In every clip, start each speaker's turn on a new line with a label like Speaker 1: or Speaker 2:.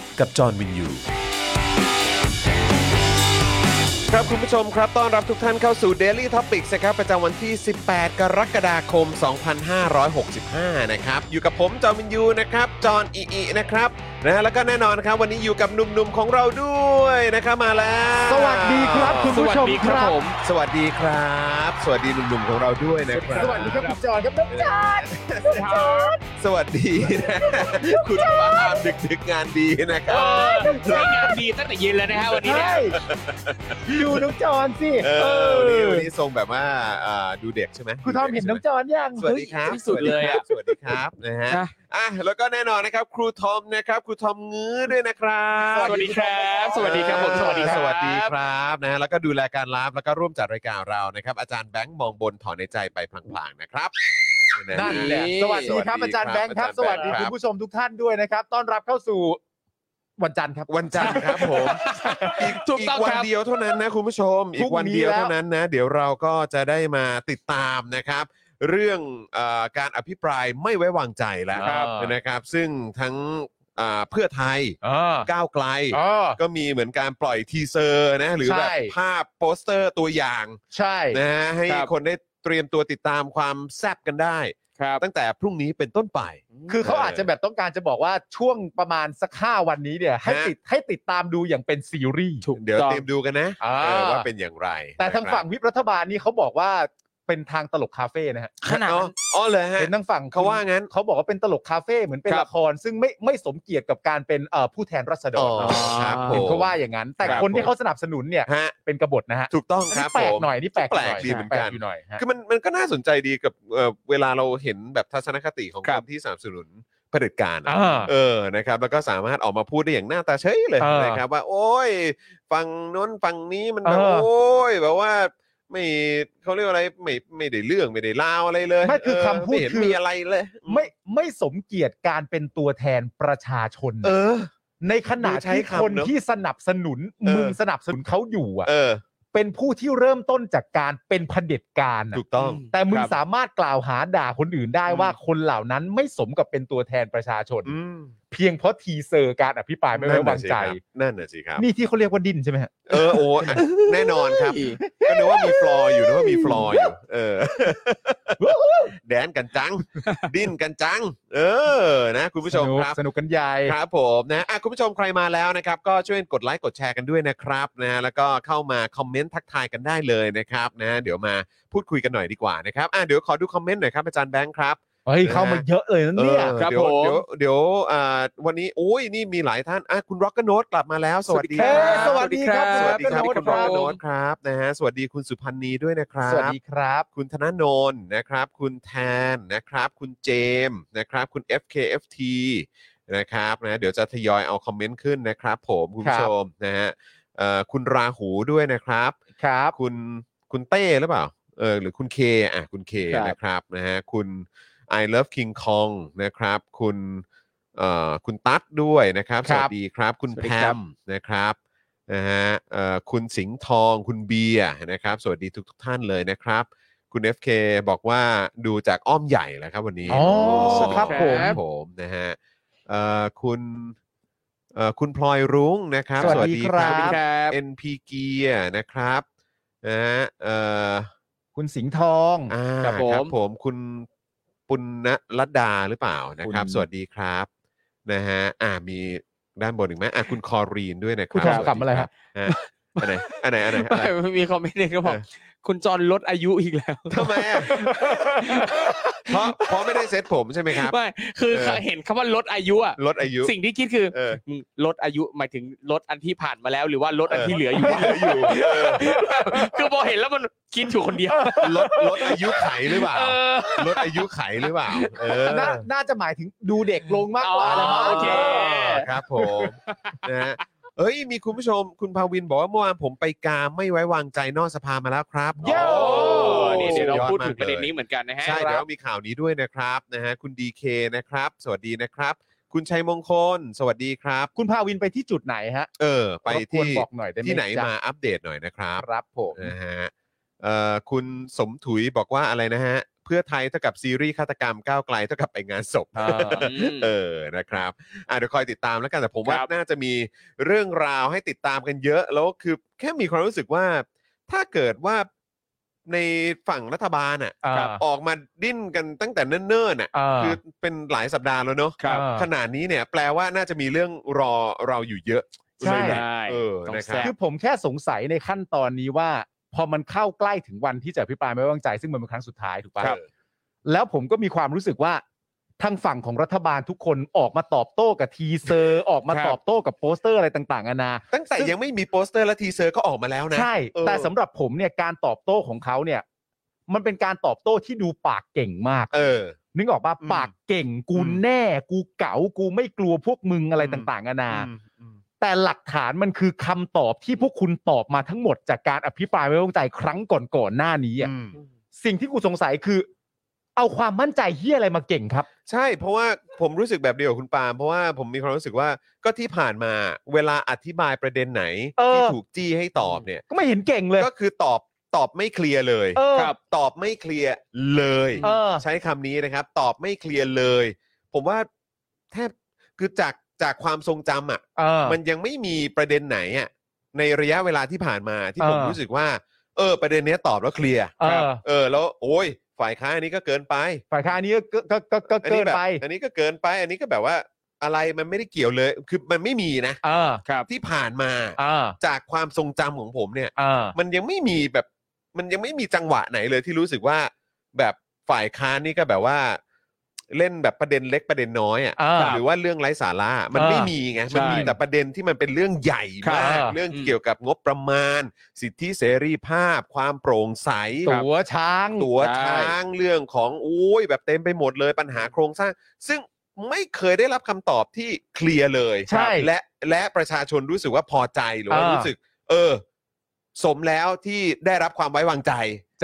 Speaker 1: กับจอห์นวินยู
Speaker 2: ครับคุณผู้ชมครับต้อนรับทุกท่านเข้าสู่ Daily Topics นะครับประจำวันที่ 18 กรกฎาคม 2565 นะครับ อยู่กับผมจอมินยูนะครับ จอนอีอีนะครับนะฮะแล้วก็แน่นอนครับ วันนี้อยู่กับหนุ่มๆของเราด้วยนะครับมาแล้ว
Speaker 3: สวัสดีครับคุณผู้ชมครับ
Speaker 2: สวัสดีครับ สวัสดีหนุ่มๆของเราด้วยนะครับ
Speaker 3: สวัสดีครับคุณจอนครับน้องจอน
Speaker 2: สวัสดีนะ คุณปาล์มดึกๆงานดีนะครับ
Speaker 4: ใช้งานดีตั้งแต่เย็นแล้วนะฮะวันนี้เนี่ย
Speaker 3: ใช่ดูน้องจอนสิ
Speaker 2: เออวันนี้วันนี้ทรงแบบว่าอ่าดูเด็กใช่ไหม
Speaker 3: คุณทอมเห็นน้องจอนยัง
Speaker 2: สวัสดีครับ
Speaker 4: ที่สุดเลยอะ
Speaker 2: สวัสดีครับสวัสดีครับนะฮะอ่ะแล้วก็แน่นอนนะครับ ครูทอมนะครับ ครูทอมงื้อด้วยนะครับ
Speaker 4: สวัสดีครับสวัสดีครับผมสวัสดีครับ
Speaker 2: สวัสดีครับนะฮะแล้วก็ดูแลการไลฟ์แล้วก็ร่วมจัดรายการเรานะครับ อาจารย์แบงค์มองบนถอนในใจไปพลางๆนะครับะฮะ
Speaker 4: นั่นแหละ
Speaker 3: สวัสดีครับอาจารย์แบงค์ครับ สวัสดีคุณผู้ชมทุกท่านด้วยนะครับต้อนรับเข้าสู่วันจันทร์ครับ
Speaker 2: วันจันทร์ครับผมอีก
Speaker 4: ถูก
Speaker 2: อี
Speaker 4: ต้อก ง
Speaker 2: วัน
Speaker 4: ครับ
Speaker 2: เดียวเท่านั้นนะคุณผู้ชม อีกวันเดียว
Speaker 3: พรุ่งนี้แล้ว
Speaker 2: เท่านั้นนะ เดี๋ยวเราก็จะได้มาติดตามนะครับ เรื่องเออการอภิปรายไม่ไว้วางใจแล้ว
Speaker 4: ครับ
Speaker 2: นะครับ ซึ่งทั้งอ่าเพื่อไทย
Speaker 4: อ๋อ
Speaker 2: ก้าวไกล ก็มีเหมือนการปล่อยทีเซอร์นะ หรือแบบ
Speaker 3: ใช่
Speaker 2: ภาพโปสเตอร์ตัวอย่าง
Speaker 3: ใช่
Speaker 2: นะฮะให้
Speaker 3: ครับ
Speaker 2: คนได้เตรียมตัวติดตามความแซบกันได้
Speaker 4: ครับ
Speaker 2: ตั้งแต่พรุ่งนี้เป็นต้นไป
Speaker 3: คือเขาอาจจะแบบต้องการจะบอกว่าช่วงประมาณสักห้าวันนี้เนี่ยให้
Speaker 2: ฮะ
Speaker 3: ติดให้ติดตามดูอย่างเป็นซีรีส์
Speaker 4: ถูก
Speaker 2: เดี๋ยว
Speaker 4: ต้อ
Speaker 2: เต
Speaker 4: ง
Speaker 2: รียมดูกันนะ
Speaker 3: อ่า
Speaker 2: เออว่าเป็นอย่างไร
Speaker 3: แต่ทางฝั่งวิปรัฐบาลนี่เขาบอกว่าเป็นทางตลกคาเฟ่นะฮะ
Speaker 4: ขนาด
Speaker 2: อ๋อ
Speaker 4: นั้น
Speaker 2: อ๋อเลยฮะ
Speaker 3: เป็นทางฝั่ง
Speaker 2: เขาว่างั้น
Speaker 3: เขาบอกว่าเป็นตลกคาเฟ่เหมือนเป็นละคร ซึ่งไม่ไม่สมเกียรติกับการเป็นเอ่อผู้แทนรัษฎ
Speaker 2: อ๋อ
Speaker 3: ร
Speaker 2: ครับผ
Speaker 3: เห็น
Speaker 2: ม
Speaker 3: เขาว่าอย่างนั้น แต่
Speaker 2: ครับ
Speaker 3: คนที่
Speaker 2: ผม
Speaker 3: เขาสนับสนุนเนี่ย
Speaker 2: ฮะ
Speaker 3: เป็นกบฏนะฮะ
Speaker 2: ถูกต้องครับ
Speaker 3: แปล
Speaker 2: ผ
Speaker 3: ก
Speaker 2: ม
Speaker 3: หน่อยนี่แปลก
Speaker 2: แปลก
Speaker 3: หน่อย
Speaker 2: ดีเหมือนกัน
Speaker 3: แปลอยู่หน่อยฮะ
Speaker 2: คือมันมันก็น่าสนใจดีกับเอ่อเวลาเราเห็นแบบทัศนคติของ
Speaker 4: ค
Speaker 2: ครับ นที่สนับสนุนเผด็จการอะ
Speaker 4: อ่า
Speaker 2: เออนะครับ แล้วก็สามารถออกมาพูดได้อย่างหน้าตาเฉยเลย
Speaker 4: อ่าน
Speaker 2: นะครับ ว่า โอ้ยฝั่งน้นฝั่งนี้มันแบบ
Speaker 4: อ่า
Speaker 2: โอ้ยแบบว่าไม่เขาเรียกว่าอะไรไม่ไม่ได้เรื่องไม่ได้ราวอะไรเลย
Speaker 3: ไม่คือ
Speaker 2: เ
Speaker 3: คำพูด
Speaker 2: ไม่เห็น
Speaker 3: คือ
Speaker 2: มีอะไรเลย
Speaker 3: ไม่ไม่สมเกียรติการเป็นตัวแทนประชาชน
Speaker 2: เออ
Speaker 3: ในขณะ
Speaker 2: ดูใช้
Speaker 3: ที่
Speaker 2: คำ
Speaker 3: คน
Speaker 2: เนอะ
Speaker 3: ที่สนับสนุน
Speaker 2: เออ
Speaker 3: มึงสนับสนุนเขาอยู่อ่ะ
Speaker 2: เออ
Speaker 3: เป็นผู้ที่เริ่มต้นจากการเป็นเผด็จการอะ
Speaker 2: ถูกต้อง
Speaker 3: แต่มึง
Speaker 4: ครับ
Speaker 3: สามารถกล่าวหาด่าคนอื่นได้
Speaker 4: อืม
Speaker 3: ว่าคนเหล่านั้นไม่สมกับเป็นตัวแทนประชาชน
Speaker 2: อืม
Speaker 3: เพียงเพราะทีเซอร์การอภิปรายไม่ไว้วางใจ
Speaker 2: นั่นน่ะสิครับ
Speaker 3: นี่ที่เขาเรียกว่าดินใช่ไหมฮะ
Speaker 2: เออโอ้อ่ะแน่นอนครับ ก็นึกว่ามีฟลอร์อยู่นึกว่ามีฟลอร์อยู่ เอ อ แดนกันจัง ดิ้นกันจัง เออนะคุณผู้ชม
Speaker 3: สนุก
Speaker 2: ครับ
Speaker 3: สนุกกันใหญ่
Speaker 2: ครับผมนะอ่ะคุณผู้ชมใครมาแล้วนะครับ ก็ช่วยกดไลค์กดแชร์กันด้วยนะครับนะแล้วก็เข้ามาคอมเมนต์ทักทายกันได้เลยนะครับนะเดี๋ยวมาพูดคุยกันหน่อยดีกว่านะครับอ่ะเดี๋ยวขอดูคอมเมนต์หน่อยครับอาจารย์แบงค์ครับ
Speaker 3: เฮ้ยเข้ามาเยอะเลยนะเนี่ย
Speaker 2: เออ
Speaker 4: ครับ
Speaker 2: เดี๋ยว
Speaker 4: ผม
Speaker 2: เดี๋ยวเดี๋ยวอ่าวันนี้โอ้ยนี่มีหลายท่านอ่ะคุณร็อกกโนตกลับมาแล้ว สวัสดี
Speaker 4: สวัสดีครับ
Speaker 2: สวัสดีครับส
Speaker 4: สวั
Speaker 2: วัส
Speaker 4: ส
Speaker 2: ดี
Speaker 4: ดี
Speaker 2: ค
Speaker 4: ครั
Speaker 2: รับบ คุณร็อกก
Speaker 4: คุณ
Speaker 2: โน
Speaker 4: ร็อกกโน
Speaker 2: ต
Speaker 4: ต
Speaker 2: ครับนะฮะสวัสดีคุณสุพันนีด้วยนะครับ
Speaker 3: สวัสดีครับ
Speaker 2: คุณธนาโนนนะครับ คุณแทนนะครับ คุณเจมส์นะครับ คุณ FKFT นะครับนะเดี๋ยวจะทยอยเอาคอมเมนต์ขึ้นนะครับ ผมคุณผู้
Speaker 3: ครั
Speaker 2: ช
Speaker 3: บ
Speaker 2: มนะฮะเอ่อคุณราหูด้วยนะครับ
Speaker 3: ครับ
Speaker 2: คุณคุณเต้หรือเปล่า เออหรือคุณเคอ่ะคุณเค
Speaker 3: ครับ
Speaker 2: นะครับนะฮะคุณ I love King Kong นะครับ คุณเอ่อคุณตั๊ดด้วยนะครับ สวัสดีครับ คุณแพมนะครับนะฮะเอ่อคุณสิงห์ทองคุณเบียร์นะครับ สวัสดีทุกทท่านเลยนะครับ คุณ FK บอกว่าดูจากอ้อมใหญ่แล้วครับวันนี้
Speaker 3: อ๋อ
Speaker 2: สวัสดี
Speaker 3: ครับผม
Speaker 2: ผมนะฮะเอ่อคุณเอ่อคุณพลอยรุ้งนะครับ
Speaker 3: สวัสดีครับ
Speaker 2: NP เกียร์นะครับนะฮะเอ่อ
Speaker 3: คุณสิงห์ทอง
Speaker 2: อ่า
Speaker 4: ครับผม
Speaker 2: ครับผมคุณปุณณรัตดาหรือเปล่านะครับ
Speaker 4: คุณ
Speaker 2: สวัสดีครับนะฮะอ่ามี ด้านบนอีกไหมอ่ะคุณคอรีนด้วยนะค
Speaker 3: คุณ
Speaker 2: รับส
Speaker 3: คอรีน
Speaker 2: วัสดี
Speaker 3: ขำอะไรฮะ
Speaker 2: ฮะอันไหนอันไหนอันไหนอันไหน
Speaker 4: มีคอมเมนต์หนึงก็บอก
Speaker 2: เออ
Speaker 4: คุณจอนลดอายุอีกแล้ว
Speaker 2: ทำไมอ่ะเพราะเพราะไม่ได้เซ็ตผมใช่ไหมครับ
Speaker 4: ไม่คือ
Speaker 2: เออ
Speaker 4: เห็นคำว่าลดอายุอ่ะ
Speaker 2: ลดอายุ
Speaker 4: สิ่งที่คิดคือ
Speaker 2: เออ
Speaker 4: มึงลดอายุหมายถึงลดอันที่ผ่านมาแล้ว หรือว่าลดอันที่เหลืออยู่
Speaker 2: เหลืออยู่เออ
Speaker 4: คือพอเห็นแล้วมันคิดอยู่คนเดียว
Speaker 2: ลดลดอายุไขหรือเปล่า
Speaker 4: เออ
Speaker 2: ลดอายุไขหรือเปล่าเออ
Speaker 3: น่าน่าจะหมายถึงดูเด็กลงมากกว่า
Speaker 4: อ๋อ
Speaker 3: แล้วมั้ง
Speaker 4: โอเค
Speaker 2: ครับผม นะฮะเอ้ย มีคุณผู้ชม คุณภาวินบอกว่าเมื่อวานผมไปกาไม่ไว้วางใจนอกสภามาแล้วครับ
Speaker 4: โอ้
Speaker 2: อ้
Speaker 4: นี่เดี๋ยวเรา
Speaker 2: สุอ
Speaker 4: พูดถึง
Speaker 2: มาก
Speaker 4: ประเด็นนี้เหมือนกันนะฮะ
Speaker 2: ใช่ เดี๋ยวเรามีข่าวนี้ด้วยนะครับนะฮะคุณดีเคนะครับ สวัสดีนะครับ คุณชัยมงคล สวัสดีครับ
Speaker 3: คุณพาวินไปที่จุดไหนฮะ
Speaker 2: เออ ไป
Speaker 3: รบกว
Speaker 2: ที่
Speaker 3: นบอกหน่อยได้ไหม
Speaker 2: ที่ไหน
Speaker 3: จ๊ะ
Speaker 2: มาอัปเดตหน่อยนะครับ
Speaker 3: ครับผม
Speaker 2: นะฮะเอ่อคุณสมถุยบอกว่าอะไรนะฮะ เพื่อไทยเท่ากับซีรีส์ฆาตกรรมก้าวไกลเท่ากับไปงานศพ
Speaker 4: อืม
Speaker 2: เออ นะครับอ่ะเดี๋ยวคอยติดตามแล้วกัน แต่ผมว่า
Speaker 4: ครับ
Speaker 2: น่าจะมีเรื่องราวให้ติดตามกันเยอะ แล้วคือแค่มีความรู้สึกว่า ถ้าเกิดว่าในฝั่งรัฐบาลอ่ะ
Speaker 3: อ่า
Speaker 4: ครับ
Speaker 2: ออกมาดิ้นกันตั้งแต่เนิ่นๆอ่ะ
Speaker 3: า
Speaker 2: คือเป็นหลายสัปดาห์แล้วเนอะ
Speaker 3: ครับ
Speaker 2: ขนาดนี้เนี่ยแปลว่าน่าจะมีเรื่องรอเราอยู่เยอะ
Speaker 3: ใช่
Speaker 2: เลยนะ
Speaker 4: ใช่
Speaker 2: เออ
Speaker 4: ต้อง
Speaker 2: นะค
Speaker 4: แซ่
Speaker 2: รับ
Speaker 4: บ
Speaker 3: คือผมแค่สงสัยในขั้นตอนนี้ว่า พอมันเข้าใกล้ถึงวันที่จะพิปรายไม่ไว้วางใจ ซึ่งมันเป็นครั้งสุดท้ายถูกปะ
Speaker 2: ครับ
Speaker 3: แล้วผมก็มีความรู้สึกว่าทางฝั่งของรัฐบาลทุกคนออกมาตอบโต้กับทีเซอร์ ออกมา
Speaker 4: ครับ
Speaker 3: ตอบโต้กับโปสเตอร์อะไรต่างๆนานา
Speaker 2: ตั้งแต่ยังไม่มีโปสเตอร์และทีเซอร์ก็ออกมาแล้วนะ
Speaker 3: ใช่
Speaker 2: เออ
Speaker 3: แต่สำหรับผมเนี่ยการตอบโต้ของเขาเนี่ย มันเป็นการตอบโต้ที่ดูปากเก่งมาก
Speaker 2: เออ
Speaker 3: นึกออกปะ
Speaker 2: อืม
Speaker 3: ปากเก่งกู
Speaker 2: อืม
Speaker 3: แน่ กูเก๋ากูไม่กลัวพวกมึงอะไร
Speaker 2: อืม
Speaker 3: ต่างๆนานา
Speaker 2: อืมอืม
Speaker 3: แต่หลักฐานมันคือคำตอบที่พวกคุณตอบมาทั้งหมดจากการอภิปรายไม่ไว้วางใจครั้งก่อนๆหน้านี้อะ
Speaker 2: อืม
Speaker 3: สิ่งที่กูสงสัยคือ เอาความมั่นใจเฮียอะไรมาเก่งครับ
Speaker 2: ใช่เพราะว่าผมรู้สึกแบบเดียวกับคุณปาล์มเพราะว่าผมมีความรู้สึกว่าก็ที่ผ่านมาเวลาอธิบายประเด็นไหน
Speaker 3: เออ
Speaker 2: ที่ถูกจี้ให้ตอบเนี่ย
Speaker 3: ก็ไม่เห็นเก่งเลย
Speaker 2: ก็คือตอบตอบไม่เคลียร์เลย
Speaker 3: เออ
Speaker 4: ครับ
Speaker 2: ตอบไม่เคลียร์เลย
Speaker 3: เออ
Speaker 2: ใช้คำนี้นะครับ ตอบไม่เคลียร์เลย ผมว่าแทบคือจากจากความทรงจำอ่ะ
Speaker 3: เออ
Speaker 2: มันยังไม่มีประเด็นไหนอ่ะในระยะเวลาที่ผ่านมาที่ผม
Speaker 3: เออ
Speaker 2: รู้สึกว่า เออ ประเด็นเนี้ยตอบแล้วเคลียร์
Speaker 3: เออ
Speaker 2: เออ แล้วโอ้ยฝ่ายค้านอันนี้ก็เกินไป
Speaker 3: ฝ่ายค้านนี้ก็ก็ก็ก็
Speaker 2: อัน
Speaker 3: เกิ
Speaker 2: นี้
Speaker 3: น
Speaker 2: แบบ
Speaker 3: ไป
Speaker 2: อันนี้ก็เกินไป อันนี้ก็แบบว่าอะไรมันไม่ได้เกี่ยวเลย คือมันไม่มีนะ
Speaker 3: เออ
Speaker 4: ครับ
Speaker 2: ที่ผ่านมา
Speaker 3: เออ
Speaker 2: จากความทรงจำของผมเนี่ย
Speaker 3: เออ
Speaker 2: มันยังไม่มีแบบ มันยังไม่มีจังหวะไหนเลยที่รู้สึกว่า แบบฝ่ายค้านนี่ก็แบบว่า เล่นแบบประเด็นเล็กประเด็นน้อย
Speaker 3: เออ
Speaker 2: อะ่ะหรือว่าเรื่องไร้สาระ มัน
Speaker 3: เออ
Speaker 2: ไม่มีไง
Speaker 4: ใช่
Speaker 2: มันมีแต่ประเด็นที่มันเป็นเรื่องใหญ่มาก
Speaker 3: ครับ
Speaker 2: เรื่อง
Speaker 4: อืม
Speaker 2: เกี่ยวกับงบประมาณ สิทธิเสรีภาพ ความโปร่งใส
Speaker 3: ตัวช้าง
Speaker 2: ตั๋ว
Speaker 4: ใช่
Speaker 2: ช้างเรื่องของอุ้ยแบบเต็มไปหมดเลยปัญหาโครงสร้าง ซึ่งไม่เคยได้รับคำตอบที่เคลียร์เลย
Speaker 3: ใช่
Speaker 2: และและประชาชนรู้สึกว่าพอใจหรือว่า
Speaker 3: เออ
Speaker 2: รู้สึก เออ สมแล้วที่ได้รับความไว้วางใจ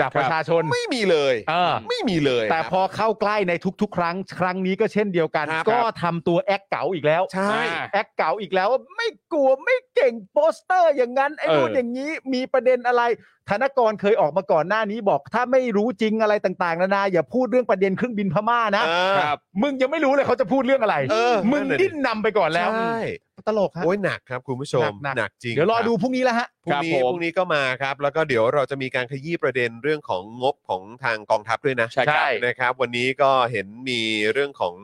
Speaker 3: จากประชาชน
Speaker 2: ไม่มีเลย
Speaker 3: เออ
Speaker 2: ไม่มีเลย
Speaker 3: แต่
Speaker 2: ครับ
Speaker 3: พอเข้าใกล้ในทุก ๆ ครั้ง ครั้งนี้ก็เช่นเดียวกัน
Speaker 2: ครับ
Speaker 3: ก็ทำตัวแอคเก๋าอีกแล้ว
Speaker 2: ใช่
Speaker 3: แอคเก๋าอีกแล้วว่าไม่กลัวไม่เก่งโปสเตอร์อย่างนั้น ไอ้นู่น
Speaker 4: เออ
Speaker 3: อ
Speaker 4: อ
Speaker 3: ย่างนี้มีประเด็นอะไร ธนกรเคยออกมาก่อนหน้านี้บอก ถ้าไม่รู้จริงอะไรต่างๆนานาอย่าพูดเรื่องประเด็นเครื่องบินพม่านะ
Speaker 2: เออ
Speaker 4: ครับ
Speaker 3: มึงยังไม่รู้เลยเขาจะพูดเรื่องอะไร
Speaker 2: เออ
Speaker 3: มึง
Speaker 2: นั่นน่ะดิ
Speaker 3: ดิ้นนำไปก่อนแล้ว
Speaker 2: ใช่
Speaker 3: ตลกฮะ
Speaker 2: โอ้ยหนักครับคุณผู้ชม
Speaker 3: หนักๆ
Speaker 2: หนักจริง
Speaker 3: เดี๋ยวรอ
Speaker 2: คบ
Speaker 3: ดูพรุ่งนี้แล้วฮะ
Speaker 2: พรุ่งนี้
Speaker 4: ครับผม
Speaker 2: พรุ่งนี้ก็มาครับ แล้วก็เดี๋ยวเราจะมีการขยี้ประเด็นเรื่องของงบของทางกองทัพด้วยนะ
Speaker 4: ใช่ครับใช่
Speaker 2: นะครับ วันนี้ก็เห็นมีเรื่องของ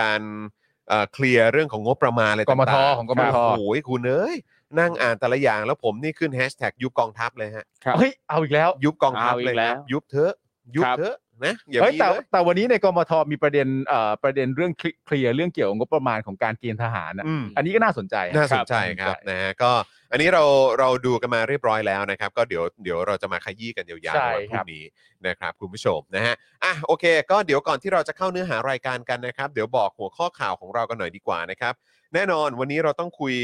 Speaker 2: การเอ่อเคลียร์เรื่องของงบประมาณอะไร
Speaker 3: ก
Speaker 2: ต่าง
Speaker 3: ม
Speaker 2: ๆ
Speaker 3: ทของกมท
Speaker 2: ครับโอ้ยคุณเอ้ยนั่งอ่านแต่ละอย่างแล้วผมนี่ขึ้นแฮชแท็กยุบกองทัพเลยฮะ
Speaker 4: ครับ
Speaker 3: เฮ้ยเอาอีกแล้ว
Speaker 2: ยุบกองทัพ
Speaker 4: เอาอีก
Speaker 2: เลยครับ
Speaker 4: แล้ว
Speaker 2: ยุบเถอะยุบเถอะนะอย่า
Speaker 3: เฮ้ย
Speaker 2: มี
Speaker 3: แต่
Speaker 2: เลย
Speaker 3: แต่วันนี้ในกมทมีประเด็นเอ่อประเด็นเรื่องเคลียร์เรื่องเกี่ยวกับงบประมาณของการเกณฑ์ทหารอะ
Speaker 2: อืม
Speaker 3: อันนี้ก็น่าสนใจฮะ
Speaker 2: น่าสนใจครับนะฮะก็อันนี้เราเราดูกันมาเรียบร้อยแล้วนะครับ ก็เดี๋ยวเดี๋ยวเราจะมาขยี้กันยาวๆ
Speaker 3: ใช่
Speaker 2: ในวันพ
Speaker 3: ครั
Speaker 2: รุ่
Speaker 3: บ
Speaker 2: งนี้นะครับคุณผู้ชมนะฮะอ่ะโอเค ก็เดี๋ยวก่อนที่เราจะเข้าเนื้อหารายการกันนะครับ เดี๋ยวบอกหัวข้อข่าวของเรากันหน่อยดีกว่านะครับ แน่นอนวันนี้เราต้องคุย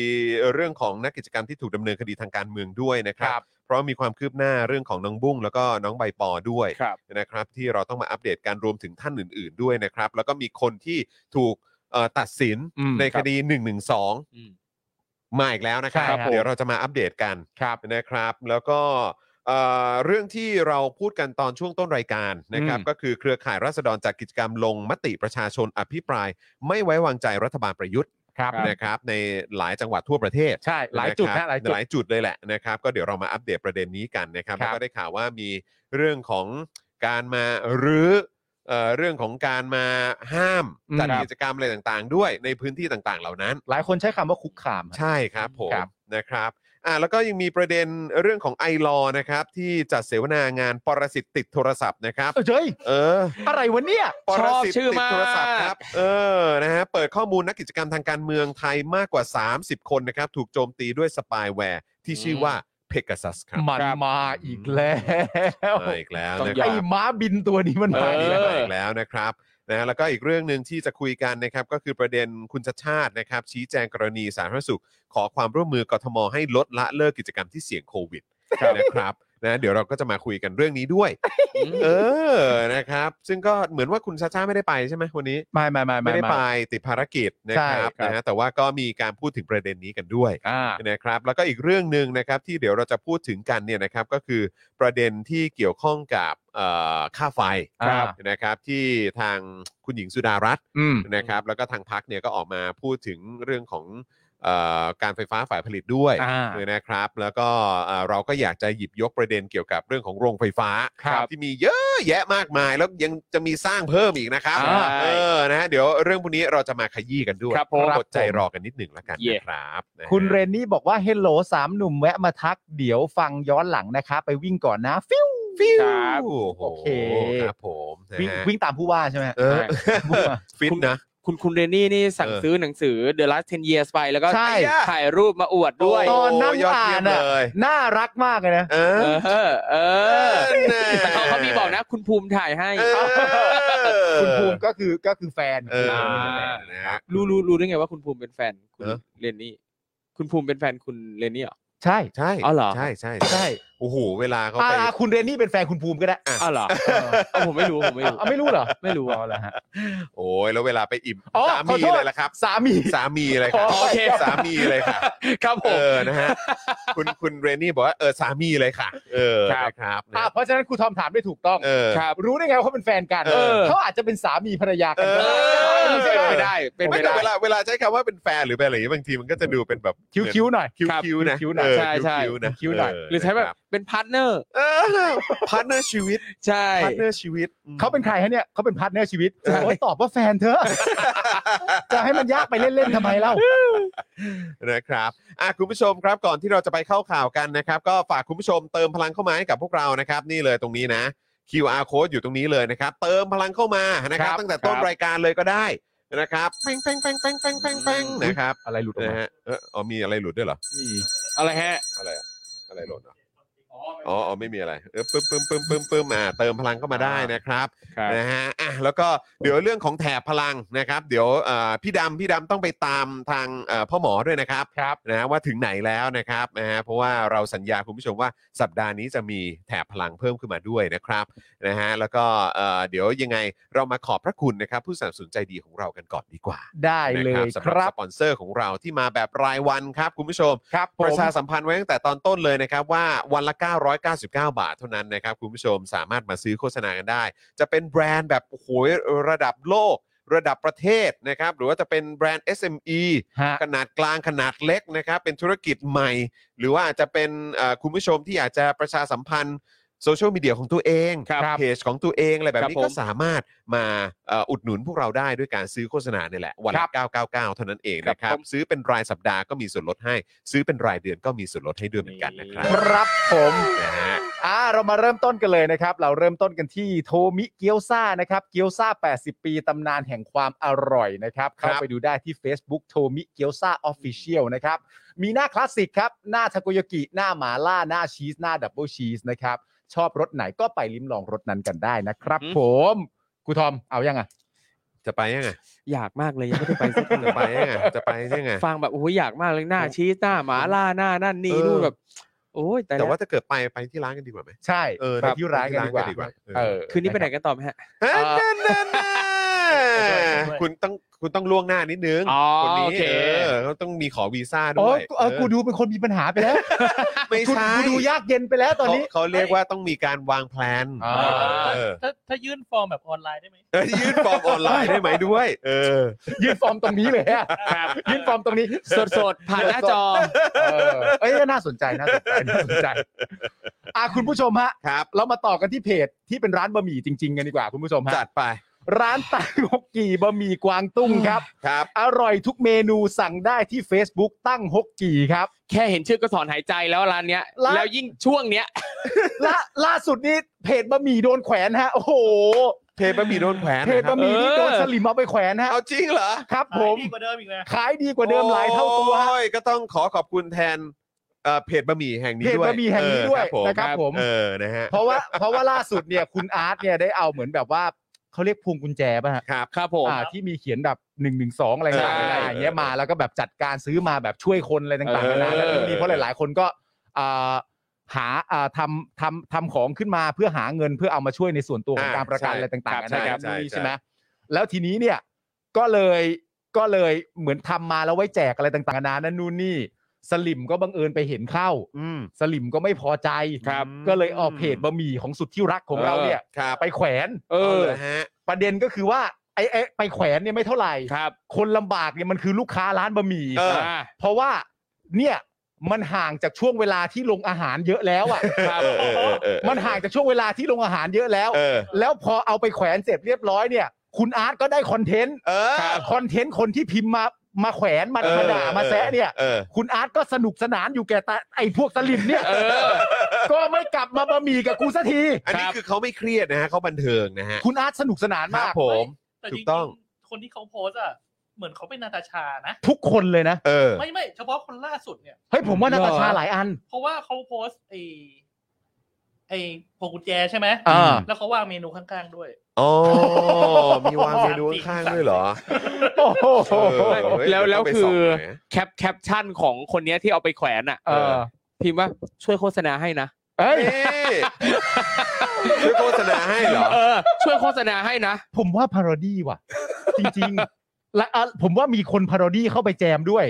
Speaker 2: เรื่องของนักกิจกรรมที่ถูกดำเนินคดีทางการเมืองด้วยนะครับ เพราะมีความคืบหน้าเรื่องของน้องบุ้งแล้วก็น้องใบปอด้วย
Speaker 4: ครับ
Speaker 2: นะครับที่เราต้องมาอัปเดตการรวมถึงท่านอื่น ๆ ด้วยนะครับ แล้วก็มีคนที่ถูกเอ่อตัดสิน
Speaker 3: อืม
Speaker 2: ในคดี 1 1
Speaker 4: อืม
Speaker 2: 2 มาอีกแล้วนะครับ
Speaker 3: ใช่ครับ
Speaker 2: เดี๋ยวเราจะมาอัปเดตกัน
Speaker 3: ครับ
Speaker 2: นะครับ แล้วก็เอ่อเรื่องที่เราพูดกันตอนช่วงต้นรายการนะครับ
Speaker 3: อืม
Speaker 2: ก็คือเครือข่ายราษฎรจากกิจกรรมลงมติประชาชนอภิปราย ไม่ไว้วางใจรัฐบาลประยุทธ์
Speaker 3: ครับ
Speaker 2: นะครับ ในหลายจังหวัดทั่วประเทศ
Speaker 3: ใช่ หลายจุด
Speaker 2: ครั
Speaker 3: นะ
Speaker 2: บ
Speaker 3: หลายจุด
Speaker 2: หลายจุดเลยแหละนะครับ ก็เดี๋ยวเรามาอัปเดตประเด็นนี้กันนะครับ
Speaker 3: ครั
Speaker 2: แล้ว
Speaker 3: บ
Speaker 2: ก็ได้ข่าวว่ามีเรื่องของการมารื้อ เอ่อเรื่องของการมาห้าม
Speaker 3: อืม
Speaker 2: จัดกิจกรรมอะไรต่างๆ ด้วยในพื้นที่ต่างๆ เหล่านั้น
Speaker 3: หลายคนใช้คำว่าคุกคามฮะ
Speaker 2: ใช่ครับผม
Speaker 3: ครับ
Speaker 2: นะครับอ่าแล้วก็ยังมีประเด็นเรื่องของไอรอนะครับที่จัดเสวนางานปรสิตติดโทรศัพท์นะครับ
Speaker 3: เอ้ยเฮ้ย
Speaker 2: เออ
Speaker 3: อะไรวะเนี่ย
Speaker 2: ปร
Speaker 4: ชอบ
Speaker 2: สิต
Speaker 4: ชื่
Speaker 2: ติ
Speaker 4: อ
Speaker 2: ด
Speaker 4: มาก
Speaker 2: โทรศัพท์ครับ เออ นะฮะ เปิดข้อมูลนักกิจกรรมทางการเมืองไทยมากกว่า 30 คนนะครับ ถูกโจมตีด้วยสปายแวร์ที่ชื่อว่า Pegasus ครับ
Speaker 3: มัน
Speaker 4: ครับ
Speaker 3: มาอีกแล้ว
Speaker 2: มาอีกแล้ว
Speaker 4: ต้อง
Speaker 2: นะค
Speaker 4: ย
Speaker 2: รั
Speaker 3: ไอ้
Speaker 2: บ
Speaker 3: ม้าบินตัวนี้มัน
Speaker 2: เออ
Speaker 3: มาอี
Speaker 2: นี่
Speaker 3: กแล้ว
Speaker 2: มาอีกแล้วนะครับนะฮะแล้วก็อีกเรื่องหนึ่งที่จะคุยกันนะครับ ก็คือประเด็นคุณชาชาตินะครับ ชี้แจงกรณีสาธารณสุข ขอความร่วมมือกทมให้ลดละเลิกกิจกรรมที่เสี่ยงโควิดนะครับนะเดี๋ยวเราก็จะมาคุยกันเรื่องนี้ด้วย เออนะครับ ซึ่งก็เหมือนว่าคุณชาชาติไม่ได้ไปใช่ไหมวันนี้
Speaker 3: ไม่ไม่ไม่
Speaker 2: ไม่ได้ไป
Speaker 3: า
Speaker 2: ติดภารกิจนะครับ
Speaker 3: ใช่ครับ
Speaker 2: นะฮะแต่ว่าก็มีการพูดถึงประเด็นนี้กันด้วย
Speaker 3: อ่า
Speaker 2: นะครับ แล้วก็อีกเรื่องหนึ่งนะครับที่เดี๋ยวเราจะพูดถึงกันเนี่ยนะครับก็คือประเด็นที่เกี่ยวข้องกับเอ่อค่าไฟ
Speaker 3: ครับ
Speaker 2: นะครับที่ทางคุณหญิงสุดารัตน์
Speaker 3: อืม
Speaker 2: นะครับแล้วก็ทางพักเนี่ยก็ออกมาพูดถึงเรื่องของเอ่อการไฟฟ้าฝ่ายผลิตด้วย
Speaker 3: อ่า
Speaker 2: นะครับ แล้วก็เอ่อเราก็อยากจะหยิบยกประเด็นเกี่ยวกับเรื่องของโรงไฟฟ้า
Speaker 4: ครับ
Speaker 2: ที่มีเยอะแยะมากมายแล้วยังจะมีสร้างเพิ่มอีกนะครับ
Speaker 4: ใช่
Speaker 2: เออนะฮะเดี๋ยวเรื่องพวกนี้เราจะมาขยี้กันด้วย
Speaker 4: ครับผม
Speaker 2: อดใจรอกันนิดหนึ่งแล้วกัน
Speaker 4: เย่
Speaker 2: นะครับนะฮะ
Speaker 3: คุณเรนนี่บอกว่าเฮลโหลสามหนุ่มแวะมาทักเดี๋ยวฟังย้อนหลังนะคะ ไปวิ่งก่อนนะ ฟิวฟิว
Speaker 4: ครับ
Speaker 2: โอ้โห
Speaker 3: โอเค
Speaker 2: ครับผมนะ
Speaker 3: วิ่ง
Speaker 2: ฮะ
Speaker 3: วิ่งตามผู้ว่าใช่ไหม
Speaker 2: เออ ฟิตนะ
Speaker 4: คุณคุณเรนนี่นี่สั่ง
Speaker 2: เออ
Speaker 4: ซื้อหนังสือ The Last 10 Years ไปแล้วก็
Speaker 3: ใช่
Speaker 4: ถ่ายรูปมาอวดด้วย
Speaker 3: โตอนนั่ง
Speaker 2: โยดเยี่ยม
Speaker 3: อ่านอะ
Speaker 2: เลย
Speaker 3: น่ารักมากเลยนะ
Speaker 2: เอ
Speaker 4: เอ
Speaker 2: อ
Speaker 4: อ เออ
Speaker 2: น่ะ
Speaker 4: แต่เขาเขามีบอกนะ คุณภูมิถ่ายให้
Speaker 2: เออ
Speaker 3: คุณภูมิก็คือก็คือแฟน
Speaker 2: เออ
Speaker 3: คุณภูมิ
Speaker 4: า
Speaker 2: นะฮะ
Speaker 4: รู้รู้รู้ได้ไงว่าคุณภูมิเป็นแฟนคุณ
Speaker 2: เออ
Speaker 4: เรนนี่ คุณภูมิเป็นแฟนคุณเรนนี่เหรอ
Speaker 3: ใช่
Speaker 2: ใช่
Speaker 4: อ๋อเหรอ
Speaker 2: ใช่ใช่
Speaker 3: ใช่
Speaker 2: โอ้โหเวลาเขา
Speaker 3: อา
Speaker 2: ไป
Speaker 3: คุณเรนนี่เป็นแฟนคุณภูมิก็ได้
Speaker 4: อ้าวเหรอเอาผมไม่รู้ผมไม่รู้
Speaker 3: เอาไม่รู้เหรอ
Speaker 4: ไม่รู้
Speaker 3: อ๋อเหรอฮะ
Speaker 2: โอ้ยแล้วเวลาไปอิ่ม
Speaker 3: อ๋อ
Speaker 2: สา
Speaker 3: ขอ
Speaker 2: มี
Speaker 3: โทษ
Speaker 2: เลยละครับ
Speaker 3: สามี
Speaker 2: สามีเลยครับ
Speaker 3: อ๋อโอเค
Speaker 2: สามีเลยค่ะ
Speaker 4: ครับผ
Speaker 2: เอ
Speaker 4: ม
Speaker 2: อ นะฮะ คุณคุณเรนนี่บอกว่า เออ สามีเลยค่ะ เออ
Speaker 4: ครับ
Speaker 2: นะครับนะ
Speaker 3: อ่ะเพราะฉะนั้นครูทอมถามได้ถูกต้อง
Speaker 2: เออ
Speaker 4: ครับ
Speaker 3: รู้ได้ไงว่าเขาเป็นแฟนกัน
Speaker 2: เออ
Speaker 3: เขาอาจจะเป็นสามีภรรยากัน
Speaker 2: เอ
Speaker 3: ก็
Speaker 2: อ
Speaker 3: ได้
Speaker 4: เป็นไปได้เป็นไป
Speaker 3: ใช่ไหม
Speaker 2: ไม่แต่เว
Speaker 4: ได้
Speaker 2: ลาเวลาใช้คำว่าเป็นแฟนหรือเป็นอะไรอย่างเงี้ยบางทีมันก็จะดูเป็นแบบ
Speaker 3: คิ้วๆหน่อย
Speaker 2: คิ้ว
Speaker 4: ครับ
Speaker 2: คิ้วนะ
Speaker 3: คิ้วหน่อย
Speaker 2: เออ
Speaker 4: ใช่ใช่
Speaker 2: คิ้วๆนะ
Speaker 3: คิ้วหน่อย
Speaker 2: เห
Speaker 4: รือใช้แบบเป็นพาร์ทเนอร์
Speaker 2: เออพาร์ทเนอร์ชีวิต
Speaker 4: ใช่
Speaker 2: พาร์ทเนอร์ชีวิตอืม
Speaker 3: เขาเป็นใครฮะเนี่ยเขาเป็นพาร์ทเนอร์ชีวิตโอ้ยตอบว่าแฟนเธ อะ จะให้มันยากไปเล่น ๆทำไมเล่า
Speaker 2: นะครับอ่ะคุณผู้ชมครับก่อนที่เราจะไปเข้าข่าวกันนะครับ ก็ฝากคุณผู้ชมเติมพลังเข้ามาให้กับพวกเรานะครับ นี่เลยตรงนี้นะ QR code อยู่ตรงนี้เลยนะครับ เติมพลังเข้ามานะครับ
Speaker 4: ครับ
Speaker 2: ตั้งแต่ต้น
Speaker 4: ครับ
Speaker 2: รายการเลยก็ได้นะครับแป้งแป้งแป้งแป้งแป้งแป้งแป้งนะครับ
Speaker 3: อะไรหลุดออก
Speaker 2: นะ
Speaker 3: มา
Speaker 2: ฮะเอออ๋อมีอะไรหลุดด้วยเหรอ
Speaker 4: อะไรฮะ
Speaker 2: อะไรอะอะไรหลุดเหรออ๋ออ๋อไม่มีอะไรเออปึ้มปึ้มปึ้มปึ้มปึ้มอ่าเติมพลังเข้ามาได้นะครับนะฮะอ่ะแล้วก็เดี๋ยวเรื่องของแถบพลังนะครับ เดี๋ยวเอ่อพี่ดำพี่ดำต้องไปตามทางเอ่อพ่อหมอด้วยนะครับ
Speaker 3: ครับ
Speaker 2: นะฮะว่าถึงไหนแล้วนะครับนะฮะเพราะว่าเราสัญญาคุณผู้ชมว่าสัปดาห์นี้จะมีแถบพลังเพิ่มขึ้นมาด้วยนะครับนะฮะแล้วก็เอ่อเดี๋ยวยังไงเรามาขอบพระคุณนะครับ ผู้สนับสนุนใจดีของเรากันก่อนดีกว่า
Speaker 3: ได้เลย
Speaker 2: นะครับ
Speaker 3: ค
Speaker 2: สำหรั
Speaker 3: รั
Speaker 2: บบ สปอนเซอร์ของเราที่มาแบบรายวันครับ คุณผู้ชม
Speaker 3: ครับผ
Speaker 2: ป
Speaker 3: ม
Speaker 2: ระชาสัมพันธ์ไว้ตั้งแต่ตอนต้นเลยนะครับ ว่าวันละ 999 บาทเท่านั้นนะครับ คุณผู้ชมสามารถมาซื้อโฆษณากันได้ จะเป็นแบรนด์แบบโอ้โหระดับโลก ระดับประเทศนะครับ หรือว่าจะเป็นแบรนด์ SME
Speaker 3: ฮะ
Speaker 2: ขนาดกลางขนาดเล็กนะครับ เป็นธุรกิจใหม่ หรือว่าอาจจะเป็นเอ่อคุณผู้ชมที่อยากจะประชาสัมพันธ์โซเชียลมีเดียของตัวเอง
Speaker 4: ครับ
Speaker 2: เพจของตัวเองอะไรแบบนี้
Speaker 4: ครับผม
Speaker 2: ก็สามารถมาเอ่ออุดหนุนพวกเราได้ด้วยการซื้อโฆษณาเนี่ยแหละ วัน
Speaker 4: ครั
Speaker 2: ละ
Speaker 4: บ
Speaker 2: 999 เท่านั้นเองนะครั
Speaker 4: ครับ บผม
Speaker 2: ซื้อเป็นรายสัปดาห์ก็มีส่วนลดให้ ซื้อเป็นรายเดือนก็มีส่วนลดให้ด้วยเหมือนกันนะครับ
Speaker 3: ค
Speaker 4: นี่
Speaker 3: รับผม
Speaker 2: นะฮะ
Speaker 3: อ่าเรามาเริ่มต้นกันเลยนะครับ เราเริ่มต้นกันที่โทมิเกียวซานะครับเกียวซา80 ปีตำนานแห่งความอร่อยนะครับ
Speaker 2: ครับ
Speaker 3: เข้าไปดูได้ที่ Facebook โทมิเกียวซาออฟฟิเชียลนะครับ มีหน้าคลาสสิกครับ หน้าทาโกยากิ หน้าหมาล่า หน้าชีส หน้าดับเบิลชีสนะครับ ชอบรสไหนก็ไปลิ้มลองรสนั้นกันได้นะครับ
Speaker 4: อืม
Speaker 3: ผมกูทอมเอายังอ่ะ
Speaker 2: จะไปยังไง
Speaker 4: อยากมากเลยยังไม่ได้ไปสักที
Speaker 2: จะไปยังไงจะไปยังไง
Speaker 4: ฟังแบบโอ้ยอยากมากเลยหน้าชีสหน้าหมาล่าหน้านั่นนี่
Speaker 2: เออ
Speaker 4: นู่นแบบ โอ้ยแต่
Speaker 2: แต่ว่าถ้าเกิดไปไปที่ร้านกันดีกว่าไหม
Speaker 3: ใช่
Speaker 2: เออ
Speaker 3: ไปที่ร้านกันดีกว่า
Speaker 2: ไปที่ร้เออ
Speaker 3: เออ
Speaker 4: คืนนี้ไปไหนกันต่อไหมฮะ
Speaker 2: เอ้ย
Speaker 4: เอ่อ
Speaker 2: นั่นน่ะน่ะ
Speaker 4: ด้วย
Speaker 2: คุณต้องคุณต้องล่วงหน้านิดนึง
Speaker 4: อ๋อ
Speaker 2: คนนี้
Speaker 4: โอเค
Speaker 2: เออเขาต้องมีขอวีซ่า
Speaker 3: โอ้
Speaker 2: ด้วย
Speaker 3: เออกูดูเป็นคนมีปัญหาไปแล้ว
Speaker 2: ไม่
Speaker 3: กู
Speaker 2: ใช่
Speaker 3: กูดูยากเย็นไปแล้วตอนนี้
Speaker 2: เขาเขาเรียกว่าต้องมีการวางแผน
Speaker 3: อ่า
Speaker 2: เออ
Speaker 5: ถ้าถ้ายื่นฟอร์มแบบออนไลน์ได้ไหม
Speaker 2: เออยื่นฟอร์มออนไลน์ได้ไหมด้วย เออ
Speaker 3: ยืนฟอร์มตรงนี้เลยอะยืนฟอร์มตรงนี้
Speaker 4: สดๆ ผ่านหน้าจอ
Speaker 3: เออเอ้ยน่าสนใจน่าสนใจน่าสนใจ อ่ะคุณผู้ชมฮะ
Speaker 2: ครับ
Speaker 3: เรามาต่อกันที่เพจที่เป็นร้านบะหมี่จริง ๆ กันดีกว่าคุณผู้ชมฮะ
Speaker 2: จัดไป
Speaker 3: ร้านตังฮกกีบะหมี่กวางตุ้งครับ
Speaker 2: ครับ
Speaker 3: อร่อยทุกเมนูสั่งได้ที่ Facebook ตั้งฮกกีครับ
Speaker 4: แค่เห็นชื่อก็ถอนหายใจแล้วร้านเนี้ย
Speaker 3: ร้าน
Speaker 4: แล้วยิ่งช่วงเนี้ย
Speaker 3: และล่าสุดนี้เพจบะหมี่โดนแขวนฮะ โอ้โห
Speaker 2: เพจบะหมี่โดนแขวน
Speaker 3: เพจบะหมี่นี่
Speaker 4: เออ
Speaker 3: โดนสลิมเอาไปแขวนฮะ
Speaker 2: เอาจริงเหรอ
Speaker 3: ครับ
Speaker 5: ขา
Speaker 3: ผ
Speaker 5: ย
Speaker 3: ม
Speaker 5: ดีกว่าเดิมอีกนะ
Speaker 3: ขายดีกว่าเดิมหลายเท่าตัวฮะ
Speaker 2: โอ้ยก็ต้องขอขอบคุณแทนเอ่อเพจบะหมี่แห่ง
Speaker 3: เพ
Speaker 2: นี้
Speaker 3: จ
Speaker 2: ด้วย
Speaker 3: บะหมี่แห่งนี้ด้วย
Speaker 2: เออ
Speaker 3: นะครับผม
Speaker 2: เออนะฮะ
Speaker 3: เพราะว่าเพราะว่าล่าสุดเนี่ยคุณอาร์ตเนี่ยได้เอาเหมือนแบบว่าเขาเรียกพวงกุญแจป่ะฮะ
Speaker 2: ครับ
Speaker 4: ครับผม
Speaker 3: อ่าที่มีเขียนแบบหนึ่งหนึ่งสองอะไรต่างๆ
Speaker 4: ใช่
Speaker 3: อย่างเงี้ยมาแล้วก็แบบจัดการซื้อมาแบบช่วยคนอะไรต่างๆ
Speaker 2: เออ
Speaker 3: นานาแล้วก็มีเพราะหลาย ๆ คนก็อ่าหาอ่าทำทำทำของขึ้นมาเพื่อหาเงินเพื่อเอามาช่วยในส่วนตัวของการประกันอะไรต่างๆนานานู่นนี่ใช่ไหมแล้วทีนี้เนี่ยก็เลยก็เลยเหมือนทำมาแล้วไว้แจกอะไรต่างๆนานานั่นนู่นนี่ สลิมก็บังเอิญไปเห็นเข้า
Speaker 2: อืม
Speaker 3: สลิมก็ไม่พอใจ
Speaker 2: ครับ
Speaker 3: ก็เลยเอา
Speaker 2: อืม
Speaker 3: เพจบะหมี่ของสุดที่รักของเราเนี่ย
Speaker 2: ครับ
Speaker 3: ไปแขวน
Speaker 4: เออ
Speaker 2: าลยฮะ
Speaker 3: ประเด็นก็คือว่าไอ้ไอ้ไปแขวนเนี่ยไม่เท่าไหร่
Speaker 4: ครับ
Speaker 3: คนลำบากเนี่ยมันคือลูกค้าร้านบะหมี่
Speaker 2: เออ
Speaker 4: อ่า
Speaker 3: เพราะว่าเนี่ยมันห่างจากช่วงเวลาที่ลงอาหารเยอะแล้วอ่ะ
Speaker 2: เออเออเออเออ
Speaker 3: มันห่างจากช่วงเวลาที่ลงอาหารเยอะแล้ว
Speaker 2: เออ
Speaker 3: แล้วพอเอาไปแขวนเสร็จเรียบร้อยเนี่ย คุณอาร์ตก็ได้คอนเทนต์
Speaker 2: เออ
Speaker 3: คอนเทนต์คนที่พิมพ์มามาแขวนมามาด่ามาแซะเนี่ย
Speaker 2: เออ
Speaker 3: คุณอาร์ตก็สนุกสนานอยู่แก่ตาไอ้พวกสลิมเนี่ย
Speaker 4: เออ
Speaker 3: ก็ไม่กลับมาบะหมี่กับกูสักที
Speaker 2: อันนี้คือเขาไม่เครียดนะฮะเขาบันเทิงนะฮะ
Speaker 3: คุณอาร์ตสนุกสนาน
Speaker 2: ครั
Speaker 3: มา
Speaker 2: บ
Speaker 3: ก
Speaker 2: ผม
Speaker 5: แต่
Speaker 2: ถู
Speaker 5: จริ
Speaker 2: กต้อง
Speaker 5: งๆ คนที่เขาโพสต์อ่ะ เหมือนเขาเป็นนาตาชานะ
Speaker 3: ทุกคนเลยนะ
Speaker 2: เออ
Speaker 5: ไม่ไม่เฉพาะคนล่าสุดเนี่ย
Speaker 3: เฮ้ยผมว่านาตาชา
Speaker 4: เหรอ
Speaker 3: หลายอัน
Speaker 5: เพราะว่าเขาโพสต์ไอ้ไอ้พวงกุญแจใช่ไหม
Speaker 3: อ่า
Speaker 5: แล้วเขาวางเมนูข้างๆด้วย
Speaker 2: อ๋อ มีวางเมนูข้างๆด้วยเหรอ
Speaker 3: โอ้โห
Speaker 2: เออเฮ้ย
Speaker 4: แล้วแล้ว
Speaker 2: ต้องไป
Speaker 4: คือ
Speaker 2: ส่งหน่ยนะ
Speaker 4: แคปแคปชั่นของคนเนี้ยที่เอาไปแขวนอ่ะ
Speaker 3: เออ
Speaker 4: พิมพ์ว่าช่วยโฆษณาให้นะ
Speaker 3: เอ้ย
Speaker 2: นี่ช่วยโฆษณาให้เหรอ
Speaker 4: เออ ช่วยโฆษณาให้นะ
Speaker 3: ผมว่าพารอดี้ว่ะ จริงๆและอ่ะผมว่ามีคนพารอดี้เข้าไปแจมด้วย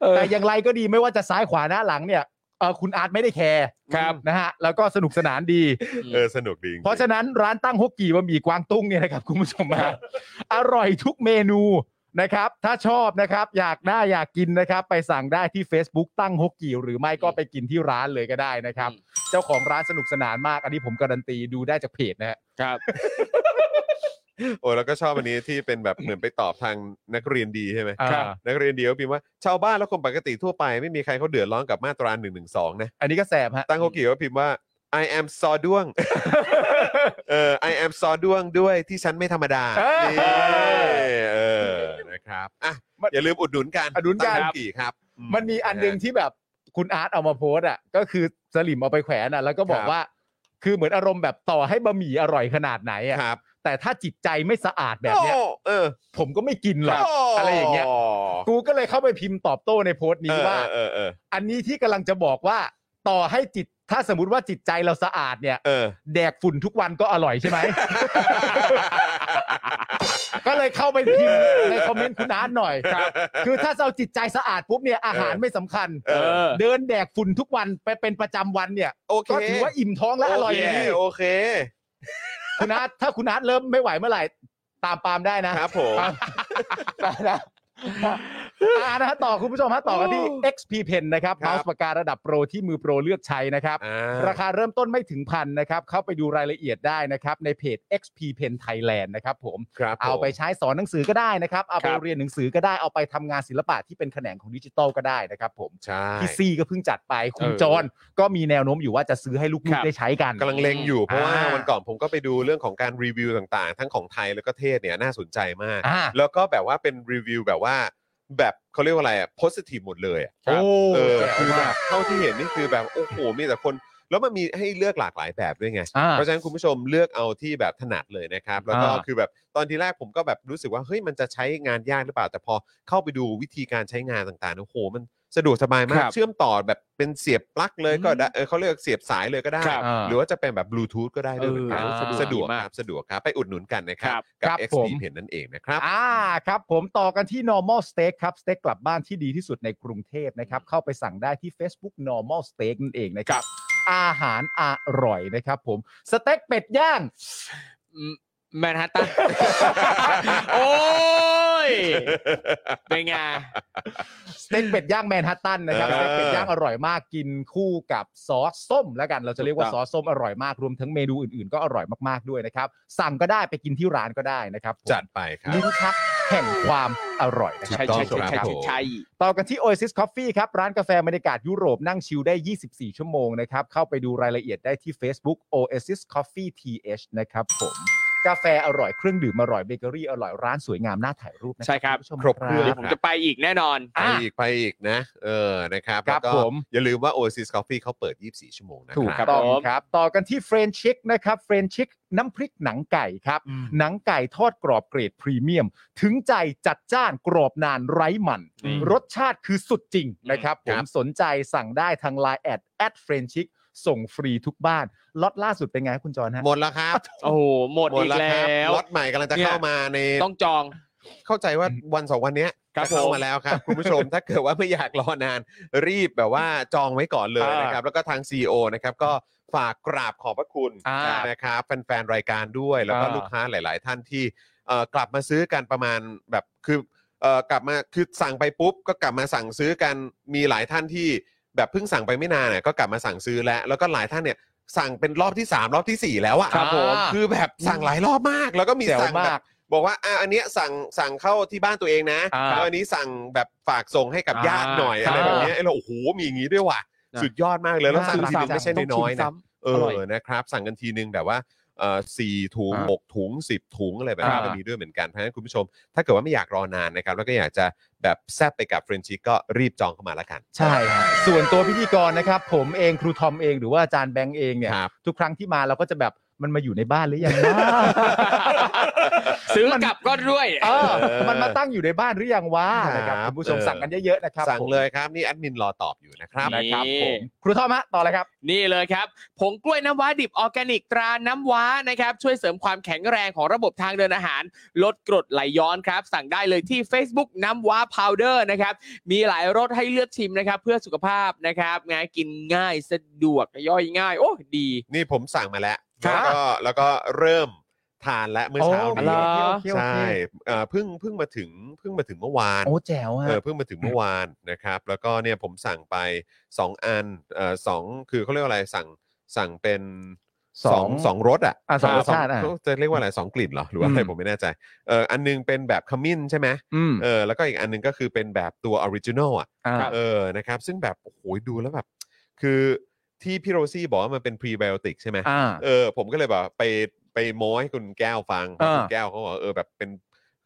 Speaker 4: เออ
Speaker 3: แต่อย่างไรก็ดีไม่ว่าจะซ้ายขวาหน้าหลังเนี่ยเอ่อคุณอาร์ตไม่ได้แคร์
Speaker 4: ครับ
Speaker 3: นะฮะ แล้วก็สนุกสนานดี
Speaker 2: เออ สนุกดีจงๆ
Speaker 3: เพราะฉะนั้นร้านตั้งฮกกี่บะหมี่กวางตุ้งเนี่ยนะครับคุณผู้ชมมาอร่อยทุกเมนูนะครับ ถ้าชอบนะครับ อยากได้อยากกินนะครับ ไปสั่งได้ที่ Facebook ตั้งฮกกี่หรือไม่ก็ไปกินที่ร้านเลยก็ได้นะครับ
Speaker 4: อืม
Speaker 3: เจ้าของร้านสนุกสนานมาก อันนี้ผมการันตีดูได้จากเพจนะฮะ
Speaker 4: ครับ
Speaker 2: โอ้แล้วก็ชอบอันนี้ที่เป็นแบบเหมือนไปตอบทางนักเรียนดีใช่ไหม
Speaker 3: ครับ
Speaker 2: นักเรียนดีก็พิมพ์ว่าชาวบ้านและคนปกติทั่วไปไม่มีใครเขาเดือดร้อนกับมาตรา1นึนะ
Speaker 3: อันนี้ก็แสบฮะ
Speaker 2: ตั้งเขาเกี่ยวว่าพิมพ์ว่า I am ซอด้วง เออ I am ซอด้วงด้วยที่ฉันไม่ธรรมดา
Speaker 3: เออ
Speaker 2: นี่เออ นะครับอ่ะ
Speaker 3: มัน
Speaker 2: อย่าลืมอุดหนุนกัน
Speaker 3: อุดหนุนกัน
Speaker 2: ตั้งฮกี่ครับ
Speaker 3: มันมีอันหนึ่งที่แบบคุณอาร์ตเอามาโพสต์อ่ะก็คือสลิมเอาไปแขวนอ่ะแล้วก็บอกว่า คือเหมือนอารมณ์แบบต่อให้บะหมี่อร่อยขนาดไหนอ่ะ
Speaker 2: ครับ
Speaker 3: แต่ถ้าจิตใจไม่สะอาดแบบเนี้ย
Speaker 2: โอ้เออ
Speaker 3: ผมก็ไม่กินหรอกอะไรอย่างเงี้ย กูก็เลยเข้าไปพิมพ์ตอบโต้ในโพสต์นี้ว่า
Speaker 2: เออเออ
Speaker 3: อันนี้ที่กำลังจะบอกว่าต่อให้จิต ถ้าสมมติว่าจิตใจเราสะอาดเนี่ย
Speaker 2: เออ
Speaker 3: แดกฝุ่นทุกวันก็อร่อยใช่ไหม ก็เลยเข้าไปพิมพ์ในคอมเมนต์คุณอาร์ตหน่อยครับ คือถ้าเราจิตใจสะอาดปุ๊บเนี่ยอาหารไม่สำคัญ
Speaker 2: เอ
Speaker 4: อ
Speaker 3: เดินแดกฝุ่นทุกวันไปเป็นประจำวันเนี่ย
Speaker 2: โอเค
Speaker 3: ก็ถือว่าอิ่มท้องและอร่อย
Speaker 2: โเค
Speaker 3: ดี
Speaker 2: โอเค
Speaker 3: คุณอาร์ตถ้าคุณอาร์ตเริ่มไม่ไหวเมื่อไหร่ ตามปาล์มได้นะครับ
Speaker 2: ผม
Speaker 3: ปาล์ ได้นะอ่านะฮะต่อคุณผู้ชมฮะต่อกันที่ XP Pen นะครับ
Speaker 2: ครับ
Speaker 3: เมาส์ปากการะดับโปรที่มือโปรเลือกใช้นะครับ
Speaker 2: อ่
Speaker 3: ราคาเริ่มต้นไม่ถึงพันนะครับ เข้าไปดูรายละเอียดได้นะครับ ในเพจ XP Pen Thailand นะครับผม
Speaker 2: ครับ
Speaker 3: เอาไปใช้สอนหนังสือก็ได้นะครับ เอาไป
Speaker 4: ครับ
Speaker 3: เรียนหนังสือก็ได้ เอาไปทำงานศิลปะที่เป็นแขนงของดิจิทัลก็ได้นะครับผม
Speaker 2: ใช่
Speaker 3: พี่ซี่ก็เพิ่งจัดไปคุณ
Speaker 4: เออ
Speaker 3: จอนก็มีแนวโน้มอยู่ว่าจะซื้อให้ลู
Speaker 4: ค
Speaker 3: ก
Speaker 4: รับ
Speaker 3: ๆได้ใช้กัน
Speaker 2: กำลังเลงอยู่เพราะว่า
Speaker 3: อ่า
Speaker 2: วันก่อนผมก็ไปดูเรื่องของการรีวิวต่างๆ ทั้งของไทยแล้วก็เทศเนี่ยน่าสนใจมาก
Speaker 3: อ่า
Speaker 2: แล้วก็แบบว่าเป็นรีวิวแบบว่า แบบเขาเรียกว่าอะไรอ่ะ positive หมดเลยอ่ะ
Speaker 3: โอ้
Speaker 2: เออ
Speaker 3: แจ๋ว
Speaker 2: คือแบ
Speaker 3: มาก
Speaker 2: บเท่าที่เห็นนี่คือแบบโอ้โหมีแต่คน แล้วมันมีให้เลือกหลากหลายแบบด้วยไง
Speaker 3: อ่า
Speaker 2: เพราะฉะนั้นคุณผู้ชมเลือกเอาที่แบบถนัดเลยนะครับ แล้วก็
Speaker 3: อ่า
Speaker 2: คือแบบตอนที่แรกผมก็แบบรู้สึกว่าเฮ้ยมันจะใช้งานยากหรือเปล่า แต่พอเข้าไปดูวิธีการใช้งานต่างๆโอ้โห มันสะดวกสบายมา
Speaker 4: ค
Speaker 2: ก
Speaker 4: รับ
Speaker 2: เชื่อมต่อแบบเป็นเสียบปลั๊กเลยก็ได้เออเขาเรียกเสียบสายเลยก็ได้
Speaker 4: ครับ
Speaker 2: หรือว่าจะเป็นแบบบลูทูธก็ได้ด้วยเหมือนกัน
Speaker 4: เออ
Speaker 2: สะดวก
Speaker 4: ดีมาก
Speaker 2: ครับสะดวกครับไปอุดหนุนกันนะครับ
Speaker 4: ครับ
Speaker 2: กับ
Speaker 3: ครับ
Speaker 2: XP
Speaker 3: ผม
Speaker 2: เห็นนั่นเองนะครับ
Speaker 3: อ่าครับผมต่อกันที่ normal steak ครับสเต็กกลับบ้านที่ดีที่สุดในกรุงเทพนะครับ เข้าไปสั่งได้ที่ Facebook normal steak นั่นเองนะครับ อาหารอร่อยนะครับผมสเต็กเป็ดย่าง
Speaker 4: อืม แมนฮัตตัน โอ้ยเป็นไง
Speaker 3: สเต็กเป็ดย่างแมนฮัตตันนะครับ
Speaker 2: เอ
Speaker 3: ส
Speaker 2: อ
Speaker 3: เต็กเป็ดย่างอร่อยมากกินคู่กับซอสส้มแล้วกัน เราจะเรียกว่า
Speaker 4: ถูกต้
Speaker 3: ซอ
Speaker 4: อง
Speaker 3: สส้มอร่อยมากรวมทั้งเมนูอื่นๆ ก็อร่อยมากๆด้วยนะครับ สั่งก็ได้ไปกินที่ร้านก็ได้นะครับผม
Speaker 2: จัดไปครับ
Speaker 3: ลิ้นชักแห่งความอร่อยนะค
Speaker 4: ใช่
Speaker 3: รับ
Speaker 4: ใช่
Speaker 2: ถูกต้อง
Speaker 4: ใช่
Speaker 2: ครับ
Speaker 4: ใช่ใช่
Speaker 3: ต่อกันที่ Oasis Coffee ครับ ร้านกาแฟบรรยากาศยุโรปนั่งชิลได้ 24 ชั่วโมงนะครับ เข้าไปดูรายละเอียดได้ที่ Facebook Oasis Coffee TH นะครับผม กาแฟอร่อยเครื่องดื่มอร่อยเบเกอรี่อร่อยร้านสวยงามน่าถ่ายรูปนะ
Speaker 4: ใช่ครับ
Speaker 3: ณผู้ชม
Speaker 2: ครบเครื่อ
Speaker 4: เดี๋ย
Speaker 2: ง
Speaker 4: วผมจะไปอีกแน่นอน
Speaker 2: ไปอีกไปอีกนะ เออนะครับ
Speaker 3: ครับ
Speaker 2: แล้วก็
Speaker 3: ผม
Speaker 2: อย่าลืมว่า Oasis Coffee เขาเปิด 24 ชั่วโมงนะ
Speaker 3: ถูก
Speaker 2: ครั
Speaker 3: ต้อง
Speaker 4: ผม
Speaker 3: ครับ ต่อกันที่เฟรนชิกนะครับเฟรนชิกน้ำพริกหนังไก่ครับ หนังไก่ทอดกรอบเกรดพรีเมียม ถึงใจจัดจ้านกรอบนานไร้มัน
Speaker 4: อืม
Speaker 3: รสชาติคือสุดจริงนะครับผมสนใจสั่งได้ทาง Line แอดแอดเฟรนชิกส่งฟรีทุกบ้านล็อตล่าสุดเป็นไงครับคุณจอห์นฮะ
Speaker 2: หมดแล้วครับ
Speaker 4: โอ้โหหมดอีก
Speaker 2: แล้
Speaker 4: แล้ว ว
Speaker 2: ล็อตใหม่กำลังจะ
Speaker 4: เนี่ย
Speaker 2: เข้ามาใน
Speaker 4: ต้องจอง
Speaker 2: เข้าใจว่าวันสองวันเนี้ย
Speaker 4: ครับ
Speaker 2: จะเข้า
Speaker 4: ผม
Speaker 2: มาแล้วครับ คุณผู้ชม ถ้าเกิดว่าไม่อยากรอนานรีบแบบว่าจองไว้ก่อนเลย
Speaker 4: อ่าน
Speaker 2: นะครับ แล้วก็ทาง CEO นะครับก็ฝากกราบขอบพระคุณ
Speaker 3: อ่า
Speaker 2: นะครับแฟนๆ รายการด้วย แล้วก็
Speaker 3: อ่า
Speaker 2: ลูกค้าหลาย ๆ ท่านที่เอ่อกลับมาซื้อกันประมาณแบบคือเอ่อกลับมาคือสั่งไปปุ๊บ ก็กลับมาสั่งซื้อกันมีหลายท่านที่แบบเพิ่งสั่งไปไม่นานเนี่ยก็กลับมาสั่งซื้อแล้ว แล้วก็หลายท่านเนี่ยสั่งเป็นรอบที่สามรอบที่สี่แล้วอะ
Speaker 3: ครับผม
Speaker 2: คือแบบสั่งหลายรอบมาก แล้วก็มี
Speaker 3: แจ๋ว
Speaker 2: สั่งแบบ
Speaker 3: มาก
Speaker 2: บอกว่าอ่ะอันเนี้ยสั่งสั่งเข้าที่บ้านตัวเองนะ
Speaker 3: อ่า
Speaker 2: แล้วอันนี้สั่งแบบฝากส่งให้กับ
Speaker 4: อ่า
Speaker 2: ญาติหน่อยอะไร
Speaker 3: ครับ
Speaker 2: แบบเนี้ยไอ้เราโอ้โหมีอย่างนี้ด้วยว่ะ
Speaker 4: นะ
Speaker 2: สุดยอดมากเลยแล้วสั่ง
Speaker 3: น่า
Speaker 2: ทีนึง
Speaker 3: รัก
Speaker 2: ไม่ใช่
Speaker 3: จัง
Speaker 2: น้อยๆนะ
Speaker 4: ต้องชิมซ้ำ
Speaker 2: เอ
Speaker 4: อร่อย
Speaker 2: อนะครับ สั่งกันทีนึงแบบว่าเอ่อสี่ถุง
Speaker 4: อ่า
Speaker 2: หกถุงสิบถุงอะไรแบบนี้
Speaker 4: อ่า
Speaker 2: ก็มีด้วยเหมือนกันเพราะฉะนั้นคุณผู้ชม ถ้าเกิดว่าไม่อยากรอนานนะครับ แล้วก็อยากจะแบบแซบไปกับเฟรนชิกก็รีบจองเข้ามาละกัน
Speaker 3: ใช่ฮะส่วนตัวพิธีกรนะครับ ผมเองครูทอมเองหรือว่าอาจารย์แบงค์เองเนี่ย
Speaker 2: ครับ
Speaker 3: ทุกครั้งที่มาเราก็จะแบบมันมาอยู่ในบ้านหรือยังนะ
Speaker 4: ซื้อกลับก็ด้วย
Speaker 3: เออ
Speaker 2: เออ
Speaker 3: มันมาตั้งอยู่ในบ้านหรือยังวะ
Speaker 2: ครับ
Speaker 3: นะครับคุณผู้ชม
Speaker 2: เออ
Speaker 3: สั่งกันเยอะๆนะครับ
Speaker 2: สั่ง
Speaker 3: ผม
Speaker 2: เลยครับนี่แอดมินรอตอบอยู่นะครับ
Speaker 4: นี่
Speaker 3: นะครับผมครูทอมฮะต่อเลยครับ
Speaker 4: นี่เลยครับผงกล้วยน้ำว้าดิบออร์แกนิกตราน้ำว้านะครับ ช่วยเสริมความแข็งแรงของระบบทางเดินอาหาร ลดกรดไหลย้อนครับ สั่งได้เลยที่ Facebook น้ำว้าพาวเดอร์นะครับ มีหลายรสให้เลือกชิมนะครับ เพื่อสุขภาพนะครับงายกินง่ายสะดวกย่อยง่าย โอ้ดี
Speaker 2: นี่ผมสั่งมาแล้ว
Speaker 4: ครั
Speaker 2: แล้ว
Speaker 4: บ
Speaker 2: ก็แล้วก็เริ่มทานแล้วเมื่อเช้า
Speaker 3: โอ้
Speaker 2: นี้
Speaker 4: เหรอ
Speaker 2: ใช่เอ่อเพิ่งเพิ่งมาถึงเพิ่งมาถึงเมื่อวาน
Speaker 3: โอ้แจ๋วฮะ
Speaker 2: เออเพิ่งมาถึงเมื่อวานนะครับ แล้วก็เนี่ยผมสั่งไป 2 อันเอ่อสองคือเขาเรียกว่าอะไรสั่งสั่งเป็น
Speaker 3: สอง
Speaker 2: สองรสอ่ะ
Speaker 3: อ่ะสองรส
Speaker 2: เ
Speaker 3: ชาติอ่ะ
Speaker 2: จะเรียกว่าอะไรสองกลิ่นเหรอหรือว่าอะไร
Speaker 3: อืม
Speaker 2: ผมไม่แน่ใจเอออันนึงเป็นแบบขมิ้นใช่ไหม
Speaker 3: อืม
Speaker 2: เออแล้วก็อีกอันนึงก็คือเป็นแบบตัวออริจินอลอ่ะ
Speaker 3: อ่า
Speaker 2: เออนะครับ ซึ่งแบบโอ้โหดูแล้วแบบ คือที่พี่โรซี่บอกว่ามันเป็นพรีไบโอติกใช่ไหม เออผมก็เลยแบบไปไปโม้ให้คุณแก้วฟัง
Speaker 3: อ่า
Speaker 2: คุณแก้วเขาบอกว่าเออแบบเป็น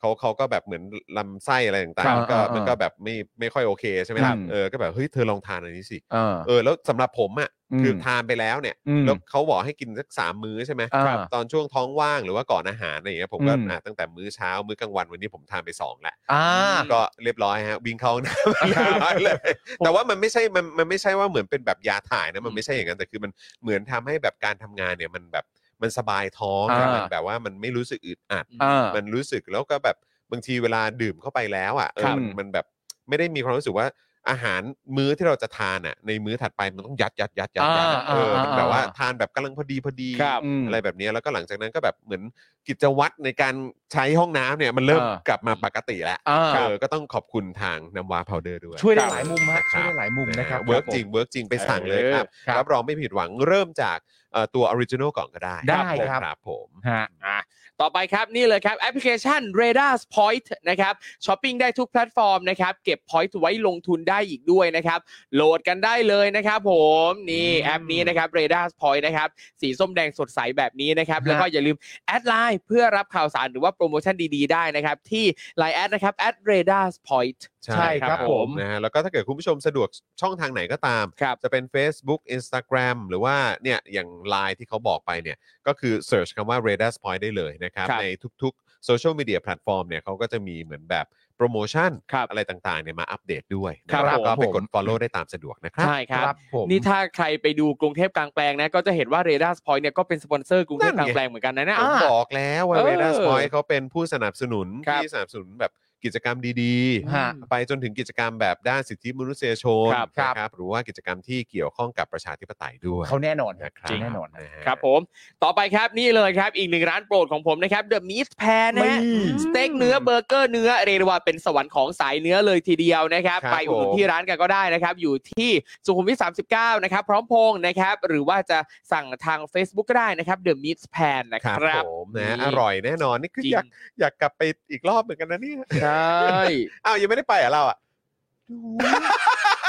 Speaker 2: เขาเขาก็แบบเหมือนลำไส้อะไรต่าง
Speaker 3: ครับ
Speaker 2: ๆมันก็
Speaker 3: อ่าอ่ามั
Speaker 2: มันก็แบบไม่ไม่ค่อยโอเคใช่ไหมล่ะ
Speaker 3: อืม
Speaker 2: เออก็แบบเฮ้ยเธอลองทานอันนี้สิ
Speaker 3: เออ
Speaker 2: เออแล้วสำหรับผมอ่ะ
Speaker 3: อืม
Speaker 2: คือทานไปแล้วเนี่ย
Speaker 3: อืม
Speaker 2: แล้วเขาบอกให้กินสักสามมื้อใช่ไหม
Speaker 3: อ่า
Speaker 2: ครับตอนช่วงท้องว่างหรือว่าก่อนอาหารอะไรอย่างเงี้ยผมก็
Speaker 3: อืม
Speaker 2: อ่ะตั้งแต่มื้อเช้ามื้อกลางวันวันนี้ผมทานไปสองละ
Speaker 3: อ่า
Speaker 2: ก็เรียบร้อยฮะวิ่งเข้าห้องน้ำเรียบร้อยเลย แต่ว่ามันไม่ใช่มันมันไม่ใช่ว่าเหมือนเป็นแบบยาถ่ายนะมันไม่ใช่อย่างนั้นแต่คือมันเหมือนทำให้แบบการทำงานเนี่ยมันแบบมันสบายท้อง
Speaker 3: อ่า
Speaker 2: แต่มันแบบว่ามันไม่รู้สึกอึดอัด
Speaker 3: อ่า
Speaker 2: มันรู้สึกแล้วก็แบบบางทีเวลาดื่มเข้าไปแล้วอ่ะเออ
Speaker 3: ครับ
Speaker 2: มันมันแบบไม่ได้มีความรู้สึกว่าอาหารมื้อที่เราจะทานอ่ะในมื้อถัดไปมันต้องยัดยัดยัดยัดยัดอะเออมันแบบว่าทานแบบกำลังพอดีพอดี
Speaker 4: ครับ
Speaker 3: ม
Speaker 2: อะไรแบบเนี้ยแล้วก็หลังจากนั้นก็แบบเหมือนกิจวัตรในการใช้ห้องน้ำเนี่ยมันเริ่ม
Speaker 3: อ่าก
Speaker 2: ลับมาปกติแล้ว
Speaker 3: อ่า
Speaker 2: เออก็ต้องขอบคุณทางน้ำว้าพาวเดอร์ด้วย
Speaker 3: ช่วยได้
Speaker 2: ครับ
Speaker 3: หลายมุมฮะช่วยได้หลายมุมนะครับ
Speaker 2: เวิร์กจริงเวิร์กจริงไปสั่งเลยครับ
Speaker 3: ครับ
Speaker 2: รับรองไม่ผิดหวังเริ่มจากเอ่อตัวออริจินอลก่อนก็ได้
Speaker 3: ได้
Speaker 2: ผม
Speaker 3: ครับ
Speaker 2: ครับผม
Speaker 3: ฮะ
Speaker 4: อ่ะต่อไปครับนี่เลยครับแอปพลิเคชัน Radar Point นะครับช้อปปิ้งได้ทุกแพลตฟอร์มนะครับเก็บ Point ไว้ลงทุนได้อีกด้วยนะครับโหลดกันได้เลยนะครับผมนี่แอปนี้นะครับ Radar Point นะครับสีส้มแดงสดใสแบบนี้นะครับ
Speaker 3: ฮะ
Speaker 4: แล้วก็อย่าลืมแอดไลน์เพื่อรับข่าวสารหรือว่าโปรโมชั่นดีๆ ได้นะครับ ที่ Line แอดนะครับแอด Radar Point
Speaker 3: ใช่ครับผม
Speaker 2: นะฮะแล้วก็ถ้าเกิดคุณผู้ชมสะดวกช่องทางไหนก็ตาม
Speaker 4: ครับ
Speaker 2: จะเป็น Facebook Instagram หรือว่าเนี่ยอย่าง Line ที่เขาบอกไปเนี่ยก็คือ Search คำว่า r a d a r Point ได้เลยนะครับ
Speaker 4: ครับ
Speaker 2: ในทุกๆโซเชียลมีเดียแพลตฟอร์มเนี่ยเขาก็จะมีเหมือนแบบโปรโมชั่น
Speaker 4: ครับ
Speaker 2: อะไรต่างๆเนี่ยมาอัปเดตด้วยนะครับ แล้วก็
Speaker 4: ผม
Speaker 2: ไปกด Follow ได้ตามสะดวกนะครับ
Speaker 4: ใช่ครับ
Speaker 3: ผม
Speaker 4: นี่ถ้าใครไปดูกรุงเทพกลางแปลงนะก็จะเห็นว่า Radar Point เนี่ยก็เป็นสปอนเซอร์กรุงเทพกลางแปลงเหมือนกันนะเนี่ย
Speaker 2: ผม
Speaker 4: อ่า
Speaker 2: บอกแล้วว่า
Speaker 4: เออ
Speaker 2: เวนัสพอยเขาเป็นผู้สนับสนุน
Speaker 4: ครับ
Speaker 2: ที่สนับสนุนแบบ กิจกรรมดี
Speaker 3: ฮะ
Speaker 2: ๆ ไปจนถึงกิจกรรมแบบด้านสิทธิมนุษยชน
Speaker 4: ครับ
Speaker 2: นะครับหรือว่ากิจกรรมที่เกี่ยวข้องกับประชาธิปไตยด้วย
Speaker 3: เขาแน่นอน
Speaker 2: นะครั
Speaker 4: จริง
Speaker 3: แน่นอน
Speaker 2: นะฮะ
Speaker 4: ครับผม ต่อไปครับนี่เลยครับ อีกหนึ่งร้านโปรดของผมนะครับ The Meat Pan นะฮะ สเต็กเนื้อเบอร์เกอร์เนื้อเรียกได้ว่าเป็นสวรรค์ของสายเนื้อเลยทีเดียวนะครับ
Speaker 2: ครับ
Speaker 4: ไปอุดหนุน
Speaker 2: ผม
Speaker 4: ที่ร้านกันก็ได้นะครับ อยู่ที่สุขุมวิท39 นะครับ พร้อมพงษ์นะครับ หรือว่าจะสั่งทาง Facebook ก็ได้นะครับ The Meat Pan นะ
Speaker 2: ค
Speaker 4: ค
Speaker 2: รั
Speaker 4: รั
Speaker 2: บบ ผมนะฮะ
Speaker 4: นี่
Speaker 2: อร่อยแน่นอนนี่คือ
Speaker 4: จริง
Speaker 2: อยากอยากกลับไปอีกรอบเหมือนกันนะเนี่ย
Speaker 4: ใช่
Speaker 2: อ้าวยังไม่ได้ไปเหรอเราอ่ะ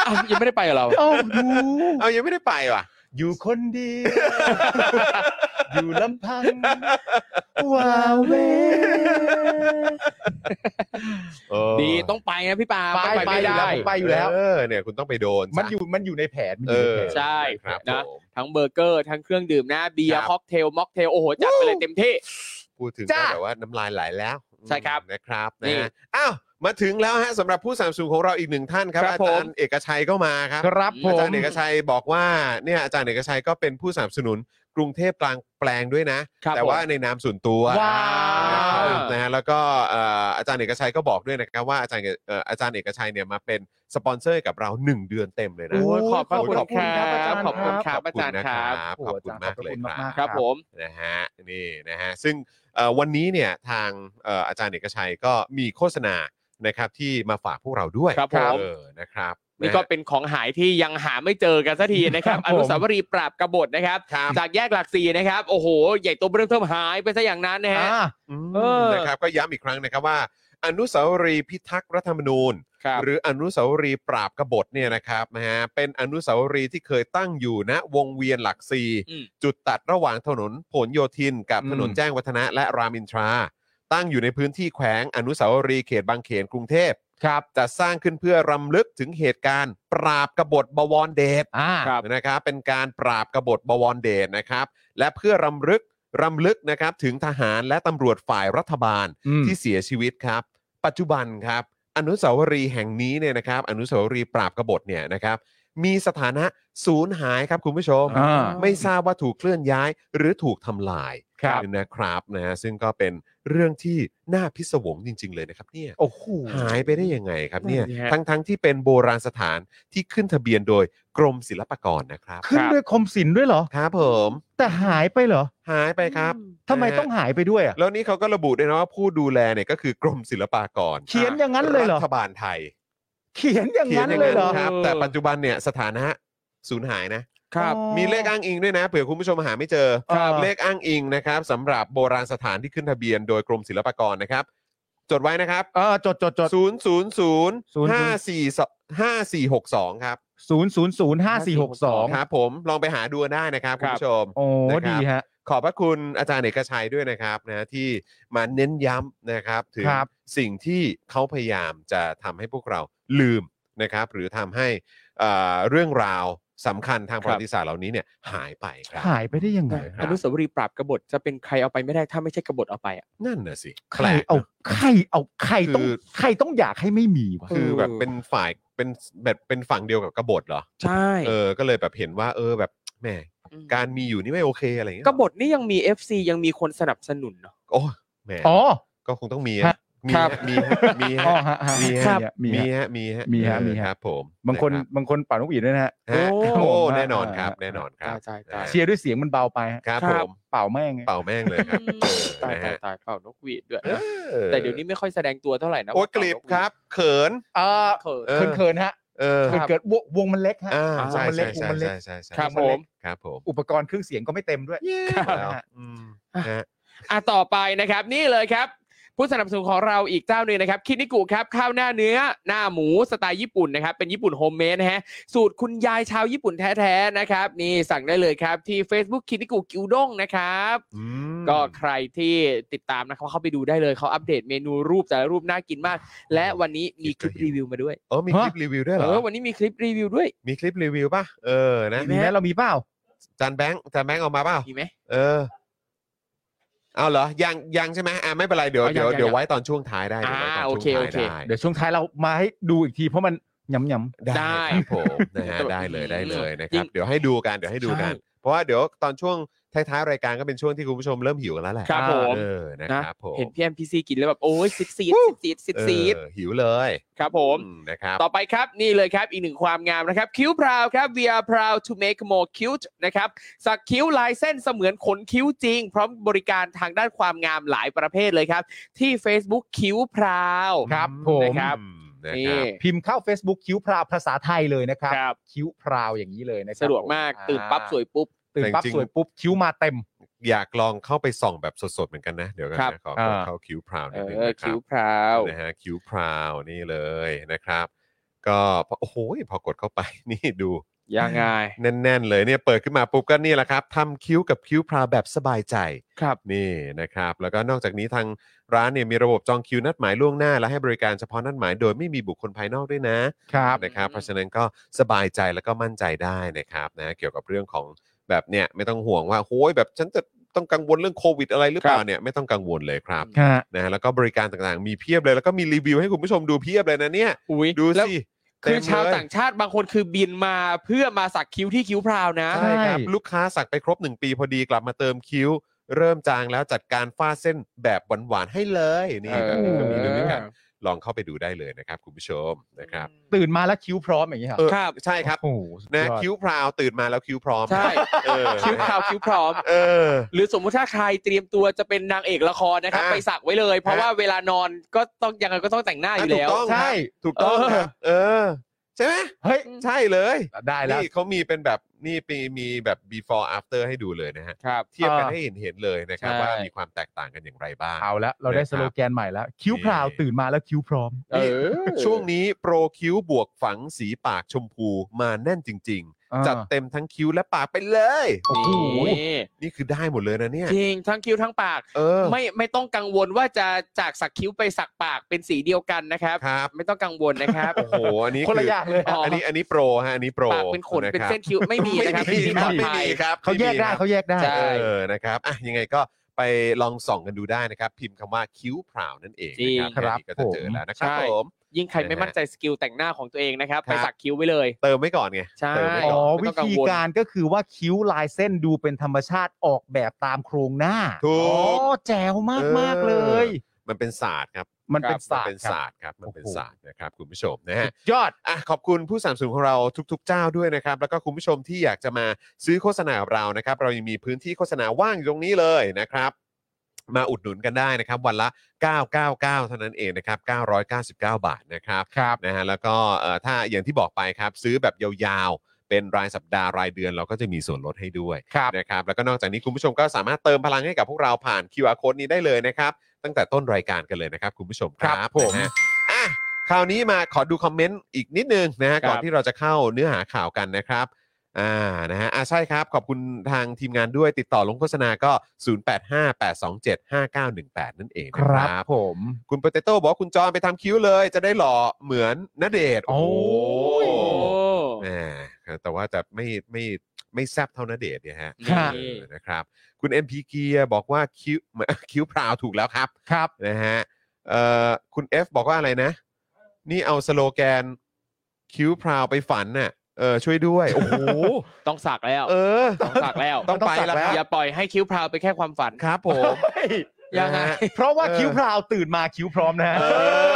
Speaker 4: อ้าวยังไม่ได้ไปกับเรา
Speaker 3: โอ้ดู
Speaker 2: อ้าวยังไม่ได้ไปว่ะ
Speaker 3: อยู่คนเดียว อยู่ลำพั งว้าเว
Speaker 2: เออ
Speaker 4: ดีต้องไปนะพี่ปาล์ม
Speaker 3: ไป
Speaker 4: ต้อง
Speaker 3: ไป
Speaker 4: ไม่
Speaker 3: อยู่แล้ว
Speaker 4: ได้
Speaker 3: ผมไปอยู่แล้ว
Speaker 2: เออเนี่ยคุณต้องไปโดน
Speaker 3: มันอยู่มันอยู่ในแผนมัน
Speaker 2: เอยู่ อ
Speaker 3: ในแผน
Speaker 4: ใช่
Speaker 2: ครับ
Speaker 4: นะ
Speaker 2: ผม
Speaker 4: ทั้งเบอร์เกอร์ ทั้งเครื่องดื่มนะเบี
Speaker 2: ค
Speaker 4: ย
Speaker 2: รั
Speaker 4: ร์
Speaker 2: บ
Speaker 4: ค็อกเทลม็อกเทลโอ้โหจัดไปเลยเต็มที่
Speaker 2: พูดถึง
Speaker 4: จ้า
Speaker 2: ก็แบบว่าน้ำลายไหลแล้ว
Speaker 4: ใช่ครับ
Speaker 2: นะครับ
Speaker 4: นี่
Speaker 2: นะฮะอ้าวมาถึงแล้วฮะสำหรับผู้สามสูงของเราอีกหนึ่งท่านครับ
Speaker 4: ครับ
Speaker 2: อาจาร
Speaker 4: ผม
Speaker 2: ย์เอกชัยก็มาครับ
Speaker 3: ครับผ
Speaker 2: อาม จารย์เอกชัยบอกว่าเนี่ยอาจารย์เอกชัยก็เป็นผู้สนับสนุนกรุงเทพกลางแปลงด้วยนะ
Speaker 4: ครับ
Speaker 2: แต่
Speaker 4: ผม
Speaker 2: ว่าในนามส่วนตัว
Speaker 3: ว้า
Speaker 2: นะครับ
Speaker 3: ว
Speaker 2: นะฮะแล้วก็เอ่ออาจารย์เอกชัยก็บอกด้วยนะครับว่าอาจารย์เอกเอ่ออาจารย์เอกชัยเนี่ยมาเป็นสปอนเซอร์ให้กับเรา 1 เดือนเต็มเลย
Speaker 3: โอ้
Speaker 2: นะ
Speaker 4: โอ้ย
Speaker 3: ย
Speaker 4: ขอบพระคุณ
Speaker 3: ขอบคุณ
Speaker 4: ค
Speaker 3: ครั
Speaker 4: รั
Speaker 3: บบอาจารย์
Speaker 4: ขอบคุณครับ
Speaker 2: ขอบคุณ
Speaker 4: อาจารย์
Speaker 2: นะ
Speaker 4: ค
Speaker 2: ครั
Speaker 4: รับ บ
Speaker 2: ขอบคุณมากเลยครับ
Speaker 3: โอ้
Speaker 4: ค
Speaker 3: อาจารขอบคุณมากๆ
Speaker 4: รับผม
Speaker 2: นะฮะนี่นะฮะซึ่งเอ่อวันนี้เนี่ยทางเอ่ออาจารย์เอกชัยก็มีโฆษณานะครับที่มาฝากพวกเราด้วย
Speaker 4: ครับผม
Speaker 2: เออนะครับ
Speaker 4: นี่ก็เป็นของหายที่ยังหาไม่เจอกันสักทีนะครับอ
Speaker 3: ครับผม
Speaker 4: นุสาวรีย์ปราบกบฏนะครับ
Speaker 2: ครับ
Speaker 4: จากแยกหลักสี่นะครับ โอ้โห ใหญ่โตเริ่มเทิมหายไปซะอย่างนั้นนะฮะ
Speaker 3: อ่า
Speaker 2: อืม
Speaker 4: เออ
Speaker 2: นะครับก็ย้ำอีกครั้งนะครับว่า อนุสาวรีย์พิทักษ์รัฐธรรมนูญ
Speaker 4: ครับ
Speaker 2: หรืออนุสาวรีย์ปราบกบฏเนี่ยนะครับนะฮะเป็นอนุสาวรีย์ที่เคยตั้งอยู่ณวงเวียนหลักสี
Speaker 4: ม
Speaker 2: จุดตัดระหว่างถนนผลโยธิน กับ
Speaker 3: อืม
Speaker 2: ถนนแจ้งวัฒนะและรามอินทรา ตั้งอยู่ในพื้นที่แขวงอนุสาวรีย์เขตบางเขนกรุงเทพ
Speaker 3: ครับ
Speaker 2: จะสร้างขึ้นเพื่อรำลึกถึงเหตุการณ์ ปราบกบฏบวรเดช
Speaker 3: อ่า
Speaker 4: ครับ
Speaker 2: นะครับเป็นการปราบกบฏบวรเดชนะครับ และเพื่อรำลึกรำลึกนะครับถึงทหารและตำรวจฝ่ายรัฐบาล
Speaker 3: อืม
Speaker 2: ที่เสียชีวิตครับ ปัจจุบันครับ อนุสาวรีย์แห่งนี้เนี่ยนะครับ อนุสาวรีย์ปราบกบฏเนี่ยนะครับ มีสถานะศูนย์หายครับคุณผู้ชม
Speaker 3: อ่า
Speaker 2: ไม่ทราบว่าถูกเคลื่อนย้ายหรือถูกทำลาย
Speaker 3: ครับ
Speaker 2: นะครับนะฮะซึ่งก็เป็นเรื่องที่น่าพิศวงจริง ๆ เลยนะครับเนี่ย
Speaker 3: โอ้โห
Speaker 2: หายไปได้ยังไงครับเนี่ย
Speaker 4: นั่นสิฮะ
Speaker 2: ทั้งทั้งๆที่เป็นโบราณสถานที่ขึ้นทะเบียนโดยกรมศิลปากรนะครับ
Speaker 3: ขึ้นด้วยคมสินด้วยเหรอ
Speaker 2: ครับผม
Speaker 3: แต่หายไปเหรอ
Speaker 2: หายไปครับ
Speaker 3: ทำไมต้อง
Speaker 2: นะฮะ
Speaker 3: หายไปด้วยอ่ะ
Speaker 2: แล้วนี่เขาก็ระบุด้วยนะว่าผู้ดูแลเนี่ยก็คือกรมศิลปากร
Speaker 3: เขียนอย่างนั้นเลยเหรอ
Speaker 2: รัฐบาลไทย
Speaker 3: เขียนอย่าง
Speaker 2: เขียน
Speaker 3: นั้น
Speaker 2: อย่าง
Speaker 3: เลย
Speaker 2: นั้น
Speaker 3: เหรอ
Speaker 2: ครับ แต่ปัจจุบันเนี่ยสถานะสูญหายนะ
Speaker 4: ครับ
Speaker 3: อ๋อ
Speaker 2: มีเลขอ้างอิงด้วยนะเผื่อคุณผู้ชมหาไม่เจอ
Speaker 3: ครับ
Speaker 2: เลขอ้างอิงนะครับสำหรับโบราณสถานที่ขึ้นทะเบียนโดยกรมศิลปากรนะครับ จดไว้นะครับ
Speaker 3: เออจดจดจด
Speaker 2: ศูนย์ศูนย์ศูนย์
Speaker 3: 000
Speaker 2: ห้าสี่ห้าสี่หกสองครับ
Speaker 3: ศูนย์ศูนย์ศูนย์ห้าสี่หกสอง
Speaker 2: ครับผมลองไปหาดูได้นะครับ
Speaker 4: ค
Speaker 2: คุ
Speaker 4: รั
Speaker 2: ณ
Speaker 4: บ
Speaker 2: ผู้ชม
Speaker 3: โอ้
Speaker 2: นะครับ
Speaker 3: ดีฮะ
Speaker 2: ขอบพระคุณอาจารย์เอกชัยด้วยนะครับนะที่มาเน้นย้ำนะครับถึง
Speaker 3: ครับ
Speaker 2: สิ่งที่เขาพยายามจะทำให้พวกเราลืมนะครับ หรือทำให้เอ่อเรื่องราวสำคัญทางประวัติศาสตร์เหล่านี้เนี่ยหายไปครับ
Speaker 3: หายไปได้ยังไง
Speaker 2: ครั
Speaker 4: อบ นุสาวรีย์ปราบกบฏจะเป็นใครเอาไปไม่ได้ถ้าไม่ใช่กบฏเอาไปอ่ะ
Speaker 2: นั่นน่ะสิ
Speaker 3: ใค
Speaker 2: แป
Speaker 3: ร
Speaker 2: ลก
Speaker 3: เอา
Speaker 2: นะ
Speaker 3: ใครเอาใครต้อง
Speaker 2: คือ
Speaker 3: ใครต้องอยากให้ไม่มีวะ
Speaker 2: คือแบบเป็นฝ่ายเป็นแบบเป็นฝั่งเดียวกับกบฏเหรอ
Speaker 4: ใช่
Speaker 2: เออก็เลยแบบเห็นว่า เออแบบแหม
Speaker 4: ม
Speaker 2: การมีอยู่นี่ไม่โอเคอะไรอย่างเงี้ย
Speaker 4: กบฏนี่ยังมี FC ยังมีคนสนับสนุนเนาะ
Speaker 2: โอ้แหม
Speaker 3: อ๋อ
Speaker 2: ก็คงต้องมี
Speaker 3: ครั
Speaker 2: ฮะ
Speaker 3: บ
Speaker 2: มีฮะมีฮะมี
Speaker 3: อ๋อ
Speaker 2: ฮะ
Speaker 3: ฮะฮะ
Speaker 2: มี
Speaker 3: ครั
Speaker 2: ฮะ
Speaker 3: บมี
Speaker 2: มี
Speaker 3: ฮะ
Speaker 2: ฮะมีฮะ
Speaker 3: มีฮะ
Speaker 2: เออ
Speaker 3: มีฮะ
Speaker 2: ครับผม
Speaker 3: บางคน
Speaker 2: นะ
Speaker 3: บางคนเป่านุกหวีดด้วยนะฮะ
Speaker 2: รับฮะ
Speaker 4: โอ้
Speaker 2: โอ้
Speaker 3: ครับ
Speaker 2: แน่นอนครับ
Speaker 3: อ่า
Speaker 2: แน่นอนครับ
Speaker 4: ใช่ใช่
Speaker 2: นะ
Speaker 3: เชียร์ด้วยเสียงมันเบาไปฮะ
Speaker 2: ครับ
Speaker 4: ค
Speaker 2: ผ
Speaker 4: รับ
Speaker 2: ม
Speaker 3: เป่าแม่งไง
Speaker 2: เป่าแม่งเลยครับ
Speaker 4: ตาย
Speaker 2: นะ
Speaker 4: ตาย
Speaker 2: ฮะ
Speaker 4: ตายเป่านกหวีดด้วย
Speaker 2: เออ
Speaker 4: แต่เดี๋ยวนี้ไม่ค่อยแสดงตัวเท่าไหร่นะ
Speaker 2: โอ้ยกลิบครับ เขิน
Speaker 3: เออ
Speaker 4: เขิน
Speaker 2: เออ
Speaker 3: เขินๆฮะ
Speaker 2: เออ
Speaker 3: เขินๆวงวงมันเล็กฮะ
Speaker 2: อ่าว
Speaker 3: ง
Speaker 2: ใช่
Speaker 3: มันเล็
Speaker 2: ใช่
Speaker 3: กวง
Speaker 2: ใช่
Speaker 3: มันเล็ก
Speaker 2: ใช่ใช่ใช่
Speaker 4: ครับผม
Speaker 2: ครับผม
Speaker 3: อุปกรณ์เครื่องเสียงก็ไม่เต็มด้วย
Speaker 2: แล้วอืมนะฮะ
Speaker 4: อ่ะต่อไปนะครับนี่เลยครับ ผู้สนับสนุนของเราอีกเจ้าหนึ่งนะครับคินิกุครับข้าวหน้าเนื้อหน้าหมูสไตล์ญี่ปุ่นนะครับเป็นญี่ปุ่นโฮมเมดนะฮะสูตรคุณยายชาวญี่ปุ่นแท้ๆนะครับนี่สั่งได้เลยครับที่ Facebook คินิกุกิวด้งนะครับ
Speaker 2: อืม
Speaker 4: ก็ใครที่ติดตามนะครับเข้าไปดูได้เลยเขาอัปเดตเมนูรูปแต่ละรูปน่ากินมาก และวันนี้มีคลิปรีวิวมาด้วย
Speaker 2: เออมีคลิปรีวิวด้วยเหร
Speaker 4: เอ
Speaker 2: อ
Speaker 4: อวันนี้มีคลิปรีวิวด้วย
Speaker 2: มีคลิปรีวิวป่ะเออนะ
Speaker 4: มี
Speaker 3: มี
Speaker 4: ไห
Speaker 3: ไห
Speaker 4: ม
Speaker 3: มเรามีเปล่า
Speaker 2: จานแบงค์จานแบงค์เอามาเปล่า
Speaker 4: มีไหม
Speaker 2: เออเอาเหรอยังยังใช่ไหมอ่าไม่เป็นไรเดี๋ยว
Speaker 4: เอายัง
Speaker 2: เดี๋ยว
Speaker 4: ยัง
Speaker 2: เดี๋ยว
Speaker 4: ยัง
Speaker 2: ไว้ตอนช่วงท้ายได้ดี๋ยวไว้ตน
Speaker 4: อ่าโอเค
Speaker 2: ช่วง
Speaker 4: โอเค
Speaker 2: ท้ายได้
Speaker 3: เดี๋ยวช่วงท้ายเรามาให้ดูอีกทีเพราะมันยำย
Speaker 4: ได้
Speaker 2: ครับผมนะฮะ
Speaker 4: แต่แบบ
Speaker 2: ได้เลยได้เลยนะค
Speaker 4: ยิ่
Speaker 2: รับ
Speaker 4: ง
Speaker 2: เดี๋ยวให้ดูกันเดี๋ยวให้ดูกัน
Speaker 4: ใช่
Speaker 2: เพราะว่าเดี๋ยวตอนช่วง ท้ายๆรายการก็เป็นช่วงที่คุณผู้ชมเริ่มหิวกันแล้วแหละ
Speaker 4: ครับผม
Speaker 2: เออนะครับผม
Speaker 4: เห็นพี่แอมพีซีกินแล้วแบบโอ้ยซิดซีดซิดซีดซิดซีด
Speaker 2: เออหิวเลย
Speaker 4: ครับผม
Speaker 2: อืนะครับ
Speaker 4: ต่อไปครับนี่เลยครับ อีกหนึ่งความงามนะครับ คิ้วพราวครับ we are proud to make more cute นะครับสักคิ้วลายเส้นเสมือนขนคิ้วจริง พร้อมบริการทางด้านความงามหลายประเภทเลยครับ ที่ Facebook คิ้วพราว
Speaker 3: ครับผม
Speaker 4: นะครับ
Speaker 2: นะ
Speaker 4: นี่
Speaker 2: ครับ
Speaker 3: พิมพ์เข้า Facebook คิ้วพราวภาษาไทยเลยนะครับ
Speaker 4: ครับ
Speaker 3: คิ้วพราวอย่างนี้เลยนะครับ
Speaker 4: สะดวกมาก
Speaker 3: อ่
Speaker 4: ตื่นปั๊บสวยปุ๊บ
Speaker 3: ตื่นปั๊บ
Speaker 2: แต่จริง
Speaker 3: สวยปุ๊บคิ้วมาเต็ม
Speaker 2: อยากลองเข้าไปส่องแบบสดๆเหมือนกันนะ เดี๋ยวกัน
Speaker 4: ครับ
Speaker 2: นะขอ
Speaker 3: อ่า
Speaker 2: เข้าคิวพราว
Speaker 4: เอ
Speaker 2: นิดนึง
Speaker 4: อ
Speaker 2: นะครั
Speaker 4: คิ้
Speaker 2: บ
Speaker 4: วพราว
Speaker 2: นะฮะคิวพราวนี่เลยนะครับ ก็พอโอ้โหพอกดเข้าไป นี่ดู
Speaker 4: ยังไง
Speaker 2: แน่น ๆ เลยเนี่ยเปิดขึ้นมาปุ๊บก็นี่แหละครับทำคิ้วกับคิ้วพราวแบบสบายใจ
Speaker 4: ครับ
Speaker 2: นี่นะครับ แล้วก็นอกจากนี้ทางร้านเนี่ยมีระบบจองคิวนัดหมายล่วงหน้า และให้บริการเฉพาะนัดหมายโดยไม่มีบุคคลภายนอกด้วยนะ
Speaker 3: ครับ
Speaker 2: นะครับ
Speaker 4: อืม
Speaker 2: เพราะฉะนั้นก็สบายใจแล้วก็มั่นใจได้นะครับนะเกี่ยวกับเรื่องของแบบเนี่ยไม่ต้องห่วงว่าโอ้ยแบบฉันจะต้องกังวลเรื่องโควิดอะไรหรือเปล่า
Speaker 4: ครับ
Speaker 2: เนี่ยไม่ต้องกังวลเลยครับ
Speaker 3: ฮะ
Speaker 2: นะฮะแล้วก็บริการต่างๆมีเพียบเลยแล้วก็มีรีวิวให้คุณผู้ชมดูเพียบเลยนะเนี่ย
Speaker 4: อุ้ย
Speaker 2: ดู
Speaker 4: แล้ว
Speaker 2: สิ
Speaker 4: คือ
Speaker 2: เมเลย
Speaker 4: ชาวต่างชาติบางคนคือบินมาเพื่อมาสักคิ้วที่คิ้วพราวนะ
Speaker 2: ใช่ครับ
Speaker 3: ใช่
Speaker 2: ลูกค้าสักไปครบ 1 ปีพอดีกลับมาเติมคิ้ว เริ่มจางแล้วจัดการฝ้าเส้นแบบหวานๆให้เลยนี่แบบนี้ก็มีด้วยเหมือนกันลองเข้าไปดูได้เลยนะครับคุณผู้ชมนะครับ
Speaker 3: ตื่นมาแล้วคิ้วพร้อมอย่างนี้ครับ
Speaker 2: เออ
Speaker 4: ครับ
Speaker 2: ใช่ครับ
Speaker 3: โอ้โหสุดย
Speaker 2: นะ
Speaker 3: อด
Speaker 2: คิ้วพราวตื่นมาแล้วคิ้วพร้อม
Speaker 4: ใช่
Speaker 2: เออ
Speaker 4: คิ้วพราวคิ้วพร้อม
Speaker 2: เออ
Speaker 4: หรือสมมุติถ้าใครเตรียมตัวจะเป็นนางเอกละครนะครับ
Speaker 2: อ่ะ
Speaker 4: ไปสักไว้เลย เพราะ
Speaker 2: ฮะ
Speaker 4: ว่าเวลานอนก็ต้องยังไงก็ต้องแต่งหน้าอ
Speaker 2: ถู
Speaker 4: ยู่
Speaker 2: ก
Speaker 4: แล้ว
Speaker 2: ต้องค
Speaker 3: ใช่
Speaker 2: รับถูกต้องครับเออ ใช่ไหม
Speaker 3: เฮ้ย
Speaker 2: ใช่เลย
Speaker 3: ได้แล้ว
Speaker 2: นี่เขามีเป็นแบบนี่ปีมีแบบ before after ให้ดูเลยนะฮะ
Speaker 4: ครับ
Speaker 2: เทียบกัน
Speaker 3: อ่า
Speaker 2: ให้เห็นเห็นๆเลยนะครับ
Speaker 4: ใช่
Speaker 2: ว่ามีความแตกต่างกันอย่างไรบ้าง
Speaker 3: เอาละเราได้สโลแกนใหม่แล้ว คิ้วพราว
Speaker 2: นี่
Speaker 3: ตื่นมาแล้วคิ้วพร้อม
Speaker 4: เออ
Speaker 2: ช่วงนี้โปรคิ้วบวกฝังสีปากชมพูมาแน่นจริง
Speaker 3: อ่า
Speaker 2: ๆ จัดเต็มทั้งคิ้วและปากไปเลย
Speaker 3: โอ้โห
Speaker 4: นี่
Speaker 2: นี่คือได้หมดเลยนะเนี่ย
Speaker 4: จริงทั้งคิ้วทั้งปาก
Speaker 2: เออ
Speaker 4: ไม่ไม่ต้องกังวลว่าจะจากสักคิ้วไปสักปากเป็นสีเดียวกันนะครับ
Speaker 2: ครับ
Speaker 4: ไม่ต้องกังวลนะครับ
Speaker 2: โอ้โหอันนี้
Speaker 3: คนละ
Speaker 2: อ
Speaker 3: อย่างเลย
Speaker 4: อ๋ออั
Speaker 2: อันนี้อันนี้โปรฮะอันนี้โปร
Speaker 4: ปากเป็นขนเป็นะครับ เส้นคิ้วไม่มีนะครับ
Speaker 2: ไม่มี
Speaker 4: ที่
Speaker 2: ค
Speaker 4: ปล
Speaker 2: รับ
Speaker 4: อด
Speaker 2: ไม่
Speaker 4: ภัย
Speaker 2: มีครับ
Speaker 3: เขาแยกได้
Speaker 2: ม่มีครับ
Speaker 3: เขาแยกได้
Speaker 4: ใช่
Speaker 2: เออนะครับอ่ะยังไงก็ไปลองส่องกันดูได้นะครับ พิมพ์คำว่าคิ้วพราวนั่นเองนะค
Speaker 3: จริงครั
Speaker 2: รับบ แค่นี้ก็จะเจอแล้วนะครับ
Speaker 4: ใช่
Speaker 2: ผม
Speaker 4: ยิ่งใครไม่
Speaker 2: นะฮะ
Speaker 4: มั่นใจสกิลแต่งหน้าของตัวเองนะครับ
Speaker 2: ครับ
Speaker 4: ไปสักคิ้วไว้เลย
Speaker 2: เติมไว้ก่อนไง
Speaker 4: ใช่
Speaker 2: เติมไว้
Speaker 3: อ๋
Speaker 2: ก่
Speaker 3: อ
Speaker 2: อน
Speaker 4: ไม่
Speaker 3: วิ
Speaker 4: ต้องกังวล
Speaker 3: ธีการก็คือว่าคิ้วลายเส้นดูเป็นธรรมชาติออกแบบตามโครงหน้า
Speaker 2: ถู
Speaker 3: อ๋อก แจ๋วมากมาก
Speaker 2: เออ
Speaker 3: ๆเลย
Speaker 2: มันเป็นศาสตร์ครับ
Speaker 3: มันเป็นศาส
Speaker 2: มั
Speaker 3: ตร์
Speaker 2: เป็นศาสตร์ครับมันเป็นศาสตร์นะครับคุณผู้ชมนะ
Speaker 3: สุ
Speaker 2: ฮะ
Speaker 3: ดยอด
Speaker 2: อ่ะขอบคุณผู้สนัมสูนของเราทุก ๆ เจ้าด้วยนะครับ แล้วก็คุณผู้ชมที่อยากจะมาซื้อโฆษณากับเรานะครับ เรายังมีพื้นที่โฆษณาว่างอยู่ตรงนี้เลยนะครับ มาอุดหนุนกันได้นะครับ วันละ 999 เท่านั้นเองนะครับ 999 บาทนะครับ
Speaker 3: ครับ
Speaker 2: นะฮะแล้วก็เอ่อถ้าอย่างที่บอกไปครับซื้อแบบยาวๆ เป็นรายสัปดาห์รายเดือน เราก็จะมีส่วนลดให้ด้วย
Speaker 3: ครับ
Speaker 2: นะครับแล้วก็นอกจากนี้คุณผู้ชมก็สามารถเติมพลังให้กับพวกเราผ่าน QR code นี้ได้เลยนะครับตั้งแต่ต้นรายการกันเลยนะครับคุณผู้ชมครับ
Speaker 3: ครับผม
Speaker 2: นะฮะอ่ะคราวนี้มาขอดูคอมเมนต์อีกนิดนึงนะฮะก่อนที่เราจะเข้าเนื้อหาข่าวกันนะครับอ่านะฮะอ่ะใช่ครับ ขอบคุณทางทีมงานด้วยติดต่อลงโฆษณาก็ 0858275918 นั่นเอง
Speaker 3: ค
Speaker 2: นะค
Speaker 3: รั
Speaker 2: รั
Speaker 3: บบ ผม
Speaker 2: คุณโปเตโต้บอกว่าคุณจอนไปทำคิ้วเลยจะได้หล่อเหมือนณเดชน์
Speaker 3: โอ้
Speaker 2: ห
Speaker 3: โอ้
Speaker 4: โอ้
Speaker 2: แหมแต่ว่าจะไม่ไม่ไม่แซบเท่าณเดชน์เนี่ยฮะ
Speaker 3: ครับ
Speaker 2: เออนะครับ คุณ MP เกียบอกว่าคิ้ว คิ้วพราวถูกแล้วครับ
Speaker 3: ครับ
Speaker 2: นะฮะเอ่อคุณ F บอกว่าอะไรนะ นี่เอาสโลแกน คิ้วพราวไปฝันน่ะเออช่วยด้วย โอ้โห
Speaker 4: ต้องสักแล้ว
Speaker 2: เออ
Speaker 4: ต้องสักแล้ว
Speaker 2: ต้องไปแล้วครับ
Speaker 4: อย่าปล่อยให้คิ้วพราวไปแค่ความฝัน
Speaker 2: ครับผม
Speaker 4: ยังไง
Speaker 2: นะฮะ
Speaker 3: เพราะว่า
Speaker 2: เออ
Speaker 3: คิ้วพราวตื่นมาคิ้วพร้อมนะฮะ
Speaker 2: เอ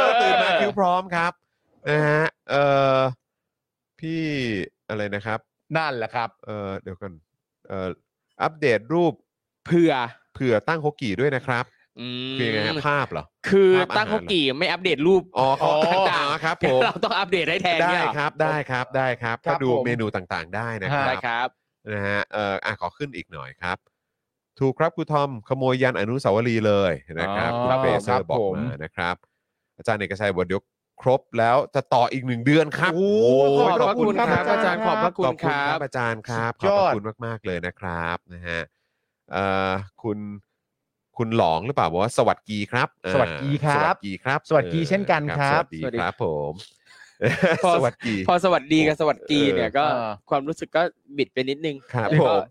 Speaker 2: อตื่นมาคิ้วพร้อมครับนะฮะเออพี่อะไรนะครับ
Speaker 3: นั่นแหละครับ
Speaker 2: เออเดี๋ยวกันเอออัปเดตรูป
Speaker 4: เผื่อ
Speaker 2: เผื่อตั้งฮกกี่ด้วยนะครับ
Speaker 4: อืม
Speaker 2: คือยังไงฮะภาพเหรอ
Speaker 4: คือ
Speaker 2: ภาพอาหาร
Speaker 4: ตั้งเขากี่ไม่อัปเดตรูป
Speaker 2: อ๋อเขา
Speaker 4: อ๋อ
Speaker 2: ต่างๆครับผม
Speaker 4: เราต้องอัปเดตได้แทน
Speaker 2: ได้
Speaker 4: เนี่ยเหรอ
Speaker 2: ครับได้ครับได้ครับ
Speaker 3: ครั
Speaker 2: ก็
Speaker 3: บ
Speaker 2: ดู
Speaker 3: ผม
Speaker 2: เมนูต่างๆได้นะค
Speaker 3: ฮะ
Speaker 2: รั
Speaker 4: ได้
Speaker 2: บ
Speaker 4: ครับ
Speaker 2: นะฮะเอออ่ะขอขึ้นอีกหน่อยครับ ถูกครับครูทอมขโมยยันอนุสาวรีย์เลยนะครับ
Speaker 3: อ๋อ
Speaker 2: คุณเฟเซอ
Speaker 3: ครั
Speaker 2: ร์
Speaker 3: บ
Speaker 2: บอก
Speaker 3: ผม
Speaker 2: มานะครับ อาจารย์เอกชัยบอกเดี๋ยวครบแล้วจะต่ออีกหนึ่งเดือนครับ
Speaker 4: ขอบพระคุณครับอาจารย์ขอบพระคุณครั
Speaker 2: ขอบ อาจารย์ครับ ข
Speaker 3: สุ
Speaker 2: อบ
Speaker 3: ดย
Speaker 2: พระ
Speaker 3: อด
Speaker 2: คุณมาก ๆ เลยนะครับนะฮะเอ่อคุณคุณหลองหรือเปล่าบอกว่าสวัสดีครับเอ่อ
Speaker 3: สวัสดีค
Speaker 2: ส
Speaker 3: รั
Speaker 2: วั
Speaker 3: บ
Speaker 2: สดีครับ
Speaker 3: สวัสดีเช่นกันครับ
Speaker 2: สวัสดีครับผม
Speaker 4: พอ
Speaker 2: สวัสดี
Speaker 4: พอสวัสดีกับสวัสดี
Speaker 2: เออ
Speaker 4: เนี่ยก็
Speaker 3: เออ
Speaker 4: ความรู้สึกก็บิดไปนิดนึง
Speaker 2: ครับ
Speaker 4: แล้ว
Speaker 2: ผ
Speaker 4: ก็
Speaker 2: ม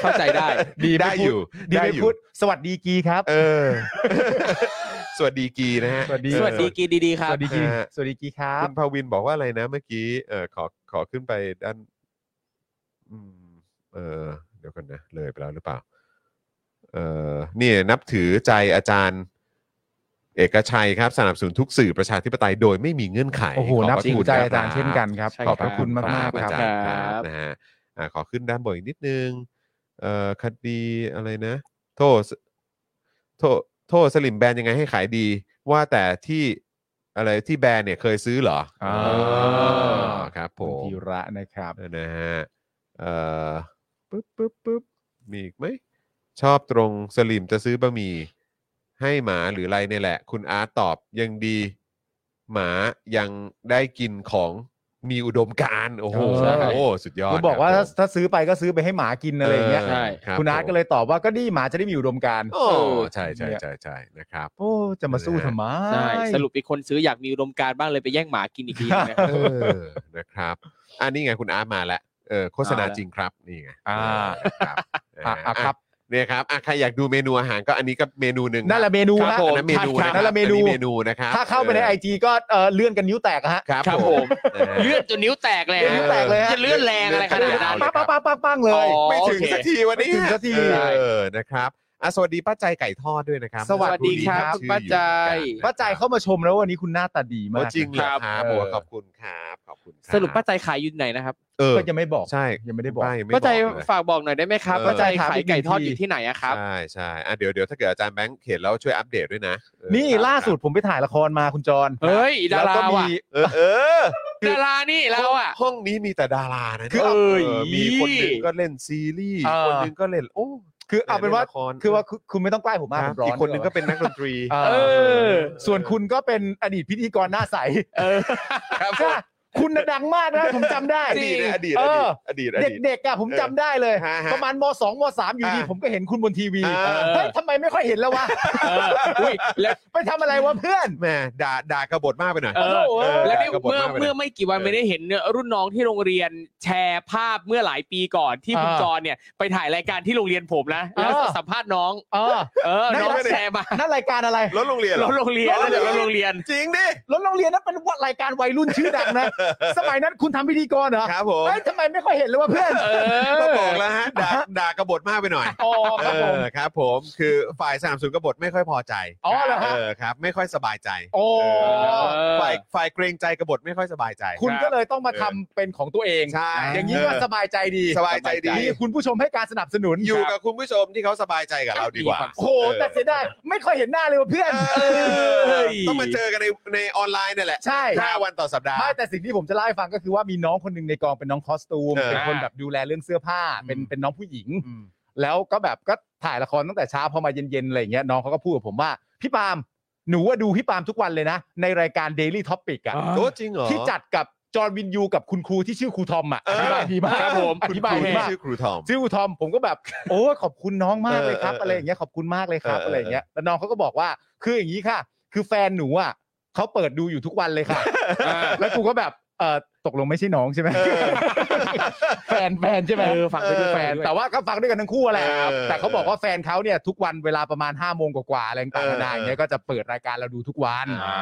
Speaker 4: เข้าใจได้
Speaker 3: ดี
Speaker 2: ได้
Speaker 3: ม่พู
Speaker 2: อยู่
Speaker 3: ดี
Speaker 2: ได้
Speaker 3: ไม่
Speaker 2: อ
Speaker 3: พู
Speaker 2: ยู่
Speaker 3: ดสวัสดีกีครับ
Speaker 2: เออ สวัสดีกีนะฮะ
Speaker 3: สวัสดี
Speaker 2: เออ
Speaker 4: สวัสดีกีดีๆค
Speaker 3: ส
Speaker 4: รับ
Speaker 3: วัสดีกี
Speaker 2: เออ
Speaker 3: สวัสดีกีครับ
Speaker 2: คุณภาวินบอกว่าอะไรนะเมื่อกี้เออขอขอขึ้นไปด้านอืมเออ ดี๋ยวกันนะ เลยไปแล้วหรือเปล่า เออเนี่ยนับถือใจอาจารย์ เอกชัยครับสนับสนุนทุกสื่อประชาธิปไตยโดยไม่มีเงื่อนไข
Speaker 3: โอ้โห
Speaker 2: ขบ
Speaker 3: นับ
Speaker 2: พะ
Speaker 3: ถือ
Speaker 2: คุณ
Speaker 3: ใจ
Speaker 2: คบ
Speaker 3: อาจารย์เช่นกันครับ
Speaker 4: ใช่ค
Speaker 3: ข
Speaker 4: รับ
Speaker 3: อบพระคุณมากๆค
Speaker 2: อา
Speaker 3: รับ
Speaker 2: จารย์ค
Speaker 4: ครั
Speaker 2: รับบ นะฮะอ่าขอขึ้นด้านบนอีกนิดนึงเอ่อคดีอะไรนะ โทษโทษโทษสลิมแบนยังไงให้ขายดี ว่าแต่ที่อะไรที่แบรนด์เนี่ยเคยซื้อเหรอ
Speaker 3: อ่า
Speaker 2: ครับผ
Speaker 3: คุณ
Speaker 2: ม
Speaker 3: ธีระนะครับ
Speaker 2: นะฮะเอ่อปึ๊บปึ๊บปึ๊บมีอีกไหม ชอบตรงสลิมจะซื้อบะหมี่ให้หมาหรืออะไรเนี่ยแหละ คุณอาร์ตตอบยังดี หมายังได้กินของมีอุดมการณ์โอ้โห
Speaker 3: ใช่
Speaker 2: โอ้สุดยอด
Speaker 3: เขาบอกว่า
Speaker 2: ค
Speaker 3: ถ้า
Speaker 2: รัผม
Speaker 3: ถ้าซื้อไปก็ซื้อไปให้หมากินอะไรอย่างเงี้ย
Speaker 4: ใช่
Speaker 2: รับ
Speaker 3: คุณอาร์ต
Speaker 2: ผม
Speaker 3: ก็เลยตอบว่าก็ดีหมาจะได้มีอุดมการณ์
Speaker 2: โอ้ใช่ใช่ใช่ใช่นะครับ
Speaker 3: โอ้จะมาสู้ทำไม
Speaker 4: ใช่สรุปอีกคนซื้ออยากมีอุดมการณ์บ้างเลยไปแย่งหมากินอีกทีนะ
Speaker 2: เออ นะครับอันนี้ไงคุณอาร์ตมาแล้วเออโฆษณา
Speaker 3: เอาละ
Speaker 2: จริงครับนี่ไง
Speaker 3: อ่า
Speaker 2: นะครับ
Speaker 3: อ่ะอ่ะ
Speaker 2: อ่ะ
Speaker 3: ครับ
Speaker 2: เนี่ยครับอ่ะใครอยากดูเมนูอาหารก็อันนี้ก็เมนูหนึ่ง
Speaker 3: นั่นแหละเมนู
Speaker 2: ครั
Speaker 3: นะ
Speaker 2: บผมอันนั้นเมนู
Speaker 3: ครับนั่นแหละเมนู
Speaker 2: อัเมนูนะครับ
Speaker 3: ถ้าเข้าไปในไอจีก็เอ่อเลื่อนกันนิ้วแตกอะฮะ
Speaker 2: ครับ
Speaker 4: ครับ
Speaker 2: ผ
Speaker 4: ผม ม
Speaker 2: นะฮะ
Speaker 4: เลือดจนนิ้วแตกเลย
Speaker 3: เลือดนิ้วแตกเลยฮะ
Speaker 4: จะเลือดแรงอะไรขนาดนั้น
Speaker 2: เลือดแรง
Speaker 3: ปั๊บปั๊บปั๊บปั๊บปั๊งเลย
Speaker 4: อ๋อ
Speaker 2: ไม่ถึงสักทีวันนี้
Speaker 3: ไม่ถึงสักที
Speaker 2: เออนะครับอ่ะสวัสดีป้าใจไก่ทอดด้วยนะครับ
Speaker 3: สวัสดีครับ
Speaker 2: ชื่ออยู่
Speaker 4: ป้าใจ
Speaker 3: ป้าใจเข้ามาชมแล้ววันนี้คุณหน้าตาดีมา
Speaker 2: โอ้
Speaker 3: ก
Speaker 2: จริงเหรอ
Speaker 4: ครับ
Speaker 2: ครับ
Speaker 3: เออ
Speaker 2: โอ้ขอบคุณครับขอบคุณคบ
Speaker 4: สรุปป้าใจขายอยู่ไหนนะครับ
Speaker 2: เออ
Speaker 3: ก็ยังไม่บอก
Speaker 2: ใช่
Speaker 3: ยังไม่ได้บอก
Speaker 2: ป้ายังไม่
Speaker 4: ป้าใจ
Speaker 2: บอกเลย
Speaker 4: ฝากบอกหน่อยได้ไหมครับ
Speaker 2: เออ
Speaker 4: ป้าใจ
Speaker 3: ถาม
Speaker 4: ขาย
Speaker 3: อีก
Speaker 4: ไก่ทอด
Speaker 3: ที
Speaker 4: อยู่ที่ไหนอะครับ
Speaker 2: ใช่ใช่อ่ะเดี๋ยวเดี๋ยวถ้าเกิดอาจารย์แบงค์เขียนแล้วช่วยอัปเดตด้วยนะเออ
Speaker 3: นี่
Speaker 2: ครับ
Speaker 3: ล่าสุดผมไปถ่ายละครมาคุณจร
Speaker 4: เฮ้ยดา
Speaker 3: แล้ว
Speaker 4: รา
Speaker 3: ก็มี
Speaker 4: ว่ะ
Speaker 2: เออเออ
Speaker 4: ดารานี่เราอ่ะ
Speaker 2: ห้องนี้มีแต่ดารานะ
Speaker 3: คือ
Speaker 2: เ
Speaker 3: เอา
Speaker 2: อมีคนหนึงก็เล่นซีรีส์
Speaker 3: เออ
Speaker 2: คนหนึงก็เล่นโอ้
Speaker 3: คือเอาเป็นว่า
Speaker 2: ล่ละร
Speaker 3: คือว่าคุณคุณไม่ต้องใกล้ผมมาก
Speaker 2: ค
Speaker 3: ผ
Speaker 2: รับ
Speaker 3: มร้อน
Speaker 2: อีกคนหนึงก็เป็นนักดนตรี
Speaker 3: เอ
Speaker 4: เอ
Speaker 3: อ
Speaker 4: อ
Speaker 3: ส่วนคุณก็เป็นอดีตพิธีกรหน้าใส
Speaker 4: เออ
Speaker 2: ครับผม
Speaker 3: ค่ะ คุณน่ะดังมากนะ ผมจำได้
Speaker 2: อดีตนะอดีต
Speaker 3: เออ
Speaker 2: อดีตอดีตอดีต
Speaker 3: เด็กๆอะผมจำได้เลย
Speaker 2: ฮะฮะ
Speaker 3: ประมาณมสองมสามอยู่ดี
Speaker 2: อ่ะ
Speaker 3: ผมก็เห็นคุณบนทีวี
Speaker 2: อ่า
Speaker 3: เฮ้ยทำไมไม่ค่อยเห็นแล้ววะ
Speaker 4: เอออุ้ยแล้ว
Speaker 3: ไปทำอะไรวะเพื่อน
Speaker 2: แหมด่าด่ากบฏมากไปหน่อย
Speaker 4: เออ
Speaker 3: โอ้โห
Speaker 4: แล้วนี่
Speaker 2: กระบด
Speaker 4: เมื่อ
Speaker 2: มากไปนะ
Speaker 4: เมื่อไม่กี่วัน
Speaker 2: เออ
Speaker 4: ไม่ได้เห็นเนี่ยรุ่นน้องที่โรงเรียนแชร์ภาพเมื่อหลายปีก่อนที่คุณ
Speaker 3: อ่า
Speaker 4: จรเนี่ยไปถ่ายรายการที่โรงเรียนผมนะ แล้ว
Speaker 3: อ่า
Speaker 4: สัมภาษณ์น้อง
Speaker 3: เออ
Speaker 4: เออ
Speaker 3: ได้
Speaker 4: น้อง
Speaker 3: ได้
Speaker 4: แชร์มา
Speaker 3: นั่นรายการอะไร
Speaker 2: รถโรงเรียนเหร
Speaker 4: ร
Speaker 2: อ
Speaker 4: ถโรงเรียนแล้วเดี๋ยวรถโรงเรียน
Speaker 2: จริงดิ
Speaker 3: รถโรงเรียนนั้นเป็นรายการวัยรุ่นชื่อดัง นะ สมัยนั้นคุณทำพิธีกรเหรอ
Speaker 2: ครับผม
Speaker 3: เฮ้ยทำไมไม่ค่อยเห็นเลยว่าเพื่อน
Speaker 4: เออ
Speaker 2: ก็บอกแล้วฮะด่าด่ากบฏมากไปหน่อย
Speaker 3: อ๋อครับผม
Speaker 2: เออครับ ผมคือฝ่ายสามศูนย์กบฏไม่ค่อยพอใจ
Speaker 3: อ๋อเหรอฮะ
Speaker 2: อครับ ไม่ค่อยสบายใจ
Speaker 3: โอ้
Speaker 2: เออ
Speaker 4: เออ
Speaker 2: ฝ่ายฝ่ายเกรงใจกบฏไม่ค่อยสบายใจ
Speaker 3: คุณก็เลยต้องมาทำเป็นของตัวเอง
Speaker 2: ใช่
Speaker 3: อย่างนี้ก็สบายใจดี
Speaker 2: สบายใจดี
Speaker 3: มีคุณผู้ชมให้การสนับสนุน
Speaker 2: อยู่กับคุณผู้ชมที่เขาสบายใจกับเราดีกว่า
Speaker 3: โอ้โหแต่เสียดายไม่ค่อยเห็นหน้าเลยว่าเพื่อน
Speaker 2: เออต้องมาเจอกันในในออนไลน์เนี่ยแหละ
Speaker 3: ใช่
Speaker 2: ห้าวันต่อสัปดาห์
Speaker 3: ไม่แต่สิ่งที่ผมจะเล่าให้ฟังก็คือว่ามีน้องคนหนึ่งในกองเป็นน้องคอสตูม
Speaker 2: เออ
Speaker 3: เป็นคนแบบดูแลเรื่องเสื้อผ้าเป็น
Speaker 2: อืม
Speaker 3: เป็นน้องผู้หญิง
Speaker 2: อืม
Speaker 3: แล้วก็แบบก็ถ่ายละครตั้งแต่เช้าพอมาเย็นๆอะไรอย่างเงี้ยน้องเขาก็พูดกับผมว่าพี่ปาล์มหนูว่าดูพี่ปาล์มทุกวันเลยนะ ในรายการ Daily Topic อ่ะ
Speaker 2: โอ้จริงเหรอ
Speaker 3: ที่จัดกับจอร์นวินยูกับคุณครูที่ชื่อครูทอมอ่ะ
Speaker 2: เอ
Speaker 3: อ
Speaker 2: ออ
Speaker 3: ธิบายดีมาก
Speaker 4: ครับผม
Speaker 3: อธิบาย
Speaker 2: คุณค
Speaker 3: ดี
Speaker 2: รู
Speaker 3: มาก
Speaker 2: ชื่อครูทอม
Speaker 3: ชื่อครูทอมผมก็แบบ โอ้ขอบคุณน้องมากเลยครับ
Speaker 2: เออเออเอออ
Speaker 3: อะไรอย่างเงี้ยขอบคุณมากเลยครับ
Speaker 2: เออเออ
Speaker 3: อะไรอย่างเงี้ยแล้วน้องเขาก็บอกว่าคืออย่างนี้ค่ะ คือแฟนหนูอ่ะเขาเปิดดูอยู่ทุกวันเลยค่ะ แล้วกูก็แบบเออตกลงไม่ใช่น้องใช่ไหม
Speaker 2: เออ
Speaker 3: แฟนแฟนใช่ไหม
Speaker 4: เออฟังไปด้วย
Speaker 3: แฟน
Speaker 4: ด้วย
Speaker 3: แต่ว่าก็ฟังด้วยกันทั้งคู่แหละ
Speaker 2: เออ
Speaker 3: แต่เขาบอกว่าแฟนเขาเนี่ยทุกวันเวลาประมาณ5้าโมงกว่าๆอะไรต่างๆนานาอย่างเงี้ยก็จะเปิดรายการเราดูทุกวัน
Speaker 2: อ่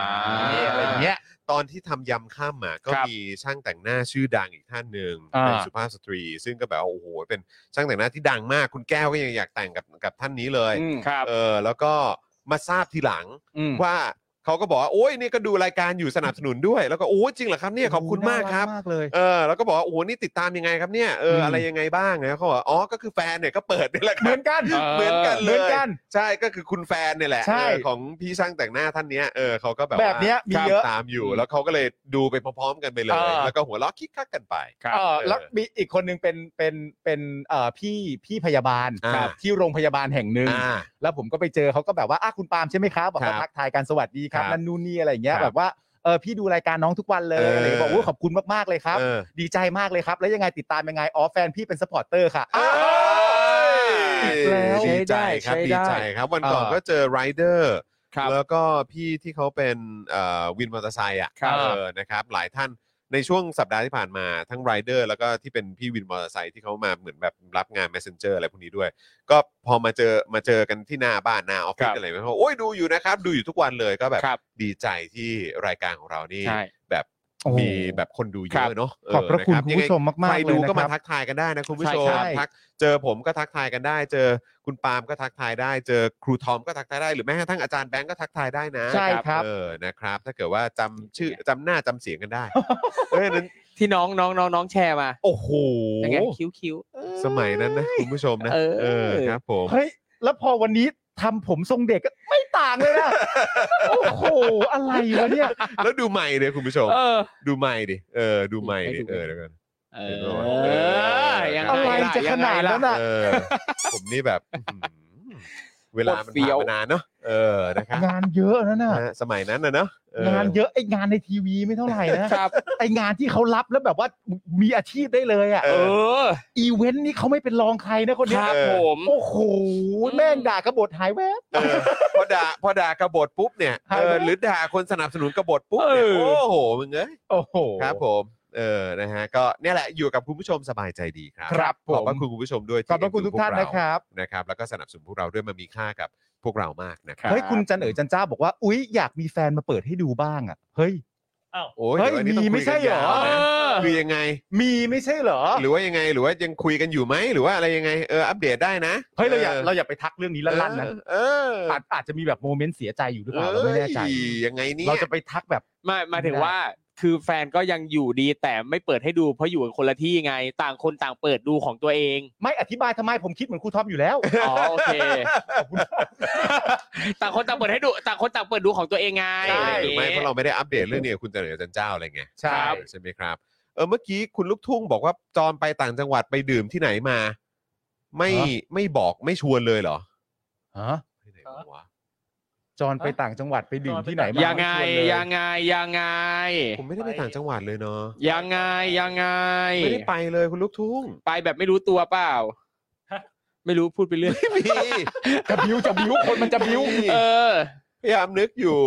Speaker 2: า
Speaker 3: นี่อะไรอย่างเงี้ย
Speaker 2: ตอนที่ทำยำข้ามอ่ะก็
Speaker 3: ครับ
Speaker 2: มีช่างแต่งหน้าชื่อดังอีกท่านหนึ่ง
Speaker 3: อ่า
Speaker 2: เป็นสุภาพสตรี ซึ่งก็แบบว่าโอ้โหเป็นช่างแต่งหน้าที่ดังมาก คุณแก้วก็ยังอยากแต่งกับกับท่านนี้เลย
Speaker 4: ครับ
Speaker 2: เออแล้วก็มาทราบทีหลัง
Speaker 3: อืม
Speaker 2: ว่าเขาก็บอกว่าโอ้ยเนี่ยก็ดูรายการอยู่สนับสนุนด้วย แล้วก็โอ้ยจริงเหรอครับเนี่ยขอบคุณมากครับ
Speaker 3: น่รัมากเลย
Speaker 2: เออแล้วก็บอกว่าโอ้โหนี่ติดตามยังไงครับเนี่ยเออ
Speaker 3: ม
Speaker 2: อะไรยังไงบ้างนะเขาบอกว่าอ๋อก็คือแฟนเนี่ยก็เปิดนี่แหละค
Speaker 3: เหมื
Speaker 2: รับ
Speaker 3: อนกัน
Speaker 2: เหมือนกันเลย
Speaker 3: เหมือนกัน
Speaker 2: ใช่ก็คือคุณแฟนเนี่ยแหละ
Speaker 3: ใช่
Speaker 2: เออของพี่ช่างแต่งหน้าท่านเนี้ยเออเขาก็แบบ
Speaker 3: แบบเนี้ย
Speaker 2: ว่า
Speaker 3: มีเยอะ
Speaker 2: ตามอยู่ แล้วเขาก็เลยดูไปพร้อมๆกันไปเลย
Speaker 3: เออ
Speaker 2: แล้วก็หัวเราะคิกคักกันไป
Speaker 3: เออแล้วมีอีกคนนึงเป็นเป็นเป็นเอ่อพี่พี่พยาบาล
Speaker 2: อ่า
Speaker 3: ครับที่โรงพยาบาลแห่งหนึ่ง
Speaker 2: อ่า
Speaker 3: แล้วผมก็ไปเจอเขาก็แบบว่าอ่ะคุณปาล์มใช่ไหมครับ บอก
Speaker 2: ครับ
Speaker 3: ว่าทักทายกันสวัสดีครับ
Speaker 2: ครับ
Speaker 3: นั่นนู่นนี่อะไรอย่างเงี้
Speaker 2: ค
Speaker 3: ย
Speaker 2: รับ
Speaker 3: แบบว่าเออพี่ดูรายการน้องทุกวันเลย
Speaker 2: เอออ
Speaker 3: อะไรอย่างเงี้ยบอกว่าขอบคุณมากๆเลยครับ
Speaker 2: เออ
Speaker 3: ดีใจมากเลยครับ แล้วยังไงติดตามยังไงอ๋อแฟนพี่เป็นสปอร์ตเตอร์ค่ะ
Speaker 2: เอ้
Speaker 3: อ้าว
Speaker 2: ย
Speaker 3: อีกแล้ว
Speaker 2: ดีใจครับ
Speaker 3: ใช้
Speaker 2: ดี
Speaker 3: ได้
Speaker 2: ใจครับ วันก่อน
Speaker 3: เออ
Speaker 2: ก็เจอไรเดอร์
Speaker 4: ครับ
Speaker 2: แล้วก็พี่ที่เขาเป็นเอ่อวินมอเตอร์ไซค์อ่ะ
Speaker 3: ครับ
Speaker 2: เออนะครับหลายท่านในช่วงสัปดาห์ที่ผ่านมาทั้งไรเดอร์แล้วก็ที่เป็นพี่วินมอเตอร์ไซค์ที่เขามาเหมือนแบบรับงาน Messenger อะไรพวกนี้ด้วย ก็พอมาเจอมาเจอกันที่หน้าบ้านหน้าออฟฟิ
Speaker 4: ค
Speaker 2: ศ
Speaker 4: รับ
Speaker 2: อะไรแบบนี้เขาบอกโอ้ยดูอยู่นะครับ ดูอยู่ทุกวันเลยก็แบบ
Speaker 4: ครับ
Speaker 2: ดีใจที่รายการของเรานี่
Speaker 4: ใช่
Speaker 2: แบบ
Speaker 3: โอ้โห
Speaker 2: มีแบบคนดูเย
Speaker 3: ครับ
Speaker 2: อะเนาะเ
Speaker 3: ขอบพระคุณ
Speaker 2: น
Speaker 3: คุณ
Speaker 2: ยังไง
Speaker 3: ผู้ชมมากๆ
Speaker 2: ใครดู
Speaker 3: เลยนะครับ
Speaker 2: ก็มาทักทายกันได้นะคุณผู้ชม
Speaker 3: ใช่ใช่
Speaker 2: ทักเจอผมก็ทักทายกันได้ เจอคุณปาล์มก็ทักทายได้ เจอครูทอมก็ทักทายได้หรือแม้กระทั่งอาจารย์แบงก์ก็ทักทายได้นะ
Speaker 3: ใช่ครับ
Speaker 2: เออนะครับ ถ้าเกิดว่าจำชื่อจำหน้าจำเสียงกัน ได้ เอ้ยนั้น
Speaker 4: ที่น้องน้องน้องน้องแชร์มา
Speaker 2: โอ้โห
Speaker 4: ยังไงคิ้วคิ้วเอ้
Speaker 2: สมัยนั้นนะคุณผู้ชมนะ
Speaker 4: เออ
Speaker 2: เออครับผม
Speaker 3: เฮ้ยแล้วพอวันนี้ทำผมทรงเด็กก็ไม่ต่างเลยนะ โอ้โห อะไรวะเนี่ย
Speaker 2: แล้วดูใหม่เลยคุณผู้ชม
Speaker 4: เออ
Speaker 2: ดูใหม่ดิเออดูใหม่ดิ
Speaker 4: ให้ดู
Speaker 2: เออเดี๋ยวกัน
Speaker 4: เอ
Speaker 2: เอ
Speaker 4: อ
Speaker 2: อ
Speaker 4: ยังง
Speaker 3: อะไร
Speaker 4: ล่
Speaker 3: จะขนาด
Speaker 4: ยังไงล่ะ
Speaker 3: นั้นน่ะ
Speaker 2: เออ ผมนี่แบบอื้อหือเวลามัน
Speaker 4: โคตรเฟี้
Speaker 2: ผ่า
Speaker 4: ย
Speaker 2: น
Speaker 4: ว
Speaker 2: มานานเนาะเออนะครับ
Speaker 3: งานเยอะนะน่ะ
Speaker 2: นะฮะสมัยนั้นนะเนาะเออง
Speaker 3: านเยอะไองานในทีวีไม่เท่าไหร่นะครับ ไองานที่เขารับแล้วแบบว่ามีอาชีพได้เลยอ่ะ
Speaker 2: เอ
Speaker 4: เอ
Speaker 2: อ
Speaker 4: อ
Speaker 3: อีเวนต์นี่เขาไม่เป็นรองใครนะค
Speaker 4: ค
Speaker 3: นเนี้ย
Speaker 4: รับ
Speaker 2: เออ
Speaker 4: ผม
Speaker 3: โอ้โหแม่งด่ากระบทหายแวบ
Speaker 2: เออพอด่าพอด่ากบฏปุ๊บเนี่ย
Speaker 3: หาย
Speaker 2: เอ
Speaker 3: ไป
Speaker 2: อหรือด่าคนสนับสนุนกบฏปุ๊บเนี่ย
Speaker 4: เออ
Speaker 2: โอ้โหมึงเอ้ย
Speaker 3: โอ้โห
Speaker 2: ครับผมเออนะฮะก็เนี่ยแหละอยู่กับคุณผู้ชมสบายใจดีครับ
Speaker 3: ครับผม
Speaker 2: ขอบพระคุณคุณผู้ชมด้วย
Speaker 3: ขอบพระคุณทุกท่านนะ
Speaker 2: บ
Speaker 3: ครับ
Speaker 2: นะครับแล้วก็สนับสนุนพวกเราด้วยมันมีค่ากับพวกเรามากนะครับ
Speaker 3: เฮ้ยคุณจันเอ๋ยจันเจ้าบอกว่า อุ๊ย อยากมีแฟนมาเปิดให้ดูบ้างอ่ะ เฮ้ย
Speaker 5: อ้าว
Speaker 2: โอ้ย
Speaker 3: เฮ้ย
Speaker 2: ดี๋วอันนี้ต้อง
Speaker 3: มีไม่
Speaker 2: คุย
Speaker 3: ใช่
Speaker 2: กันยาว
Speaker 3: เหร
Speaker 4: เอ
Speaker 2: นะ
Speaker 4: อ
Speaker 2: คือยังไง
Speaker 3: มีไม่ใช่เหรอ
Speaker 2: หรือว่ายังไงหรือว่ายังคุยกันอยู่ไหมหรือว่าอะไรยังไงเอออัปเดตได้นะ
Speaker 3: เฮ้ย เราอย่าเราอย่าไปทักเรื่องนี้ละลั่นนะ
Speaker 2: เออ
Speaker 3: อาจอาจจะมีแบบโมเมนต์เสียใจอยู่หรือเปล่าเรา
Speaker 2: เอ้
Speaker 3: ไม่แน่ใจ
Speaker 2: ยยังไงเนี่ย
Speaker 3: เราจะไปทักแบบ
Speaker 4: หมายหมายถึงว่าคือแฟนก็ยังอยู่ดีแต่ไม่เปิดให้ดูเพราะอยู่กันคนละที่ไงต่างคนต่างเปิดดูของตัวเอง
Speaker 3: ไม่อธิบายทำไมผมคิดเหมือนครูทอมอยู่แล้ว
Speaker 4: อ๋อโอเค ต่างคนต่างเปิดให้ดู ต่างคนต่างเปิดดูของตัวเองไง
Speaker 2: ใช่
Speaker 4: อะรอย่งงี้ย
Speaker 2: ไม่เพราะเราไม่ได้อัปเดตเรื่องนี้กับคุณเจริญกับจันเจ้าอะไรไง
Speaker 3: ใช่
Speaker 2: ใช่ไหมครับเออเมื่อกี้คุณลูกทุ่งบอกว่าจอนไปต่างจังหวัดไปดื่มที่ไหนมา ไม่
Speaker 3: ฮะ
Speaker 2: ไม่บอกไม่ชวนเลยเหรอ
Speaker 3: ฮะ
Speaker 2: ไปไหนมาวะ
Speaker 3: จอนไปต่างจังหวัดไปดื่มที่ไหนมา
Speaker 4: ยังไง
Speaker 3: ม่ชวนเล
Speaker 4: ยังไงยังไง
Speaker 2: ผมไม่ได้ไปต่างจังหวัดเลยเนาะ
Speaker 4: ยังไงยังไง
Speaker 2: ไม่ได้ไปเลยคุณลูกทุ่ง
Speaker 4: ไปแบบไม่รู้ตัวเปล่า
Speaker 5: ฮะ
Speaker 4: ไม่รู้พูดไปเรื่อย
Speaker 2: ไม่มี
Speaker 3: จะบิ้วจะบิ้วคนมันจะบิ้ว
Speaker 4: เออ
Speaker 2: พยายามนึกอยู่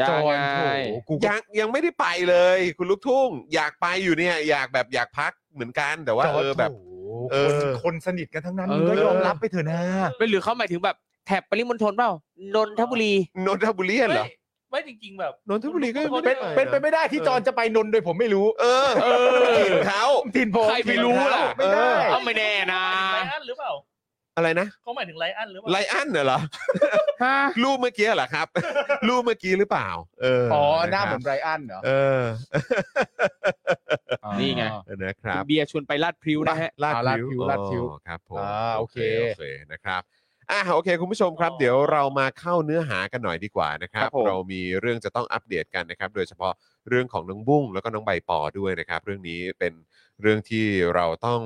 Speaker 4: ยัง
Speaker 3: จอน
Speaker 4: ไง
Speaker 3: โถกูก็
Speaker 2: ยังยังไม่ได้ไปเลย คุณลูกทุ่ง อยากไปอยู่เนี่ย อยากแบบอยากพักเหมือนกันแต่ว่า
Speaker 3: จ
Speaker 2: เออแบบ
Speaker 3: โโห
Speaker 2: เออ
Speaker 3: คนคนสนิทกันทั้งนั้นมึงก็ยอมรับไปเถอะนะ
Speaker 4: ไม่หรือเขาหมายถึงแบบแถบปริมณฑลเปล่านนทบุรี
Speaker 2: นนทบุรีเหรอ
Speaker 5: ไม่ไม่จริง ๆ แบบ
Speaker 2: นนทบุรีก็ยังไม่
Speaker 3: เป็
Speaker 2: ได้
Speaker 3: น
Speaker 2: ไะ
Speaker 3: เป็นไปไม่ได้ที่จอนจะไปนนท์โดยผมไม่รู้
Speaker 2: เออ
Speaker 4: เออ
Speaker 2: ถิ่นเขา
Speaker 3: ถิ่นผม
Speaker 4: ใครไปรู้ล่ะ
Speaker 3: ไม่ได้
Speaker 4: เอาไม่แน่นะ
Speaker 5: หมายถึงไลอ้อนหรือเปล่า
Speaker 2: อะไรนะ
Speaker 5: เขาหมายถึงไลอ้อนหรือเปล่า
Speaker 2: ไลอันเหรอรูปเมื่อกี้เหรอครับ รูปเมื่อกี้หรือเปล่า เออ
Speaker 3: อ๋
Speaker 2: อ๋
Speaker 3: อหน้าเหมือนไรอันเหรอ
Speaker 2: เออ
Speaker 3: อ๋อ
Speaker 4: นี่ไง
Speaker 2: นะค
Speaker 4: คุ
Speaker 2: รั
Speaker 4: ณ
Speaker 2: บ
Speaker 4: เบียร์ชวนไปลาดพริ้วนะฮะ
Speaker 2: ลาด
Speaker 3: เอาลาด
Speaker 2: พ
Speaker 3: พริ้
Speaker 2: ริ้
Speaker 3: ว
Speaker 2: ว
Speaker 3: ลาดพริ้ว
Speaker 2: อ๋อครับผม
Speaker 3: อ่าโอเค
Speaker 2: โอเคนะครับอ่ะโอเค คุณผู้ชมครับ เดี๋ยวเรามาเข้าเนื้อหากันหน่อยดีกว่านะครับ
Speaker 4: ครับผม
Speaker 2: เรามีเรื่องจะต้องอัปเดตกันนะครับ โดยเฉพาะเรื่องของน้องบุ้งแล้วก็น้องใบปอด้วยนะครับ เรื่องนี้เป็นเรื่องที่เราต้อง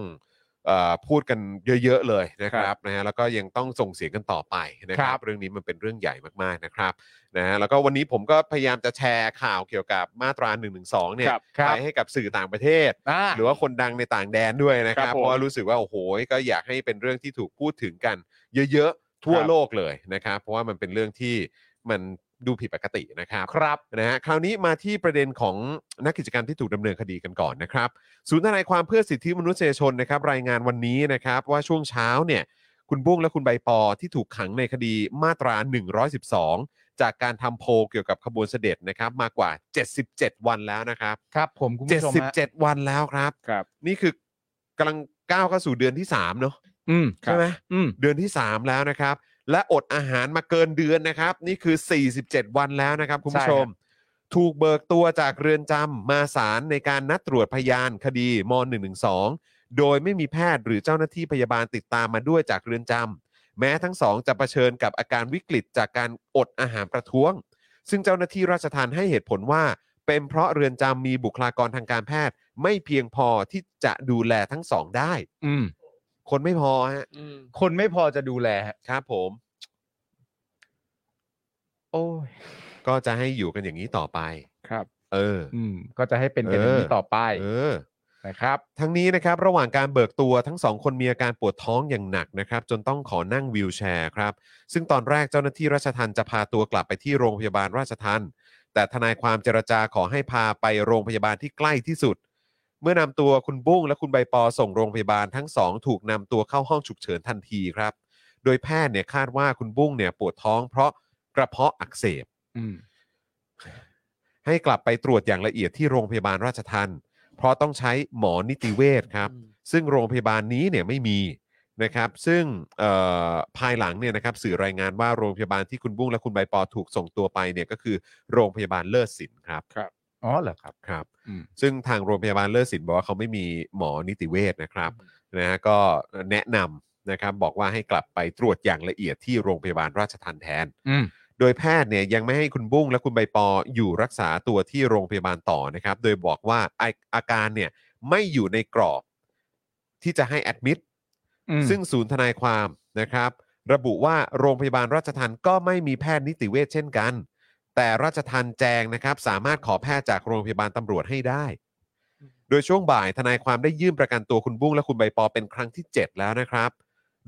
Speaker 2: เอ่อพูดกันเยอะๆเลยนะครับนะฮะแล้วก็ยังต้องส่งเสียงกันต่อไปนะค
Speaker 3: ค
Speaker 2: รั
Speaker 3: รับ บ
Speaker 2: เรื่องนี้มันเป็นเรื่องใหญ่มากๆนะครับนะฮะแล้วก็วันนี้ผมก็พยายามจะแชร์ข่าวเกี่ยวกับมาตรา1นึเนี่ย
Speaker 4: ครับ
Speaker 3: ครั
Speaker 2: ไป
Speaker 3: บ
Speaker 2: ให้กับสื่อต่างประเทศ
Speaker 3: อ่า
Speaker 2: หรือว่าคนดังในต่างแดนด้วยนะค
Speaker 4: ค
Speaker 2: รั
Speaker 4: รับ บผม
Speaker 2: เพราะว่ารู้สึกว่าโอ้โหก็อยากให้เป็นเรื่องที่ถูกพูดถึงกัน เยอะๆ ทั่ว
Speaker 3: ครับ
Speaker 2: โลกเลยนะครับ เพราะว่ามันเป็นเรื่องที่มันดูผิดปกตินะครับ
Speaker 3: ครับ
Speaker 2: นะฮะคราวนี้มาที่ประเด็นของนักกิจกรรมที่ถูกดำเนินคดีกันก่อนนะครับ ศูนย์ทนายความเพื่อสิทธิมนุษยชนนะครับ รายงานวันนี้นะครับ ว่าช่วงเช้าเนี่ย คุณบุ้งและคุณใบปอที่ถูกขังในคดีมาตรา 112 จากการทำโพลเกี่ยวกับขบวนเสด็จนะครับ มากว่า 77 วันแล้วนะครับ
Speaker 3: ครับผมคุณผู้ชมฮะ
Speaker 2: 77 วันแล้วครับ
Speaker 4: ครับ
Speaker 2: นี่คือกำลังก้าวเข้าสู่เดือนที่ 3 เนอะ
Speaker 3: อืม
Speaker 2: ใช่ไหม
Speaker 3: อืม
Speaker 2: เดือนที่ 3 แล้วนะครับ และอดอาหารมาเกินเดือนนะครับ นี่คือ 47 วันแล้วนะครับ คุณผู้ชม ถูกเบิกตัวจากเรือนจำมาศาลในการนัดตรวจพยานคดีม .112 โดยไม่มีแพทย์หรือเจ้าหน้าที่พยาบาลติดตามมาด้วยจากเรือนจำแม้ทั้งสองจะเผชิญกับอาการวิกฤตจากการอดอาหารประท้วง ซึ่งเจ้าหน้าที่ราชทัณฑ์ให้เหตุผลว่า เป็นเพราะเรือนจำมีบุคลากรทางการแพทย์ ไม่เพียงพอที่จะดูแลทั้งสองได้
Speaker 3: อืม
Speaker 2: คนไม่พอฮะ
Speaker 4: อืม
Speaker 3: คนไม่พอจะดูแลฮะ
Speaker 2: ครับผม
Speaker 3: โอ้ย
Speaker 2: ก็จะให้อยู่กันอย่างนี้ต่อไป
Speaker 4: ครับ
Speaker 2: เออ
Speaker 3: อืม ก็จะให้เป็นกันอย่างนี้
Speaker 2: เออ
Speaker 3: ต่อไป
Speaker 2: เออ
Speaker 3: นะครับ
Speaker 2: ทั้งนี้นะครับระหว่างการเบิกตัวทั้งสองคนมีอาการปวดท้องอย่างหนักนะครับ จนต้องขอนั่งวีลแชร์ครับ ซึ่งตอนแรกเจ้าหน้าที่ราชทันจะพาตัวกลับไปที่โรงพยาบาลราชทันแต่ทนายความเจรจาขอให้พาไปโรงพยาบาลที่ใกล้ที่สุด เมื่อนำตัวคุณบุ้งและคุณใบปอส่งโรงพยาบาลทั้งสองถูกนำตัวเข้าห้องฉุกเฉินทันทีครับ โดยแพทย์เนี่ยคาดว่าคุณบุ้งเนี่ยปวดท้องเพราะกระเพาะอักเสบ
Speaker 3: อืม
Speaker 2: ให้กลับไปตรวจอย่างละเอียดที่โรงพยาบาลราชทันเพราะต้องใช้หมอนิติเวชครับ ซึ่งโรงพยาบาลนี้เนี่ยไม่มีนะครับ ซึ่งเอ่อภายหลังเนี่ยนะครับสื่อรายงานว่าโรงพยาบาลที่คุณบุ้งและคุณใบปอถูกส่งตัวไปเนี่ยก็คือโรงพยาบาลเลิศสินครับ
Speaker 3: อ๋อเหรอครับ
Speaker 2: ครับ
Speaker 3: อืม
Speaker 2: ซึ่งทางโรงพยาบาลเลิศสินบอกว่าเขาไม่มีหมอนิติเวชนะครับนะฮะก็แนะนำนะครับบอกว่าให้กลับไปตรวจอย่างละเอียดที่โรงพยาบาลราชทันแทน
Speaker 3: อืม
Speaker 2: โดยแพทย์เนี่ยยังไม่ให้คุณบุ้งและคุณใบปออยู่รักษาตัวที่โรงพยาบาลต่อนะครับ โดยบอกว่าอาอาการเนี่ยไม่อยู่ในกรอบที่จะให้แอดมิด
Speaker 3: อืม
Speaker 2: ซึ่งศูนย์ทนายความนะครับ ระบุว่าโรงพยาบาลราชทันก็ไม่มีแพทย์นิติเวชเช่นกัน แต่ราชทันแจงนะครับ สามารถขอแพทย์จากโรงพยาบาลตำรวจให้ได้ โดยช่วงบ่ายทนายความได้ยื่นประกันตัวคุณบุ้งและคุณใบปอเป็นครั้งที่ 7 แล้วนะครับ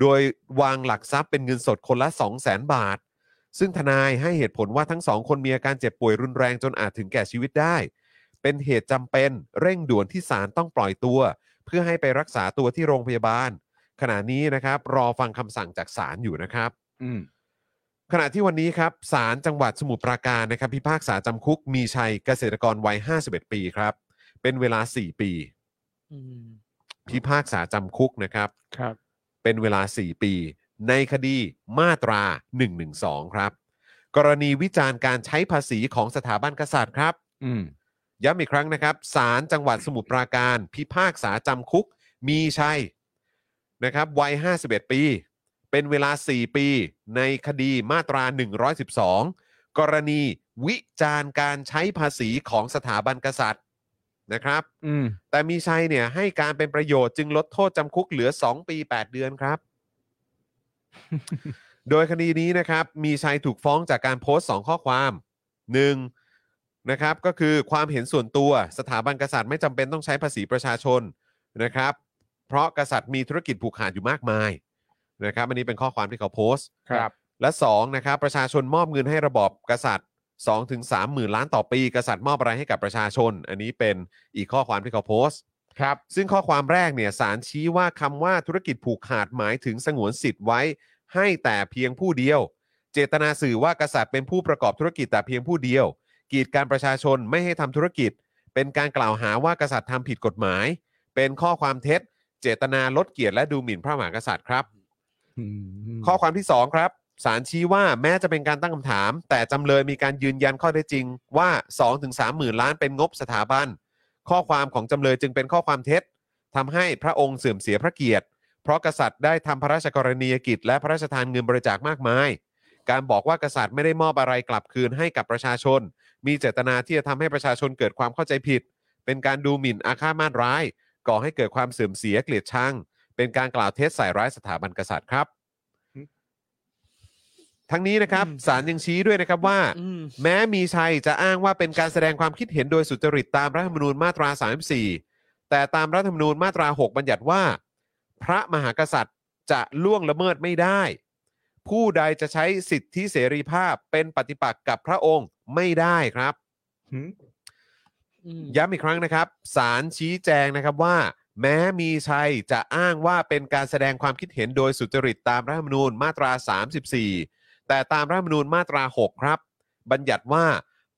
Speaker 2: โดยวางหลักทรัพย์เป็นเงินสดคนละ 2 0 0 0 0 0 บาท ซึ่งทนายให้เหตุผลว่าทั้งสองคนมีอาการเจ็บป่วยรุนแรงจนอาจถึงแก่ชีวิตได้ เป็นเหตุจำเป็นเร่งด่วนที่ศาลต้องปล่อยตัว เพื่อให้ไปรักษาตัวที่โรงพยาบาล ขณะนี้นะครับรอฟังคำสั่งจากศาลอยู่นะครับ
Speaker 3: อืม
Speaker 2: ขณะที่วันนี้ครับศาลจังหวัดสมุทรปราการนะครับ พิพากษาจำคุกมีชัยเกษตรกรวัย 51 ปีครับ เป็นเวลา 4 ปี พิพากษาจำคุกนะครับ
Speaker 4: ครับ
Speaker 2: เป็นเวลา 4 ปี ในคดีมาตรา 112 ครับ กรณีวิจารณ์การใช้ภาษีของสถาบันกษัตริย์ครับ
Speaker 3: อืม
Speaker 2: ย้ำอีกครั้งนะครับศาลจังหวัดสมุทรปราการ พิพากษาจำคุกมีชัยนะครับวัย 51 ปี เป็นเวลา 4 ปี ในคดีมาตรา 112 กรณีวิจารณ์การใช้ภาษีของสถาบันกษัตริย์นะครับ
Speaker 3: อืม
Speaker 2: แต่มีชัยเนี่ยให้การเป็นประโยชน์จึงลดโทษจำคุกเหลือ 2 ปี 8 เดือนครับ โดยคดีนี้นะครับ มีชัยถูกฟ้องจากการโพสต์ 2 ข้อความ 1. นะครับก็คือความเห็นส่วนตัวสถาบันกษัตริย์ไม่จำเป็นต้องใช้ภาษีประชาชนนะครับ เพราะกษัตริย์มีธุรกิจผูกขาดอยู่มากมายนะครับอันนี้เป็นข้อความที่เขาโพสต์
Speaker 3: ครับ
Speaker 2: และ2นะครับประชาชนมอบเงินให้ระบอบกษัตริย์2ถึง3หมื่นล้านต่อปี กษัตริย์มอบอะไรให้กับประชาชน อันนี้เป็นอีกข้อความที่เขาโพสต์
Speaker 3: ครับ
Speaker 2: ซึ่งข้อความแรกเนี่ยสารชี้ว่าคำว่าธุรกิจผูกขาดหมายถึงสงวนสิทธิ์ไว้ ให้แต่เพียงผู้เดียว เจตนาสื่อว่ากษัตริย์เป็นผู้ประกอบธุรกิจแต่เพียงผู้เดียว กีดการประชาชนไม่ให้ทำธุรกิจ เป็นการกล่าวหาว่ากษัตริย์ทำผิดกฎหมาย เป็นข้อความเท็จ เจตนาลดเกียรติและดูหมิ่นพระมหากษัตริย์ครับ ข้อความที่ 2 ครับสารชี้ว่าแม้จะเป็นการตั้งคำถาม แต่จำเลยมีการยืนยันข้อเท็จจริงว่า 2-3หมื่นล้านเป็นงบสถาบัน ข้อความของจำเลยจึงเป็นข้อความเท็จทำให้พระองค์เสื่อมเสียพระเกียรติ เพราะกษัตริย์ได้ทำพระราชกรณียกิจ และพระราชทานเงินบริจาคมากมาย การบอกว่ากษัตริย์ไม่ได้มอบอะไรกลับคืนให้กับประชาชน มีเจตนาที่จะทำให้ประชาชนเกิดความเข้าใจผิด เป็นการดูหมิ่นอาฆาตมาตร้าย ก่อให้เกิดความเสื่อมเสียเกลียดชังเป็นการกล่าวเท็จใส่ร้ายสถาบันกษัตริย์ครับ ทั้งนี้นะครับ
Speaker 4: อืม
Speaker 2: ศาลยังชี้ด้วยนะครับว่า แม้มีชัยจะอ้างว่าเป็นการแสดงความคิดเห็นโดยสุจริตตามรัฐธรรมนูญมาตรา 34 แต่ตามรัฐธรรมนูญมาตรา 6 บัญญัติว่า พระมหากษัตริย์จะล่วงละเมิดไม่ได้ ผู้ใดจะใช้สิทธิเสรีภาพเป็นปฏิปักษ์กับพระองค์ไม่ได้ครับ ย้ำอีกครั้งนะครับศาลชี้แจงนะครับว่า แม้มีชัยจะอ้างว่าเป็นการแสดงความคิดเห็นโดยสุจริตตามรัฐธรรมนูญมาตรา 34 แต่ตามรัฐธรรมนูญมาตรา 6 ครับ บัญญัติว่า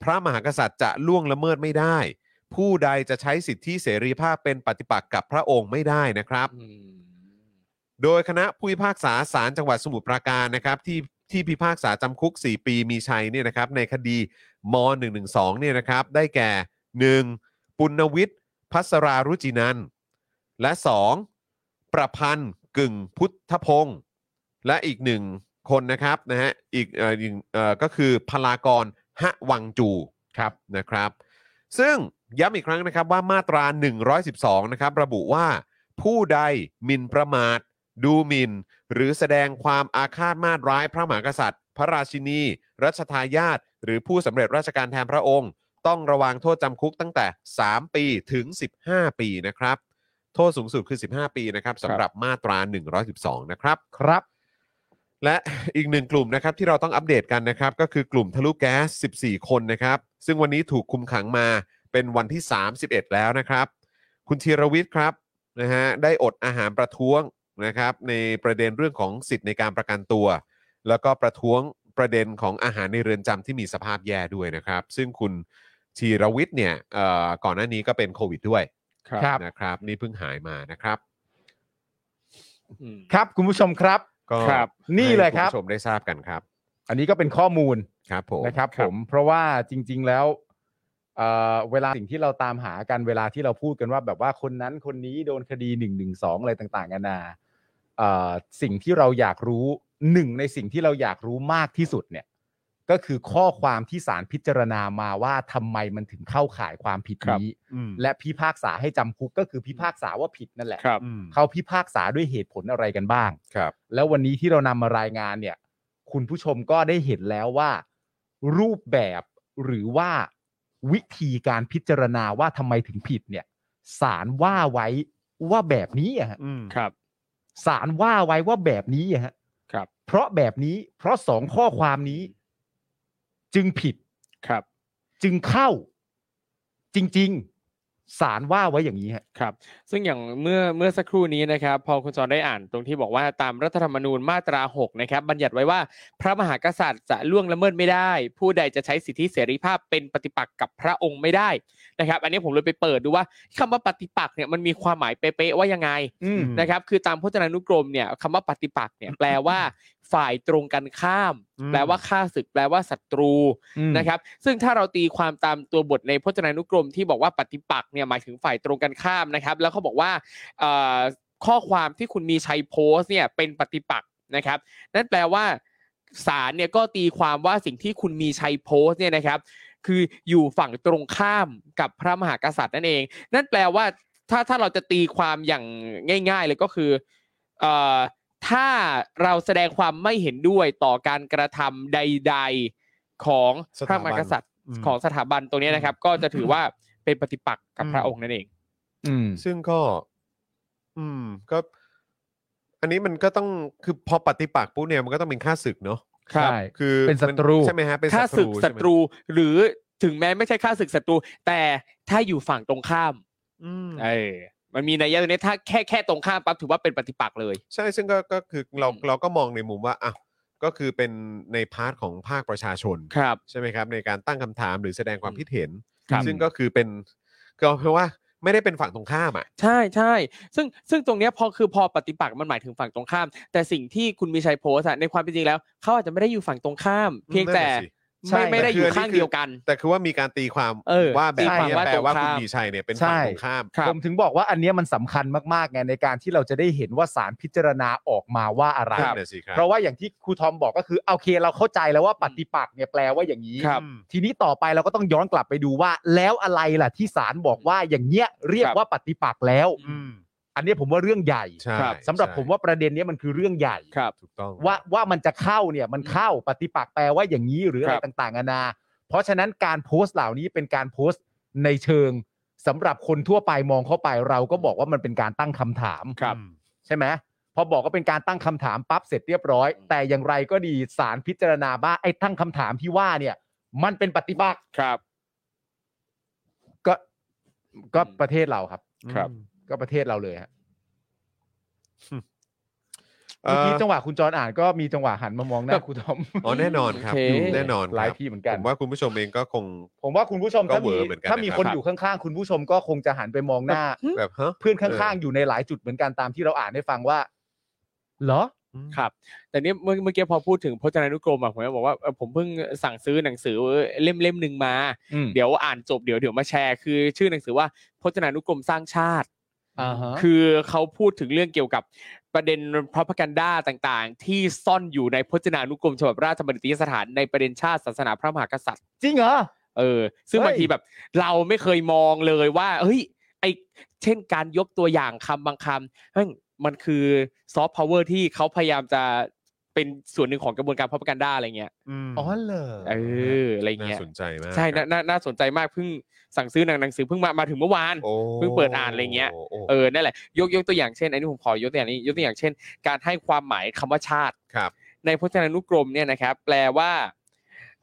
Speaker 2: พระมหากษัตริย์จะล่วงละเมิดไม่ได้ ผู้ใดจะใช้สิทธิเสรีภาพเป็นปฏิปักษ์กับพระองค์ไม่ได้นะครับ โดยคณะผู้พิพากษาศาลจังหวัดสมุทรปราการนะครับที่ที่พิพากษาจำคุก 4 ปีมีชัยเนี่ยนะครับในคดีม .112 เนี่ยนะครับได้แก่ 1. ปุณวิทย์พัสรารุจินันท์และ 2. ประพันธ์กึ่งพุทธพงศ์และอีกหนึ่งคนนะครับนะฮะอีกเอ่ออีกเอ่อก็คือพลากรหะวังจูครับนะครับ ซึ่งย้ำอีกครั้งนะครับว่ามาตรา 112 นะครับ ระบุว่า ผู้ใดหมิ่นประมาท ดูหมิ่น หรือแสดงความอาฆาตมาตร้ายพระมหากษัตริย์ พระราชินี รัชทายาทหรือผู้สำเร็จราชการแทนพระองค์ ต้องระวังโทษจำคุกตั้งแต่ 3 ปีถึง 15 ปีนะครับ โทษสูงสุดคือ 15 ปีนะครับสำหรับมาตรา 112 นะครับ
Speaker 3: ครับ
Speaker 2: และ อีกหนึ่งกลุ่มนะครับที่เราต้องอัปเดตกันนะครับ ก็คือกลุ่มทะลุแก๊ส 14 คนนะครับ ซึ่งวันนี้ถูกคุมขังมาเป็นวันที่ 31 แล้วนะครับ คุณธีรวิทย์ครับนะฮะได้อดอาหารประท้วงนะครับในประเด็นเรื่องของสิทธิ์ในการประกันตัว แล้วก็ประท้วงประเด็นของอาหารในเรือนจำที่มีสภาพแย่ด้วยนะครับ ซึ่งคุณ ธีรวิทย์เนี่ยเอ่อก่อนหน้านี้ก็เป็นโควิดด้วย
Speaker 3: ครับ
Speaker 2: นะครับ นี่เพิ่งหายมานะครับ
Speaker 3: ครับคุณผู้ชมครับ
Speaker 2: ก็
Speaker 6: ครับ
Speaker 3: นี่เลยครับ
Speaker 2: ให้ณผู้ชมได้ทราบกันครับ
Speaker 3: อันนี้ก็เป็นข้อมูล
Speaker 2: ครับผม
Speaker 3: นะครับ
Speaker 6: ครั
Speaker 3: ผ
Speaker 6: บ
Speaker 3: มเพราะว่าจริง ๆแล้วเอ่อเวลาสิ่งที่เราตามหากันเวลาที่เราพูดกันว่า แบบว่าคนนั้นคนนี้โดนคดีหนึ่งหนึ่งสองอะไรต่างๆนานาเอ่อสิ่งที่เราอยากรู้หนึ่งในสิ่งที่เราอยากรู้มากที่สุดเนี่ย ก็คือข้อความที่ศาลพิจารณามาว่าทำไมมันถึงเข้าข่ายความผิดนี้
Speaker 2: อืม
Speaker 3: และพิพากษาให้จำคุกก็คือพิพากษาว่าผิดนั่นแหละ
Speaker 6: ครับ
Speaker 2: อืม
Speaker 3: เขาพิพากษาด้วยเหตุผลอะไรกันบ้าง
Speaker 2: ครับ
Speaker 3: แล้ววันนี้ที่เรานำมารายงานเนี่ย คุณผู้ชมก็ได้เห็นแล้วว่า รูปแบบหรือว่าวิธีการพิจารณาว่าทำไมถึงผิดเนี่ยศาลว่าไว้ว่าแบบนี้อะฮะ
Speaker 2: อืม
Speaker 6: ครับ
Speaker 3: ศาลว่าไว้ว่าแบบนี้อะฮะ
Speaker 6: ครับ
Speaker 3: เพราะแบบนี้ เพราะสองข้อความนี้ จึงผิด
Speaker 6: ครับ
Speaker 3: จึงเข้า จริง ๆศาลว่าไว้อย่างนี้ฮะ
Speaker 6: ครับ
Speaker 4: ซึ่งอย่างเมื่อเมื่อสักครู่นี้นะครับ พอคุณจรได้อ่านตรงที่บอกว่าตามรัฐธรรมนูญมาตรา 6 นะครับ บัญญัติไว้ว่าพระมหากษัตริย์จะล่วงละเมิดไม่ได้ ผู้ใดจะใช้สิทธิเสรีภาพเป็นปฏิปักษ์กับพระองค์ไม่ได้นะครับ อันนี้ผมเลยไปเปิดดูว่าคำว่าปฏิปักษ์เนี่ยมันมีความหมายเป๊ะๆว่ายังไงนะครับคือตามพจนานุกรมเนี่ยคำว่าปฏิปักษ์เนี่ยแปลว่า ฝ่ายตรงกันข้าม
Speaker 2: อืม
Speaker 4: แปลว่าข้าศึก แปลว่าศัตรู นะครับซึ่งถ้าเราตีความตามตัวบทในพจนานุกรมที่บอกว่าปฏิปักษ์เนี่ยหมายถึงฝ่ายตรงกันข้ามนะครับ แล้วเขาบอกว่าเอ่อข้อความที่คุณมีชัยโพสต์เนี่ยเป็นปฏิปักษ์นะครับ นั่นแปลว่าศาลเนี่ยก็ตีความว่าสิ่งที่คุณมีชัยโพสต์เนี่ยนะครับ คืออยู่ฝั่งตรงข้ามกับพระมหากษัตริย์นั่นเอง นั่นแปลว่าถ้าถ้าเราจะตีความอย่างง่าย ๆ เลยก็คือเอ่อถ้าเราแสดงความไม่เห็นด้วยต่อการกระทำใด ๆของ
Speaker 2: ส
Speaker 4: พระ
Speaker 2: ถาม บัน
Speaker 4: หากษัตริย์
Speaker 2: อืม
Speaker 4: ของสถาบันตัวเนี้ยนะครับ ก็จะถือว่าเป็นปฏิปักษ์กับ
Speaker 2: อืม
Speaker 4: พระองค์นั่นเอง
Speaker 2: ซึ่งก็ อืม ก็ อันนี้มันก็ต้องคือพอปฏิปักษ์ปุ๊บเนี่ยมันก็ต้องเป็นข้าศึกเนาะ
Speaker 3: ครับใช่
Speaker 2: คือ
Speaker 3: เป็นศัตรู
Speaker 2: มันใช่ไหมฮะเป็น
Speaker 4: ถ้าศึกศั
Speaker 2: ใช่ไหม
Speaker 4: ตรูหรือถึงแม้ไม่ใช่ข้าศึกศัตรู แต่ถ้าอยู่ฝั่งตรงข้าม
Speaker 2: อืม
Speaker 4: เออมันมีนัยยะตรงนี้ถ้าแค่แค่ตรงข้ามปั๊บถือว่าเป็นปฏิปักษ์เลย
Speaker 2: ใช่ซึ่งก็ก็คือเราเราก็มองในมุมว่าอ่ะก็คือเป็นในพาร์ทของภาคประชาชน
Speaker 4: ครับ
Speaker 2: ใช่ไหมครับ ในการตั้งคำถามหรือแสดงความ
Speaker 4: อืม
Speaker 2: คิดเห็น
Speaker 3: ครับ
Speaker 2: ซึ่งก็คือเป็นก็เพราะว่าไม่ได้เป็นฝั่งตรงข้ามอ่ะ
Speaker 4: ใช่ใช่ซึ่งซึ่งตรงเนี้ยพอคือพอปฏิปักษ์มันหมายถึงฝั่งตรงข้าม แต่สิ่งที่คุณมีชัยโพสต์อะในความเป็นจริงแล้ว เขาอาจจะไม่ได้อยู่ฝั่งตรงข้าม เพียงแต่
Speaker 3: นั่นน่ะสิ
Speaker 4: ไม่
Speaker 3: ใช่
Speaker 4: ไม่ได้อยู่ข้างเดียวกัน
Speaker 2: แต่คือว่ามีการตีความ
Speaker 4: เออ
Speaker 2: ว่าแบบ
Speaker 4: ตีความ
Speaker 2: นี้
Speaker 4: ว่า
Speaker 2: แปลว่าคุณ
Speaker 4: ตรงข้าม
Speaker 2: มีชัยเนี่ยเป็นฝั่ง
Speaker 3: ใช่
Speaker 2: ตรงข้าม
Speaker 4: ครับ
Speaker 3: ผมถึงบอกว่าอันเนี้ยมันสำคัญมากๆไงในการที่เราจะได้เห็นว่าสารพิจารณาออกมาว่าอะไร
Speaker 2: นั่นน่ะสิครับ
Speaker 3: เพราะว่าอย่างที่ครูทอมบอกก็คือโอเคเราเข้าใจแล้วว่าปฏิปักษ์เนี่ยแปลว่าอย่างนี้
Speaker 4: ครับ
Speaker 3: ทีนี้ต่อไปเราก็ต้องย้อนกลับไปดูว่า แล้วอะไรล่ะที่สารบอกว่าอย่างเนี้ยเรียกว่าปฏิปักษ์แล้ว
Speaker 4: อืม
Speaker 3: อันเนี้ยผมว่าเรื่องใหญ่
Speaker 2: ใช่
Speaker 3: สำหรับ
Speaker 2: ใช่
Speaker 3: ผมว่าประเด็นเนี้ยมันคือเรื่องใหญ่
Speaker 4: ครับ
Speaker 2: ถูกต้อง
Speaker 3: ว่าว่ามันจะเข้าเนี่ยมันเข้าปฏิปักษ์แปลว่าอย่างนี้หรืออะไร
Speaker 4: ครับ
Speaker 3: ต่างๆนานา เพราะฉะนั้นการโพสต์เหล่านี้เป็นการโพสต์ในเชิงสำหรับคนทั่วไปมองเข้าไปเราก็บอกว่ามันเป็นการตั้งคำถาม
Speaker 4: ครับ
Speaker 2: อืม
Speaker 3: ใช่ไหมพอบอกก็เป็นการตั้งคำถามปั๊บเสร็จเรียบร้อย แต่อย่างไรก็ดีสารพิจารณาบ้าไอ้ตั้งคำถามที่ว่าเนี่ย มันเป็นปฏิบัติ
Speaker 4: ครับ
Speaker 3: ก็ก็
Speaker 4: อืม
Speaker 3: ประเทศเราครับ
Speaker 4: ครับ
Speaker 3: ก็ประเทศเราเลยฮะ
Speaker 2: เอ่อ
Speaker 3: เมื่อกี้จังหวะคุณจรอ่านก็มีจังหวะหันมามองหน้าครูทอม
Speaker 2: อ๋อแน่นอนครับ
Speaker 4: โอเค
Speaker 2: แน่นอน
Speaker 3: ห
Speaker 2: ค
Speaker 3: ลาย
Speaker 2: รับ
Speaker 3: ที่เหมือนกัน
Speaker 2: ผมว่าคุณผู้ชมเองก็คง
Speaker 3: ผมว่าคุณผู้ชม
Speaker 2: ก็
Speaker 3: ถ้า
Speaker 2: เว
Speaker 3: มี
Speaker 2: อร์เหมือนกัน
Speaker 3: ถ้ามี
Speaker 2: นะครับ
Speaker 3: คนอยู่ข้างๆ คุณผู้ชมก็คงจะหันไปมองหน้า
Speaker 2: แบบฮะ
Speaker 3: เพื่อนข้าง
Speaker 2: เอ
Speaker 3: ๆ
Speaker 2: อ
Speaker 3: อยู่ในหลายจุดเหมือนกันตามที่เราอ่านให้ฟังว่าเหรอ
Speaker 4: ครับแต่เนี่ยเมื่อเมื่อกี้พอพูดถึงพจนานุกรมอะผมจะบอกว่าเอ่อผมเพิ่งสั่งซื้อหนังสือเล่มเล่มหนึ่งมา เดี๋ยวอ่านจบเดี๋ยวเดี๋ยวมาแชร์ คือชื่อหนังสือว่าพจนานุกรมสร้างชาติ
Speaker 3: อ่าฮะ
Speaker 4: คือเขาพูดถึงเรื่องเกี่ยวกับประเด็นพ r o p a g a n d a ต่างๆ ที่ซ่อนอยู่ในพจนานุกรมฉบับราชบัณฑิตยสถานในประเด็นชาติศาสนาพระมหากษัตริย์
Speaker 3: จริงเหรอ
Speaker 4: เออซึ่ง
Speaker 3: เฮ้ย
Speaker 4: บางทีแบบเราไม่เคยมองเลยว่าเฮ้ยไอเช่นการยกตัวอย่างคำบางคำเฮ้ยมันคือซอฟต์พาวเวอร์ที่เขาพยายามจะเป็นส่วนหนึ่งของกระบวนการพัฒนาด้อะไรเงี้ย
Speaker 3: อ๋อเหรอ
Speaker 4: เอออะไรเงี้ย
Speaker 2: น่าสนใจมาก
Speaker 4: ใช่
Speaker 2: ครั
Speaker 4: น่า
Speaker 2: บ
Speaker 4: น่าน่าสนใจมากเพิ่งสั่งซื้อหนังหนังสือเพิ่งมามาถึงเมื่อวาน
Speaker 2: โอ้
Speaker 4: เพิ่งเปิดอ่านอะไรเงี้ย
Speaker 2: โโ
Speaker 4: เออนั่นแหละยกยกตัวอย่างเช่นอันนี้ผมขอยกตัวอย่างนี้ยกตัวอย่างเช่น การให้ความหมายคำว่าชาติ
Speaker 2: ครับ
Speaker 4: ในพจนานุกรมเนี่ยนะครับ แปลว่า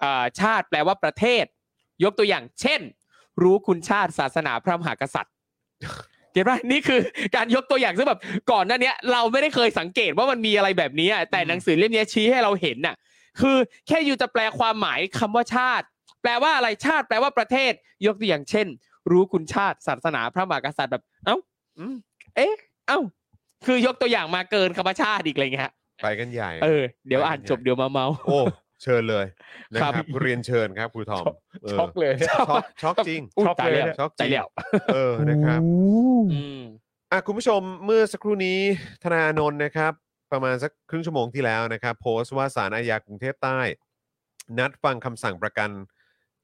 Speaker 4: อ่าชาติแปลว่าประเทศ ยกตัวอย่าง เช่น รู้คุณชาติศาสนาพระมหากษั ตริย์ เก็ตป่ะนี่คือการยกตัวอย่างซึ่งแบบก่อนหน้าเนี้ย เราไม่ได้เคยสังเกตว่ามันมีอะไรแบบนี้อะแต่หนังสือเล่มเนี้ยชี้ให้เราเห็นน่ะ คือแค่อยู่จะแปลความหมายคำว่าชาติ แป แปลว่าอะไรชาติแปลว่าประเทศ ยกตัวอย่างเช่น รู้คุณชาติศาสนาพระมหากษัตริย์แบบ เอ้าอืมเอ๊ะ เอ้า คือยกตัวอย่างมาเกินคำว่าชาติอีกอะไรเงี้ยฮะ
Speaker 2: ไปกันใหญ่
Speaker 4: เออเดี๋ยวอ่านจบเดี๋ยวมาเมา
Speaker 2: โอ้ เชิญเลยนะค
Speaker 4: ครั
Speaker 2: รับบ เรียนเชิญครับครูทอมเ
Speaker 3: ช็อกเลย
Speaker 2: ช็อกช็อกจริง
Speaker 4: อุ๊ย
Speaker 3: ช็อก
Speaker 4: ตาย
Speaker 3: เลย
Speaker 4: แล้ว
Speaker 3: เนี่ย
Speaker 2: ช็อกจ
Speaker 4: ตาย
Speaker 2: ริง
Speaker 4: แล้ว
Speaker 2: เออนะครับ
Speaker 7: โอ้
Speaker 4: อืม
Speaker 2: อ่ะคุณผู้ชมเมื่อสักครู่นี้ธนาโนนท์นะครับ ประมาณสักครึ่งชั่วโมงที่แล้วนะครับ โพสต์ว่าสารอาญากรุงเทพใต้ นัดฟังคำสั่งประกัน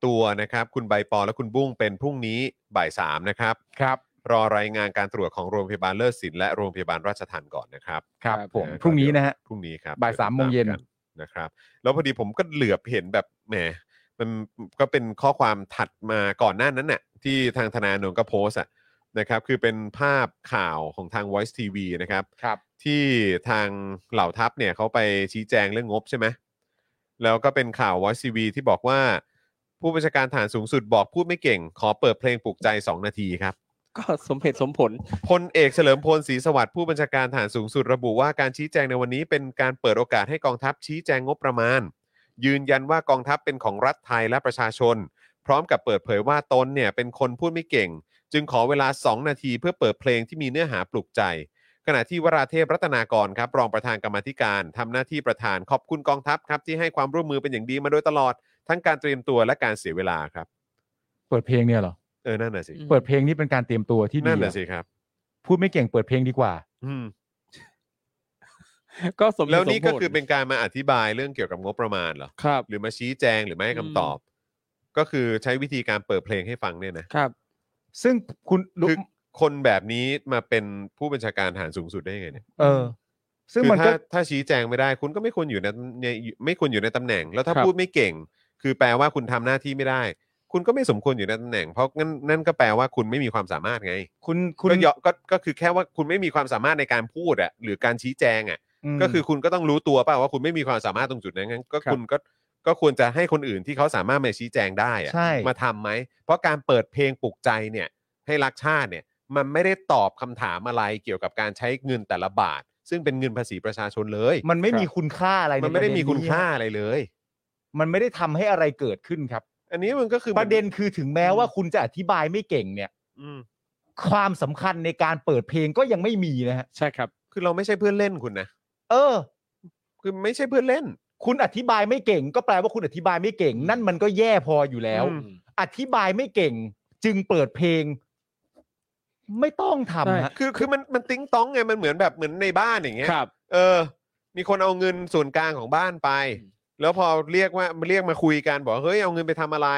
Speaker 2: ตัวนะครับ คุณใบปอและคุณบุ้งเป็นพรุ่งนี้บ่ายสามนะครับ
Speaker 3: ครับ
Speaker 2: รอรายงานการตรวจของโรงพยาบาลเลิศศิลป์และโรงพยาบาลราชทัณฑ์ก่อนนะครับ
Speaker 3: ครับ
Speaker 4: ครับ
Speaker 3: ผมพรุ่งนี้นะฮะ
Speaker 2: พรุ่งนี้ครับ
Speaker 3: บ่ายสามโมงเย็น
Speaker 2: ดี๋วติดตกันะครับ แล้วพอดีผมก็เหลือบเห็นแบบแหมมันก็เป็นข้อความถัดมาก่อนหน้านั้นน่ะที่ทางธนาโนนท์ก็โพสต์อะนะครับ คือเป็นภาพข่าวของทาง Voice TV นะครับ
Speaker 3: ครับ
Speaker 2: ที่ทางเหล่าทัพเนี่ยเขาไปชี้แจงเรื่องงบใช่ไหม แล้วก็เป็นข่าววอซีวีที่บอกว่า ผู้บัญชาการฐานสูงสุดบอกพูดไม่เก่ง ขอเปิดเพลงปลุกใจ 2 นาทีครับ
Speaker 4: ก็สมเหตุสมผล
Speaker 2: พลเอกเฉลิมพลศรีสวัสดิ์ผู้บัญชาการฐานสูงสุดระบุว่าการชี้แจงในวันนี้เป็นการเปิดโอกาสให้กองทัพชี้แจงงบประมาณ ยืนยันว่ากองทัพเป็นของรัฐไทยและประชาชน พร้อมกับเปิดเผยว่าตนเนี่ยเป็นคนพูดไม่เก่ง จึงขอเวลา 2 นาทีเพื่อเปิดเพลงที่มีเนื้อหาปลุกใจ ขณะที่วราเทพรัตนากรครับรองประธานกรรมาธิการทำหน้าที่ประธานขอบคุณกองทัพครับที่ให้ความร่วมมือเป็นอย่างดีมาโดยตลอด ทั้งการเตรียมตัวและการเสียเวลาครับ
Speaker 3: เปิดเพลงเนี่ยเหรอ
Speaker 2: เออนั่นน่ะสิ
Speaker 4: อืม
Speaker 3: เปิดเพลงนี่เป็นการเตรียมตัวที่ดี
Speaker 2: นั่นน่ะสิครับ
Speaker 3: พูดไม่เก่งเปิดเพลงดีกว่า
Speaker 2: อืม
Speaker 4: ก็สมเหตุสมผล
Speaker 2: แล้วนี่ก็คือเป็นการมาอธิบายเรื่องเกี่ยวกับงบประมาณเหรอ
Speaker 4: ครับ
Speaker 2: หรือมาชี้แจงหรือไม่ให้คำตอบ ก็คือใช้วิธีการเปิดเพลงให้ฟังเนี่ยนะครับ
Speaker 3: ซึ่งคุณรู้
Speaker 2: คือคนแบบนี้มาเป็นผู้บัญชาการฐานสูงสุดได้ยังไงเนี่ย
Speaker 3: เออ ซึ่ง
Speaker 2: คือ
Speaker 3: มันก็
Speaker 2: ถ้าถ้าชี้แจงไม่ได้ คุณก็ไม่ควรอยู่ในในไม่ควรอยู่ในตำแหน่ง แล้วถ้า
Speaker 4: ครับ
Speaker 2: พูดไม่เก่ง คือแปลว่าคุณทำหน้าที่ไม่ได้ คุณก็ไม่สมควรอยู่ในตำแหน่ง เพราะงั้นนั่นก็แปลว่าคุณไม่มีความสามารถไง
Speaker 3: คุณคุ
Speaker 2: คุณ ณก็ก็คือแค่ว่าคุณไม่มีความสามารถในการพูดอะหรือการชี้แจงอะ
Speaker 3: ม
Speaker 2: ก็คือคุณก็ต้องรู้ตัวเปล่าว่าคุณไม่มีความสามารถตรงจุดนั้นงั้นก็
Speaker 3: ครับ
Speaker 2: คุณก็ก็ควรจะให้คนอื่นที่เขาสามารถมาชี้แจงได้อะ
Speaker 3: ใช่
Speaker 2: มาทำไหม เพราะการเปิดเพลงปลุกใจเนี่ย ให้รักชาติเนี่ย มันไม่ได้ตอบคำถามอะไรเกี่ยวกับการใช้เงินแต่ละบาท ซึ่งเป็นเงินภาษีประชาชนเลย
Speaker 3: มันไม่มีคุณค่าอะไร
Speaker 2: มันไม่ได้
Speaker 3: ใประเ
Speaker 2: มีคุณค่าอะไรเลย
Speaker 3: มันไม่ได้ทำให้อะไรเกิดขึ้นครับ
Speaker 2: อันนี้มันก็คือ
Speaker 3: ประเด็นคือถึงแม้ว่าคุณจะอธิบายไม่เก่งเนี่ย
Speaker 2: อืม
Speaker 3: ความสำคัญในการเปิดเพลงก็ยังไม่มีนะฮะ
Speaker 4: ใช่ครับ
Speaker 2: คือเราไม่ใช่เพื่อนเล่นคุณนะ
Speaker 3: เออ
Speaker 2: คือไม่ใช่เพื่อนเล่น
Speaker 3: คุณอธิบายไม่เก่ง ก็แปลว่าคุณอธิบายไม่เก่ง นั่นมันก็แย่พออยู่แล้ว
Speaker 2: อืม
Speaker 3: อธิบายไม่เก่ง จึงเปิดเพลง ไม่ต้อง
Speaker 4: ใช่
Speaker 3: ทำฮะ
Speaker 2: คือคือมันมันติ้งต้องไงมันเหมือนแบบเหมือนในบ้านอย่างเงี้ย
Speaker 4: ครับ
Speaker 2: เออ มีคนเอาเงินส่วนกลางของบ้านไป
Speaker 4: อืม
Speaker 2: แล้วพอเรียกว่าเรียกมาคุยกันบอกเฮ้ยเอาเงินไปทำอะไร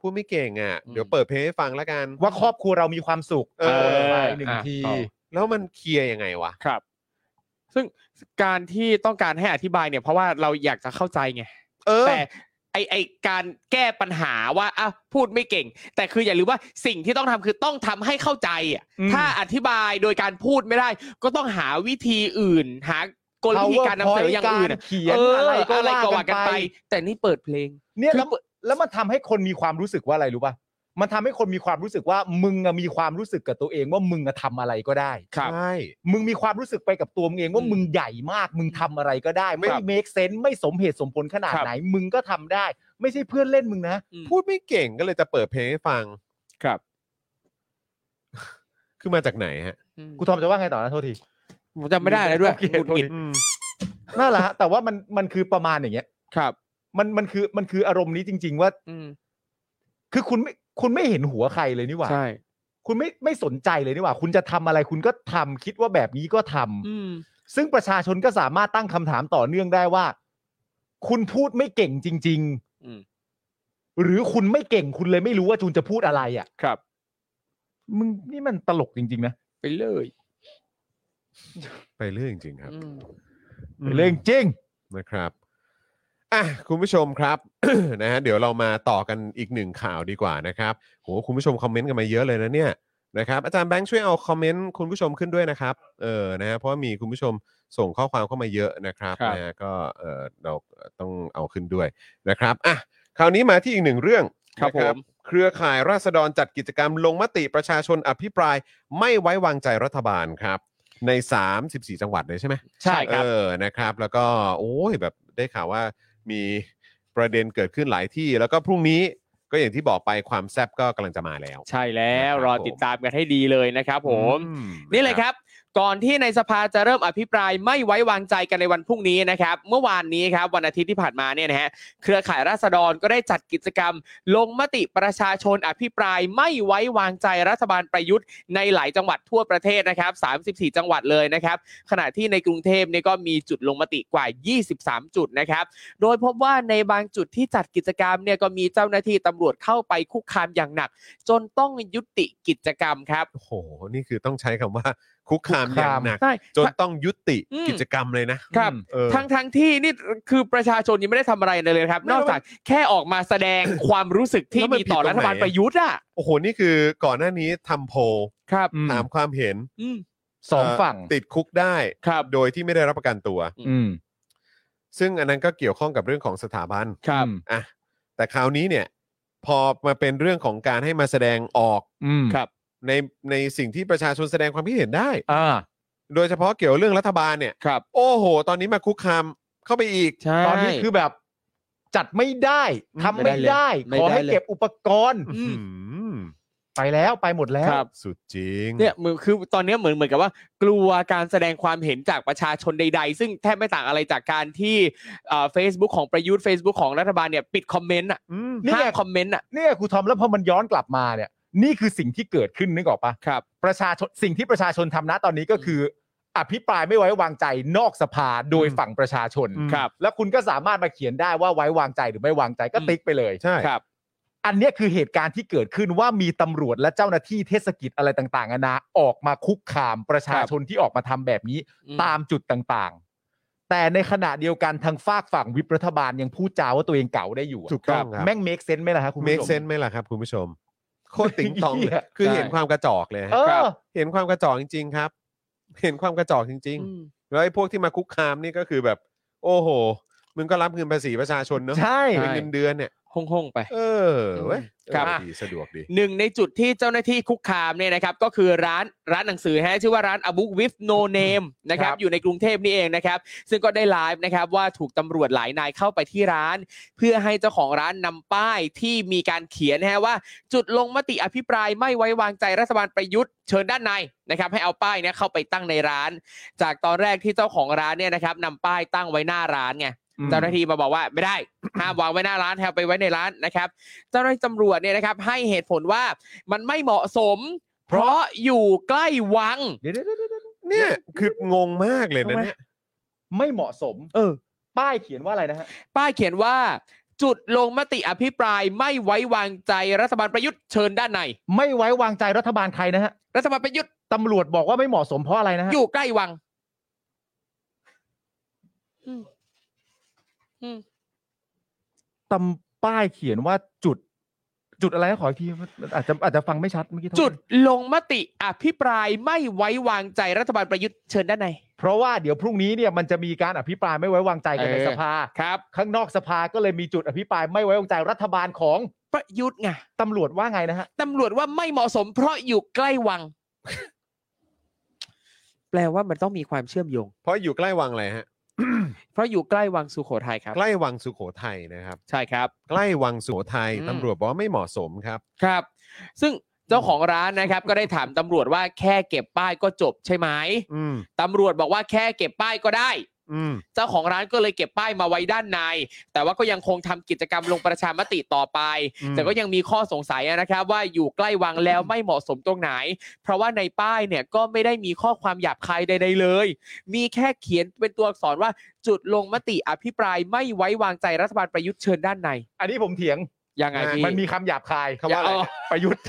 Speaker 2: พูดไม่เก่งอ่ะ
Speaker 4: อืม
Speaker 2: เดี๋ยวเปิดเพลงให้ฟังแล้วกัน
Speaker 3: ว่าครอบครัวเรามีความสุข
Speaker 2: เออ
Speaker 3: ปิดไปหนึ่ง
Speaker 4: อ่ะ
Speaker 3: ที
Speaker 4: ต่อ
Speaker 2: แล้วมันเคลียร์ยังไงวะ
Speaker 4: ครับ ซึ่งการที่ต้องการให้อธิบายเนี่ยเพราะว่าเราอยากจะเข้าใจไง
Speaker 2: เออ
Speaker 4: แต่ไอไอการแก้ปัญหาว่าอ่ะพูดไม่เก่ง แต่คืออย่าลืมว่าสิ่งที่ต้องทำคือต้องทำให้เข้าใจอ่ะ
Speaker 3: อืม
Speaker 4: ถ้าอธิบายโดยการพูดไม่ได้ ก็ต้องหาวิธีอื่น หากลวิธีการนำเสนออย่างอื่น
Speaker 3: ก
Speaker 4: อะ
Speaker 3: รเขียน
Speaker 4: เออ
Speaker 3: อะไรก็
Speaker 4: อะไรก็
Speaker 3: ว่า
Speaker 4: ว่า
Speaker 3: กั
Speaker 4: กัน น
Speaker 3: ไป
Speaker 4: ไป แต่นี่เปิดเพลง
Speaker 3: เนี่ย
Speaker 4: คือ
Speaker 3: แล้วแล้วมันทำให้คนมีความรู้สึกว่าอะไรรู้ป่ะ มันทำให้คนมีความรู้สึกว่า มึงอะมีความรู้สึกกับตัวเองว่ามึงอะทำอะไรก็ได้
Speaker 2: ใช่
Speaker 3: มึงมีความรู้สึกไปกับตัวมึงเองว่า
Speaker 4: อืม
Speaker 3: มึงใหญ่มาก มึงทำอะไรก็ได้ ไม่
Speaker 4: ครับ
Speaker 3: make sense ไม่สมเหตุสมผลขนาดไหน มึงก็ทำได้ ไม่ใช่เพื่อนเล่นมึงนะ
Speaker 2: พูดไม่เก่งก็เลยจะเปิดเพลงให้ฟัง
Speaker 4: ครับ
Speaker 2: คือมาจากไหนฮะ
Speaker 3: กูทอมจะว่าไงต่อนะโทษที
Speaker 4: ผมจำไม่ได้แล้วด้วย
Speaker 3: โอเค
Speaker 4: หงุดหงิด
Speaker 2: อืม
Speaker 3: นั่นแหละฮะแต่ว่ามันมันคือประมาณอย่างเงี้ย
Speaker 4: ครับ
Speaker 3: มันมันคือมันคืออารมณ์นี้จริง ๆ ว่า
Speaker 4: อืม
Speaker 3: คือคุณไม่คุณไม่เห็นหัวใครเลยนี่หว่า
Speaker 4: ใช่
Speaker 3: คุณไม่ไม่สนใจเลยนี่หว่า คุณจะทำอะไรคุณก็ทำคิดว่าแบบนี้ก็ทำ
Speaker 4: อืม
Speaker 3: ซึ่งประชาชนก็สามารถตั้งคำถามต่อเนื่องได้ว่า คุณพูดไม่เก่งจริง
Speaker 4: อืม
Speaker 3: หรือคุณไม่เก่งคุณเลยไม่รู้ว่าจูนจะพูดอะไรอะ่ะ
Speaker 4: ครับ
Speaker 3: มึงนี่มันตลกจริง ๆ นะ
Speaker 4: ไปเลย
Speaker 2: ไปเรื่องจริงๆครับ
Speaker 4: อืม
Speaker 3: เรื่องจริง
Speaker 2: นะครับอ่ะคุณผู้ชมครับ นะฮะเดี๋ยวเรามาต่อกันอีกหนึ่งข่าวดีกว่านะครับโหคุณผู้ชมคอมเมนต์กันมาเยอะเลยนะเนี่ยนะครับอาจารย์แบงค์ช่วยเอาคอมเมนต์คุณผู้ชมขึ้นด้วยนะครับเออนะฮะเพราะว่ามีคุณผู้ชมส่งข้อความเข้ามาเยอะนะครับ
Speaker 4: ครับ
Speaker 2: นะฮะก็เออเราต้องเอาขึ้นด้วยนะครับอ่ะคราวนี้มาที่อีกหนึ่งเรื่อง
Speaker 4: ครับ
Speaker 2: นะ
Speaker 4: ผม
Speaker 2: เครือข่ายราษฎรจัดกิจกรรมลงมติประชาชนอภิปรายไม่ไว้วางใจรัฐบาลครับ ใน 34 จังหวัดเลยใช่ไหม
Speaker 4: ใช่ครับ
Speaker 2: เออ นะครับ แล้วก็โอ้ยแบบได้ข่าวว่ามีประเด็นเกิดขึ้นหลายที่ แล้วก็พรุ่งนี้ ก็อย่างที่บอกไปความแซบก็กำลังจะมาแล้ว
Speaker 4: ใช่แล้ว
Speaker 2: ครับ
Speaker 4: รอ
Speaker 2: ผม
Speaker 4: ติดตามกันให้ดีเลยนะครับผม
Speaker 2: อื
Speaker 4: นี่เลยครับ ก่อนที่ในสภาจะเริ่มอภิปรายไม่ไว้วางใจกันในวันพรุ่งนี้นะครับ เมื่อวานนี้ครับวันอาทิตย์ที่ผ่านมาเนี่ยนะฮะเครือข่ายราษฎรก็ได้จัดกิจกรรม ลงมติประชาชนอภิปรายไม่ไว้วางใจรัฐบาลประยุทธ์ในหลายจังหวัดทั่วประเทศนะครับ 34 จังหวัดเลยนะครับ ขณะที่ในกรุงเทพเนี่ยก็มีจุดลงมติกว่า 23 จุดนะครับ โดยพบว่าในบางจุดที่จัดกิจกรรมเนี่ยก็มีเจ้าหน้าที่ตำรวจเข้าไปคุกคามอย่างหนัก จนต้องยุติกิจกรรมครับ
Speaker 2: โอ้โห นี่คือต้องใช้คำว่าคุกคามอย่างหนัก
Speaker 4: ใช่
Speaker 2: จนต้องยุติ
Speaker 4: อืม
Speaker 2: กิจกรรมเลยนะครับ เออ
Speaker 4: ทั้งทั้งที่นี่คือประชาชนยังไม่ได้ทำอะไรเลยนะครับ นอกจากแค่ออกมาแสดง ความรู้สึกที่
Speaker 2: แล้วมัน
Speaker 4: มีต่อ
Speaker 2: ผิดตรงไหน
Speaker 4: รัฐบาลประยุทธ์อ่ะ
Speaker 2: โอ้โห นี่คือก่อนหน้านี้ทำโพล
Speaker 4: ครับ
Speaker 3: อืม
Speaker 2: ถามความเห็น
Speaker 4: อืม
Speaker 3: สอง
Speaker 2: เ
Speaker 3: ฝั่ง
Speaker 2: ติดคุกได้
Speaker 4: ครับ
Speaker 2: โดยที่ไม่ได้รับประกันตัว
Speaker 3: อืม
Speaker 2: ซึ่งอันนั้นก็เกี่ยวข้องกับเรื่องของสถาบัน
Speaker 4: ครับ
Speaker 2: อ่ะแต่คราวนี้เนี่ย พอมาเป็นเรื่องของการให้มาแสดงออก
Speaker 3: อืม
Speaker 4: ครับ
Speaker 2: ในในสิ่งที่ประชาชนแสดงความคิดเห็นได้
Speaker 3: อ่า
Speaker 2: โดยเฉพาะเกี่ยวเรื่องรัฐบาลเนี่ย
Speaker 4: ครับ
Speaker 2: โอ้โห ตอนนี้มาคุกคามเข้าไปอีก
Speaker 4: ใช่
Speaker 3: ตอนนี้คือแบบจัดไม่ได้ทำไม่ได้
Speaker 4: ไม่
Speaker 3: ขอ
Speaker 4: ได้เลย
Speaker 3: ให้เก็บอุปกรณ์
Speaker 4: อืม
Speaker 2: อื้อหือ
Speaker 3: ไปแล้วไปหมดแล้ว
Speaker 4: ครับ
Speaker 2: สุดจริง
Speaker 4: เนี่ยเหมือนคือตอนเนี้ยเหมือนเหมือนกับว่า กลัวการแสดงความเห็นจากประชาชนใด ๆ ซึ่งแทบไม่ต่างอะไรจากการที่เฟซบุ๊กของประยุทธ์ Facebook ของรัฐบาลเนี่ยปิดคอมเมนต์อ่ะ
Speaker 2: อืม
Speaker 3: นี่ไง
Speaker 4: ห้ามคอมเมนต์อ่ะ
Speaker 3: เนี่ยครูทอมแล้วพอมันย้อนกลับมาเนี่ย นี่คือสิ่งที่เกิดขึ้นนึกออกปะ
Speaker 4: ครับ
Speaker 3: ประชาชนสิ่งที่ประชาชนทำนะตอนนี้ก็คือ อภิปรายไม่ไว้วางใจนอกสภาโดย
Speaker 2: อืม
Speaker 3: ฝั่งประชาชน
Speaker 2: อืม
Speaker 4: ครับ
Speaker 3: แล้วคุณก็สามารถมาเขียนได้ว่าไว้วางใจหรือไม่วางใจก็
Speaker 4: อืม
Speaker 3: ติ๊กไปเลย
Speaker 2: ใช่
Speaker 4: ครับ
Speaker 3: อันเนี้ยคือเหตุการณ์ที่เกิดขึ้นว่ามีตำรวจและเจ้าหน้าที่เทศกิจอะไรต่างๆนานาออกมาคุกคามประชาชนที่ออกมาทำแบบนี้
Speaker 4: อืม
Speaker 3: ตามจุดต่างๆ แต่ในขณะเดียวกันทางฝากฝั่งวิปรัฐบาลยังพูดจาว่าตัวเองเก่าได้อยู่อะ
Speaker 2: ถูกต้องครับ
Speaker 3: แม่งเมคเซนส์ไหมล่ะครับคุณ
Speaker 2: เมค
Speaker 3: ผู้ชม
Speaker 2: เซนไหมล่ะครับ คุณผู้ชม โคตรติ๋งตองเลย
Speaker 3: เหี้ย
Speaker 2: คือ
Speaker 4: ใช่
Speaker 2: เห็นความกระจอกเลยฮะ
Speaker 3: เอ
Speaker 4: ครับ
Speaker 3: อ
Speaker 2: เห็นความกระจอกจริง ๆ ครับ เห็นความกระจอกจริง
Speaker 4: อืม
Speaker 2: ๆ แล้วไอ้พวกที่มาคุกคามนี่ก็คือแบบ โอ้โห มึงก็รับเงินภาษีประชาชนเนอะ
Speaker 3: ใช่
Speaker 4: ใช่
Speaker 2: เป็นเงินเดือนเนี่ย
Speaker 4: ห้องห้องๆไป
Speaker 2: เออเว้ย
Speaker 4: ครับ
Speaker 2: เออดีสะดวกดี
Speaker 4: หนึ่งในจุดที่เจ้าหน้าที่คุกคามเนี่ยนะครับก็คือร้านร้านหนังสือฮะชื่อว่าร้านอบุกวิฟโนเนมนะครับ
Speaker 3: ครับ
Speaker 4: อยู่ในกรุงเทพนี่เองนะครับ ซึ่งก็ได้ไลฟ์นะครับว่าถูกตำรวจหลายนายเข้าไปที่ร้าน เพื่อให้เจ้าของร้านนำป้ายที่มีการเขียนนะฮะว่า จุดลงมติอภิปรายไม่ไว้วางใจรัฐบาลประยุทธ์เชิญด้านในนะครับให้เอาป้ายเนี่ยเข้าไปตั้งในร้าน จากตอนแรกที่เจ้าของร้านเนี่ยนะครับนำป้ายตั้งไว้หน้าร้านไง เจ้าหน้าที่มาบอกว่าไม่ได้ ห้ามวางไว้หน้าร้านแถวไปไว้ในร้านนะครับ เจ้าหน้าที่ตำรวจเนี่ยนะครับ ให้เหตุผลว่ามันไม่เหมาะสม เพราะอยู่ใกล้วัง
Speaker 3: เดี๋ยวๆๆ
Speaker 2: เนี่ยคืองงมากเลยนะเนี่ย
Speaker 3: ๆไม่เหมาะสม
Speaker 4: เออ
Speaker 3: ป้ายเขียนว่าอะไรนะฮะ
Speaker 4: ป้ายเขียนว่า จุดลงมติอภิปรายไม่ไว้วางใจรัฐบาลประยุทธ์เชิญด้านใน
Speaker 3: ไม่ไว้วางใจรัฐบาลใครนะฮะ
Speaker 4: รัฐบาลประยุทธ์
Speaker 3: ตำรวจบอกว่าไม่เหมาะสมเพราะอะไรนะฮะ
Speaker 4: อยู่ใกล้วังอืมอืม
Speaker 3: ตำป้ายเขียนว่าจุด จุดอะไรนะขออีกทีมันอาจจะอาจจะฟังไม่ชัดเมื่อกี้โทษ
Speaker 4: จุดลงมติอภิปรายไม่ไว้วางใจรัฐบาลประยุทธ์เชิญด้านใน
Speaker 3: เพราะว่าเดี๋ยวพรุ่งนี้เนี่ยมันจะมีการอภิปรายไม่ไว้วางใจกันใน
Speaker 4: เออ
Speaker 3: สภา
Speaker 4: ครับ
Speaker 3: ข้างนอกสภาก็เลยมีจุดอภิปรายไม่ไว้วางใจรัฐบาลของ
Speaker 4: ประยุทธ์ไง
Speaker 3: ตำรวจว่าไงนะฮะ
Speaker 4: ตำรวจว่าไม่เหมาะสมเพราะอยู่ใกล้วัง แปลว่ามันต้องมีความเชื่อมโยง
Speaker 2: เพราะอยู่ใกล้วังอะไรฮะ
Speaker 4: เพราะอยู่ใกล้วังสุโขทัยครับ
Speaker 2: ใกล้วังสุโขทัยนะครับ
Speaker 4: ใช่ครับ
Speaker 2: ใกล้วังสุโขทัย
Speaker 4: อืม
Speaker 2: ตำรวจบอกว่าไม่เหมาะสมครับ
Speaker 4: ครับ ซึ่งเจ้าของร้านนะครับ ก็ได้ถามตำรวจว่าแค่เก็บป้ายก็จบใช่ไหม
Speaker 2: อืม
Speaker 4: ตำรวจบอกว่าแค่เก็บป้ายก็ได้
Speaker 2: อืม
Speaker 4: เจ้าของร้านก็เลยเก็บป้ายมาไว้ด้านใน แต่ว่าก็ยังคงทำกิจกรรมลงประชามติต่อไป
Speaker 2: อืม
Speaker 4: แต่ก็ยังมีข้อสงสัยนะครับ ว่าอยู่ใกล้วังแล้วไม่เหมาะสมตรงไหน เพราะว่าในป้ายเนี่ยก็ไม่ได้มีข้อความหยาบคายใด ๆ เลย มีแค่เขียนเป็นตัวอักษรว่าจุดลงมติอภิปรายไม่ไว้วางใจรัฐบาลประยุทธ์เชิญด้านใน
Speaker 3: อันนี้ผมเถียง
Speaker 4: ยังไงพี่
Speaker 3: มันมีคำหยาบคาย
Speaker 2: คำว่าอะไรนะ
Speaker 3: ประยุทธ์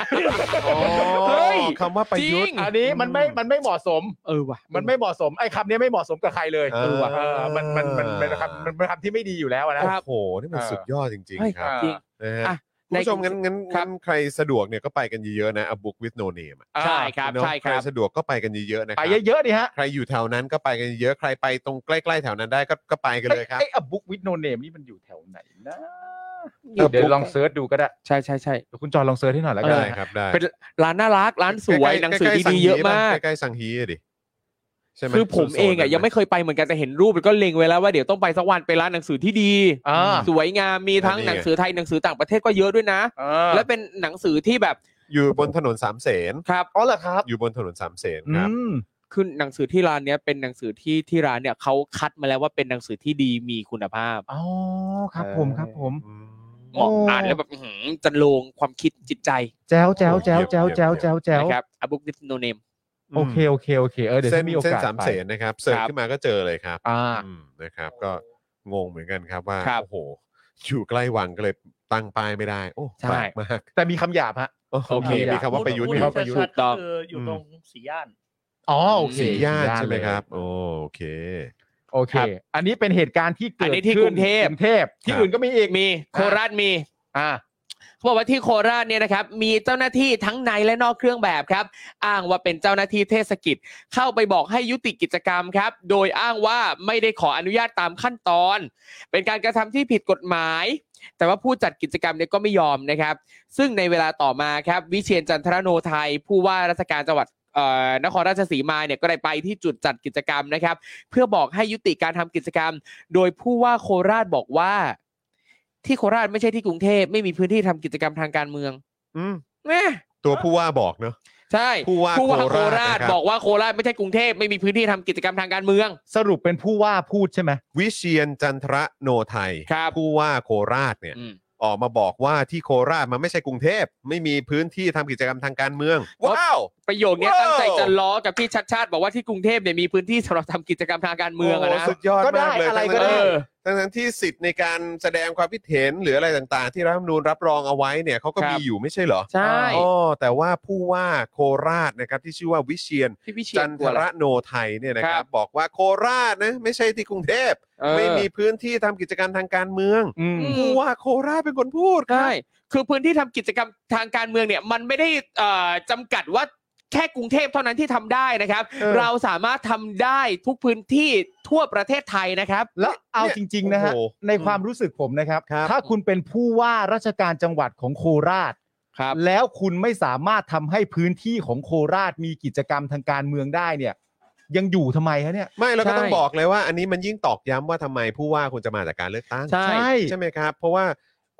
Speaker 4: เฮ้ย
Speaker 2: คำว่าประยุท
Speaker 4: จริ
Speaker 2: ธ์
Speaker 4: ง
Speaker 3: อันนี้มันไม่มันไม่เหมาะสม
Speaker 4: เออว่ะ
Speaker 3: มันไม่เหมาะสมไอ้คำนี้ไม่เหมาะสมกับใครเลย
Speaker 2: เออว่ะ
Speaker 3: เออมันมันมันมันเป็นคำมันเป็นคำที่ไม่ดีอยู่แล้วอะนะ
Speaker 4: ครับ
Speaker 2: โอ้โห นี่มัน
Speaker 3: เออ
Speaker 2: สุดยอดจริง
Speaker 4: เฮ้ย
Speaker 2: ๆ ครับ
Speaker 4: จริง
Speaker 2: นะฮะ
Speaker 4: อ่ะ
Speaker 2: คุณผู้ชมงั้นงั้น
Speaker 4: ครั
Speaker 2: งั้
Speaker 4: บ
Speaker 2: นใครสะดวกเนี่ยก็ไปกันเยอะๆนะ A Book with No Name อะ
Speaker 4: ใช่ครับ
Speaker 2: เนอะ
Speaker 4: ใช่ค
Speaker 2: ใคร
Speaker 4: รับ
Speaker 2: สะดวกก็ไปกันเยอะๆนะค
Speaker 3: ไป
Speaker 2: รับ
Speaker 3: เยอะๆดิฮะ
Speaker 2: ใครอยู่แถวนั้นก็ไปกันเยอะใครไปตรงใกล้ๆแถวนั้นได้ก็ก็ไปกันเลยครับ
Speaker 3: ไอ้อบุ๊กวิดโนเนมนี่มันอยู่แถวไหนนะ
Speaker 4: อยู่แถว
Speaker 3: เดี๋ยวลองเซิร์ชดูก็ได้
Speaker 4: ใช่ใช่ใช่
Speaker 3: เดี๋ยวคุณจอนลองเซิร์ชให้หน่อยแล้วกัน
Speaker 2: ได้ครับได้
Speaker 4: เป็นร้านน่ารักร้านสวย
Speaker 2: ใกล้ๆ
Speaker 4: หนังสือ
Speaker 2: ใล้ๆ
Speaker 4: ดีๆเยอะ
Speaker 2: สัฮี
Speaker 4: มาก
Speaker 2: ป่ใกล้ๆสังฮีอะดิ ใช่ไหม
Speaker 4: คือผม
Speaker 2: โซนๆ
Speaker 4: เองอ่ะ
Speaker 2: นั้น
Speaker 4: ยังไม่เคยไปเหมือนกันแต่เห็นรูปแล้วก็เล็งไว้แล้วว่าเดี๋ยวต้องไปสักวันไปร้านหนังสือที่ดี
Speaker 3: อ่า
Speaker 4: สวยงามมีทั้งหนังสือไทยหนังสือต่างประเทศก็เยอะด้วยนะ และเป็นหนังสือที่แบบ
Speaker 2: อยู่บนถนนสามเสน
Speaker 4: ครับ
Speaker 3: อ๋อเหรอครับ
Speaker 2: อยู่บนถนนสามเสน
Speaker 3: อื
Speaker 2: ครับ
Speaker 3: ม
Speaker 4: คือหนังสือที่ร้านเนี้ยเป็นหนังสือที่ที่ร้านเนี่ยเขาคัดมาแล้วว่าเป็นหนังสือที่ดีมีคุณภาพ
Speaker 3: อ๋อครับผมครับผม
Speaker 4: เหมาะ
Speaker 3: โอ้
Speaker 4: อ่านแล้วแบบอื้อหือจันโลงความคิดจิตใจ
Speaker 3: แจ๋วแจ๋วแจ๋วแจ๋วแจ๋วแจ๋วแจ๋ว
Speaker 4: นะครับอบุ๊กดิสโนเนม
Speaker 3: โอเคโอเคโอเคเออเดี๋ยว
Speaker 2: เส้น
Speaker 3: ฉันมีโอ
Speaker 2: เส้น
Speaker 3: กาส
Speaker 2: สาม
Speaker 3: ไป
Speaker 2: เสนนะครับเสิร์ช
Speaker 4: ครับ
Speaker 2: ขึ้นมาก็เจอเลยครับ
Speaker 3: อ่า
Speaker 2: อืมนะครับก็งงเหมือนกันครับว่าโอ้โหอยู่ใกล้วังก็เลยตั้งป้ายไม่ได้ โอ้
Speaker 4: ใช่
Speaker 2: แปลกมาก
Speaker 3: แต่มีคำหยาบฮะ
Speaker 2: โอ้โห
Speaker 4: โอเค
Speaker 2: มีมีคำว่าประยุทธ์
Speaker 5: พู
Speaker 2: อ
Speaker 5: ด
Speaker 2: ยู่
Speaker 5: พูดชัด
Speaker 4: ถูกต้อง
Speaker 5: ๆคืออยู่ตรงสีย่าน
Speaker 3: อ๋อโอเค
Speaker 2: สีย่าน
Speaker 3: สี่
Speaker 2: ใช่ไหม
Speaker 3: เลย
Speaker 2: ครับ โอ้โอเค
Speaker 3: โอเค
Speaker 4: ครับ
Speaker 3: อันนี้เป็นเหตุการณ์ที่
Speaker 4: อั
Speaker 3: เกิด
Speaker 4: นนี้ที่
Speaker 3: ขึ้
Speaker 4: กรุงเทพ
Speaker 3: กรุงเทพที่
Speaker 2: ครับ
Speaker 3: อื่นก็มีอีก
Speaker 4: มีโคราชมี
Speaker 3: อ่า
Speaker 4: เขาบอกว่าที่โคราชเนี่ยนะครับมีเจ้าหน้าที่ทั้งในและนอกเครื่องแบบครับ อ้างว่าเป็นเจ้าหน้าที่เทศกิจ เข้าไปบอกให้ยุติกิจกรรมครับ โดยอ้างว่าไม่ได้ขออนุญาตตามขั้นตอน เป็นการกระทำที่ผิดกฎหมาย แต่ว่าผู้จัดกิจกรรมเนี่ยก็ไม่ยอมนะครับ ซึ่งในเวลาต่อมาครับ วิเชียนจันทรโนไทย ผู้ว่าราชการจังหวัดเอ่อนครราชสีมาเนี่ยก็ได้ไปที่จุดจัดกิจกรรมนะครับ เพื่อบอกให้ยุติการทำกิจกรรม โดยผู้ว่าโคราชบอกว่า ที่โคราชไม่ใช่ที่กรุงเทพไม่มีพื้นที่ทำกิจกรรมทางการเมือง
Speaker 2: อืม
Speaker 4: แม่
Speaker 2: ตัวผู้ว่าบอกเนอะ
Speaker 4: ใช่
Speaker 2: ผู้ว่าโค
Speaker 4: โค
Speaker 2: ราช
Speaker 4: ราช
Speaker 2: นะครับ
Speaker 4: บอกว่าโคราชไม่ใช่กรุงเทพไม่มีพื้นที่ทำกิจกรรมทางการเมือง
Speaker 3: สรุปเป็นผู้ว่าพูดใช่ไหม
Speaker 2: วิเชียนจันทระโนไทย
Speaker 4: ครับ
Speaker 2: ผู้ว่าโคราชเนี่ย
Speaker 4: อืม
Speaker 2: ออกมาบอกว่าที่โคราชมันไม่ใช่กรุงเทพ ไม่มีพื้นที่ทำกิจกรรมทางการเมือง
Speaker 4: ครับ
Speaker 2: ว้าว
Speaker 4: ประโยคเนี้ย
Speaker 2: ว้าว
Speaker 4: ตั้งใจจะล้อกับพี่ชัดชาติบอกว่าที่กรุงเทพเนี่ยมีพื้นที่สำหรับทำกิจกรรมทางการเมืองอะนะ
Speaker 2: โสุดยอดมากเลย
Speaker 3: อะไรก็
Speaker 2: ทั้ง
Speaker 3: ได้
Speaker 2: นั้น ทั้งทั้งๆที่สิทธิ์ในการแสดงความคิดเห็นหรืออะไรต่างๆ ที่รัฐธรรมนูญรับรองเอาไว้เนี่ยเขาก็มีอยู่ไม่ใช่เหรอ
Speaker 4: ใช่
Speaker 2: อ๋อแต่ว่าผู้ว่าโคราชนะครับที่ชื่อว่าวิเชียน
Speaker 4: พี่พิเชี
Speaker 2: จั
Speaker 4: ย
Speaker 2: น
Speaker 4: น
Speaker 2: ท
Speaker 4: กลัวเหร
Speaker 2: ระ
Speaker 4: อ
Speaker 2: โนไทยเนี่ยนะค
Speaker 4: ค
Speaker 2: รั
Speaker 4: รั
Speaker 2: บบ บอกว่าโคราชนะไม่ใช่ที่กรุงเทพ
Speaker 4: เออ
Speaker 2: ไม่มีพื้นที่ทำกิจการทางการเมือง
Speaker 3: อืม
Speaker 4: ม
Speaker 2: ผู้ว่าโคราชเป็นคนพูดครั
Speaker 4: ใช่
Speaker 2: บ
Speaker 4: คือพื้นที่ทำกิจกรรมทางการเมืองเนี่ยมันไม่ได้เอ่อจำกัดว่าแค่กรุงเทพเท่านั้นที่ทำได้นะครับ
Speaker 2: เออ
Speaker 4: เราสามารถทำได้ทุกพื้นที่ทั่วประเทศไทยนะครับ
Speaker 3: แล้วเอาจริง ๆ นะฮะ
Speaker 2: โอ้โห
Speaker 3: ในความรู้สึกผมนะครับ
Speaker 2: ครับ
Speaker 3: ถ้าคุณเป็นผู้ว่าราชการจังหวัดของโคราช
Speaker 4: ครับ
Speaker 3: แล้วคุณไม่สามารถทำให้พื้นที่ของโคราชมีกิจกรรมทางการเมืองได้เนี่ย ยังอยู่ทำไมฮะเนี่ย
Speaker 2: ไม่แล้วก็
Speaker 4: ใช่
Speaker 2: ต้องบอกเลยว่า อันนี้มันยิ่งตอกย้ำว่าทำไมผู้ว่าคุณจะมาจากการเลือกตั้ง
Speaker 4: ใช่
Speaker 2: ใช่ไหมครับ เพราะว่า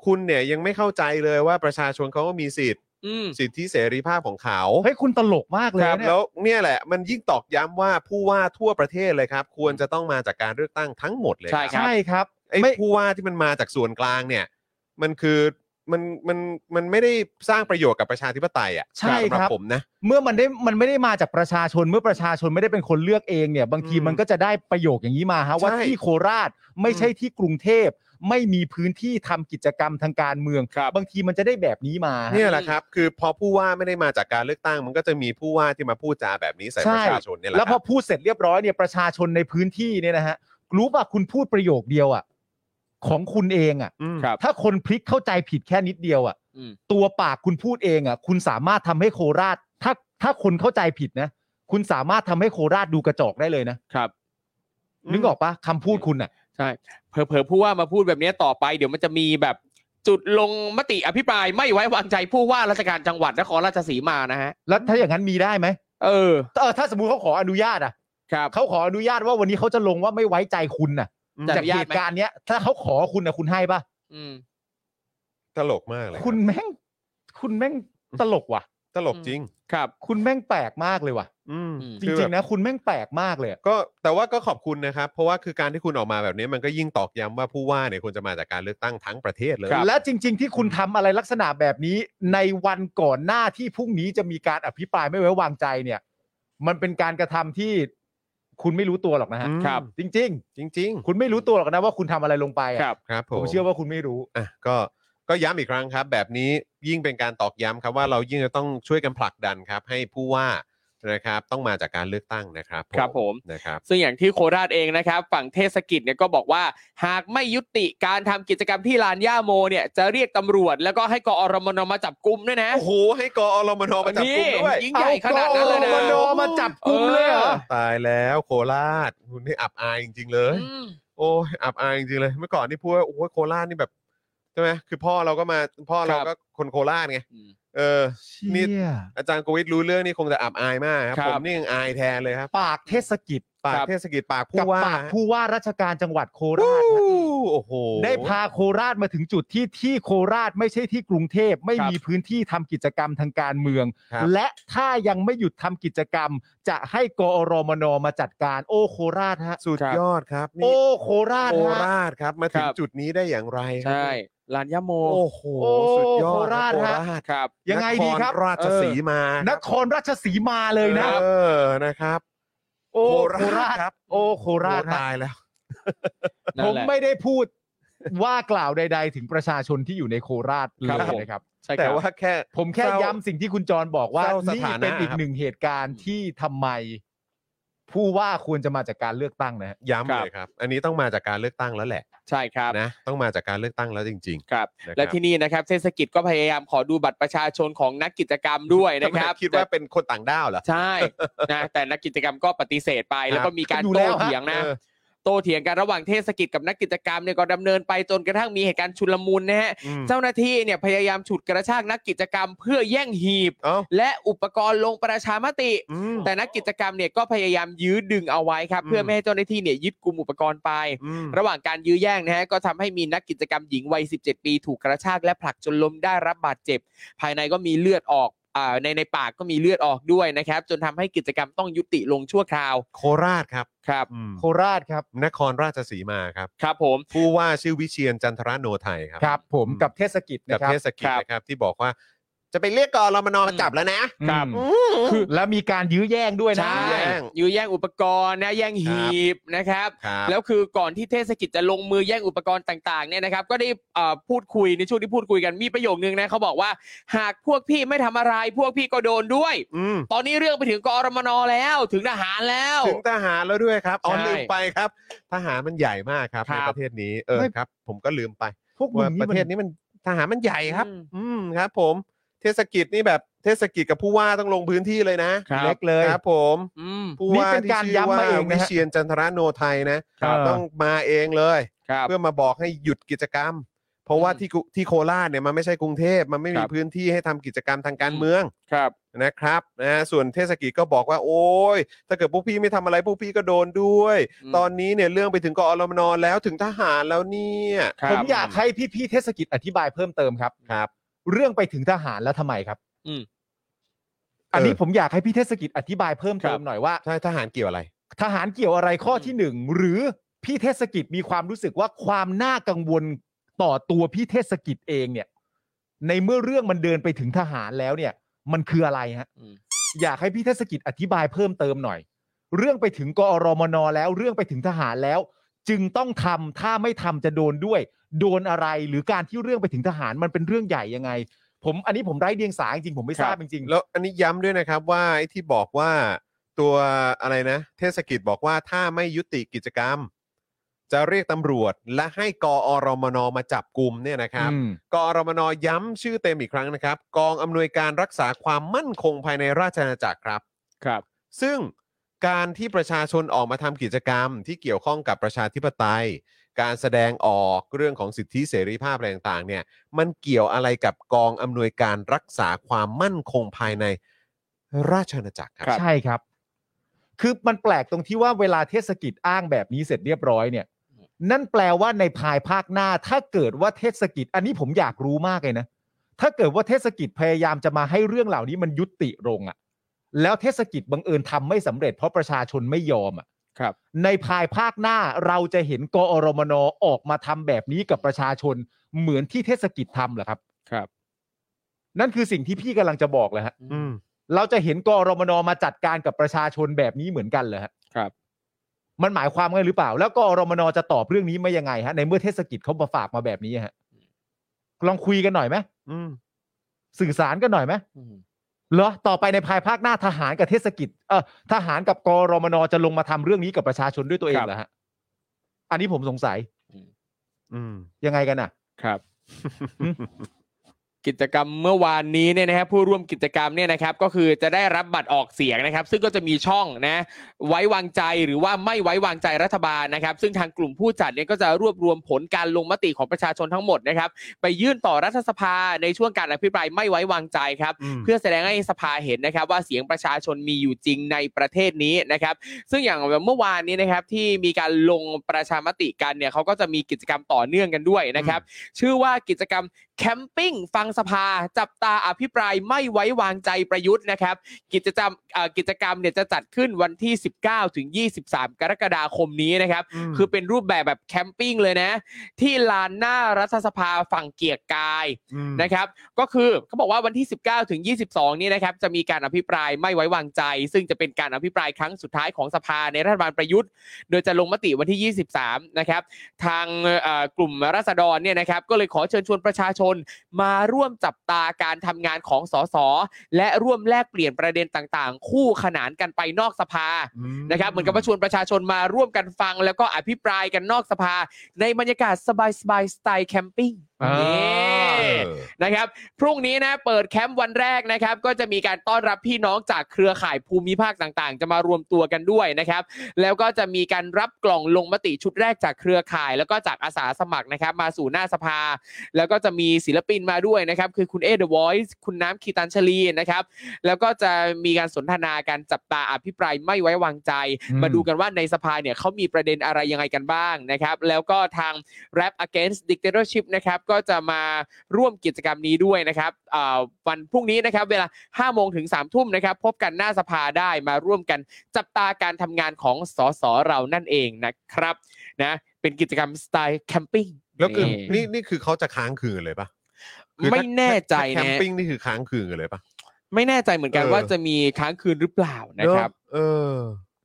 Speaker 2: คุณเนี่ยยังไม่เข้าใจเลยว่าประชาชนเขาก็มีสิทธิ์
Speaker 4: อืม
Speaker 2: สิทธิเสรีภาพของเขา
Speaker 3: เฮ้ยคุณตลกมากเลย
Speaker 2: ครับ
Speaker 3: นะเนี่ย
Speaker 2: แล้วเนี่ยแหละมันยิ่งตอกย้ำว่าผู้ว่าทั่วประเทศเลยครับ ควรจะต้องมาจากการเลือกตั้งทั้งหมดเลย
Speaker 4: ใช่
Speaker 2: ครับ
Speaker 3: ใช่ครับ
Speaker 2: ไอ้
Speaker 3: ไม่
Speaker 2: ผู้ว่าที่มันมาจากส่วนกลางเนี่ย มันคือมันมันมันไม่ได้สร้างประโยชน์กับประชาธิปไตยอ่ะ
Speaker 3: ใช่
Speaker 2: สำหรั
Speaker 3: ครับ
Speaker 2: ผมนะ
Speaker 3: เมื่อมันได้มันไม่ได้มาจากประชาชนเมื่อประชาชนไม่ได้เป็นคนเลือกเองเนี่ย บางที
Speaker 2: อืม
Speaker 3: มันก็จะได้ประโยคอย่างนี้มาฮะว่า
Speaker 2: ใช่
Speaker 3: ที่โคราชไม่ใช่ที่กรุงเทพไม่มีพื้นที่ทำกิจกรรมทางการเมือง
Speaker 4: ครับ
Speaker 3: บางทีมันจะได้แบบนี้มาฮะ
Speaker 2: เนี่ยแหละครับ คือพอผู้ว่าไม่ได้มาจากการเลือกตั้ง มันก็จะมีผู้ว่าที่มาพูดจาแบบนี้ใส่ป
Speaker 3: ใช่
Speaker 2: ระชาชนเนี่ยแหละ
Speaker 3: แล้วพ
Speaker 2: ค
Speaker 3: อ
Speaker 2: รับ
Speaker 3: พูดเสร็จเรียบร้อยเนี่ยประชาชนในพื้นที่เนี่ยนะฮะรู้ป่ะคุณพูดประโยคเดียวอ่ะของคุณเองอ่ะ
Speaker 2: อืม
Speaker 4: ครับ
Speaker 3: ถ้าคนพลิกเข้าใจผิดแค่นิดเดียวอ่ะ
Speaker 4: อืม
Speaker 3: ตัวปากคุณพูดเองอ่ะ คุณสามารถทำให้โคราช ถ้าถ้าคนเข้าใจผิดนะ คุณสามารถทำให้โคราชดูกระจอกได้เลยนะครับ
Speaker 2: อืม
Speaker 3: นึกออกปะคำพูดคุณอ่ะ
Speaker 4: ใช่เผลอๆผู้ว่ามาพูดแบบเนี้ยต่อไป เดี๋ยวมันจะมีแบบจุดลงมติอภิปรายไม่ไว้วางใจผู้ว่าราชการจังหวัดนครราชสีมานะฮะ
Speaker 3: แล้วถ้าอย่างนั้นมีได้ไหม
Speaker 4: เออ
Speaker 3: เออถ้าสมมติเขาขออนุญาตอ่ะ
Speaker 4: ครับ
Speaker 3: เขาขออนุญาตว่าวันนี้เขาจะลงว่าไม่ไว้ใจคุณน่ะ
Speaker 2: อืม
Speaker 4: จะ
Speaker 3: จากเหตุการณ์เนี้ย ถ้าเขาขอคุณน่ะคุณให้ปะ
Speaker 4: อืม
Speaker 2: ตลกมากเลยรับ
Speaker 3: คุณแม่ง คุณแม่งตลกว่ะ
Speaker 2: ตลกจริง
Speaker 4: ครับ
Speaker 3: คุณแม่งแปลกมากเลยว่ะ
Speaker 2: อืม
Speaker 4: อืม
Speaker 3: จ
Speaker 2: คือ
Speaker 3: ริ
Speaker 2: แบบ
Speaker 3: งๆนะคุณแม่งแปลกมากเลยอะ
Speaker 2: ก็แต่ว่าก็ขอบคุณนะครับ เพราะว่าคือการที่คุณออกมาแบบนี้มันก็ยิ่งตอกย้ำว่าผู้ว่าเนี่ยควรจะมาจากการเลือกตั้งทั้งประเทศเลย
Speaker 3: และจริง ๆ ที่คุณทำอะไรลักษณะแบบนี้ ในวันก่อนหน้าที่พรุ่งนี้จะมีการอภิปรายไม่ไว้วางใจเนี่ย มันเป็นการกระทำที่คุณไม่รู้ตัวหรอกนะฮะ
Speaker 2: อืม
Speaker 3: จริง
Speaker 2: จริง
Speaker 3: ๆ คุณไม่รู้ตัวหรอกนะว่าคุณทำอะไรลงไปอะ
Speaker 4: ครับ
Speaker 2: ๆ ครับผ
Speaker 3: ผม มเชื่อว่าคุณไม่รู้
Speaker 2: อ่ะก็ก็ย้ำอีกครั้งครับ แบบนี้ยิ่งเป็นการตอกย้ำครับว่าเรายิ่งจะต้องช่วยกันผลักดันครับ ให้ผู้ว่านะครับ ต้องมาจากการเลือกตั้งนะครับ
Speaker 4: ครับผม
Speaker 2: นะครับ
Speaker 4: ซึ่งอย่างที่โคราชเองนะครับ ฝั่งเทศกิจเนี่ยก็บอกว่า หากไม่ยุติการทำกิจกรรมที่ลานย่าโมเนี่ย จะเรียกตำรวจ แล้วก็ให้กอรมนมาจับกุมด้วยนะ
Speaker 2: โอ้โห ให้กอรมนมาจับกลุ่มด้วย
Speaker 4: นี่ยิ่งใหญ่ขนาดนั้นเลยนะ
Speaker 3: เอากอรมนมาจับกุมเลยเหรอ
Speaker 2: ตายแล้วโคราชคุณนี่อับอายจริงๆเล
Speaker 4: เอย ออืม
Speaker 2: โอ้ยอับอายจริงๆเลย เมื่อก่อนนี่พูดว่าโอ้ยโคราชนี่แบบใช่ไหมคือพ่อเราก็มาพ่อเรา
Speaker 4: ครับ
Speaker 2: ก็ คนโคราชไง
Speaker 4: อืม
Speaker 2: เออ นี่
Speaker 3: เชี่ย
Speaker 2: อาจารย์โกวิทรู้เรื่องนี่คงจะอับอายมากครับ
Speaker 4: ครับ
Speaker 2: ผมนี่ยังอายแทนเลยครับ
Speaker 3: ปากเทศกิจ
Speaker 2: ปากเทศกิจปากผู้
Speaker 3: กับ
Speaker 2: ว่า
Speaker 3: ปากผู้ว่าราชการจังหวัดโค
Speaker 2: วู้
Speaker 3: ราชฮะ
Speaker 2: โอ้โห
Speaker 3: ได้พาโคราชมาถึงจุดที่ที่โคราชไม่ใช่ที่กรุงเทพไม่มีพื้นที่ทำกิจกรรมทางการเมือง
Speaker 2: ครับ
Speaker 3: และถ้ายังไม่หยุดทำกิจกรรม จะให้กอรมนมาจัดการ โอ้โคราชฮะ
Speaker 2: สุดยอดครับนี่
Speaker 3: โอ้โคราช
Speaker 2: โค
Speaker 3: ฮะ
Speaker 2: ราชครับมาถึง
Speaker 4: ครับ
Speaker 2: จุดนี้ได้อย่างไรครับ
Speaker 4: ใช่ลานยโม
Speaker 2: โอ้โห
Speaker 3: โอ้
Speaker 2: สุดยอด
Speaker 3: โคราช
Speaker 2: โค
Speaker 3: ฮะ
Speaker 2: ราช
Speaker 4: ครับ
Speaker 3: ยังไงดีครับ
Speaker 2: นราชสีมา
Speaker 3: เออนนครราชสีมาเลยนะ
Speaker 2: เออนะครับ
Speaker 3: โอ้
Speaker 2: โคราช
Speaker 3: โคราช
Speaker 2: ครับ
Speaker 3: โอ้โคราช
Speaker 2: โอ้
Speaker 3: ฮะ
Speaker 2: ตายแล้ว
Speaker 4: นั่น
Speaker 3: ผม
Speaker 4: แหละ
Speaker 3: ไม่ได้พูดว่ากล่าวใด ๆ ถึงประชาชนที่อยู่ในโคราช
Speaker 4: ค
Speaker 3: เล
Speaker 4: รับผ
Speaker 3: ย
Speaker 4: ม
Speaker 3: นะครับ
Speaker 4: ใช่
Speaker 2: แต่
Speaker 4: รับ
Speaker 2: ว่าแค่
Speaker 3: ผมแค่
Speaker 2: เศร้า
Speaker 3: ย้ำสิ่งที่คุณจรบอกว่า
Speaker 2: เศร้าส
Speaker 3: นี่
Speaker 2: ถานะ
Speaker 3: เป็นอีกหนึ่งเหตุการณ์ที่ทำไม ผู้ว่าควรจะมาจากการเลือกตั้งนะฮะ
Speaker 2: ย้ำ
Speaker 4: ครับ
Speaker 2: เลยครับ อันนี้ต้องมาจากการเลือกตั้งแล้วแหละ
Speaker 4: ใช่ครับ
Speaker 2: นะต้องมาจากการเลือกตั้งแล้วจริง
Speaker 4: ครับ
Speaker 2: นะครับ
Speaker 4: และที่นี่นะครับ เทศกิจก็พยายามขอดูบัตรประชาชนของนักกิจกรรมด้วย
Speaker 2: ๆ
Speaker 4: นะครับ
Speaker 2: ทำไมคิดว่าเป็นคนต่างด้าวเหรอ
Speaker 4: ใช่นะ แต่นักกิจกรรมก็ปฏิเสธไป แล้วก็มีการ
Speaker 3: อยู่แล้
Speaker 4: โต้
Speaker 3: วฮะ
Speaker 4: เถียงนะ
Speaker 2: เออ
Speaker 4: โต้เถียงกันระหว่างเทศกิจกับนักกิจกรรมเนี่ยก็ดำเนินไปจนกระทั่งมีเหตุการณ์ชุลมุนนะฮะ
Speaker 2: อืม
Speaker 4: เจ้าหน้าที่เนี่ยพยายามฉุดกระชากนักกิจกรรม เพื่อแย่งหีบ
Speaker 2: เอ้า
Speaker 4: และอุปกรณ์ลงประชามติ
Speaker 2: อืม
Speaker 4: แต่นักกิจกรรมเนี่ยก็พยายามยื้อดึงเอาไว้ครับ
Speaker 2: อืม
Speaker 4: เพื่อไม่ให้เจ้าหน้าที่เนี่ยยึดกลุ่มอุปกรณ์ไป
Speaker 2: อืม
Speaker 4: ระหว่างการยื้อแย่งนะฮะก็ทำให้มีนักกิจกรรมหญิงวัย 17 ปีถูกกระชากและผลักจนล้มได้รับบาดเจ็บ ภายในก็มีเลือดออกอ่าในในปากก็มีเลือดออกด้วยนะครับ จนทำให้กิจกรรมต้องยุติลงชั่วคราว
Speaker 2: โคราชครับ
Speaker 4: ครับ
Speaker 2: อืม
Speaker 3: โคราชครับ
Speaker 2: นครราชสีมาครับ
Speaker 4: ครับผม
Speaker 2: ผู้ว่าชื่อวิเชียนจันทรโนไทยครับ
Speaker 3: ครับ ผม
Speaker 2: อืม
Speaker 3: กับเทศกิจ
Speaker 2: กั
Speaker 3: นะ
Speaker 2: บ
Speaker 3: ครับ
Speaker 2: เทศกิจนะครับที่บอกว่า จะไปเรียกกรมนมาจับแล้วนะ
Speaker 3: ครับคือแล้วมีการยื้อแย่งด้วยนะ
Speaker 2: ยื้
Speaker 4: ใช่
Speaker 2: อแย่ง
Speaker 4: ยื้อแย่งอุปกรณ์นะแย่งหีบนะครับ
Speaker 2: ครับ
Speaker 4: แล้วคือก่อนที่เทศกิจจะลงมือแย่งอุปกรณ์ต่างๆเนี่ยนะครับ ก็ได้เอ่อพูดคุยในช่วงที่พูดคุยกันมีประโยคนึงนะเขาบอกว่าหากพวกพี่ไม่ทำอะไร พวกพี่ก็โดนด้วย
Speaker 2: อืม
Speaker 4: ตอนนี้เรื่องไปถึงกอรมนแล้วถึงทหารแล้ว
Speaker 2: ถึงทหารแล้วด้วยครับอ๋อ
Speaker 4: ใช่
Speaker 2: ลืมไปครับ ทหารมันใหญ่มากครับ
Speaker 4: ครั
Speaker 2: ใน
Speaker 4: บ
Speaker 2: ประเทศนี้เออ
Speaker 3: ไม่
Speaker 2: ครับ ผมก็ลืมไป
Speaker 3: พวกมึ
Speaker 2: ว่าง ประเทศนี้มันทหารมันใหญ่ครับ
Speaker 4: อืม
Speaker 2: อืมครับ ผม เทศกิจนี่แบบเทศกิจกับผู้ว่าต้องลงพื้นที่เลยนะครับ
Speaker 3: เล็กเลย
Speaker 2: ครับ ผม
Speaker 4: อืม
Speaker 2: ผู้
Speaker 3: นี่
Speaker 2: ว่า
Speaker 3: เป็น
Speaker 2: ที่
Speaker 3: การ
Speaker 2: ชื่อ
Speaker 3: ย้ำ
Speaker 2: ว่า
Speaker 3: มาเอง
Speaker 2: วิ
Speaker 3: นะฮะ
Speaker 2: เชียนจันทรโนไทยนะครับ ต้องมาเองเลย
Speaker 4: ครับ
Speaker 2: เพื่อมาบอกให้หยุดกิจกรรม เพราะว่า
Speaker 4: อืม
Speaker 2: ที่กุที่โคราชเนี่ยมันไม่ใช่กรุงเทพมันไม่มี
Speaker 4: ครับ
Speaker 2: พื้นที่ให้ทำกิจกรรมทางการ
Speaker 4: อืม
Speaker 2: เมือง
Speaker 4: ครับ
Speaker 2: นะครับนะส่วนเทศกิจก็บอกว่าโอ้ยถ้าเกิดพวกพี่ไม่ทำอะไรพวกพี่ก็โดนด้วย
Speaker 4: อืม
Speaker 2: ตอนนี้เนี่ยเรื่องไปถึงกอรมนแล้วถึงทหารแล้วเนี่ย
Speaker 4: ครับ
Speaker 3: ผมอยากให้พี่ๆเทศกิจอธิบายเพิ่มเติมครับ
Speaker 2: ครับ
Speaker 3: เรื่องไปถึงทหารแล้วทำไมครับ
Speaker 4: อืม
Speaker 3: อันนี้
Speaker 2: เออ
Speaker 3: ผมอยากให้พี่เทศกิจอธิบายเพิ่มเติมหน่อยว่า
Speaker 2: ใช่ทหารเกี่ยวอะไร
Speaker 3: ทหารเกี่ยวอะไรข้อที่หนึ่งหรือพี่เทศกิจมีความรู้สึกว่าความน่ากังวลต่อตัวพี่เทศกิจเองเนี่ย ในเมื่อเรื่องมันเดินไปถึงทหารแล้วเนี่ย มันคืออะไรฮะ
Speaker 4: อืม
Speaker 3: อยากให้พี่เทศกิจอธิบายเพิ่มเติมหน่อย เรื่องไปถึงกอรมนแล้วเรื่องไปถึงทหารแล้ว จึงต้องทำถ้าไม่ทำจะโดนด้วย โดนอะไรหรือการที่เรื่องไปถึงทหารมันเป็นเรื่องใหญ่ยังไง ผมอันนี้ผมไร้เดียงสาจริงๆผมไม่ทราบจริงๆ
Speaker 2: แล้วอันนี้ย้ำด้วยนะครับว่าไอ้ที่บอกว่าตัวอะไรนะ เทศกิจบอกว่าถ้าไม่ยุติกิจกรรม จะเรียกตำรวจและให้กอรมนมาจับกลุ่มเนี่ยนะครับ
Speaker 3: อืม
Speaker 2: กอรมนย้ำชื่อเต็มอีกครั้งนะครับ กองอำนวยการรักษาความมั่นคงภายในราชอาณาจักรครับ
Speaker 4: ครับ
Speaker 2: ซึ่งการที่ประชาชนออกมาทำกิจกรรม ที่เกี่ยวข้องกับประชาธิปไตย การแสดงออกเรื่องของสิทธิเสรีภาพอะไรต่างๆเนี่ยมันเกี่ยวอะไรกับกองอำนวยการรักษาความมั่นคงภายในราชอาณาจักรครับ
Speaker 3: ใช่ครับ คือมันแปลกตรงที่ว่าเวลาเทศกิจอ้างแบบนี้เสร็จเรียบร้อยเนี่ย นั่นแปลว่าในภายภาคหน้า ถ้าเกิดว่าเทศกิจ อันนี้ผมอยากรู้มากเลยนะ ถ้าเกิดว่าเทศกิจพยายามจะมาให้เรื่องเหล่านี้มันยุติลงอะ่ะ แล้วเทศกิจบังเอิญทำไม่สำเร็จเพราะประชาชนไม่ยอมอะ่ะ
Speaker 4: ครับ
Speaker 3: ในภายภาคหน้าเราจะเห็นกอรมนออกมาทำแบบนี้กับประชาชนเหมือนที่เทศกิจทำเหรอครับ
Speaker 4: ครับ
Speaker 3: นั่นคือสิ่งที่พี่กำลังจะบอกเลยฮะ
Speaker 2: อืม
Speaker 3: เราจะเห็นกอรมนมาจัดการกับประชาชนแบบนี้เหมือนกันเหรอฮะ
Speaker 4: ครับ
Speaker 3: มันหมายความไงหรือเปล่า แล้วกอรมนจะตอบเรื่องนี้มายังไงฮะในเมื่อเทศกิจเขามาฝากมาแบบนี้ฮะลองคุยกันหน่อยไหม
Speaker 2: อืม
Speaker 3: สื่อสารกันหน่อยไหม
Speaker 4: อืม
Speaker 3: เหรอต่อไปในภายภาคหน้าทหารกับเทศกิจเออทหารกับกอรมนจะลงมาทำเรื่องนี้กับประชาชนด้วยตัวเอง
Speaker 4: ครับ
Speaker 3: เหรอฮะอันนี้ผมสงสัย
Speaker 2: อืม
Speaker 3: ยังไงกันอ่ะ
Speaker 4: ครับ กิจกรรมเมื่อวานนี้เนี่ยนะครับผู้ร่วมกิจกรรมเนี่ยนะครับก็คือจะได้รับบัตรออกเสียงนะครับ ซึ่งก็จะมีช่องนะไว้วางใจหรือว่าไม่ไว้วางใจรัฐบาลนะครับ ซึ่งทางกลุ่มผู้จัดเนี่ยก็จะรวบรวมผลการลงมติของประชาชนทั้งหมดนะครับ ไปยื่นต่อรัฐสภาในช่วงการอภิปรายไม่ไว้วางใจครับ เพื่อแสดงให้สภาเห็นนะครับ ว่าเสียงประชาชนมีอยู่จริงในประเทศนี้นะครับ ซึ่งอย่างเมื่อวานนี้นะครับที่มีการลงประชามติกันเนี่ยเขาก็จะมีกิจกรรมต่อเนื่องกันด้วยนะครับ ชื่อว่ากิจกรรมแคมปิ้งฟังสภา จับตาอภิปรายไม่ไว้วางใจประยุทธ์นะครับ กิจกรรมเอ่อกิจกรรมเนี่ยจะจัดขึ้นวันที่ 19 ถึง 23 กรกฎาคมนี้นะครับ คือเป็นรูปแบบแบบแคมปิ้งเลยนะ ที่ลานหน้ารัฐสภาฝั่งเกียรติกาย นะครับก็คือเขาบอกว่าวันที่ 19 ถึง 22 นี่นะครับจะมีการอภิปรายไม่ไว้วางใจ ซึ่งจะเป็นการอภิปรายครั้งสุดท้ายของสภาในรัฐบาลประยุทธ์ โดยจะลงมติวันที่ 23 นะครับ ทางเอ่อกลุ่มราษฎรเนี่ยนะครับก็เลยขอเชิญชวนประชาชน มาร่วมจับตาการทำงานของสสและร่วมแลกเปลี่ยนประเด็นต่างๆ คู่ขนานกันไปนอกสภา นะครับเหมือนกับว่าชวนประชาชนมาร่วมกันฟัง แล้วก็อภิปรายกันนอกสภา ในบรรยากาศสบายๆสไตล์แคมปิ้ง
Speaker 3: อ่า
Speaker 4: นี่ นะครับพรุ่งนี้นะเปิดแคมป์วันแรกนะครับ ก็จะมีการต้อนรับพี่น้องจากเครือข่ายภูมิภาคต่างๆ จะมารวมตัวกันด้วยนะครับ แล้วก็จะมีการรับกล่องลงมติชุดแรกจากเครือข่าย แล้วก็จากอาสาสมัครนะครับ มาสู่หน้าสภา แล้วก็จะมีศิลปินมาด้วยนะครับ คือคุณเอเดอะวอยซ์คุณน้ำคีตันชลีนะครับ แล้วก็จะมีการสนทนาการจับตาอภิปรายไม่ไว้วางใจ
Speaker 3: อืม
Speaker 4: มาดูกันว่าในสภาเนี่ยเขามีประเด็นอะไรยังไงกันบ้างนะครับ แล้วก็ทาง Rap Against Dictatorship นะครับ ก็จะมาร่วมกิจกรรมนี้ด้วยนะครับอ่าวันพรุ่งนี้นะครับ เวลา 5 โมงถึง 3 ทุ่มนะครับ พบกันหน้าสภาได้มาร่วมกันจับตาการทำงานของสสเรานั่นเองนะครับนะเป็นกิจกรรมสไตล์แคมปิ้ง
Speaker 2: แล้วคือ
Speaker 4: นี่
Speaker 2: นี่นี่คือเขาจะค้างคืนเลยปะคือถ้า
Speaker 4: ไม่แน่ใจ
Speaker 2: ถ้าแคม
Speaker 4: นะ
Speaker 2: ปิ้งนี่คือค้างคืนกันเลยปะ
Speaker 4: ไม่แน่ใจเหมือนกัน
Speaker 2: เออ
Speaker 4: ว่าจะมีค้างคืนหรือเปล่า
Speaker 2: เน
Speaker 4: นะ
Speaker 2: อะ
Speaker 4: ครับ
Speaker 2: เออ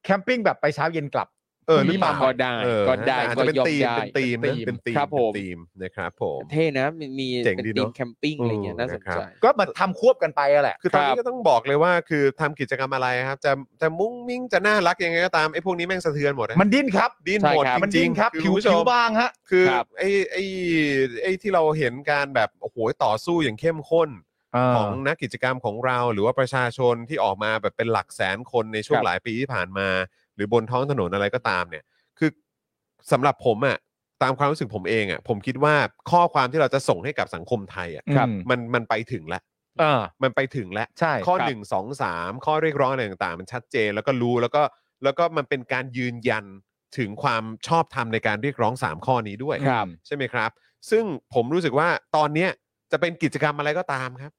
Speaker 3: แคมปิ้งแบบไปเช้าเย็นกลับ
Speaker 2: เออหรือ
Speaker 4: นี่
Speaker 2: เป
Speaker 4: มา
Speaker 2: ล่า
Speaker 4: ก็ได้
Speaker 2: เออ
Speaker 4: ก็ได้
Speaker 2: อาจ
Speaker 4: ก็
Speaker 2: จะเป็น
Speaker 4: ยอม
Speaker 2: ธีม
Speaker 4: ได้
Speaker 2: เป็นธีมนะเป็นธีม
Speaker 4: ครับผม
Speaker 2: เป็นธีมนะครับผม
Speaker 4: เท่นะมีมี
Speaker 2: เจ๋ง
Speaker 4: เป็น
Speaker 2: ดีเน
Speaker 4: ที
Speaker 2: อะ
Speaker 4: มแคมปิ้งอะไรเงี้ย
Speaker 2: เออ
Speaker 4: น่าสน
Speaker 2: นะครับ
Speaker 4: ใจ
Speaker 3: ก็มาทำควบกันไปอะแหละ
Speaker 2: คือตอน
Speaker 4: ครั
Speaker 2: นี้
Speaker 4: บ
Speaker 2: ก็ต้องบอกเลยว่าคือทำกิจกรรมอะไรครับ จะจะมุ้งมิ้งจะน่ารักยังไงก็ตามไอ้พวกนี้แม่งสะเทือนหมดนะ
Speaker 3: มันดิ้นครับ
Speaker 2: ดิ้น
Speaker 4: ใช่
Speaker 2: หมด
Speaker 4: ครับ
Speaker 3: มัน
Speaker 2: จริ
Speaker 3: ดิ้
Speaker 2: ง
Speaker 3: น
Speaker 2: ๆ
Speaker 3: ครับ
Speaker 2: อ
Speaker 3: ผิว
Speaker 2: ณผู้ช
Speaker 3: ผิว
Speaker 2: ม
Speaker 3: บางฮะ
Speaker 2: คือ
Speaker 4: ครับ
Speaker 2: ไอ้ไอ้ไอ้ที่เราเห็นการแบบโอ้โหต่อสู้อย่างเข้มข้นของนักกิจกรรมของเราหรือว่าประชาชนที่ออกมาแบบเป็นหลักแสนคนในช่วง
Speaker 4: ครับ
Speaker 2: หลายปีที่ผ่านมา หรือบนท้องถนนอะไรก็ตามเนี่ย คือสำหรับผมอะตามความรู้สึกผมเองอะผมคิดว่าข้อความที่เราจะส่งให้กับสังคมไทยอะ
Speaker 3: ครับ
Speaker 2: มันมันไปถึงแล้ว
Speaker 3: เออ
Speaker 2: มันไปถึงแล้ว
Speaker 3: ใช่
Speaker 2: ข้อ
Speaker 4: ครับ
Speaker 2: หนึ่งสองสามข้อเรียกร้องอะไรต่างๆ มันชัดเจนแล้วก็รู้แล้วก็แล้วก็มันเป็นการยืนยันถึงความชอบธรรมในการเรียกร้อง 3 ข้อนี้ด้วย
Speaker 4: ครับ
Speaker 2: ใช่ไหมครับ ซึ่งผมรู้สึกว่าตอนเนี้ยจะเป็นกิจกรรมอะไรก็ตามครับ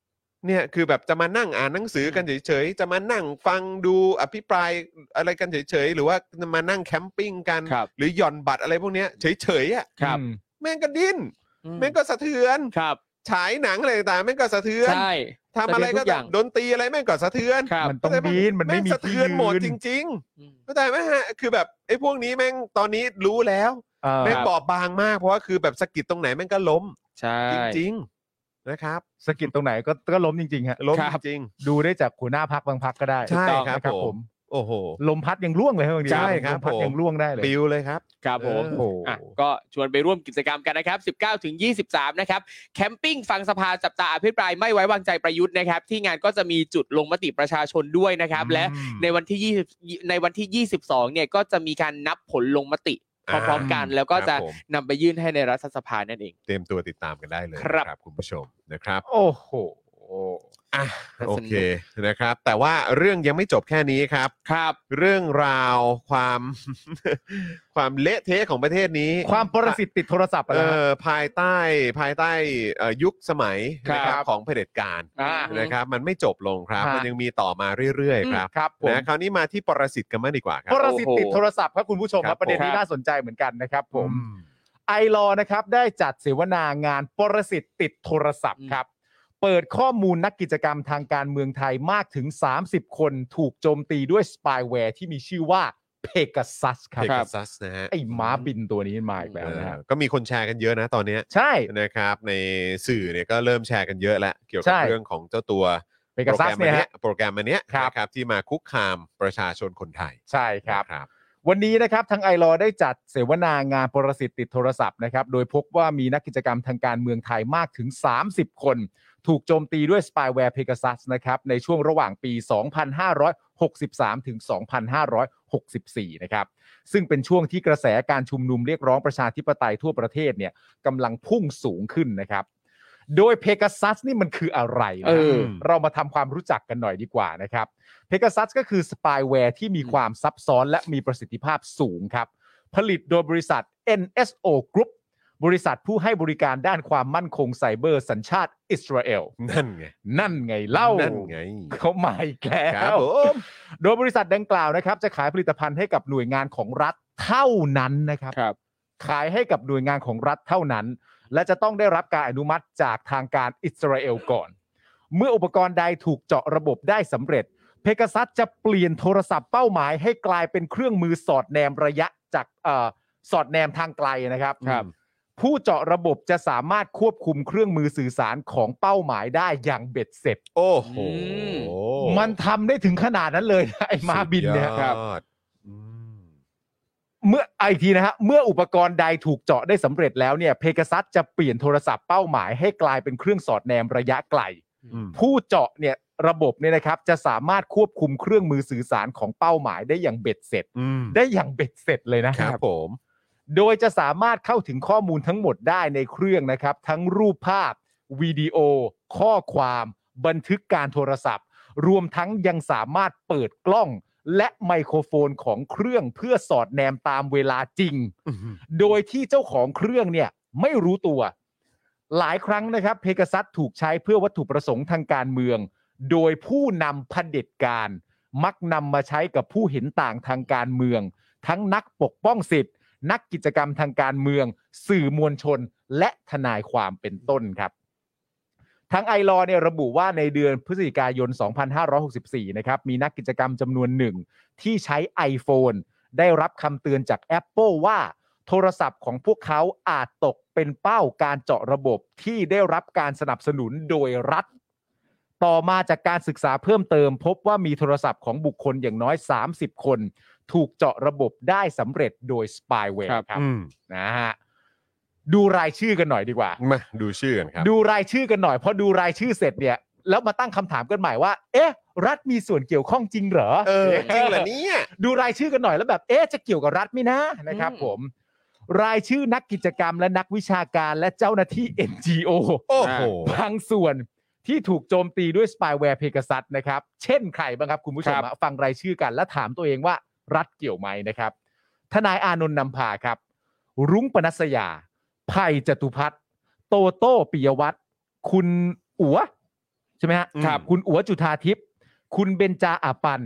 Speaker 2: เนี่ยคือแบบจะมานั่งอ่านหนังสือกันเฉยๆ จะมานั่งฟังดูอภิปรายอะไรกันเฉยๆ หรือว่ามานั่งแคมปิ้งกัน
Speaker 4: ครับ
Speaker 2: หรือหย่อนบัตรอะไรพวกเนี้ยเฉยๆอ่ะ
Speaker 4: ครับ
Speaker 2: แม่งก็ดิ้น
Speaker 4: อื
Speaker 2: แม่งก็สะเทือน
Speaker 4: ครับ
Speaker 2: ฉายหนังอะไรต่างๆแม่งก็สะเทือน
Speaker 4: ใช่
Speaker 2: ทำอะไรก็
Speaker 4: สะเทือนทุกอย่าง
Speaker 2: ดนตรีอะไรแม่งก็สะเทือน
Speaker 4: ครับ
Speaker 3: มันต้อง
Speaker 2: เข้าใจปะ
Speaker 3: ดิ้นมันไม่
Speaker 2: แง
Speaker 3: มี
Speaker 2: สะเทือนหมด
Speaker 3: ที่ยืน
Speaker 2: จริงๆเข้าใจไหมฮะคือแบบไอ้พวกนี้แม่งตอนนี้รู้แล้ว
Speaker 3: เออ
Speaker 2: แม่งบอบบางมากเพราะว่าคือแบบสะกิดตรงไหนแม่งก็ล้ม
Speaker 4: ใช่
Speaker 2: จริงๆนะครับ
Speaker 3: สะกิดตรงไหนก็ก็ล้มจริงๆฮะ
Speaker 2: ล้ม
Speaker 4: ครับ
Speaker 2: จริง
Speaker 3: ดูได้จากหัวหน้าพักบางพักก็ได้
Speaker 2: ใช่
Speaker 3: ถูกต้อง
Speaker 2: ครับ
Speaker 3: นะ
Speaker 2: ผม ๆโอ้โห
Speaker 3: ลมพัดยังร่วงเลยฮะบางที
Speaker 2: ใช่ครับ
Speaker 3: ลมพัด
Speaker 2: ผม
Speaker 3: ยังร่วงได้เลย
Speaker 2: ปิวเลยครับ
Speaker 4: ครับผม
Speaker 2: เอออ่
Speaker 4: ะก็ชวนไปร่วมกิจกรรมกันนะครับ 19 ถึง 23 นะครับ แคมปิ้งฟังสภาจับตาอภิปรายไม่ไว้วางใจประยุทธ์นะครับ ที่งานก็จะมีจุดลงมติประชาชนด้วยนะครับ และในวันที่ 20 ในวันที่ 22 เนี่ยก็จะมีการนับผลลงมติพร้อมๆกัน แล้วก็จะ
Speaker 2: ครับผม
Speaker 4: นำไปยื่นให้ในรัฐสภานั่นเอง
Speaker 2: เตรียมตัวติดตามกันได้เลย
Speaker 4: ครับ
Speaker 2: นะครับคุณผู้ชมนะครับ
Speaker 3: โอ้โห
Speaker 2: อ่ะ
Speaker 4: น่าสนุก
Speaker 2: โอเคนะครับ แต่ว่าเรื่องยังไม่จบแค่นี้ครับ
Speaker 4: ครับ
Speaker 2: เรื่องราวความ ความเละเทะของประเทศนี้
Speaker 3: ความประสิทธิ์ติดโทรศัพท์อะ
Speaker 2: เอ
Speaker 3: ไรฮะ
Speaker 2: อภายใต้ภายใต้เอ่อยุคสมัย
Speaker 4: ครับ
Speaker 2: นะครับของเผด็จการ
Speaker 4: อ่า
Speaker 2: นะครับ มันไม่จบลงครับ
Speaker 3: ฮะ
Speaker 2: มันยังมีต่อมาเรื่อยๆ ครับ
Speaker 3: ครับผม
Speaker 2: นะคราวนี้มาที่ปรสิตกันมางดีกว่าครับ
Speaker 3: ปรสิทธิ์ติดโทรศัพท์ครับคุณผู้ชม
Speaker 2: ค
Speaker 3: ค
Speaker 2: รั
Speaker 3: รั
Speaker 2: บบ
Speaker 3: ประเด็น
Speaker 4: ผม
Speaker 3: นี้น่าสนใจเหมือนกันนะครับผม
Speaker 2: อืม
Speaker 3: ไอรอนะครับได้จัดเสวนางานปรสิตติดโทรศัพท์ครับ เปิดข้อมูลนักกิจกรรมทางการเมืองไทยมากถึง 30 คนถูกโจมตีด้วยสปายแวร์ที่มีชื่อว่าเพก a ซัสครับ
Speaker 2: เพกัซัสนะฮะ
Speaker 3: ไอหม้าบินตัวนี้มาอีกแล้ว
Speaker 2: เออ
Speaker 3: นะฮะ
Speaker 2: ก็มีคนแชร์กันเยอะนะตอนเนี้ย
Speaker 3: ใช่
Speaker 2: นะครับ ในสื่อเนี่ยก็เริ่มแชร์กันเยอะแล้วเกี่ยวกั
Speaker 3: ใช่
Speaker 2: บเรื่องของเจ้าตัว
Speaker 3: เพ
Speaker 2: โป
Speaker 3: ก a
Speaker 2: รแก
Speaker 3: ซั
Speaker 2: ร
Speaker 3: ส
Speaker 2: ม
Speaker 3: เนี่
Speaker 2: อัน
Speaker 3: ย
Speaker 2: เนี้
Speaker 3: ฮะ
Speaker 2: ยโปรแกรมอันเนี้ย
Speaker 3: ครับ
Speaker 2: นะครับที่มาคุกคามประชาชนคนไทย
Speaker 3: ใช่ครับ
Speaker 2: นะครับ
Speaker 3: วันนี้นะครับทางไอรอได้จัดเสวนางานปรสิตติดโทรศัพท์นะครับ โดยพบว่ามีนักกิจกรรมทางการเมืองไทยมากถึง 30 คน ถูกโจมตีด้วยสปายแวร์เพก a ซัสนะครับในช่วงระหว่างปี 2563 ถึง 2564 นะครับ ซึ่งเป็นช่วงที่กระแสการชุมนุมเรียกร้องประชาธิปไตยทั่วประเทศเนี่ยกำลังพุ่งสูงขึ้นนะครับ โดยเพก a ซัสนี่มันคืออะไร
Speaker 4: เอ
Speaker 3: นะ
Speaker 4: อ
Speaker 3: เรามาทำความรู้จักกันหน่อยดีกว่านะครับ Pegasus ก็คือสปายแวร์ที่มีความซับซ้อนและมีประสิทธิภาพสูงครับ ผลิตโดยบริษัท NSO Group บริษัทผู้ให้บริการด้านความมั่นคงไซเบอร์สัญชาติอิสราเอล
Speaker 2: นั่นไง
Speaker 3: นั่นไงเล่า
Speaker 2: นั่นไง
Speaker 3: เขามาอีกแล้
Speaker 2: ครับ
Speaker 3: ว
Speaker 2: ผม
Speaker 3: โดยบริษัทดังกล่าวนะครับ จะขายผลิตภัณฑ์ให้กับหน่วยงานของรัฐเท่านั้นนะครับ
Speaker 4: ครับ
Speaker 3: ขายให้กับหน่วยงานของรัฐเท่านั้น และจะต้องได้รับการอนุมัติจากทางการอิสราเอลก่อน เมื่ออุปกรณ์ใดถูกเจาะระบบได้สำเร็จ เพก a ซั s จะเปลี่ยนโทรศัพท์เป้าหมายให้กลายเป็นเครื่องมือสอดแนมระยะจากเออสอดแนมทางไกลนะครับ
Speaker 4: ครับ
Speaker 3: ผู้เจาะระบบจะสามารถควบคุมเครื่องมือสื่อสารของเป้าหมายได้อย่างเบ็ดเสร็จ
Speaker 2: โอ้โห
Speaker 4: อืม
Speaker 3: มันทำได้ถึงขนาดนั้นเลยนะไอ้มาบินเนี่ย
Speaker 2: สุดยอดอืม
Speaker 3: เมื่อไอะอีกทีนะฮะเมื่ออุปกรณ์ใดถูกเจาะได้สำเร็จแล้วเนี่ยเพก a ซัสจะเปลี่ยนโทรศัพท์เป้าหมายให้กลายเป็นเครื่องสอดแนมระยะไกล
Speaker 2: อืม
Speaker 3: ผู้เจาะเนี่ยระบบเนี่ยนะครับจะสามารถควบคุมเครื่องมือสื่อสารของเป้าหมายได้อย่างเบ็ดเสร็จ
Speaker 2: อืม
Speaker 3: ได้อย่างเบ็ดเสร็จเลยนะ
Speaker 2: ครับผม
Speaker 3: โดยจะสามารถเข้าถึงข้อมูลทั้งหมดได้ในเครื่องนะครับ ทั้งรูปภาพ วิดีโอ ข้อความ บันทึกการโทรศัพท์ รวมทั้งยังสามารถเปิดกล้อง และไมโครโฟนของเครื่องเพื่อสอดแนมตามเวลาจริง โดยที่เจ้าของเครื่องเนี่ยไม่รู้ตัว หลายครั้งนะครับเพก a ซัสถูกใช้เพื่อวัตถุประสงค์ทางการเมือง โดยผู้นำเผด็จการ มักนำมาใช้กับผู้เห็นต่างทางการเมือง ทั้งนักปกป้องสิทธิ์ นักกิจกรรมทางการเมือง สื่อมวลชน และทนายความเป็นต้นครับ ทางไอรอเนี่ยระบุว่าในเดือนพฤศจิกายน 2564 นะครับ มีนักกิจกรรมจำนวนหนึ่ง ที่ใช้ iPhone ได้รับคำเตือนจาก Apple ว่า โทรศัพท์ของพวกเขาอาจตกเป็นเป้าการเจาะระบบที่ได้รับการสนับสนุนโดยรัฐ ต่อมาจากการศึกษาเพิ่มเติม พบว่ามีโทรศัพท์ของบุคคลอย่างน้อย 30 คน ถูกเจาะระบบได้สำเร็จโดยสปายแวร์
Speaker 4: ครับ
Speaker 3: ครับ
Speaker 2: อืม
Speaker 3: นะฮะดูรายชื่อกันหน่อยดีกว่า
Speaker 2: มาดูชื่อกันครับ
Speaker 3: ดูรายชื่อกันหน่อยพอดูรายชื่อเสร็จเนี่ย แล้วมาตั้งคำถามกันใหม่ว่า เอ๊ะ รัฐมีส่วนเกี่ยวข้องจริงเหรอ
Speaker 2: เออจริงเหรอเนี่ย
Speaker 3: ดูรายชื่อกันหน่อยแล้วแบบเอ๊ะจะเกี่ยวกับรัฐไหมนะนะครับ
Speaker 4: อืม
Speaker 3: ผม รายชื่อนักกิจกรรมและนักวิชาการและเจ้าหน้าที่ NGO
Speaker 2: โอ้โห
Speaker 3: บางส่วนที่ถูกโจมตีด้วยสปายแวร์เพก s ซัสนะครับ เช่นใครบ้างครับคุณผู้ชม
Speaker 4: ครับ
Speaker 3: อะฟังรายชื่อกันและถามตัวเองว่ารัฐเกี่ยวไหมนะครับ ทนายอานนท์นำพาครับ รุ้งปนัสยาไผ่จตุพัฒน์โตโต้ปิยวัฒน์คุณอัวใช่ไหมฮะ
Speaker 2: ครับ
Speaker 3: คุณอัวจุธาทิพย์คุณเบนจาอาปัน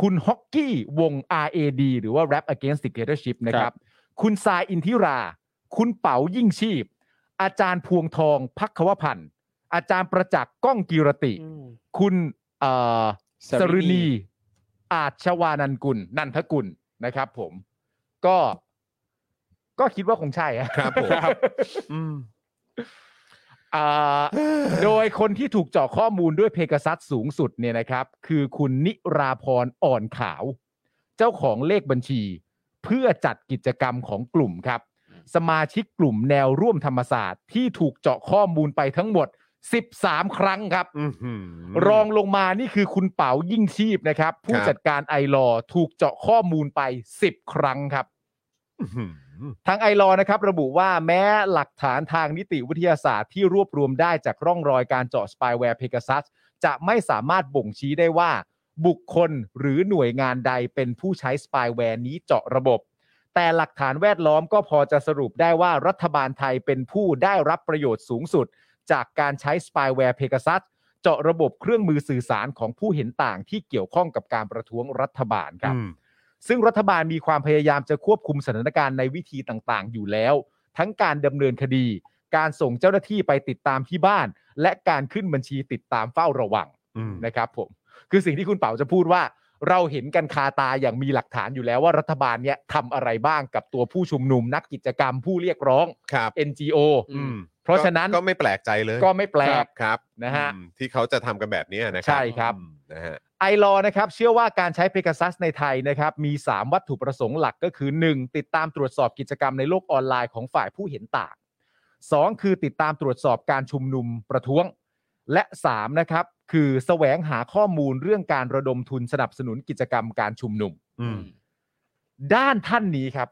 Speaker 3: คุณฮอกกี้วง RAD หรือว่า Rap Against Dictatorship นะครับ คุณทรายอินทิรา คุณเป๋ายิ่งชีพ อาจารย์พวงทองพักควพันธ์ อาจารย์ประจักษ์ก้องกีรติ คุณเอ่อ
Speaker 4: ส
Speaker 3: ส
Speaker 4: รุ
Speaker 3: รุ
Speaker 4: ณี
Speaker 3: ณีอาชวานันกุล นันทกุลนะครับผม ก็ก็คิดว่าคงใช่อะ
Speaker 2: ครับผมอืม
Speaker 3: อ่า โดยคนที่ถูกเจาะข้อมูลด้วยเพก a ซัสสูงสุดเนี่ยนะครับ คือคุณนิราพรอ่อนขาว เจ้าของเลขบัญชี เพื่อจัดกิจกรรมของกลุ่มครับ สมาชิกกลุ่มแนวร่วมธรรมศาสตร์ ที่ถูกเจาะข้อมูลไปทั้งหมด 13 ครั้งครับ
Speaker 2: อื้อหือ
Speaker 3: รองลงมานี่คือคุณเป๋ายิ่งชีพนะครับ ผู้
Speaker 2: ครับ
Speaker 3: จัดการไอรอถูกเจาะข้อมูลไป 10 ครั้งครับ
Speaker 2: อื้อหือ
Speaker 3: ทางไอรอนะครับระบุว่าแม้หลักฐานทางนิติวิทยาศาสตร์ที่รวบรวมได้จากร่องรอยการเจาะสปายแวร์เพก a ซัสจะไม่สามารถบ่งชี้ได้ว่า บุคคลหรือหน่วยงานใดเป็นผู้ใช้สปายแวร์นี้เจาะระบบ แต่หลักฐานแวดล้อมก็พอจะสรุปได้ว่ารัฐบาลไทยเป็นผู้ได้รับประโยชน์สูงสุด จากการใช้สปายแวร์เพก a ซัสเจาะระบบเครื่องมือสื่อสารของผู้เห็นต่างที่เกี่ยวข้องกับการประท้วงรัฐบาลครับ
Speaker 2: อืม
Speaker 3: ซึ่งรัฐบาลมีความพยายามจะควบคุมสถานการณ์ในวิธีต่างๆ อยู่แล้ว ทั้งการดำเนินคดี การส่งเจ้าหน้าที่ไปติดตามที่บ้าน และการขึ้นบัญชีติดตามเฝ้าระวัง
Speaker 2: อืม
Speaker 3: นะครับผมคือสิ่งที่คุณเป๋าจะพูดว่า เราเห็นกันคาตาอย่างมีหลักฐานอยู่แล้วว่ารัฐบาลเนี่ยทำอะไรบ้างกับตัวผู้ชุมนุม นักกิจกรรมผู้เรียกร้อง
Speaker 2: ครับ
Speaker 3: NGO
Speaker 2: อืม
Speaker 3: เพราะฉะนั้น
Speaker 2: ก็ก็ไม่แปลกใจเลย
Speaker 3: ก็ไม่แปล
Speaker 2: ครั
Speaker 3: ก
Speaker 2: บครับ
Speaker 3: นะฮะ
Speaker 2: อืมที่เขาจะทำกันแบบนี้นะครั
Speaker 3: ใช่ครับ
Speaker 2: อืมนะฮะ
Speaker 3: ไอรอนะครับเชื่อว่าการใช้เพก a ซัสในไทยนะครับมี 3 วัตถุประสงค์หลักก็คือ 1. ติดตามตรวจสอบกิจกรรมในโลกออนไลน์ของฝ่ายผู้เห็นต่าง 2. คือติดตามตรวจสอบการชุมนุมประท้วง และ3นะครับคือแสวงหาข้อมูลเรื่องการระดมทุนสนับสนุนกิจกรรมการชุมนุม
Speaker 2: อืม
Speaker 3: ด้านท่านนี้ครับ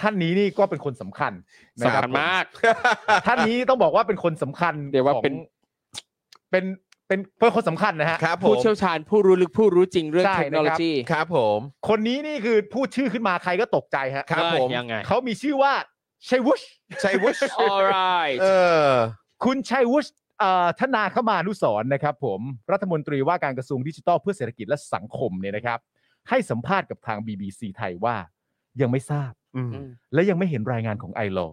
Speaker 3: ท่านนี้นี่ก็เป็นคนสำคัญนะ
Speaker 4: สำ
Speaker 3: รับ
Speaker 4: คัญมาก
Speaker 3: ท่านนี้ต้องบอกว่าเป็นคนสำคัญ
Speaker 4: เรียกว่า
Speaker 3: ของ
Speaker 4: เป็น
Speaker 3: เป็นเป็นเป็นคนสำคัญนะฮะ
Speaker 2: ครับผ
Speaker 4: ผู้
Speaker 2: ม
Speaker 4: เชี่ยวชาญผู้รู้ลึกผู้รู้จริงเรื่อง
Speaker 3: ใช่นะค
Speaker 4: เทคโน
Speaker 3: รับ
Speaker 4: โลยี
Speaker 2: ครับผม
Speaker 3: คนนี้นี่คือพูดชื่อขึ้นมาใครก็ตกใจฮะ
Speaker 2: ครับ
Speaker 4: ว่า
Speaker 2: ผม
Speaker 4: ยังไง
Speaker 3: เขามีชื่อว่าชัยวุฒิ
Speaker 2: ชัยวุฒิ
Speaker 4: alright
Speaker 2: เออ
Speaker 3: คุณชัยวุฒิเอ่อธนาคมานุสรณ์นะครับ ผมรัฐมนตรีว่าการกระทรวงดิจิทัลเพื่อเศรษฐกิจและสังคมเนี่ยนะครับ ให้สัมภาษณ์กับทาง BBC ไทยว่า ยังไม่ทราบ
Speaker 2: อืม
Speaker 3: และยังไม่เห็นรายงานของไอลอ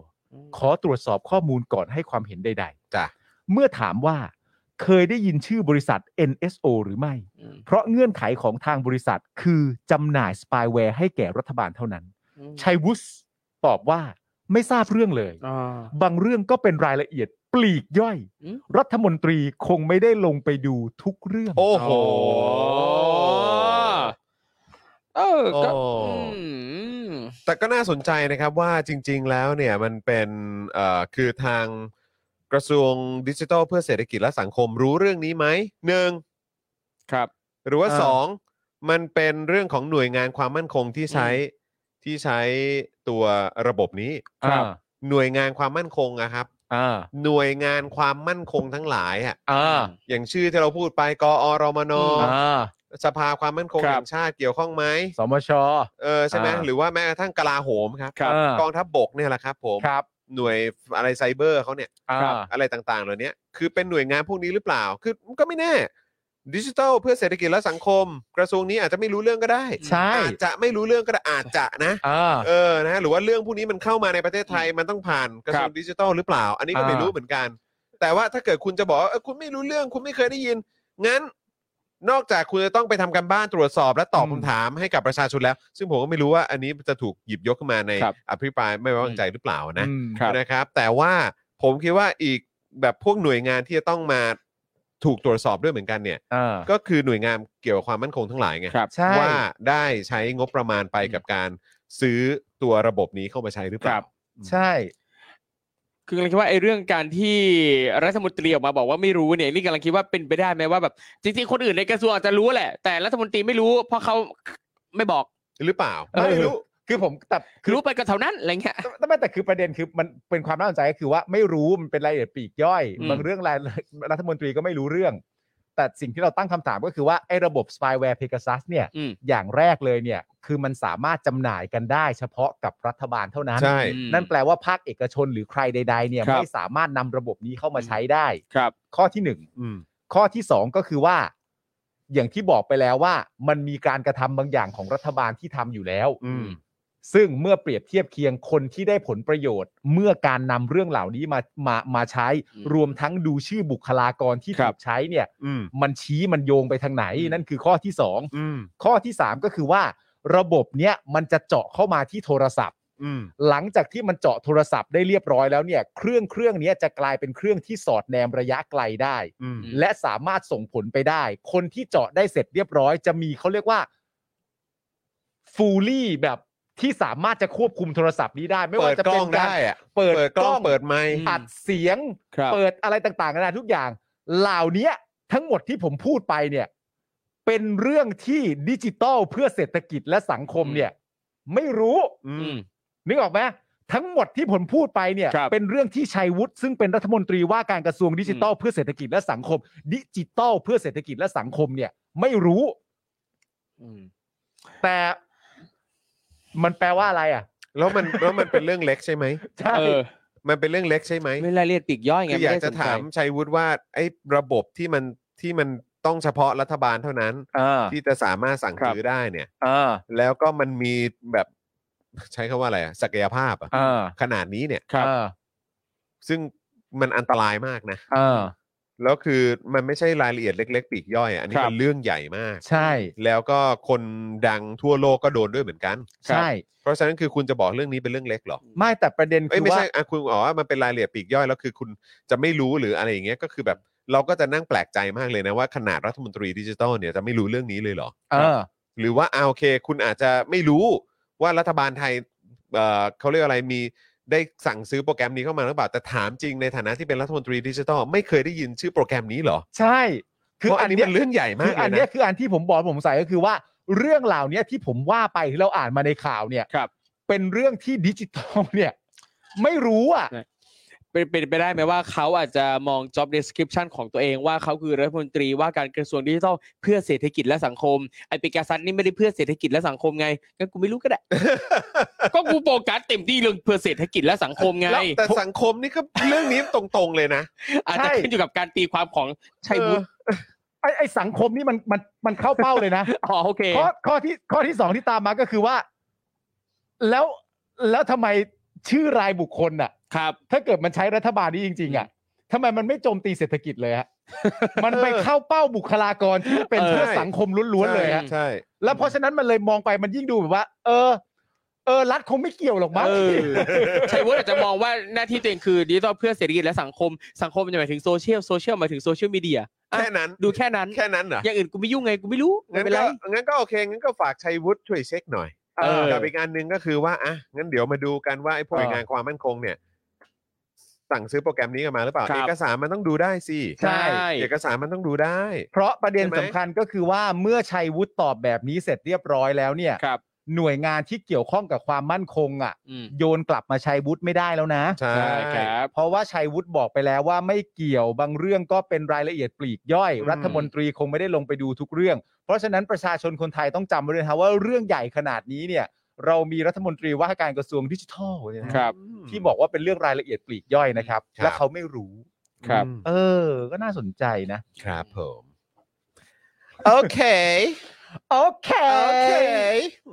Speaker 3: ขอตรวจสอบข้อมูลก่อนให้ความเห็นใดๆ
Speaker 2: จ้ะ
Speaker 3: เมื่อถามว่าเคยได้ยินชื่อบริษัท NSO หรือไม่
Speaker 4: อืม
Speaker 3: เพราะเงื่อนไขของทางบริษัทคือจำหน่ายสปายแวร์ให้แก่รัฐบาลเท่านั้น ชัยวุฒิตอบว่าไม่ทราบเรื่องเลย
Speaker 4: อ่า
Speaker 3: บางเรื่องก็เป็นรายละเอียดปลีกย่อย
Speaker 4: อืม
Speaker 3: รัฐมนตรีคงไม่ได้ลงไปดูทุกเรื่อง
Speaker 2: โอ้โห
Speaker 4: เออก็
Speaker 2: โอ้
Speaker 4: อืม
Speaker 2: แต่ก็น่าสนใจนะครับว่าจริง ๆ แล้วเนี่ยมันเป็นเอ่อคือทางกระทรวงดิจิทัลเพื่อเศรษฐกิจและสังคมรู้เรื่องนี้ไหมหนึ่ง
Speaker 4: ครับ
Speaker 2: หรือว่า
Speaker 3: เออ
Speaker 2: สองมันเป็นเรื่องของหน่วยงานความมั่นคงที่ใช้ที่ใช้ตัวระบบนี้
Speaker 3: อ่า
Speaker 2: หน่วยงานความมั่นคงนะครับ
Speaker 3: อ่า
Speaker 2: หน่วยงานความมั่นคงทั้งหลายอ่ะ
Speaker 3: อ่า
Speaker 2: อย่างชื่อที่เราพูดไปกอรมน
Speaker 3: อ่า
Speaker 2: สภาความมั่นคง
Speaker 4: ครับ
Speaker 2: แห่งชาติเกี่ยวข้องไหม
Speaker 3: สมช
Speaker 2: เออใช่ไหม
Speaker 3: อ่า
Speaker 2: หรือว่าแม้กระทั่งกลาโหมครับ
Speaker 3: ครับ
Speaker 2: กองทัพบกเนี่ยแหละครับผม
Speaker 3: ครับ
Speaker 2: หน่วยอะไรไซเบอร์เขาเนี่ย
Speaker 3: อ่า
Speaker 2: อะไรต่างๆ เหล่านี้คือเป็นหน่วยงานพวกนี้หรือเปล่า คือก็ไม่แน่ดิจิทัลเพื่อเศรษฐกิจและสังคม กระทรวงนี้อาจจะไม่รู้เรื่องก็ได้
Speaker 3: ใช่
Speaker 2: อาจจะไม่รู้เรื่องก็ได้อาจจะนะ
Speaker 3: อ่า
Speaker 2: เออนะหรือว่าเรื่องพวกนี้มันเข้ามาในประเทศไทยมันต้องผ่านกระทรวงดิจิทัลหรือเปล่า อันนี้ก็
Speaker 3: อ่า
Speaker 2: ไม่รู้เหมือนกัน แต่ว่าถ้าเกิดคุณจะบอกว่าเออคุณไม่รู้เรื่องคุณไม่เคยได้ยิน งั้น นอกจากคุณจะต้องไปทำการบ้านตรวจสอบและตอบคำถามให้กับประชาชนแล้ว ซึ่งผมก็ไม่รู้ว่าอันนี้จะถูกหยิบยกขึ้นมาใน
Speaker 4: ครับ
Speaker 2: อภิปรายไม่ไว้วางใจหรือเปล่านะ
Speaker 3: อืม
Speaker 2: นะครับแต่ว่าผมคิดว่าอีกแบบพวกหน่วยงานที่จะต้องมาถูกตรวจสอบด้วยเหมือนกันเนี่ย
Speaker 3: อ่า
Speaker 2: ก็คือหน่วยงานเกี่ยวกับความมั่นคงทั้งหลายไง
Speaker 4: ครับ
Speaker 3: ใช่
Speaker 2: ว่าได้ใช้งบประมาณไปกับการซื้อตัวระบบนี้เข้ามาใช้หรือเป
Speaker 4: ค
Speaker 2: ล่า
Speaker 4: รับ
Speaker 3: ใช่
Speaker 4: คือกำลังคิดว่าไอ้เรื่องการที่รัฐมนตรีออกมาบอกว่าไม่รู้เนี่ยนี่กำลังคิดว่าเป็นไปได้ไหมว่าแบบจริงๆคนอื่นในกระทรวงอาจจะรู้แหละ แต่รัฐมนตรีไม่รู้ เพราะเขาไม่บอก
Speaker 2: หรือเปล่า
Speaker 4: เออ
Speaker 2: ไม่รู้
Speaker 3: คือผมแต่คือ
Speaker 4: รู้ไปก็เท่านั้นอะไรเงี้ย
Speaker 3: แต่แต่แต่คือประเด็นคือมันเป็นความน่าสนใจก็คือว่าไม่รู้มันเป็นรายละเอียดปลีกย่อย
Speaker 4: อืม
Speaker 3: บางเรื่องรายรัฐมนตรีก็ไม่รู้เรื่อง แต่สิ่งที่เราตั้งคำถามก็คือว่าไอ้ระบบสปายแวร์เพก a ซัสเนี่ย
Speaker 4: อืม
Speaker 3: อย่างแรกเลยเนี่ย คือมันสามารถจำหน่ายกันได้เฉพาะกับรัฐบาลเท่านั้น
Speaker 2: ใช่
Speaker 4: อืม
Speaker 3: นั่นแปลว่าภาคเอกชนหรือใครใด ๆ เนี่ย
Speaker 4: ครับ
Speaker 3: ไม่สามารถนำระบบนี้เข้ามาใช้ได้
Speaker 4: ครับ
Speaker 3: ข้อที่หนึ่ง
Speaker 2: อืม
Speaker 3: ข้อที่สองก็คือว่า อย่างที่บอกไปแล้วว่า มันมีการกระทำบางอย่างของรัฐบาลที่ทำอยู่แล้ว
Speaker 2: อืม
Speaker 3: ซึ่งเมื่อเปรียบเทียบเคียงคนที่ได้ผลประโยชน์ เมื่อการนำเรื่องเหล่านี้มามามาใช้
Speaker 4: อืม
Speaker 3: รวมทั้งดูชื่อบุคลากรที่
Speaker 4: ครั
Speaker 3: ถู
Speaker 4: บ
Speaker 3: กใช้เนี่ย
Speaker 2: อืม
Speaker 3: มันชี้มันโยงไปทางไหนนั่นคือข้อที่สอง
Speaker 2: อืม
Speaker 3: ข้อที่สามก็คือว่า ระบบเนี้ยมันจะเจาะเข้ามาที่โทรศัพท์
Speaker 2: อืม
Speaker 3: หลังจากที่มันเจาะโทรศัพท์ได้เรียบร้อยแล้วเนี่ย เครื่องเครื่องเนี้ยจะกลายเป็นเครื่องที่สอดแนมระยะไกลได้
Speaker 2: อืม
Speaker 3: และสามารถส่งผลไปได้ คนที่เจาะได้เสร็จเรียบร้อย จะมีเขาเรียกว่าฟูลี่แบบที่สามารถจะควบคุมโทรศัพท์นี้ได้ ไม่
Speaker 2: เปิ
Speaker 3: ว่า
Speaker 2: ด
Speaker 3: จะ
Speaker 2: กล้
Speaker 3: เป็
Speaker 2: อน ง
Speaker 3: การ
Speaker 2: ได้อะ
Speaker 3: เปิด
Speaker 2: เปิดก
Speaker 3: ก
Speaker 2: ล้
Speaker 3: ล้
Speaker 2: อ
Speaker 3: องง
Speaker 2: เปิดไมค์
Speaker 3: อัดเสียง
Speaker 4: ครับ
Speaker 3: เปิดอะไรต่างๆนานาทุกอย่าง เหล่านี้ทั้งหมดที่ผมพูดไปเนี่ย เป็นเรื่องที่ดิจิตอลเพื่อเศรษฐกิจและสังคมเนี่ย ไม่รู้
Speaker 2: อื
Speaker 4: อื
Speaker 2: ม
Speaker 4: ม
Speaker 3: นึกออกไหมทั้งหมดที่ผมพูดไปเนี่ย
Speaker 4: ครับ
Speaker 3: เป็นเรื่องที่ชัยวุฒิซึ่งเป็นรัฐมนตรีว่าการกระทรวงดิจิทัลเพื่อเศรษฐกิจและสังคม ดิจิทัลเพื่อเศรษฐกิจและสังคมเนี่ย ไม่รู้
Speaker 4: อืม
Speaker 3: แต่มันแปลว่าอะไรอ่ะ
Speaker 2: แล้วมันแล้วมันเป็นเรื่องเล็กใช่ไหม
Speaker 3: ใช่
Speaker 4: เออ
Speaker 2: มันเป็นเรื่องเล็กใช่ไหม
Speaker 4: ไม่รายละเอียดปลีกย่อยไง
Speaker 2: คืออยาก
Speaker 4: ไได้
Speaker 2: จะ
Speaker 4: สนใ
Speaker 2: ถามชัยวุฒิว่าไอ้ระบบที่มันที่มันต้องเฉพาะรัฐบาลเท่านั้น
Speaker 3: อ่า
Speaker 2: ที่จะสามารถสั่ง
Speaker 4: ครับ
Speaker 2: ซื้อได้เนี่ย
Speaker 3: อ่า
Speaker 2: แล้วก็มันมีแบบ ใช้คำว่าอะไรอะศักยภาพอะ
Speaker 3: อ่า
Speaker 2: ขนาดนี้เนี่ย
Speaker 4: ครับ
Speaker 3: อ่า
Speaker 2: ซึ่งมันอันตรายมากนะ
Speaker 3: อ่า
Speaker 2: แล้วคือมันไม่ใช่รายละเอียดเล็ก ๆปลีกย่อยอะอันนี้
Speaker 4: ครับ
Speaker 2: มันเรื่องใหญ่มาก
Speaker 3: ใช่
Speaker 2: แล้วก็คนดังทั่วโลกก็โดนด้วยเหมือนกัน
Speaker 3: ใช่
Speaker 2: เพราะฉะนั้นคือคุณจะบอกเรื่องนี้เป็นเรื่องเล็กเหรอ
Speaker 3: ไม่แต่ประเด็น
Speaker 2: เอ้ย
Speaker 3: คือ
Speaker 2: ไม่
Speaker 3: ว่า
Speaker 2: ใช่อ่ะคุณบอกว่ามันเป็นรายละเอียดปลีกย่อยแล้วคือคุณจะไม่รู้หรืออะไรอย่างเงี้ยก็คือแบบเราก็จะนั่งแปลกใจมากเลยนะว่าขนาดรัฐมนตรีดิจิทัลเนี่ยจะไม่รู้เรื่องนี้เลยเหรอ
Speaker 3: เออ
Speaker 2: หรือว่าอาโอเค คุณอาจจะไม่รู้ว่ารัฐบาลไทยเอ่อเขาเรียกอะไรมี ได้สั่งซื้อโปรแกรมนี้เข้ามาหรือเปล่าแต่ถามจริงในฐานะที่เป็นรัฐมนตรีดิจิทัลไม่เคยได้ยินชื่อโปรแกรมนี้เหรอ
Speaker 3: ใช่
Speaker 2: คืออันนี้
Speaker 3: เย
Speaker 2: มันเรื่องใหญ่มา
Speaker 3: คื
Speaker 2: ก
Speaker 3: อ
Speaker 2: เล
Speaker 3: อั
Speaker 2: ย
Speaker 3: น
Speaker 2: นะ
Speaker 3: เนี้ยคืออันที่ผมบอกผมใส่ก็คือว่าเรื่องเหล่านี้ที่ผมว่าไปที่เราอ่านมาในข่าวเนี่ย
Speaker 4: ครับ
Speaker 3: เป็นเรื่องที่ดิจิตอลเนี่ย ไม่รู้อ่ะ
Speaker 4: เป็นเป็นไปได้ไหมว่าเขาอาจจะมอง job description ของตัวเองว่าเขาคือรัฐมนตรีว่าการกระทรวงดิจิทัลเพื่อเศรษฐกิจและสังคมไอปิกาซันนี่ไม่ได้เพื่อเศรษฐกิจและสังคมไงงั้นกูไม่รู้ก็ ได้ ก็กูโฟกัสเต็มที่เรื่องเพื่อเศรษฐกิจและสังคมไง
Speaker 2: แล้วแต่สังคมนี่ก็เรื่องนี้ตรงๆเลยนะ
Speaker 4: อาจจะ
Speaker 3: ใช่
Speaker 4: ขึ้นอยู่กับการตีความของชัยวุฒิ
Speaker 3: ไอไอสังคมนี่มันมันมันเข้าเป้าเลยนะ
Speaker 4: อ๋อโอเค
Speaker 3: ข้อข้อที่ข้อที่สองที่ตามมาก็คือว่า แล้วแล้วทำไมชื่อรายบุคคลอ่ะ
Speaker 4: ครับ
Speaker 3: ถ้าเกิดมันใช้รัฐบาลนี้จริง ๆ อ่ะทำไมมันไม่โจมตีเศรษฐกิจเลย ฮะ มันไปเข้าเป้าบุคลากรที่เป็น
Speaker 4: เออ
Speaker 3: เพื่อสังคมล้วนๆเลยฮะ
Speaker 2: ใช่
Speaker 3: แล้วเพราะฉะนั้นมันเลยมองไปมันยิ่งดูแบบว่า เออ เออรัฐคงไม่เกี่ยวหรอกมั้ง
Speaker 4: เอ อชัยวุฒิอาจจะมองว่าหน้าที่ตัวเองคือดิจิทัลเพื่อเศรษฐกิจและสังคมสังคมจะหมายถึงโซเชียลโซเชียลหมายถึงโซเชียลมีเดีย
Speaker 2: แค่นั้น
Speaker 4: ดูแค่นั้น
Speaker 2: แค่นั้นเหรอ
Speaker 4: อย่างอื่นกูไม่ยุ่งไงกูไม่รู้ไม่
Speaker 2: งั้น
Speaker 4: เป็นไร
Speaker 2: ก็งั้นก็โอเคงั้นก็ฝากชัยวุฒิช่วยเช็คหน่อย
Speaker 4: เออ
Speaker 2: กับอีกอันหนึ่งก็คือว่าอ่ะงั้นเดี๋ยวมาดูกันว่าไอ้พวกหน่วยงานความมั่นคงเนี่ย สั่งซื้อโปรแกรมนี้กันมาหรือเปล่า
Speaker 4: ครับ
Speaker 2: เอกสารมันต้องดูได้สิ
Speaker 4: ใช่
Speaker 2: เอกสารมันต้องดูได้
Speaker 3: เพราะประเด็น
Speaker 2: ใช่ไหม
Speaker 3: สำคัญก็คือว่าเมื่อชัยวุฒิตอบแบบนี้เสร็จเรียบร้อยแล้วเนี่ย
Speaker 4: ครับ
Speaker 3: หน่วยงานที่เกี่ยวข้องกับความมั่นคงอ่ะ
Speaker 4: อืม
Speaker 3: โยนกลับมาชัยวุฒิไม่ได้แล้วนะ
Speaker 2: ใช่
Speaker 4: ใช่ครับ
Speaker 3: เพราะว่าชัยวุฒิบอกไปแล้วว่าไม่เกี่ยวบางเรื่องก็เป็นรายละเอียดปลีกย่อย รัฐมนตรีคงไม่ได้ลงไปดูทุกเรื่อง เพราะฉะนั้นประชาชนคนไทยต้องจำไว้เลยนะครับว่าเรื่องใหญ่ขนาดนี้เนี่ย เรามีรัฐมนตรีว่าการกระทรวงดิจิทัลเนี่ยนะ
Speaker 4: ครับ
Speaker 2: อืม
Speaker 3: ที่บอกว่าเป็นเรื่องรายละเอียดปลีกย่อยนะครับ
Speaker 2: ครับ
Speaker 3: และเขาไม่รู้
Speaker 4: ครับ
Speaker 2: อืม
Speaker 3: เออ ก็น่าสนใจนะครับ
Speaker 2: ผมโอเค
Speaker 3: โอเค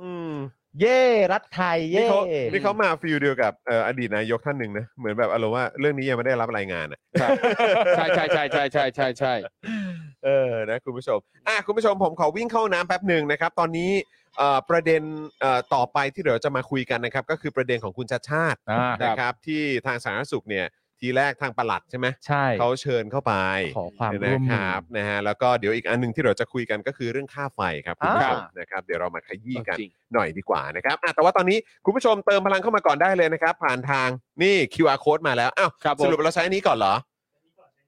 Speaker 2: อืม
Speaker 3: เย่รัฐไทย
Speaker 2: นี่
Speaker 3: เย่
Speaker 2: เขานี่เขามาฟิลเดียวกับเอ่ออดีตนายกท่านหนึ่งนะ เหมือนแบบอารมณ์ว่าเรื่องนี้ยังไม่ได้รับรายงานอะ
Speaker 4: ใช่ใช่ใช่ใช่ใช่ใช่ใช่
Speaker 2: เออนะคุณผู้ชมอ่ะคุณผู้ชมผมขอวิ่งเข้าน้ำแป๊บหนึ่งนะครับ ตอนนี้เอ่อประเด็นเอ่อต่อไปที่เดี๋ยวจะมาคุยกันนะครับ ก็คือประเด็นของคุณชาติชาติ
Speaker 3: อ่า
Speaker 2: นะครับที่ทางสาธารณสุขเนี่ยทีแรกทางประหลัดใช่ไหม
Speaker 3: ใช่
Speaker 2: เขาเชิญเข้าไป
Speaker 3: ขอความ
Speaker 2: นะ
Speaker 3: ร่วม
Speaker 2: ค
Speaker 3: มือ
Speaker 2: รับนะฮะแล้วก็เดี๋ยวอีกอันหนึงที่เราจะคุยกันก็คือเรื่องค่าไฟครับคุณผู้ชม
Speaker 3: อ่าน
Speaker 2: นะครับเดี๋ยวเรามาขยี้กัน
Speaker 4: จริง
Speaker 2: หน่อยดีกว่านะครับอ่ะแต่ว่าตอนนี้คุณผู้ชมเติมพลังเข้ามาก่อนได้เลยนะครับ ผ่านทางนี่ QR code มาแล้ว อ้าว
Speaker 4: ครับผม
Speaker 2: สรุปเราใช้อันนี้ก่อนเหรอ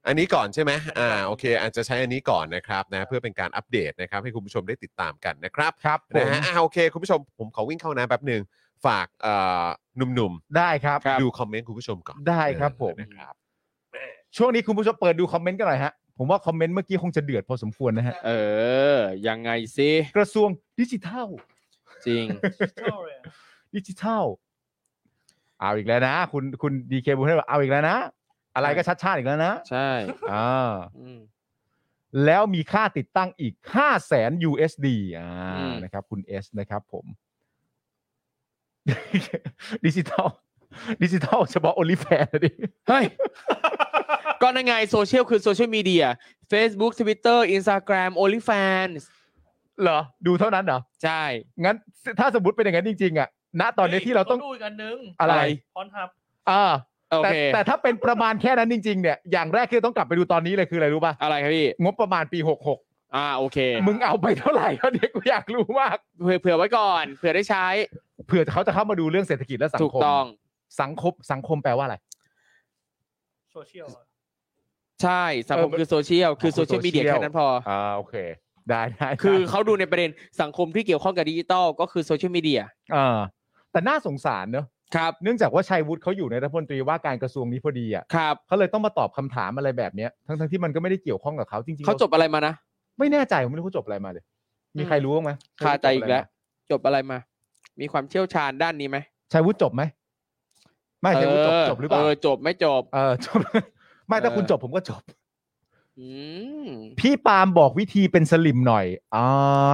Speaker 2: อันนี้ก่อนใช่ไหมอ่า โอเค อาจจะใช้อันนี้ก่อนนะครับนะเพื่อเป็นการอัปเดตนะครับ ให้คุณผู้ชมได้ติดตามกันนะครับ
Speaker 3: ครับผ
Speaker 2: นะ
Speaker 3: ม
Speaker 2: ฮะอ่าโอเค คุณผู้ชมผมขอวิ่งเข้าน้ำแป๊บหนึ่งฝากเอ่อหนุ่ม
Speaker 3: ได้ครับ
Speaker 2: ๆ ดูคอมเมนต์คุณผู้ชมก่อน
Speaker 3: ได้ครับผม
Speaker 2: เออนะครับ
Speaker 3: ช่วงนี้คุณผู้ชมเปิดดูคอมเมนต์กันหน่อยฮะ ผมว่าคอมเมนต์เมื่อกี้คงจะเดือดพอสมควรนะฮะ
Speaker 4: เออ ยังไงสิ
Speaker 3: กระทรวงดิจิทัล
Speaker 4: จริง
Speaker 5: เข้า เลยอะ
Speaker 3: ดิจิทัล เอาอีกแล้วนะ คุณคุณดีเคบุญให้บอกเอาอีกแล้วนะ อะไรก็ชัดชาติอีกแล้วนะ
Speaker 4: ใช่
Speaker 3: อ่า
Speaker 4: อืม
Speaker 3: แล้วมีค่าติดตั้งอีก 5 0 0แสน USD อ่า
Speaker 4: อืม
Speaker 3: นะครับ คุณ S นะครับผม ดิจิทัล ดิจิทัลเฉพาะ OnlyFans นะดิ
Speaker 4: เฮ้ย ก็นั่นไงโซเชียลคือโซเชียลมีเดีย Facebook Twitter Instagram OnlyFans
Speaker 3: เหรอ ดูเท่านั้นเหรอ
Speaker 4: ใช่
Speaker 3: งั้น ถ้าสมมติเป็นอย่างนั้นจริง ๆ อ่ะ ณ ตอนนี้ที่เราต้อง
Speaker 5: ดูอีกอันนึง
Speaker 3: อะไร
Speaker 5: พรทับ
Speaker 3: อ่า
Speaker 4: โอ
Speaker 3: แต่
Speaker 4: เค
Speaker 3: แต่ถ้าเป็นประมาณแค่นั้นจริง ๆ เนี่ย อย่างแรกที่ต้องกลับไปดูตอนนี้เลยคืออะไรรู้ป่ะ
Speaker 4: อะไรครับพี่
Speaker 3: งบประมาณปี 66
Speaker 4: อ่าโอเค
Speaker 3: มึงเอาไปเท่าไหร่วะเนี่ยกูอยากรู้มาก
Speaker 4: เผื่อเผื่อไว้ก่อนเผื่อได้ใช้
Speaker 3: เผื่อเขาจะเข้ามาดูเรื่องเศรษฐกิจและสังคม
Speaker 4: ถูกต้อง
Speaker 3: สังคม สังคมแปลว่าอะไร
Speaker 5: โซเชียลอะ
Speaker 4: ใช่สังคม
Speaker 3: เออ
Speaker 4: คือโซเชียลคือโซเชียลมีเดีย
Speaker 3: โซเชียล
Speaker 4: แค่นั้นพอ
Speaker 3: อ่า โอเค ได้ได้ได้
Speaker 4: คือเขาดูในประเด็นสังคมที่เกี่ยวข้องกับดิจิตอลก็คือโซเชียลมีเดีย
Speaker 3: เออแต่น่าสงสารเนอะ
Speaker 4: ครับ
Speaker 3: เนื่องจากว่าชัยวุฒิเขาอยู่ในรัฐมนตรีว่าการกระทรวงนี้พอดีอ่ะ
Speaker 4: ครับ
Speaker 3: เขาเลยต้องมาตอบคำถามอะไรแบบเนี้ยทั้งทั้งที่มันก็ไม่ได้เกี่ยวข้องกับเขาจริงๆ
Speaker 4: เขาจบอะไรมานะ
Speaker 3: ไม่แน่ใจผมไม่รู้เขาจบอะไรมาเลย มีใครรู้บ้างไหม
Speaker 4: คาใจอีกแล้ว จบอะไรมา มีความเชี่ยวชาญด้านนี้ไหม
Speaker 3: ชัยวุฒิจบไหมไม่ชัยวุฒิจบจบหรือเปล่า
Speaker 4: เออจบไม่จบ
Speaker 3: เออจบ ไม่ถ้า
Speaker 4: เออ
Speaker 3: คุณจบผมก็จบ
Speaker 4: อืม
Speaker 3: พี่ปาล์มบอกวิธีเป็นสลิมหน่อยอ่า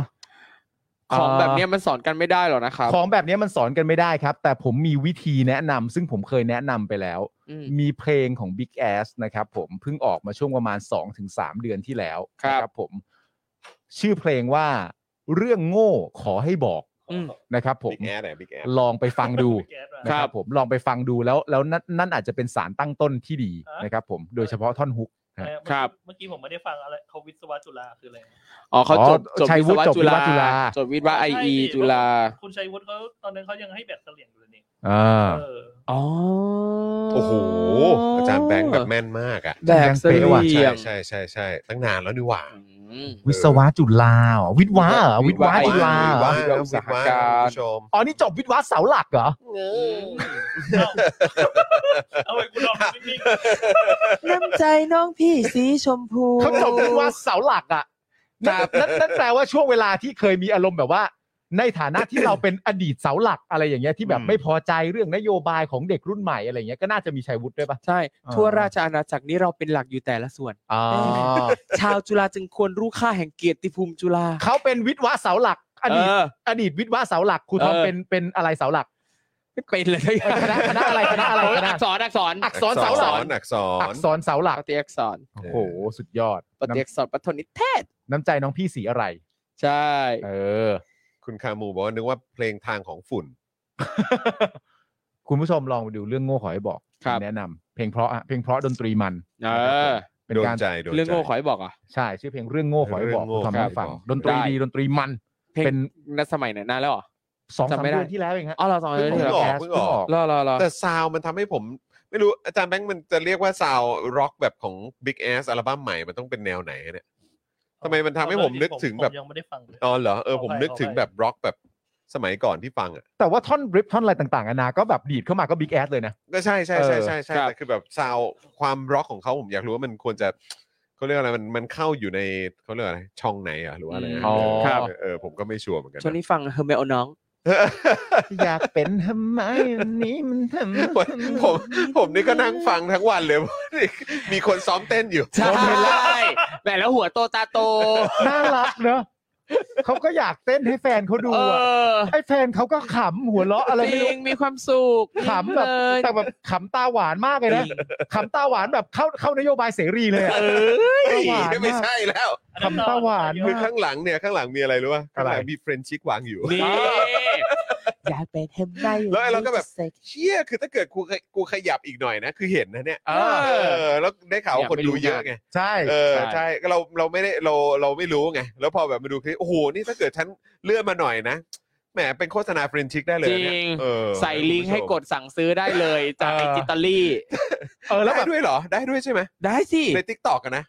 Speaker 4: ของแบบเนี้ยมันสอนกันไม่ได้หรอกนะครับ
Speaker 3: ของแบบเนี้ยมันสอนกันไม่ได้ครับ แต่ผมมีวิธีแนะนำซึ่งผมเคยแนะนำไปแล้ว
Speaker 4: อืม
Speaker 3: มีเพลงของ Big Ass นะครับผมเพิ่งออกมาช่วงประมาณ 2-3 เดือนที่แล้ว
Speaker 4: ครับ
Speaker 3: นะผม ชื่อเพลงว่าเรื่องโง่ขอให้บอก
Speaker 4: อืม
Speaker 3: นะครับผม
Speaker 2: บิ๊กแอดไหนบิ๊กแอด
Speaker 3: ลองไปฟัง ดู
Speaker 5: แก๊สอะ
Speaker 3: นะค
Speaker 4: ครั
Speaker 3: รับบ ผมลองไปฟังดูแล้วแล้วนั่นนั่นอาจจะเป็นสารตั้งต้นที่ดีนะครับผมโดยเฉพาะท่อนฮุก
Speaker 5: เออ
Speaker 4: ครับ
Speaker 5: เมื่อกี้ผมไม่ได้ฟังอะไรเขาวิศวะจุฬาคืออะไร
Speaker 4: อ๋อเขาจบ
Speaker 3: อ๋อ
Speaker 4: จบ
Speaker 3: ชัยวุฒิ
Speaker 4: ศะ
Speaker 3: จบวิศวะจุฬา
Speaker 4: จบวิศวะไอเอจุฬา
Speaker 5: คุณชัยวุฒิเขาตอนนั้นเขายังให้แบบเสลี่ยงอยู่เลยนี่
Speaker 3: อ่า
Speaker 5: เออ
Speaker 4: อ๋อ
Speaker 2: อ้โห อาจารย์แบงค์แบบแม่นมากอ่ะ
Speaker 4: แบบเส
Speaker 2: เป๊ะว่ะ
Speaker 4: รี
Speaker 2: ใช่
Speaker 4: ยม
Speaker 2: ใช่ใช่ใช่ตั้งนานแล้วดีหว่า
Speaker 4: อืม
Speaker 3: วิศวะจุฬาเหรอวิทย์วะเหรอวิทย์วะ
Speaker 2: ว้าว
Speaker 3: จุฬาเหรอ
Speaker 2: ว้าว
Speaker 6: จุฬาอุตสาหกรรม
Speaker 2: คุณผู้ชม
Speaker 3: อ๋อนี่จบวิทย์วะเสาหลักเหรอ
Speaker 5: เอาไปกูลองนิ่ง
Speaker 8: น้ำใจน้องพี่สีชมพู
Speaker 3: เขาจบวิทย์วะเสาหลักอ่ะนั่นนั่นนั่นแปลว่าช่วงเวลาที่เคยมีอารมณ์แบบว่า ในฐานะที่เราเป็นอดีตเสาหลักอะไรอย่างเงี้ยที่แบบ
Speaker 6: อืม
Speaker 3: ไม่พอใจเรื่องนโยบายของเด็กรุ่นใหม่อะไรเงี้ยก็น่าจะมีชัยวุฒิด้วยปะ
Speaker 4: ใช่
Speaker 3: อ่า
Speaker 4: ทั่วราชอาณาจักรนี้เราเป็นหลักอยู่แต่ละส่วน
Speaker 3: อ๋อ
Speaker 4: ชาวจุฬาจึงควรรู้ค่าแห่งเกียรติภูมิจุฬา
Speaker 3: เขาเป็นวิทย์วะเสาหลัก อดีต
Speaker 4: เออ
Speaker 3: อดีตวิทย์วะเสาหลักครูทอม
Speaker 4: เออ
Speaker 3: เป็นเป็นอะไรเสาหลัก
Speaker 4: ไม่เป็นเลย
Speaker 3: เออคณะคณะอะไรคณะอะไรคณะ
Speaker 4: อักษรอักษร
Speaker 3: อักษรเสาหลัก
Speaker 2: อักษ
Speaker 3: อั
Speaker 2: ร
Speaker 3: กษรเสาหลัก
Speaker 4: ปฏิอักษร
Speaker 3: โอ้โหสุดยอด
Speaker 4: ปฏิอักษรปฐมนิเทศ
Speaker 3: น้ำใจน้องพี่สีอะไร
Speaker 4: ใช่
Speaker 3: เออ
Speaker 2: คุณคามูบอกว่านึกว่าเพลงทางของฝุ่น
Speaker 3: คุณผู้ชมลองไปดูเรื่องโง่ขอให้บอก
Speaker 4: ครับ
Speaker 3: แนะนำเพลงเพราะอะเพลงเพราะดนตรีมัน
Speaker 4: เออ
Speaker 3: เป็น
Speaker 2: โดน
Speaker 3: การ
Speaker 2: ใจโดนใจ
Speaker 4: เรื่องโง่ขอให้บอกอ่ะ
Speaker 3: ใช่ชื่อเพลงเรื่องโง่ขอให้บอก
Speaker 2: เรื่องโง่
Speaker 3: ทำ
Speaker 2: ครั
Speaker 3: ให้
Speaker 2: บ
Speaker 3: ฟัง
Speaker 2: บอก
Speaker 3: ดนตรี
Speaker 4: ได้
Speaker 3: ดีดนตรีมัน
Speaker 4: เพลง
Speaker 3: เป็น
Speaker 4: ในสมัยไหนนานแล้วเหรอ
Speaker 3: สองสาม
Speaker 4: จำไม่ได้
Speaker 3: เดือนที่แล้วเองฮะ
Speaker 4: อ๋อเราสอง
Speaker 2: พิ่
Speaker 4: เดือน
Speaker 2: ง
Speaker 4: ที่แล้วเห
Speaker 2: ออก
Speaker 4: รอ
Speaker 3: แคส
Speaker 2: เพิ่งออก
Speaker 3: เพิ่งออก
Speaker 4: รอรอรอ
Speaker 2: แต่ซาวมันทำให้ผม ไม่รู้อาจารย์แบงค์มันจะเรียกว่าซาวร็อกแบบของ Big Ass อัลบั้มใหม่มันต้องเป็นแนวไหนเนี่ย
Speaker 5: ๆ
Speaker 2: ทำไมมันทำให้ผมนึกถึงแบบ
Speaker 5: ผมยังไม่ได้ฟังเลย
Speaker 2: อ๋อเหรอเออผมนึกถึง
Speaker 5: ขออภัย
Speaker 2: แบบร็อกแบบสมัยก่อนที่ฟังอ่ะ
Speaker 3: แต่ว่าท่อนริปท่อนอะไรต่างๆนานาก็แบบดีดเข้ามาก็บิ๊กแอสเลยนะ
Speaker 2: ก็ใช่ใช่ใช่ใช่ใช่
Speaker 3: เออครับ
Speaker 2: แต่คือแบบซาวความร็อกของเขาผมอยากรู้ว่ามันควรจะเขาเรียกอะไรมันมันเข้าอยู่ในเขาเรียกอะไรช่องไหนอ่ะหรือว่าอะไรนะ
Speaker 3: อ๋อ
Speaker 2: เออเออผมก็ไม่ชัวร์เหมือนกันนะ
Speaker 4: ช่วงนี้ฟังเฮอร์เมลน้อง
Speaker 3: อยากเป็นทำไมวันนี้มันทำ
Speaker 2: ผมผมผมนี่ก็นั่งฟังทั้งวันเลย มีคนซ้อมเต้นอยู่
Speaker 4: ใช่แหมแล้วหัวโตตาโต
Speaker 3: น่ารักเนอะเขาก็อยากเต้นให้แฟนเขาดู
Speaker 4: เอ
Speaker 3: อะ
Speaker 4: อ
Speaker 3: ไอ้แฟนเขาก็ขำหัวเราะอะไร
Speaker 4: จ
Speaker 3: ไม่
Speaker 4: ริ
Speaker 3: รู้
Speaker 4: งมีความสุข
Speaker 3: ขำแบบ
Speaker 4: จริงเลย
Speaker 3: แต่แบบขำตาหวานมากเลยนะ
Speaker 4: จริง
Speaker 3: ขำตาหวานแบบเข้าเข้านโยบายเสรีเลยอะ
Speaker 2: เอ้ย
Speaker 3: หวานมาก
Speaker 2: ไม่ใช่แล้ว
Speaker 5: อันนั้น
Speaker 3: คำตาหวาน
Speaker 2: คือข้างหลังเนี่ย ข้างหลังมีอะไรรู้ป่ะข้างหลัง
Speaker 3: อะไร
Speaker 2: มีเฟรนชิกวางอยู่
Speaker 4: นี่
Speaker 8: อยากเป็นเฮมได
Speaker 2: แล้วไอ้เราก็แบบ เชี่ยคือถ้าเกิดกูขยกูขยับอีกหน่อยนะ คือเห็นนะเนี่ย
Speaker 4: เออ
Speaker 2: เออ แล้วได้ข่าวว่าคนดูเยอะไง
Speaker 3: ใช่
Speaker 2: เออ ใช่ก็เราเราไม่ได้เราเราไม่รู้ไง แล้วพอแบบมาดูคลิปโอ้โห นี่ถ้าเกิดฉันเลื่อนมาหน่อยนะ แหม เป็นโฆษณาเฟรนชิกได้เลยนะเนี่ย
Speaker 4: จริง
Speaker 2: เออ
Speaker 4: ใส่ลิงก์ให้กดสั่งซื้อได้เลยจาก
Speaker 3: เออ
Speaker 4: ไอจิตาลี
Speaker 3: เออแล้ว
Speaker 2: ได้
Speaker 3: แบบ
Speaker 2: ด้วยเหรอ ได้ด้วยใช่ไหม
Speaker 4: ได้สิ
Speaker 2: ในทิกตอกนะ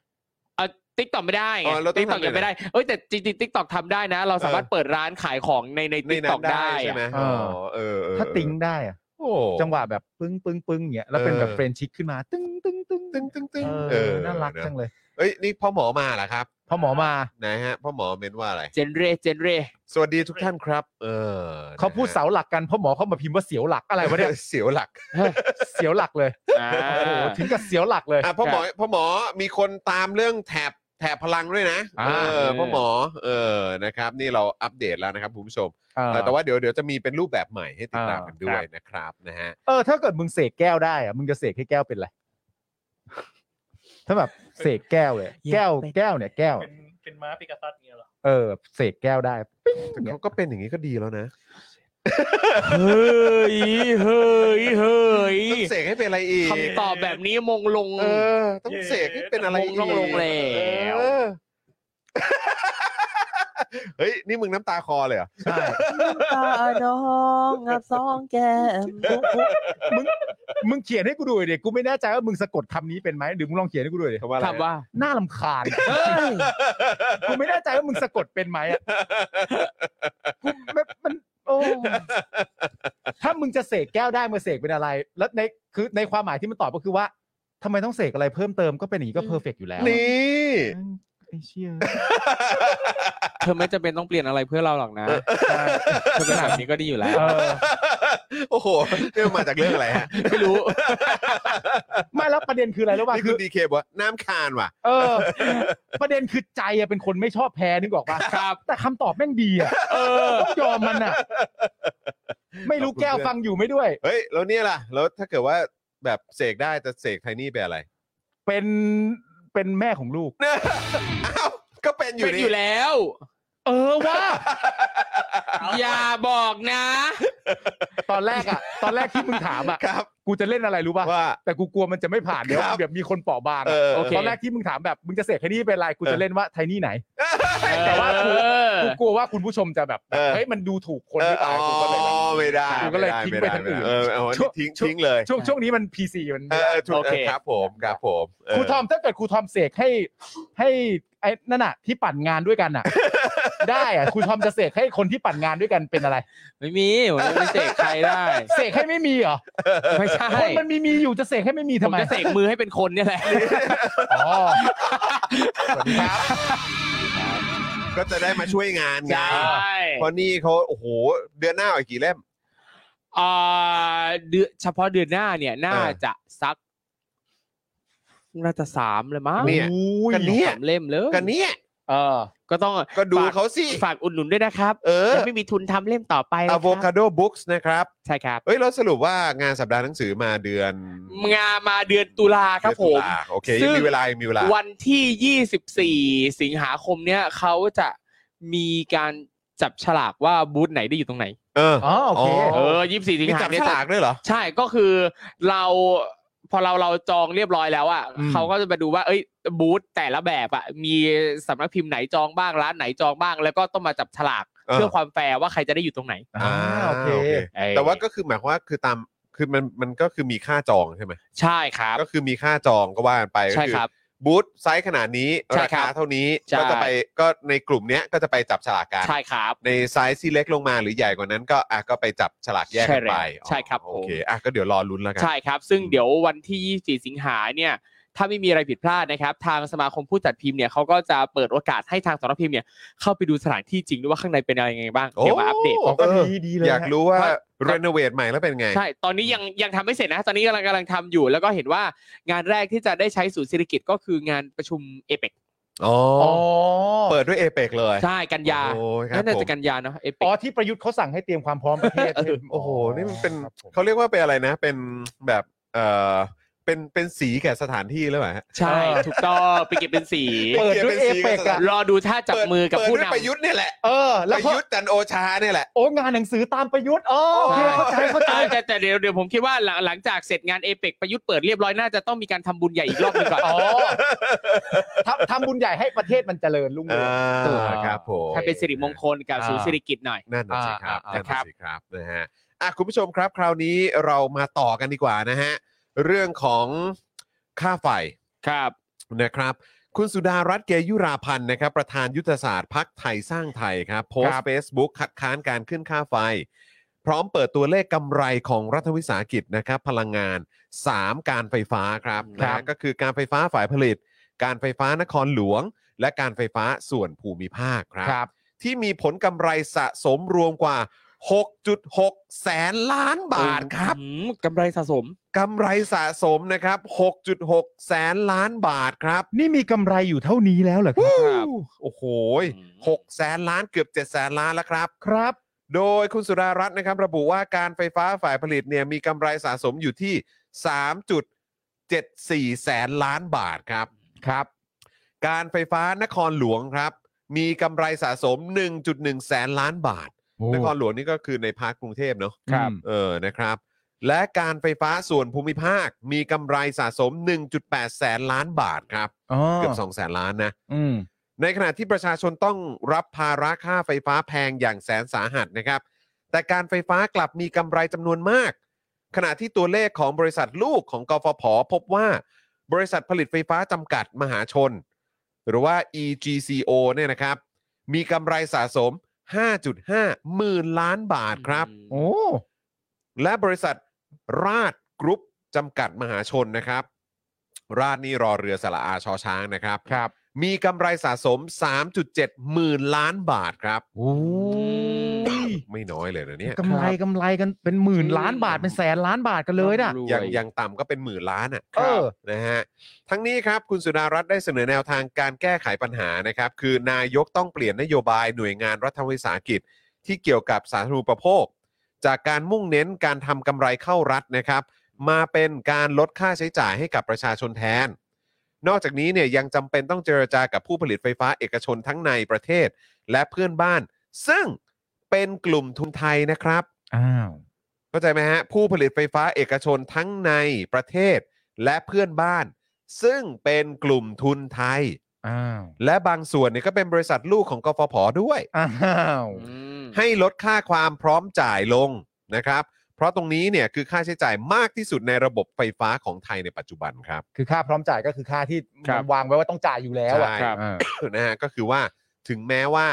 Speaker 4: ติ๊กต็อกไม่ได้
Speaker 2: อ๋อเราต้อง
Speaker 4: ติ๊กต็อก
Speaker 2: ทำไง
Speaker 4: ยังไม่ได้เอ้ยแต่จริงๆติ๊กต็อกทำได้นะ เราสามารถ
Speaker 2: เออ
Speaker 4: เปิดร้านขายของในใน
Speaker 2: ใน
Speaker 4: ติ๊ก
Speaker 2: นั้
Speaker 4: ต็อก
Speaker 2: นได้
Speaker 4: ได้
Speaker 2: ใช่ไหม
Speaker 4: อะ
Speaker 2: อ๋อเออเออ
Speaker 3: ถ้าติ้งได้อะ
Speaker 2: โอ้
Speaker 3: จังหวะแบบปึ้งปึ้งปึ้งอย่างเงี้ยแล้วเป็นแบบ
Speaker 2: เออ
Speaker 3: เฟรนชิกขึ้นมา ตึ้งตึ้งตึ้ง
Speaker 2: ตึ้งตึ้งตึ้ง
Speaker 3: เออน่ารักจัง
Speaker 2: เนอะ
Speaker 3: เลย
Speaker 2: เอ้ยนี่พ่อหมอมาเหรอครับ
Speaker 3: พอหมอมา
Speaker 2: ไหนฮะพ่อหมอเม้นว่าอะไร
Speaker 4: เจนเรเจนเร
Speaker 2: สวัสดีทุกท่านครับ เออ
Speaker 3: เขาพูดเสาหลักกันพ่อหมอเขามาพิมพ์ว่าเสียวหลักอะไรวะเนี่ย
Speaker 2: เสียวหลัก
Speaker 3: เสียวหลักเลยโอ้โหถึงกับเสียวหลักเลย
Speaker 2: อ่ะพ่อหมอพ่อหมอมีคนตามเรื่องแถบแถบพลังด้วยนะ
Speaker 3: อ่า
Speaker 2: เออพ่อหมอเออนะครับ นี่เราอัปเดตแล้วนะครับคุณผู้ชม
Speaker 3: เออ
Speaker 2: แต่ว่าเดี๋ยวเดี๋ยวจะมีเป็นรูปแบบใหม่ให้ติดตาม
Speaker 3: อ่า
Speaker 2: กันด้วยนะครับนะฮะ
Speaker 3: เออถ้าเกิดมึงเสกแก้วได้อะมึงจะเสกให้แก้วเป็นอะไรถ้าแบบเสกแก้วเลย แก้วแก้วเนี่ยแก้ว
Speaker 5: เป็นเป็นม้าปิกาซัสอย่างเงี้ยเหรอ
Speaker 3: เออเสกแก้วได้
Speaker 2: แต่เขาก็เป็นอย่างนี้ก็ดีแล้วนะ
Speaker 4: เฮ้ย เฮ้ย เฮ้ย
Speaker 2: ต้องเสกให้เป็นอะไรอีก
Speaker 4: คำตอบแบบนี้มงลง
Speaker 2: เออ ต้องเสกให้เป็นอะไรอีก
Speaker 4: ต้องลงแล้ว
Speaker 2: เอ อเฮ้ยนี่มึงน้ำตาคอเลยเหรอ
Speaker 3: ใช่
Speaker 8: ตาน้องงับสองแก้ม
Speaker 3: มึงมึงเขียนให้กูดูหน่อยดิกูไม่แน่ใจว่ามึงสะกดคำนี้เป็นไหมหรือมึงลองเขียนให้กูดูหน่อยดิ
Speaker 2: คำว่าอะไร
Speaker 4: ถามว่า
Speaker 3: น่าลำ คาญอะ
Speaker 8: เฮ้ย
Speaker 3: กูไม่แน่ใจว่ามึงสะกดเป็นไหมอ่ะกูมันมันโอ้ถ้ามึงจะเสกแก้วได้มึงเสกเป็นอะไร แล้วในคือในความหมายที่มันตอบก็คือว่าทำไมต้องเสกอะไรเพิ่มเติมก็เป็นอย่างนี้ก็เพอร์เฟกอ ยู่แล้วอะ
Speaker 2: นี่
Speaker 3: ไอ้เชี่ย
Speaker 4: เธอไม่จำเป็นต้องเปลี่ยนอะไรเพื่อเราหรอกนะ เธอเป็นแบบนี้ก็ดีอยู่แล้ว
Speaker 3: เออ
Speaker 2: โอ้โหเรื่องมาจากเรื่องอะไรฮะ
Speaker 4: ไม่รู้
Speaker 3: ไม่แล้วประเด็นคืออะไรรู้ป่ะ
Speaker 2: นี่
Speaker 3: คื
Speaker 2: คือ อดีเคบอกว่าน้ำคานว่ะ
Speaker 3: เออ ประเด็นคือใจอะเป็นคนไม่ชอบแพ้นึกออกปะ
Speaker 4: ครับ
Speaker 3: แต่คำตอบแม่งดีอ่ะเออยอมมันอ่ะ ไม่รู้แก้วฟังอยู่ไม่ด้วย
Speaker 2: เฮ้ย แล้วเนี่ยล่ะ แล้วถ้าเกิดว่าแบบเสกได้จะเสกไทนี่ เป็นอะไร
Speaker 3: เป็นเป็นแม่ของลูก
Speaker 2: อ้าว ก็เป็นอยู่
Speaker 4: เป็นอ
Speaker 2: นี่
Speaker 4: ยู่แล้ว
Speaker 3: เออว่า
Speaker 4: อย่าบอกนะ
Speaker 3: ตอนแรกอ่ะ ตอนแรกที่มึงถามอ่ะ
Speaker 2: ครับ
Speaker 3: กูจะเล่นอะไรรู้ป่ะ
Speaker 2: ว่า
Speaker 3: แต่กูกลัวมันจะไม่ผ่านเดี๋ยว
Speaker 2: ครับ
Speaker 3: แบบมีคนเปราะบาง
Speaker 2: เออ
Speaker 4: โอเค
Speaker 3: ตอนแรกที่มึงถามแบบมึงจะเสกไทนี่เป็นไรกูจะเล่นว่าไทนี่ไหน แต่ว่ากู
Speaker 4: เออ
Speaker 3: กูกลัวว่าคุณผู้ชมจะแบบ
Speaker 2: เออ
Speaker 3: เฮ้ยมันดูถูกคน
Speaker 2: เอ
Speaker 3: ห
Speaker 2: อ
Speaker 3: รือเป
Speaker 2: อ๋อ
Speaker 3: ล่ากูก็เลยแบบ
Speaker 2: ไม่ได้
Speaker 3: กูก็เลย
Speaker 2: ม่ด้
Speaker 3: ทิ้งไปทางอื่น
Speaker 2: ม่ด้เออเอาอัน
Speaker 3: ช่
Speaker 2: นี้
Speaker 3: วง
Speaker 2: ทิ้ง
Speaker 3: ช่วง
Speaker 2: ทิ้งเลย
Speaker 3: ช่วงช่วงนี้มัน PC มัน
Speaker 2: เอ
Speaker 3: ไม่
Speaker 2: อ
Speaker 3: ได้
Speaker 2: เออถูก
Speaker 4: โอเค
Speaker 2: เออครับผมครับผมเ
Speaker 3: ครูทอมถ้าเกิดครูทอมเสกให้ให้ไอ้นั่นน่ะที่ปั่นงานด้วยกันน่ะ ได้อ่ะครูทอมจะเสกให้คนที่ปั่นงานด้วยกันเป็นอะไร
Speaker 4: ไม่มีผมจะไม่เสกใครได้
Speaker 3: เสกให้ไม่มีเหรอ
Speaker 4: ไม่ใช่
Speaker 3: คนมันมีมีอยู่จะเสกให้ไม่มี
Speaker 4: ผ
Speaker 3: ทำ
Speaker 4: ม
Speaker 3: ไม
Speaker 4: จะเสกมือให้เป็นคนเนี่ยแหละ
Speaker 3: อ๋อสวัสดีครับ
Speaker 2: ก็จะได้มาช่วยงานไง
Speaker 4: ใช่
Speaker 2: เพราะนี่เขาโอ้โหเดือนหน้าเอาอีกกี่เล่ม
Speaker 4: อ่าเดือนเฉพาะเดือนหน้าเนี่ยน่า
Speaker 2: เออ
Speaker 4: จะสักน่าจะสามเลยมั้ง
Speaker 2: เนี่ย
Speaker 4: อุ้
Speaker 2: ก็เนี่ย
Speaker 4: สามเล่มเลย
Speaker 2: กันเนี้ย
Speaker 3: เออ
Speaker 4: ก็ต้อง
Speaker 2: ก็ดู
Speaker 4: ฝก
Speaker 2: เขาสิ
Speaker 4: ฝากอุดหนุนด้วยนะครับ
Speaker 2: เออ
Speaker 4: จะไม่มีทุนทำเล่มต่อไปนะครั
Speaker 2: Avocado Books นะครับ
Speaker 4: ใช่ครับ
Speaker 2: เอ้ยเราสรุปว่างานสัปดาห์หนังสือมาเดือน
Speaker 4: งานมาเดือนตุลาครับผ
Speaker 2: เดือน
Speaker 4: ม
Speaker 2: ตุลาโอเค
Speaker 4: ซึ่
Speaker 2: ยัง
Speaker 4: ง
Speaker 2: มีเวลายังมีเวลา
Speaker 4: วันที่ 24 สิงหาคมเนี่ยเขาจะมีการจับฉลากว่าบูธไหนได้อยู่ตรงไหน
Speaker 2: เออ
Speaker 3: อ๋อโอเค
Speaker 2: อ๋
Speaker 4: เออ 24 สิง
Speaker 2: มี
Speaker 4: หา
Speaker 2: จับ
Speaker 4: เนี่
Speaker 2: ฉ
Speaker 4: ยจะ
Speaker 2: ลากด้วยเหรอ
Speaker 4: ใช่ก็คือเราพอเราเราจองเรียบร้อยแล้วอะ่ะ
Speaker 3: อืม
Speaker 4: เขาก็จะมาดูว่าเอ้ยบูธแต่ละแบบอะ่ะมีสำนักพิมพ์ไหนจองบ้างร้านไหนจองบ้าง แล้วก็ต้องมาจับฉลาก
Speaker 2: เออ
Speaker 4: เพื่อความแฟร์ว่าใครจะได้อยู่ตรงไหน
Speaker 3: อ่าโอเค
Speaker 2: อ่า
Speaker 4: เอ้ย
Speaker 2: แต่ว่าก็คือหมายความว่าคือตามคือมันมันก็คือมีค่าจองใช่ไหม
Speaker 4: ใช่ครับ
Speaker 2: ก็คือมีค่าจองก็ว่ากันไปก็
Speaker 4: ใช่
Speaker 2: อ
Speaker 4: ครับ
Speaker 2: บูธไซส์ขนาดนี้
Speaker 4: ใช่
Speaker 2: รา
Speaker 4: ครั
Speaker 2: คา
Speaker 4: บ
Speaker 2: เท่านี้
Speaker 4: ใช่
Speaker 2: ก็จะไปก็ในกลุ่มเนี้ยก็จะไปจับฉลากกัน
Speaker 4: ใช่ครับ
Speaker 2: ในไซส์ที่เล็กลงมาหรือใหญ่กว่านั้นก็อ่ะก็ไปจับฉลากแยกกันไป
Speaker 4: ใช่ครับ
Speaker 2: อ๋อ
Speaker 4: ผม
Speaker 2: โอเคอ่ะก็เดี๋ยวรอลุ้นแล้วกั
Speaker 4: ใช่ครับ ซึ่งเดี๋ยววันที่ 24 สิงหาเนี่ย ถ้าไม่มีอะไรผิดพลาดนะครับ ทางสมาคมผู้จัดพิมพ์เนี่ยเขาก็จะเปิดโอกาสให้ทางสำนักพิมพ์เนี่ยเข้าไปดูสถานที่จริงด้วยว่าข้างในเป็นอะไรยังไงบ้างเดี๋ยวมาอัปเดต
Speaker 2: โอ้
Speaker 3: ก็ดีดีเลย
Speaker 2: อยากรู้ว่า
Speaker 4: เพราะ
Speaker 2: เรโนเวทใหม่แล้วเป็นไง
Speaker 4: ใช่ ตอนนี้ยังยังทำไม่เสร็จนะ ตอนนี้กำลังกำลังทำอยู่ แล้วก็เห็นว่างานแรกที่จะได้ใช้ศูนย์เศรษฐกิจก็คืองานประชุมเอเปก
Speaker 2: อ๋อ
Speaker 3: อ๋อ
Speaker 2: เปิดด้วยเอเปกเลย
Speaker 4: ใช่ กันยา
Speaker 2: โอ้ยครับ
Speaker 4: น่า
Speaker 2: ผม
Speaker 4: จะกันยาเนาะเอเป
Speaker 3: อ๋อก ที่ประยุทธ์เขาสั่งให้เตรียมความพร้อมประเทศ
Speaker 2: โอ้โห นี่มันเป็นเขาเรียกว่าเป็นอะไรนะ เป็นแบบเออเป็นเป็นสีแก่สถานที่หรือเปล่าฮะ
Speaker 4: ใช่
Speaker 3: เออ
Speaker 4: ถูกต้องไปเก็บเป็นสี
Speaker 3: เปิดด้วยเอเปกอะ
Speaker 2: เปิด
Speaker 4: รอดูท่าจับมือกับ
Speaker 2: เปิด
Speaker 4: ผู้
Speaker 2: ด้วย
Speaker 4: นำ
Speaker 2: ประยุทธ์เนี่ยแหละ
Speaker 3: เออ
Speaker 2: ป
Speaker 3: แล้ว
Speaker 2: ระ
Speaker 3: ก็
Speaker 2: ยุทธ์จันทร์โอชาเนี่ยแหละ
Speaker 3: โอ้งานหนังสือตามประยุทธ์อ๋อโอเคเข้าใจเข้าใจ
Speaker 4: เออแต่แต่เดี๋ยวเดี๋ยวผมคิดว่าหลังหลังจากเสร็จงานเอเปกประยุทธ์เปิดเรียบร้อยน่าจะต้องมีการทำบุญใหญ่อีกรอบหนึงก่อน
Speaker 3: อ๋อทำทำบุญใหญ่ให้ประเทศมันเจริญรุ่ง
Speaker 2: อ
Speaker 3: เรือง
Speaker 2: ่าครับผม
Speaker 4: ให้เป็นสิริมงคลกับ
Speaker 3: อ่า
Speaker 4: ศูนย์สิริกิจหน่อย
Speaker 2: นั่นน่ะสิครับ
Speaker 3: อ่า
Speaker 2: นั่นน่ะสิครับนะฮะอ่ะคุณผู้ชมครับ คราวนี้เรามาต่อกันดีกว่านะฮะ เรื่องของค่าไฟ
Speaker 4: ครับ
Speaker 2: นะครับคุณสุดารัตน์เกยุราพันธ์นะครับประธานยุทธศาสตร์พักไทยสร้างไทยครับโพส
Speaker 3: ครั
Speaker 2: ต์
Speaker 3: บ
Speaker 2: Facebook คัดค้านการขึ้นค่าไฟ พร้อมเปิดตัวเลขกำไรของรัฐวิสาหกิจนะครับพลังงาน 3 การไฟฟ้าครับ
Speaker 3: ค
Speaker 2: นะ
Speaker 3: รับ
Speaker 2: ฮะก็คือการไฟฟ้าฝ่ายผลิต การไฟฟ้านครหลวง และการไฟฟ้าส่วนภูมิภาคครับ
Speaker 3: ครับ
Speaker 2: ที่มีผลกำไรสะสมรวมกว่า 6.6 แสนล้านบาทครับ
Speaker 4: อืมกำไรสะสม
Speaker 2: กำไรสะสมนะครับ 6.6 แสนล้านบาทครับ
Speaker 3: นี่มีกำไรอยู่เท่านี้แล้วเหรอครับ
Speaker 4: ครับ
Speaker 2: โอ้โห
Speaker 4: อืม
Speaker 2: หกแสนล้านเกือบ7จ็ดแสนล้านแล้วครับ
Speaker 3: ครับ
Speaker 2: โดยคุณสุดารัตน์นะครับ ระบุว่าการไฟฟ้าฝ่ายผลิตเนี่ยมีกำไรสะสมอยู่ที่ 3.74 แสนล้านบาทครับ
Speaker 3: ครับ
Speaker 2: การไฟฟ้านครหลวงครับ มีกำไรสะสม 1.1 แสนล้านบาท นครหลวงนี่ก็คือในพาร์คกรุงเทพเนาะ
Speaker 3: ครับ
Speaker 2: เออนะครับ และการไฟฟ้าส่วนภูมิภาค มีกำไรสะสม 1.8 แสนล้านบาทครับเกือบ2แสนล้านนะ
Speaker 3: อืม
Speaker 2: ในขณะที่ประชาชนต้องรับภาระค่าไฟฟ้าแพงอย่างแสนสาหัสนะครับ แต่การไฟฟ้ากลับมีกำไรจำนวนมาก ขณะที่ตัวเลขของบริษัทลูกของกฟผ พบว่า บริษัทผลิตไฟฟ้าจำกัดมหาชน หรือว่า EGCO เนี่ยนะครับ มีกำไรสะสม 5.5 หมื่นล้านบาทครับ
Speaker 3: โอ้
Speaker 2: และบริษัทราชกรุ๊ปจำกัดมหาชนนะครับ ราชนี่รอเรือสละอาชอช้างนะครับ
Speaker 3: ครับ
Speaker 2: มีกำไรสะสม 3.7 หมื่นล้านบาทครับ
Speaker 3: โอ้ย
Speaker 2: ไม่น้อยเลยนะเนี่ย
Speaker 3: กำไรกำไรกันเป็นหมื่นล้านบาทเป็นแสนล้านบาทกันเลยน่ะ
Speaker 4: รว
Speaker 2: อย่างอย่างต่ำก็เป็นหมื่นล้านอ่ะ
Speaker 3: เออ
Speaker 2: นะฮะทั้งนี้ครับคุณสุดารัตน์ได้เสนอแนวทางการแก้ไขปัญหานะครับ คือนายกต้องเปลี่ยนนโยบายหน่วยงานรัฐวิสาหกิจ ที่เกี่ยวกับสาธารณูปโภค จากการมุ่งเน้นการทำกำไรเข้ารัฐนะครับ มาเป็นการลดค่าใช้จ่ายให้กับประชาชนแทน นอกจากนี้เนี่ยยังจำเป็นต้องเจรจากับผู้ผลิตไฟฟ้าเอกชนทั้งในประเทศ และเพื่อนบ้าน ซึ่งเป็นกลุ่มทุนไทยนะครับ
Speaker 3: อ้าว
Speaker 2: เข้าใจไหมฮะ ผู้ผลิตไฟฟ้าเอกชนทั้งในประเทศและเพื่อนบ้าน ซึ่งเป็นกลุ่มทุนไทย
Speaker 3: อ้าว
Speaker 2: และบางส่วนเนี่ยก็เป็นบริษัทลูกของกฟผด้วย
Speaker 3: อ้าว
Speaker 4: อืม
Speaker 2: ให้ลดค่าความพร้อมจ่ายลงนะครับ เพราะตรงนี้เนี่ยคือค่าใช้จ่ายมากที่สุดในระบบไฟฟ้าของไทยในปัจจุบันครับ
Speaker 3: คือค่าพร้อมจ่ายก็คือค่าที่
Speaker 6: ครั
Speaker 3: มั
Speaker 6: บ
Speaker 3: นวางไว้ว่าต้องจ่ายอยู่แล้วอะ
Speaker 2: ใช่
Speaker 3: อ่า
Speaker 2: นะฮะก็คือว่าถึงแม้ว่า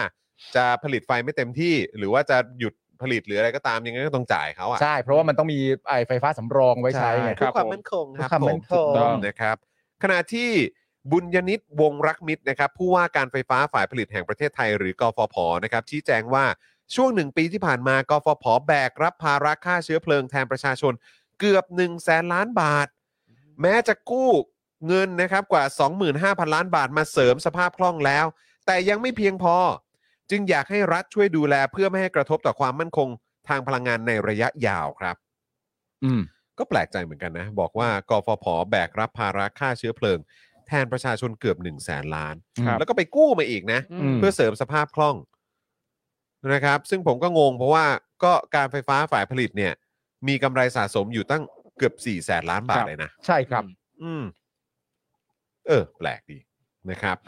Speaker 2: จะผลิตไฟไม่เต็มที่ หรือว่าจะหยุดผลิตหรืออะไรก็ตามยังไงก็ต้องจ่ายเขาอ่ะ
Speaker 3: ใช่ เพราะว่ามันต้องมีไอไฟฟ้าสำรองไว้ใช้ไง
Speaker 6: ค
Speaker 2: เพื่
Speaker 6: รั
Speaker 2: อบ ความ
Speaker 6: ผม
Speaker 2: มั่นคงครับ
Speaker 3: เพื่อความ
Speaker 2: ผ
Speaker 3: มั่นคง
Speaker 2: ถูกต้องนะครับ ขณะที่บุญยนิตวงรักมิตรนะครับผู้ว่าการไฟฟ้าฝ่ายผลิตแห่งประเทศไทยหรือกฟผนะครับชี้แจงว่าช่วงหนึ่งปีที่ผ่านมากฟผแบกรับภาระค่าเชื้อเพลิงแทนประชาชนเกือบ1นึ่งแสนล้านบาท แม้จะกู้เงินนะครับกว่า 25,000 ล้านบาทมาเสริมสภาพคล่องแล้ว แต่ยังไม่เพียงพอ จึงอยากให้รัฐช่วยดูแลเพื่อไม่ให้กระทบต่อความมั่นคงทางพลังงานในระยะยาวครับ
Speaker 3: อืม
Speaker 2: ก็แปลกใจเหมือนกันนะ บอกว่ากฟผแบกรับภาระค่าเชื้อเพลิง แทนประชาชนเกือบ1นึ่งแสนล้าน
Speaker 3: ครับ
Speaker 2: แล้วก็ไปกู้มาอีกนะ
Speaker 3: อืม
Speaker 2: เพื่อเสริมสภาพคล่องนะครับ ซึ่งผมก็งงเพราะว่าก็การไฟฟ้าฝ่ายผลิตเนี่ย มีกำไรสะสมอยู่ตั้งเกือบ4ี่แสนล้านบาทเลยนะ
Speaker 3: ใช่ครับ
Speaker 2: อืม เออ แปลกดี นะครับ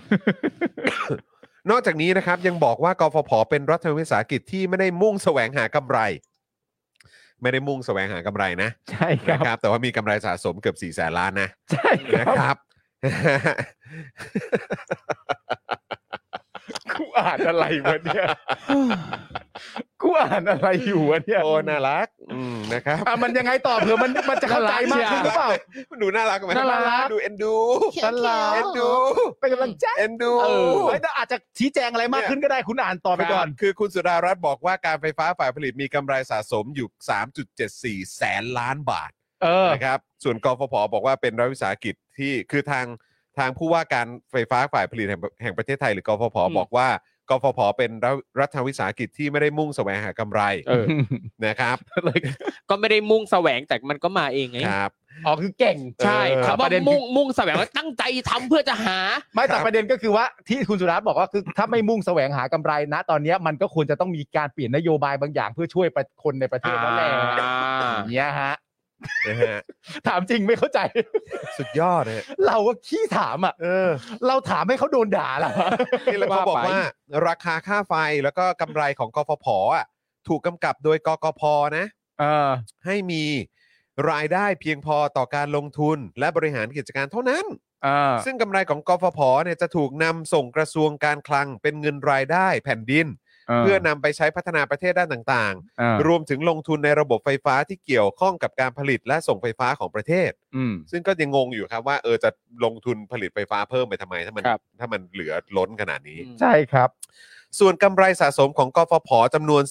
Speaker 2: นอกจากนี้นะครับ ยังบอกว่ากฟผเป็นรัฐวิสาหกิจที่ไม่ได้มุ่งแสวงหากำไร ไม่ได้มุ่งแสวงหากำไรนะ
Speaker 3: ใช่ครั
Speaker 2: นะ
Speaker 3: บ
Speaker 2: ครับ แต่ว่ามีกำไรสะสมเกือบ4ี่แสนล้านนะ
Speaker 3: ใช่
Speaker 2: นะครับ ครับ
Speaker 3: กูอ่านอะไรวะเนี่ย กูอ่านอะไรอยู่วะเนี่ย
Speaker 2: โอ้น่ารัก อืมนะครับ
Speaker 3: อ่ะมันยังไงต่อเผื่อมันมันจะเข้าใจมากขึ้นหรือเปล่า
Speaker 2: ดูน่ารักไหม
Speaker 3: น่ารัก
Speaker 2: ดูเอ็นดู
Speaker 3: ตลา
Speaker 2: เอ็
Speaker 3: ด
Speaker 2: นดู
Speaker 3: เป็นกำลังใจ
Speaker 2: เอ็นดู
Speaker 3: เออไม่แต่อาจจะชี้แจงอะไรมากขึ้นก็ได้คุณอ่านต่อไปก่อน
Speaker 2: ครับคือคุณสุดารัตน์บอกว่าการไฟฟ้าฝ่ายผลิตมีกำไรสะสมอยู่ 3.74 แสนล้านบาท
Speaker 3: เออ
Speaker 2: นะครับ ส่วนกฟผบอกว่าเป็นรัฐวิสาหกิจที่คือทางทางผู้ว่าการไฟฟ้าฝ่ายผลิตแห่งแห่งประเทศไทยหรือกฟผ
Speaker 4: อืม
Speaker 2: บอกว่ากฟผเป็นรัฐรัฐวิสาหกิจที่ไม่ได้มุ่งแสวงหากำไร
Speaker 6: เออ
Speaker 2: นะครับ
Speaker 4: ก็ไม่ได้มุ่งแสวงแต่มันก็มาเองไง
Speaker 2: ครับ
Speaker 3: อ๋อคือเก่ง
Speaker 4: ใช่
Speaker 3: เออ
Speaker 4: คำ
Speaker 3: ป
Speaker 4: ว่า
Speaker 3: ระเด็นคือ
Speaker 4: มุ่งมุ่งแสวงว่าตั้งใจทำเพื่อจะหา
Speaker 3: ไม่แต่ประเด็นก็คือว่าที่คุณสุรัตน์บอกว่าคือถ้าไม่มุ่งแสวงหากำไรนะ ตอนเนี้ยมันก็ควรจะต้องมีการเปลี่ยนนโยบายบางอย่างเพื่อช่วยประคนในประเทศนั่นแหละ
Speaker 4: อ่า
Speaker 3: เนี่ยฮะ
Speaker 2: นะฮะ
Speaker 3: ถามจริงไม่เข้าใจ
Speaker 2: สุดยอดเลย
Speaker 3: เราก็ขี้ถามอ่ะเราถามให้เขาโดนด่าล่ะ
Speaker 2: นี่แล้วเขาบอกว่าราคาค่าไฟแล้วก็กำไรของกฟผอ่ะถูกกำกับโดยกกพนะ
Speaker 3: เออ
Speaker 2: ให้มีรายได้เพียงพอต่อการลงทุนและบริหารกิจการเท่านั้น
Speaker 3: เออ
Speaker 2: ซึ่งกำไรของกฟผเนี่ยจะถูกนำส่งกระทรวงการคลังเป็นเงินรายได้แผ่นดิน เพื่อนำไปใช้พัฒนาประเทศด้านต่างๆ รวมถึงลงทุนในระบบไฟฟ้าที่เกี่ยวข้องกับการผลิตและส่งไฟฟ้าของประเทศ
Speaker 3: อืม
Speaker 2: ซึ่งก็ยังงงอยู่ครับว่าเออจะลงทุนผลิตไฟฟ้าเพิ่มไปทำไม ถ้ามัน
Speaker 6: ครับ
Speaker 2: ถ้ามันเหลือล้นขนาดนี้
Speaker 3: ใช่ครับ
Speaker 2: ส่วนกำไรสะสมของกฟผจำนวน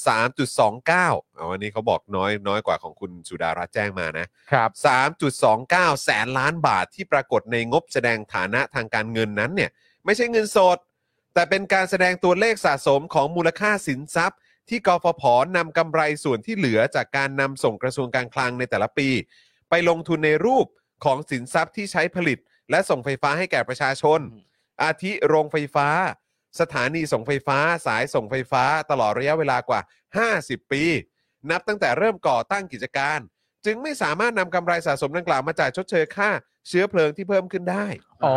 Speaker 2: 3.29เอาวันนี้เขาบอกน้อยน้อยกว่าของคุณสุดารัตน์แจ้งมานะ
Speaker 3: ครับ
Speaker 2: 3.29 แสนล้านบาทที่ปรากฏในงบแสดงฐานะทางการเงินนั้นเนี่ย ไม่ใช่เงินสด แต่เป็นการแสดงตัวเลขสะสมของมูลค่าสินทรัพย์ ที่กฟผนำกำไรส่วนที่เหลือจากการนำส่งกระทรวงการคลังในแต่ละปี ไปลงทุนในรูปของสินทรัพย์ที่ใช้ผลิต และส่งไฟฟ้าให้แก่ประชาชน
Speaker 4: อืม
Speaker 2: อาทิโรงไฟฟ้า สถานีส่งไฟฟ้า สายส่งไฟฟ้า ตลอดระยะเวลากว่า 50 ปี นับตั้งแต่เริ่มก่อตั้งกิจการ จึงไม่สามารถนำกำไรสะสมดังกล่าวมาจ่ายชดเชยค่าเชื้อเพลิงที่เพิ่มขึ้นได้
Speaker 3: อ๋อ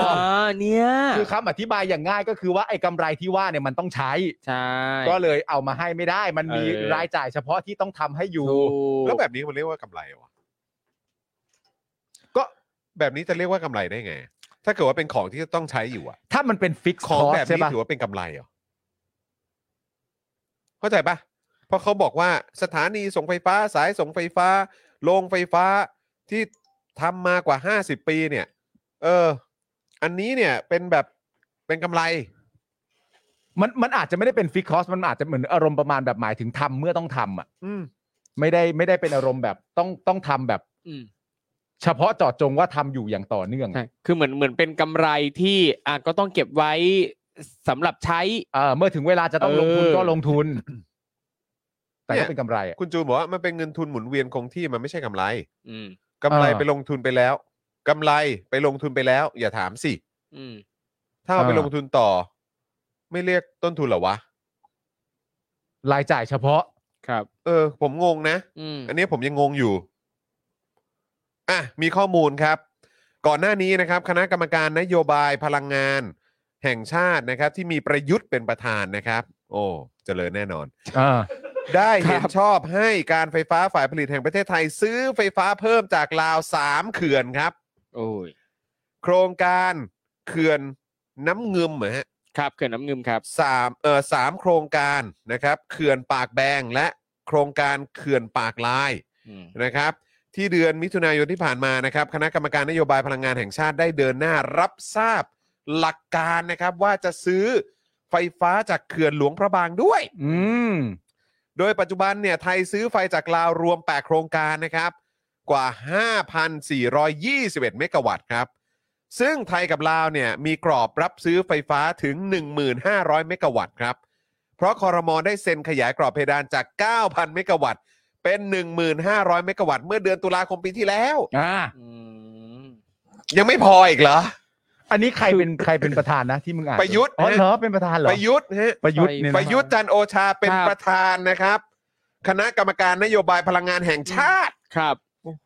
Speaker 4: อ่าเนี่ย
Speaker 3: คือคำอธิบายอย่างง่ายก็คือว่าไอ้กำไรที่ว่าเนี่ยมันต้องใช้
Speaker 4: ใช่
Speaker 3: ก็เลยเอามาให้ไม่ได้ มันมี
Speaker 4: เออ
Speaker 3: รายจ่ายเฉพาะที่ต้องทำให้อยู่
Speaker 2: แล้วแบบนี้มันเรียกว่ากำไรเหรอวะ
Speaker 3: ก็
Speaker 2: แบบนี้จะเรียกว่ากำไรได้ไง ถ้าเกิดว่าเป็นของที่ต้องใช้อยู่อะ
Speaker 3: ถ้ามันเป็นฟิก
Speaker 2: ของ
Speaker 3: ส
Speaker 2: แบบ
Speaker 3: ใช่
Speaker 2: นี้
Speaker 3: ปะ
Speaker 2: ถือว่าเป็นกำไรเหรอเข้าใจปะเพราะเขาบอกว่าสถานีส่งไฟฟ้า สายส่งไฟฟ้าโรงไฟฟ้าที่ทำมากว่า 50 ปีเนี่ย เออ อันนี้เนี่ยเป็นแบบเป็นกำไร
Speaker 3: มันมันอาจจะไม่ได้เป็นฟิกคอสมันอาจจะเหมือนอารมณ์ประมาณแบบหมายถึงทำเมื่อต้องทำอ่ะ
Speaker 2: อืม
Speaker 3: ไม่ได้ไม่ได้เป็นอารมณ์แบบต้องต้องทำแบบ
Speaker 4: อืม
Speaker 3: เฉพาะเจาะจงว่าทำอยู่อย่างต่อเนื่อง
Speaker 4: ใช่คือเหมือนเหมือนเป็นกำไรที่อ่ะก็ต้องเก็บไว้สำหรับใช้
Speaker 3: เออเมื่อถึงเวลาจะต้องลงทุน
Speaker 4: เออ
Speaker 3: ก็ลงทุน แต่
Speaker 2: เนี่ย
Speaker 3: ก็เป็นกำไรอะ
Speaker 2: คุณจูนบอกว่ามันเป็นเงินทุนหมุนเวียนคงที่มันไม่ใช่กำไร
Speaker 4: อืม
Speaker 2: กำไร
Speaker 3: อ่า
Speaker 2: ไปลงทุนไปแล้วกำไรไปลงทุนไปแล้ว อย่าถามสิ
Speaker 4: อืม
Speaker 2: ถ้าเอาไป
Speaker 3: อ่า
Speaker 2: ลงทุนต่อ ไม่เรียกต้นทุนเหรอวะ
Speaker 3: รายจ่ายเฉพาะ
Speaker 6: ครับ
Speaker 2: เออ ผมงงนะ
Speaker 4: อืม
Speaker 2: อันนี้ผมยังงงอยู่ อ่ะ มีข้อมูลครับ ก่อนหน้านี้นะครับ คณะกรรมการนโยบายพลังงาน แห่งชาตินะครับ ที่มีประยุทธ์เป็นประธานนะครับ โอ้เจริญแน่นอน
Speaker 3: อ่า
Speaker 2: ได้เห็นชอบให้การไฟฟ้าฝ่ายผลิตแห่งประเทศไทย ซื้อไฟฟ้าเพิ่มจากลาว 3 เขื่อนครับ
Speaker 6: โอ้ย
Speaker 2: โครงการเขื่อนน้ำเงึมเหรอฮะ
Speaker 4: ครับเขื่อนน้ำงึมครับ
Speaker 2: สามเอ่อสามโครงการนะครับเขื่อนปากแบงและโครงการเขื่อนปากลาย
Speaker 4: อืม
Speaker 2: นะครับ ที่เดือนมิถุนายนที่ผ่านมานะครับ คณะกรรมการนโยบายพลังงานแห่งชาติได้เดินหน้ารับทราบหลักการนะครับ ว่าจะซื้อไฟฟ้าจากเขื่อนหลวงพระบางด้วย
Speaker 3: อืม
Speaker 2: โดยปัจจุบันเนี่ยไทยซื้อไฟจากลาวรวม 8 โครงการนะครับ กว่า 5,421 เมกะวัตต์ครับ ซึ่งไทยกับลาวเนี่ยมีกรอบรับซื้อไฟฟ้าถึง 1,500 เมกะวัตต์ครับ เพราะคอรมอได้เซ็นขยายกรอบเพดานจาก 9,000 เมกะวัตต์เป็น 1,500 เมกะวัตต์เมื่อเดือนตุลาคมปีที่แล้ว
Speaker 3: อ่า
Speaker 4: อืม
Speaker 2: ยังไม่พออีกเหรอ
Speaker 3: อันนี้ใครเป็นใครเป็นประธานนะที่มึงอ่าน
Speaker 2: ประยุทธ์
Speaker 3: อ๋อเหรอเป็นประธานเหรอ
Speaker 2: ประยุทธ์ฮะ
Speaker 3: ประยุทธ์
Speaker 4: ป็
Speaker 3: เนี่ย
Speaker 4: น
Speaker 3: นะ
Speaker 2: ประยุทธ์จันทร์โอชาเป็น
Speaker 4: ครับ
Speaker 2: ประธานนะครับ คณะกรรมการนโยบายพลังงานแห่งชาติ
Speaker 4: ครับ
Speaker 3: โอ้ย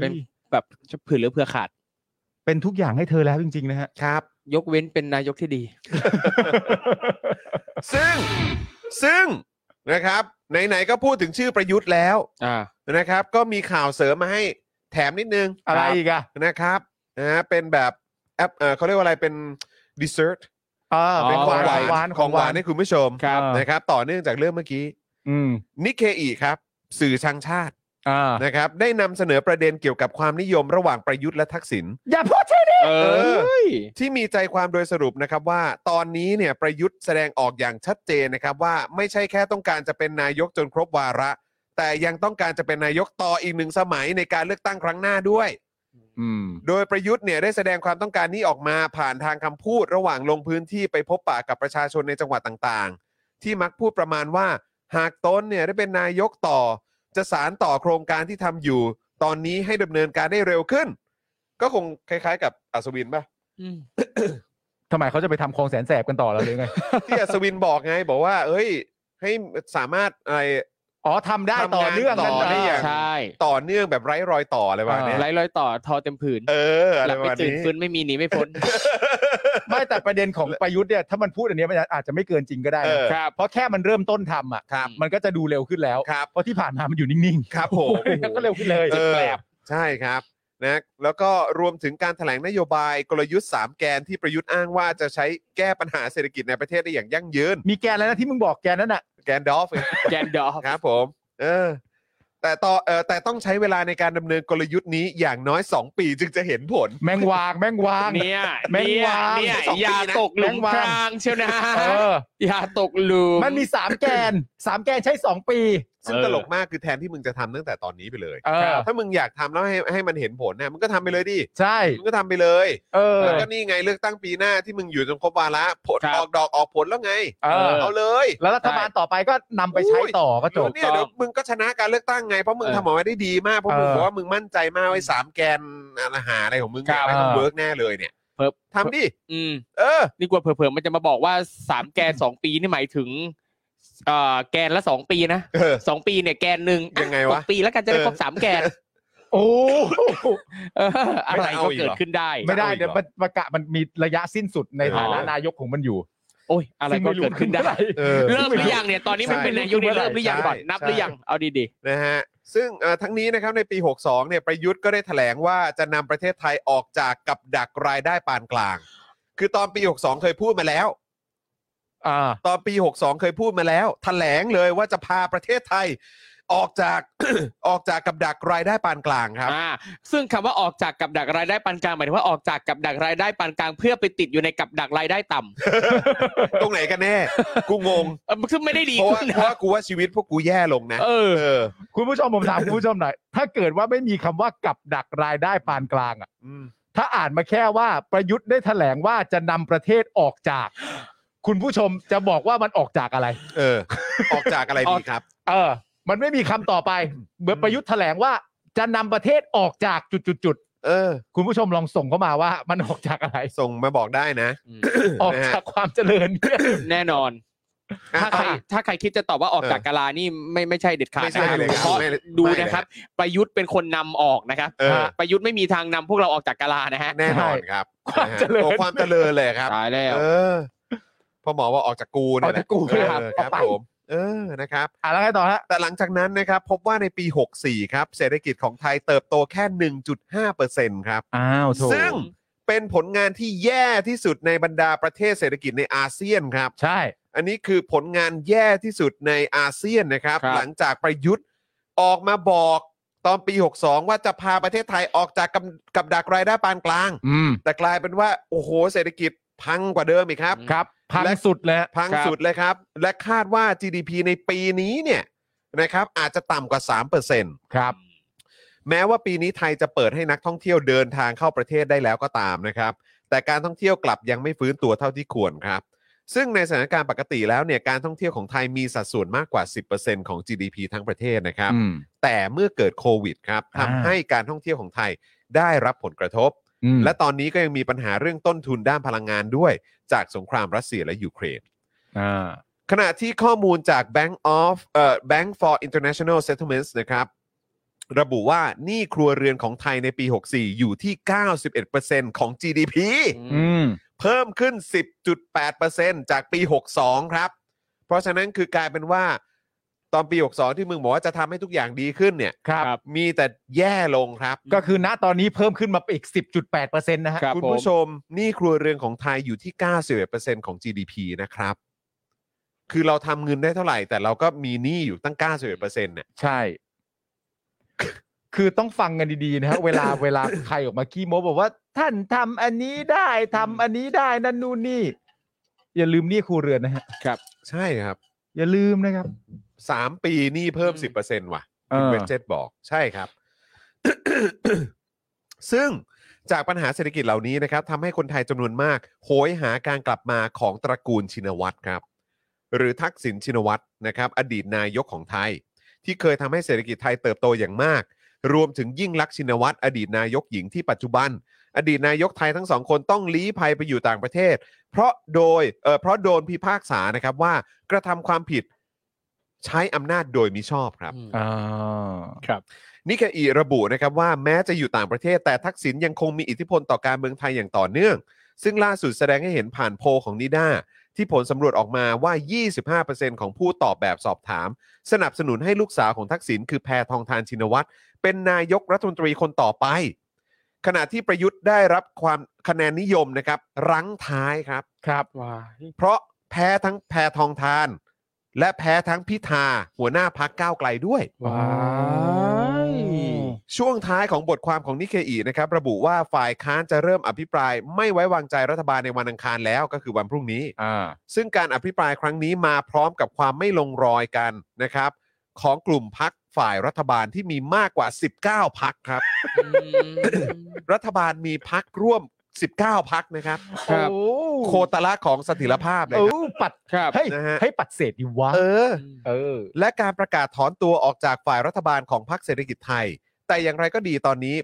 Speaker 4: เป็น แบบเผื่อเหลือเผื่อขาด
Speaker 3: เป็นทุกอย่างให้เธอแล้วจริง ๆ นะฮะ
Speaker 2: ครับ
Speaker 4: ยกเว้นเป็นนายกที่ดี
Speaker 2: ซึ่งซึ่งนะครับ ไหนๆก็พูดถึงชื่อประยุทธ์แล้ว
Speaker 4: อ่า
Speaker 2: นะครับ ก็มีข่าวเสริมมาให้แถมนิดนึง
Speaker 3: อะไรอีกอะ
Speaker 2: นะครับนะฮะเป็นแบบแอปเอ่อเขาเรียกว่าอะไรเป็นดีเซอร์ต
Speaker 3: เออ
Speaker 4: อ๋อ
Speaker 3: เป็นของหวาน
Speaker 2: หวานของหวาน
Speaker 3: นี่
Speaker 2: ให้คุณผู้ชม
Speaker 3: ครับ
Speaker 2: นะครับ ต่อเนื่องจากเรื่องเมื่อกี้
Speaker 3: อืม
Speaker 2: นิเคอีครับ สื่อชังชาติ
Speaker 3: อ่า
Speaker 2: นะครับ ได้นำเสนอประเด็นเกี่ยวกับความนิยมระหว่างประยุทธ์และทักษิณ
Speaker 3: อย่าพูดชื่อนี้
Speaker 4: เออ
Speaker 2: ที่มีใจความโดยสรุปนะครับว่าตอนนี้เนี่ยประยุทธ์แสดงออกอย่างชัดเจนนะครับว่าไม่ใช่แค่ต้องการจะเป็นนายกจนครบวาระ แต่ยังต้องการจะเป็นนายกต่ออีกหนึ่งสมัยในการเลือกตั้งครั้งหน้าด้วย
Speaker 3: อืม
Speaker 2: โดยประยุทธ์เนี่ยได้แสดงความต้องการนี้ออกมาผ่านทางคำพูดระหว่างลงพื้นที่ไปพบปะกับประชาชนในจังหวัดต่างๆ ที่มักพูดประมาณว่า หากตนเนี่ยได้เป็นนายกต่อ จะสารต่อโครงการที่ทำอยู่ ตอนนี้ให้ดำเนินการได้เร็วขึ้น ก็คงคล้ายๆ กับอัศวินป่ะ
Speaker 3: ทำไมเขาจะไปทำคลองแสนแสบกันต่อแล้วหรือไง
Speaker 2: ที่อัศวินบอกไง บอกว่า เอ้ย ให้สามารถอะไร
Speaker 3: อ๋อทำได้ต่อเนื่อง
Speaker 2: ทำงานต่อ
Speaker 3: กั
Speaker 2: ได้
Speaker 3: น
Speaker 2: อย่าง
Speaker 4: ใช่
Speaker 2: ต่อเนื่องแบบไร้รอยต่ออะไรประมาณเนี้ย
Speaker 4: ไร้รอยต่อทอเต็มผืน
Speaker 2: เออ อะ
Speaker 4: ห
Speaker 2: ไร
Speaker 4: ลับ
Speaker 2: ประ
Speaker 4: ไม่
Speaker 2: มาณ
Speaker 4: ตื่น
Speaker 2: นี้
Speaker 4: ฟื้นไม่มีหนีไม่พ้น
Speaker 3: ไม่แต่ประเด็นของประยุทธ์เนี่ยถ้ามันพูดอันเนี้ยมันอาจจะไม่เกินจริงก็ได้
Speaker 2: เออ
Speaker 3: นะเพราะแค่มันเริ่มต้นทำอ่ะ
Speaker 2: ครับ
Speaker 3: มันก็จะดูเร็วขึ้นแล้ว
Speaker 2: ครับ
Speaker 3: เพราะที่ผ่านมามันอยู่นิ่งๆ
Speaker 2: ครับผม
Speaker 3: แล้วก็เร็วขึ้นเลย
Speaker 2: เออ
Speaker 3: แปลก
Speaker 2: ใช่ครับนะแล้วก็รวมถึงการถแถลงนโยบายกลยุทธ์ 3 แกนที่ประยุทธ์อ้างว่าจะใช้แก้ปัญหาเศรษฐกิจในประเทศได้อย่างยั่งยืน
Speaker 3: มีแกนแล้วนะที่มึงบอกแกนนั่นอ่ะ
Speaker 2: แกนดอฟเอง
Speaker 4: แกนดอฟ
Speaker 2: ครับผมเออแต่ต่อเออแต่ต้องใช้เวลาในการดำเนินกลยุทธ์นี้อย่างน้อย 2 ปีจึงจะเห็นผล
Speaker 3: แมงวางแมงวาง
Speaker 4: เนี่ย
Speaker 3: แม่ง
Speaker 4: เนี่ยว
Speaker 3: าง
Speaker 4: เนี่ย
Speaker 2: สองปีนะ
Speaker 4: อย่าตกหลุม
Speaker 3: แม่งวาง
Speaker 4: พรางเชียวนะ
Speaker 3: เออ
Speaker 4: อย่าตกหลุม
Speaker 3: มันมีสามแกนสามแกนใช้สองปี
Speaker 2: ซึ่งตลกมากคือแทนที่มึงจะทำตั้งแต่ตอนนี้ไปเลย
Speaker 3: เออ
Speaker 2: ถ้ามึงอยากทำแล้วให้ให้มันเห็นผลเนี่ยมึงก็ทำไปเลยดิ
Speaker 3: ใช่
Speaker 2: มึงก็ทำไปเลย
Speaker 3: เออ
Speaker 2: แล้วก็นี่ไงเลือกตั้งปีหน้าที่มึงอยู่จนครบวาระผลออกดอกออกผลแล้วไง
Speaker 3: เออ
Speaker 2: เลย
Speaker 3: แล้วรัฐบาลต่อไปก็นำไปใช้ต่อก็จบ
Speaker 2: แล้วเนี่ยเดี๋ยวมึงก็ชนะการเลือกตั้งไง เพราะมึง
Speaker 3: เออ
Speaker 2: ทำออกมาได้ดีมากเพราะมึง
Speaker 3: เออ
Speaker 2: บอกว่ามึงมั่นใจมากไว้สามแกนอาหารอะไรของมึงเนี่ยไม่ต้องเวิร์กแน่เลยเนี่ยทำดิ
Speaker 4: อืม
Speaker 2: เออ
Speaker 4: นี่กลัวเผลอๆมันจะมาบอกว่าสามแกนสองปีนี่หมายถึงเอ่อแกนละสองปีนะ
Speaker 2: เออ
Speaker 4: สองปีเนี่ยแกนหนึ่ง
Speaker 2: ยังไง
Speaker 4: ห
Speaker 2: วะ
Speaker 4: กปีแล้วกันจะได้ครบ
Speaker 2: เออ
Speaker 4: สามแกน
Speaker 3: โอ้
Speaker 4: เอออะไร
Speaker 2: ไม่เอา
Speaker 4: ก็
Speaker 2: อีกเหรอ
Speaker 4: เกิดขึ้นได้
Speaker 3: ไม่ได้เดี๋ยวมันประกาศมันมีระยะสิ้นสุดในฐานะนายกของมันอยู่
Speaker 4: โอ้ยอะไร
Speaker 3: ซึ่ง
Speaker 4: ก็
Speaker 3: ม่
Speaker 4: เกิดขึ้นได้
Speaker 3: เมื่อหร่
Speaker 2: เออ
Speaker 4: เริ่มหรือยังเนี่ยตอนนี้มัน
Speaker 2: ใช่
Speaker 4: เป็นนายกเนี่ยเริ่มหรือยัง
Speaker 2: ใช่
Speaker 4: ก่อนนับ
Speaker 2: ใช่
Speaker 4: หรือยังเอาดี
Speaker 2: นะฮะซึ่งเอ่อทั้งนี้นะครับในปี 62เนี่ยประยุทธ์ก็ได้แถลงว่าจะนำประเทศไทยออกจากกับดักรายได้ปานกลาง คือตอนปี 62 เคยพูดมาแล้ว
Speaker 3: อ่า
Speaker 2: ตอนปี 62 เคยพูดมาแล้วถแถลงเลยว่าจะพาประเทศไทยออกจาก ออกจากกับดักรายได้ปานกลางครับ
Speaker 4: ๆอ่าซึ่งคำว่าออกจากกับดักรายได้ปานกลางหมายถึงว่าออกจากกับดักรายได้ปานกลางเพื่อไปติดอยู่ในกับดักรายได้ต่ำ
Speaker 2: ตรงไหนกันแน่ กูงง
Speaker 4: เออซึ่งไม่ได้ดี
Speaker 2: เพราะว่า
Speaker 4: ขึ้น
Speaker 2: เพ
Speaker 4: นะ
Speaker 2: ราะว่ากูว่าชีวิตพวกกูแย่ลงนะ
Speaker 4: เออ
Speaker 2: เออ
Speaker 3: คุณผู้ชมผมถาม คุณผู้ชมหน่อย ถ้าเกิดว่าไม่มีคำว่ากับดักรายได้ปานกลางอ่ะ
Speaker 2: อืม
Speaker 3: ถ้าอ่านมาแค่ว่าประยุทธ์ได้แถลงว่าจะนำประเทศออกจาก คุณผู้ชมจะบอกว่ามันออกจากอะไร
Speaker 2: เออ ออกจากอะไรดีครับ
Speaker 3: เออ มันไม่มีคำต่อไปเหมือนประยุทธ์แถลงว่าจะนำประเทศออกจากจุดๆ
Speaker 2: เออ
Speaker 3: ๆคุณผู้ชมลองส่งเข้ามาว่า มันออกจากอะไร
Speaker 2: ส่งมาบอกได้นะ
Speaker 3: ออกจากความเจริญ
Speaker 4: แน่นอน
Speaker 2: อ่ะ
Speaker 4: ถ้าใคร
Speaker 2: อ่ะ
Speaker 4: ถ้าใครคิดจะตอบว่าออก
Speaker 2: เออ
Speaker 4: จากกาลานี่ไม่ไม่ใช่เด็ดขาด
Speaker 2: ไม่ใช่
Speaker 4: นะค
Speaker 2: เล
Speaker 4: รับ
Speaker 2: ยครับ
Speaker 4: เพราะ
Speaker 2: ไม่เลย
Speaker 4: ดู
Speaker 2: ไม่เลย
Speaker 4: นะครับ ประยุทธ์เป็นคนนำออกนะครับ
Speaker 2: เออ
Speaker 4: ประยุทธ์ไม่มีทางนำพวกเราออกจากกาลานะฮะ
Speaker 2: แน่นอนครับ
Speaker 3: ความ
Speaker 2: นะฮะ
Speaker 3: เจริญ
Speaker 2: โอ้ความเจริญเลยครับ
Speaker 4: ตายแล้ว
Speaker 2: เออพ่อหมอว่าออกจากกูเนี่ยแหละ
Speaker 3: ออกจากกูเลยครับ
Speaker 2: เออ
Speaker 3: ออกไป
Speaker 2: ผมเออนะครับ
Speaker 3: อ่ะแล้วไงต่อฮะ
Speaker 2: แต่หลังจากนั้นนะครับ พบว่าในปี 64 ครับ เศรษฐกิจของไทยเติบโตแค่ 1.5%ครับ
Speaker 3: อ้าวโถ
Speaker 2: ซึ่งเป็นผลงานที่แย่ที่สุดในบรรดาประเทศเศรษฐกิจในอาเซียนครับ
Speaker 3: ใช่
Speaker 2: อันนี้คือผลงานแย่ที่สุดในอาเซียนนะครับ
Speaker 4: ครับ
Speaker 2: หลังจากประยุทธ์ออกมาบอกตอนปี 62 ว่าจะพาประเทศไทยออกจากกับกับดักรายได้ปานกลาง
Speaker 3: อืม
Speaker 2: แต่กลายเป็นว่า โอ้โห เศรษฐกิจพังกว่าเดิมอีกครับ
Speaker 3: ครับ พัง
Speaker 2: และ
Speaker 3: สุดเลยฮะ
Speaker 2: พังสุดเลยครับ และคาดว่า GDP ในปีนี้เนี่ยนะครับอาจจะต่ำกว่า 3%
Speaker 3: ครับ
Speaker 2: แม้ว่าปีนี้ไทยจะเปิดให้นักท่องเที่ยวเดินทางเข้าประเทศได้แล้วก็ตามนะครับ แต่การท่องเที่ยวกลับยังไม่ฟื้นตัวเท่าที่ควรครับ ซึ่งในสถานการณ์ปกติแล้วเนี่ยการท่องเที่ยวของไทยมีสัดส่วนมากกว่า 10%ของ GDP ทั้งประเทศนะครับ
Speaker 3: อืม
Speaker 2: แต่เมื่อเกิดโควิดครับ
Speaker 3: อ่า
Speaker 2: ทำให้การท่องเที่ยวของไทยได้รับผลกระทบ
Speaker 3: อืม
Speaker 2: และตอนนี้ก็ยังมีปัญหาเรื่องต้นทุนด้านพลังงานด้วย จากสงครามรัสเซียและยูเครน
Speaker 3: อ่า
Speaker 2: ขณะที่ข้อมูลจาก Bank of เอ่อ Bank for International Settlements นะครับ ระบุว่าหนี้ครัวเรือนของไทยในปี 64 อยู่ที่ 91%ของ GDP
Speaker 3: อืม
Speaker 2: เพิ่มขึ้น 10.8%จากปี 62 ครับ เพราะฉะนั้นคือกลายเป็นว่า ตอนปี 62 ที่มึงบอกว่าจะทำให้ทุกอย่างดีขึ้นเนี่ย
Speaker 3: ครับ
Speaker 2: มีแต่แย่ลงครับ
Speaker 3: ก็คือณตอนนี้เพิ่มขึ้นมาอีก 10.8%นะฮะ
Speaker 4: ครับ
Speaker 2: คุณ
Speaker 4: ผม
Speaker 2: ผู้ชมหนี่ครัวเรือนของไทยอยู่ที่ 91%ของ GDP นะครับ คือเราทำเงินได้เท่าไหร่ แต่เราก็มีหนี้อยู่ตั้ง 91%เนี่ย
Speaker 3: ใช่ คือต้องฟังกันดีๆนะฮะ เวลาเวลาใครออกมาขี้โม้บอกว่า ท่านทำอันนี้ได้ทำอันนี้ได้นั่นนู่นนี่ อย่าลืมหนี่ครูเรือนนะฮะ
Speaker 2: ใช่ครับ
Speaker 3: อย่าลืมนะครับ
Speaker 2: 3 ปีหนี้เพิ่ม
Speaker 4: อืม
Speaker 2: 10%ว่ะ คุณเวชเจตบอก ใช่ครับ ซึ่งจากปัญหาเศรษฐกิจเหล่านี้นะครับทำให้คนไทยจำนวนมาก โหยหาการกลับมาของตระกูลชินวัตรครับ หรือทักษิณชินวัตรนะครับ อดีตนายกของไทย ที่เคยทำให้เศรษฐกิจไทยเติบโตอย่างมาก รวมถึงยิ่งลักษณ์ชินวัตรอดีตนายกหญิงที่ปัจจุบัน อดีตนายกไทยทั้งสองคนต้องลี้ภัยไปอยู่ต่างประเทศ เพราะโดยเอ่อเพราะโดนพิพากษานะครับว่ากระทำความผิดใช้อำนาจโดยมิชอบครับ
Speaker 3: อ่า
Speaker 2: นิเคอีระบุนะครับว่าแม้จะอยู่ต่างประเทศแต่ทักษิณยังคงมีอิทธิพลต่อการเมืองไทยอย่างต่อเนื่อง ซึ่งล่าสุดแสดงให้เห็นผ่านโพลของนิด้าที่ผลสำรวจออกมาว่า 25%ของผู้ตอบแบบสอบถาม สนับสนุนให้ลูกสาวของทักษิณคือแพทองทานชินวัตรเป็นนายกรัฐมนตรีคนต่อไป ขณะที่ประยุทธ์ได้รับความคะแนนนิยมนะครับรั้งท้ายครับ
Speaker 3: ครับ
Speaker 4: ว้าย
Speaker 2: เพราะแพ้ทั้งแพทองทาน และแพ้ทั้งพิธาหัวหน้าพักก้าวไกลด้วย
Speaker 4: ว้าย
Speaker 2: ช่วงท้ายของบทความของนิเคอีนะครับ ระบุว่าฝ่ายค้านจะเริ่มอภิปราย ไม่ไว้วางใจรัฐบาลในวันอังคารแล้วก็คือวันพรุ่งนี้
Speaker 3: อ่า
Speaker 2: ซึ่งการอภิปรายครั้งนี้มาพร้อมกับความไม่ลงรอยกันนะครับ ของกลุ่มพักฝ่ายรัฐบาลที่มีมากกว่า 19 พักครับ รัฐบาลมีพักร่วม 19 พักนะครับ
Speaker 4: ครับ
Speaker 3: โอ้
Speaker 2: โคตรละของสถิรภาพเลย
Speaker 3: เอ
Speaker 2: ครับ
Speaker 3: อปัด
Speaker 4: ครับ
Speaker 3: เฮ้ย
Speaker 2: นะฮะ
Speaker 3: ให้ปัดเศษดีวะ
Speaker 2: เออ
Speaker 3: เออ
Speaker 2: และการประกาศถอนตัวออกจากฝ่ายรัฐบาลของพรรคเศรษฐกิจไทย แต่อย่างไรก็ดีตอนนี้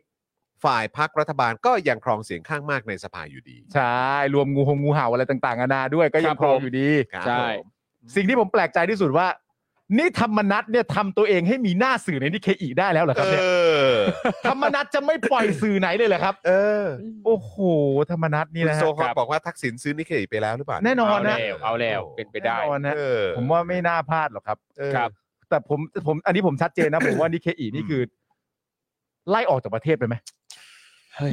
Speaker 2: ฝ่ายพรรครัฐบาลก็ยังครองเสียงข้างมากในสภาอยู่ดี
Speaker 3: ใช่ รวมงูหงงูเห่าอะไรต่างๆนานาด้วยก็
Speaker 4: ค
Speaker 3: ยั
Speaker 4: รั
Speaker 3: ง
Speaker 4: บ
Speaker 3: ครอง
Speaker 4: ผม
Speaker 3: อยู่ดี
Speaker 2: ครับ
Speaker 4: ใช่
Speaker 2: ผม
Speaker 3: สิ่งที่ผมแปลกใจที่สุดว่า นี่ธรรมนัตเนี่ยทำตัวเองให้มีหน้าสื่อในนิเคอีได้แล้วเหรอค
Speaker 2: เอ
Speaker 3: รับเนี่ย
Speaker 2: อ
Speaker 3: ธรรมนัตจะไม่ปล่อยสื่อไหนเลยเหรอครับ
Speaker 2: เออ
Speaker 3: โอ้โห ธรรมนัตนี่
Speaker 2: คุณ
Speaker 3: นะฮะ
Speaker 2: โซฮอตบอกว่าทักษิณซื้อนิเคอีไปแล้วหรือเปล่า
Speaker 3: แน่นอนนะ
Speaker 4: เอาแล้วเอาแล้วเป็นไปได้
Speaker 3: แน่นอนนะ
Speaker 2: เออ
Speaker 3: ผมว่าไม่น่าพลาดหรอกครับ
Speaker 2: เออ
Speaker 4: ครับ
Speaker 3: แต่ผมผมอันนี้ผมชัดเจ นนะ ผมว่านิเคอีนี่คือ ไล่ออกจากประเทศไปไหม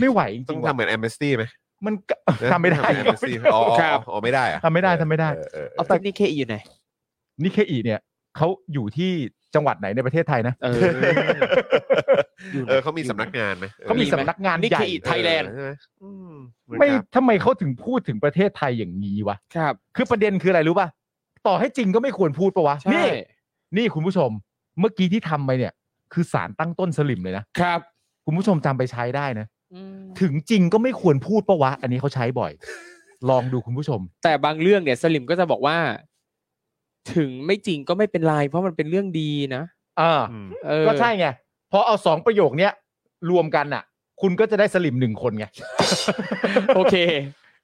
Speaker 3: ไม่ไหวจ
Speaker 2: ต้อ
Speaker 3: ริ
Speaker 2: ง
Speaker 3: งๆว่ะ
Speaker 2: ทำเหมือนแอมเบสตี้ไหม
Speaker 3: มันก็ทำไม่ได้
Speaker 2: แอมเบสตี้อ๋ออ๋อ
Speaker 4: ครับ
Speaker 2: อ๋อไม่ได้อะ
Speaker 3: ทำไม่ได้ทำไม่ได้
Speaker 2: เออเออเอ
Speaker 4: เอา
Speaker 2: อ
Speaker 4: แต่นี่เคอยู่ไหน
Speaker 3: นิเคอีเนี่ยเขาอยู่ที่จังหวัดไหนในประเทศไทยนะ
Speaker 4: เออ
Speaker 2: เออเขามีสำนักงานไหมออ
Speaker 3: เขามีสำนักงาน
Speaker 4: นี่
Speaker 3: ใหญ่
Speaker 4: คืออีก Thailand
Speaker 2: เออใช่ไหมอืม
Speaker 3: ไม่
Speaker 2: ครับ
Speaker 3: ทำไมเขาถึงพูดถึงประเทศไทยอย่างนี้วะ
Speaker 4: ครับ
Speaker 3: คือประเด็นคืออะไรรู้ป่ะ ต่อให้จริงก็ไม่ควรพูดปะวะ
Speaker 4: ใช่
Speaker 3: นี่ นี่คุณผู้ชม เมื่อกี้ที่ทำไปเนี่ย คือสารตั้งต้นสลิมเลยนะ
Speaker 4: ครับ
Speaker 3: คุณผู้ชมจำไปใช้ได้นะ
Speaker 4: อืม
Speaker 3: ถึงจริงก็ไม่ควรพูดปะวะ อันนี้เขาใช้บ่อย ลองดูคุณผู้ชม
Speaker 4: แต่บางเรื่องเนี่ยสลิมก็จะบอกว่า ถึงไม่จริงก็ไม่เป็นไรเพราะมันเป็นเรื่องดีนะ
Speaker 3: เออ
Speaker 2: อืม
Speaker 4: เออ
Speaker 3: ก็ใช่ไง พอเอาสองประโยคเนี้ยรวมกันอ่ะ คุณก็จะได้สลิมหนึ่งคนไง
Speaker 4: โอเค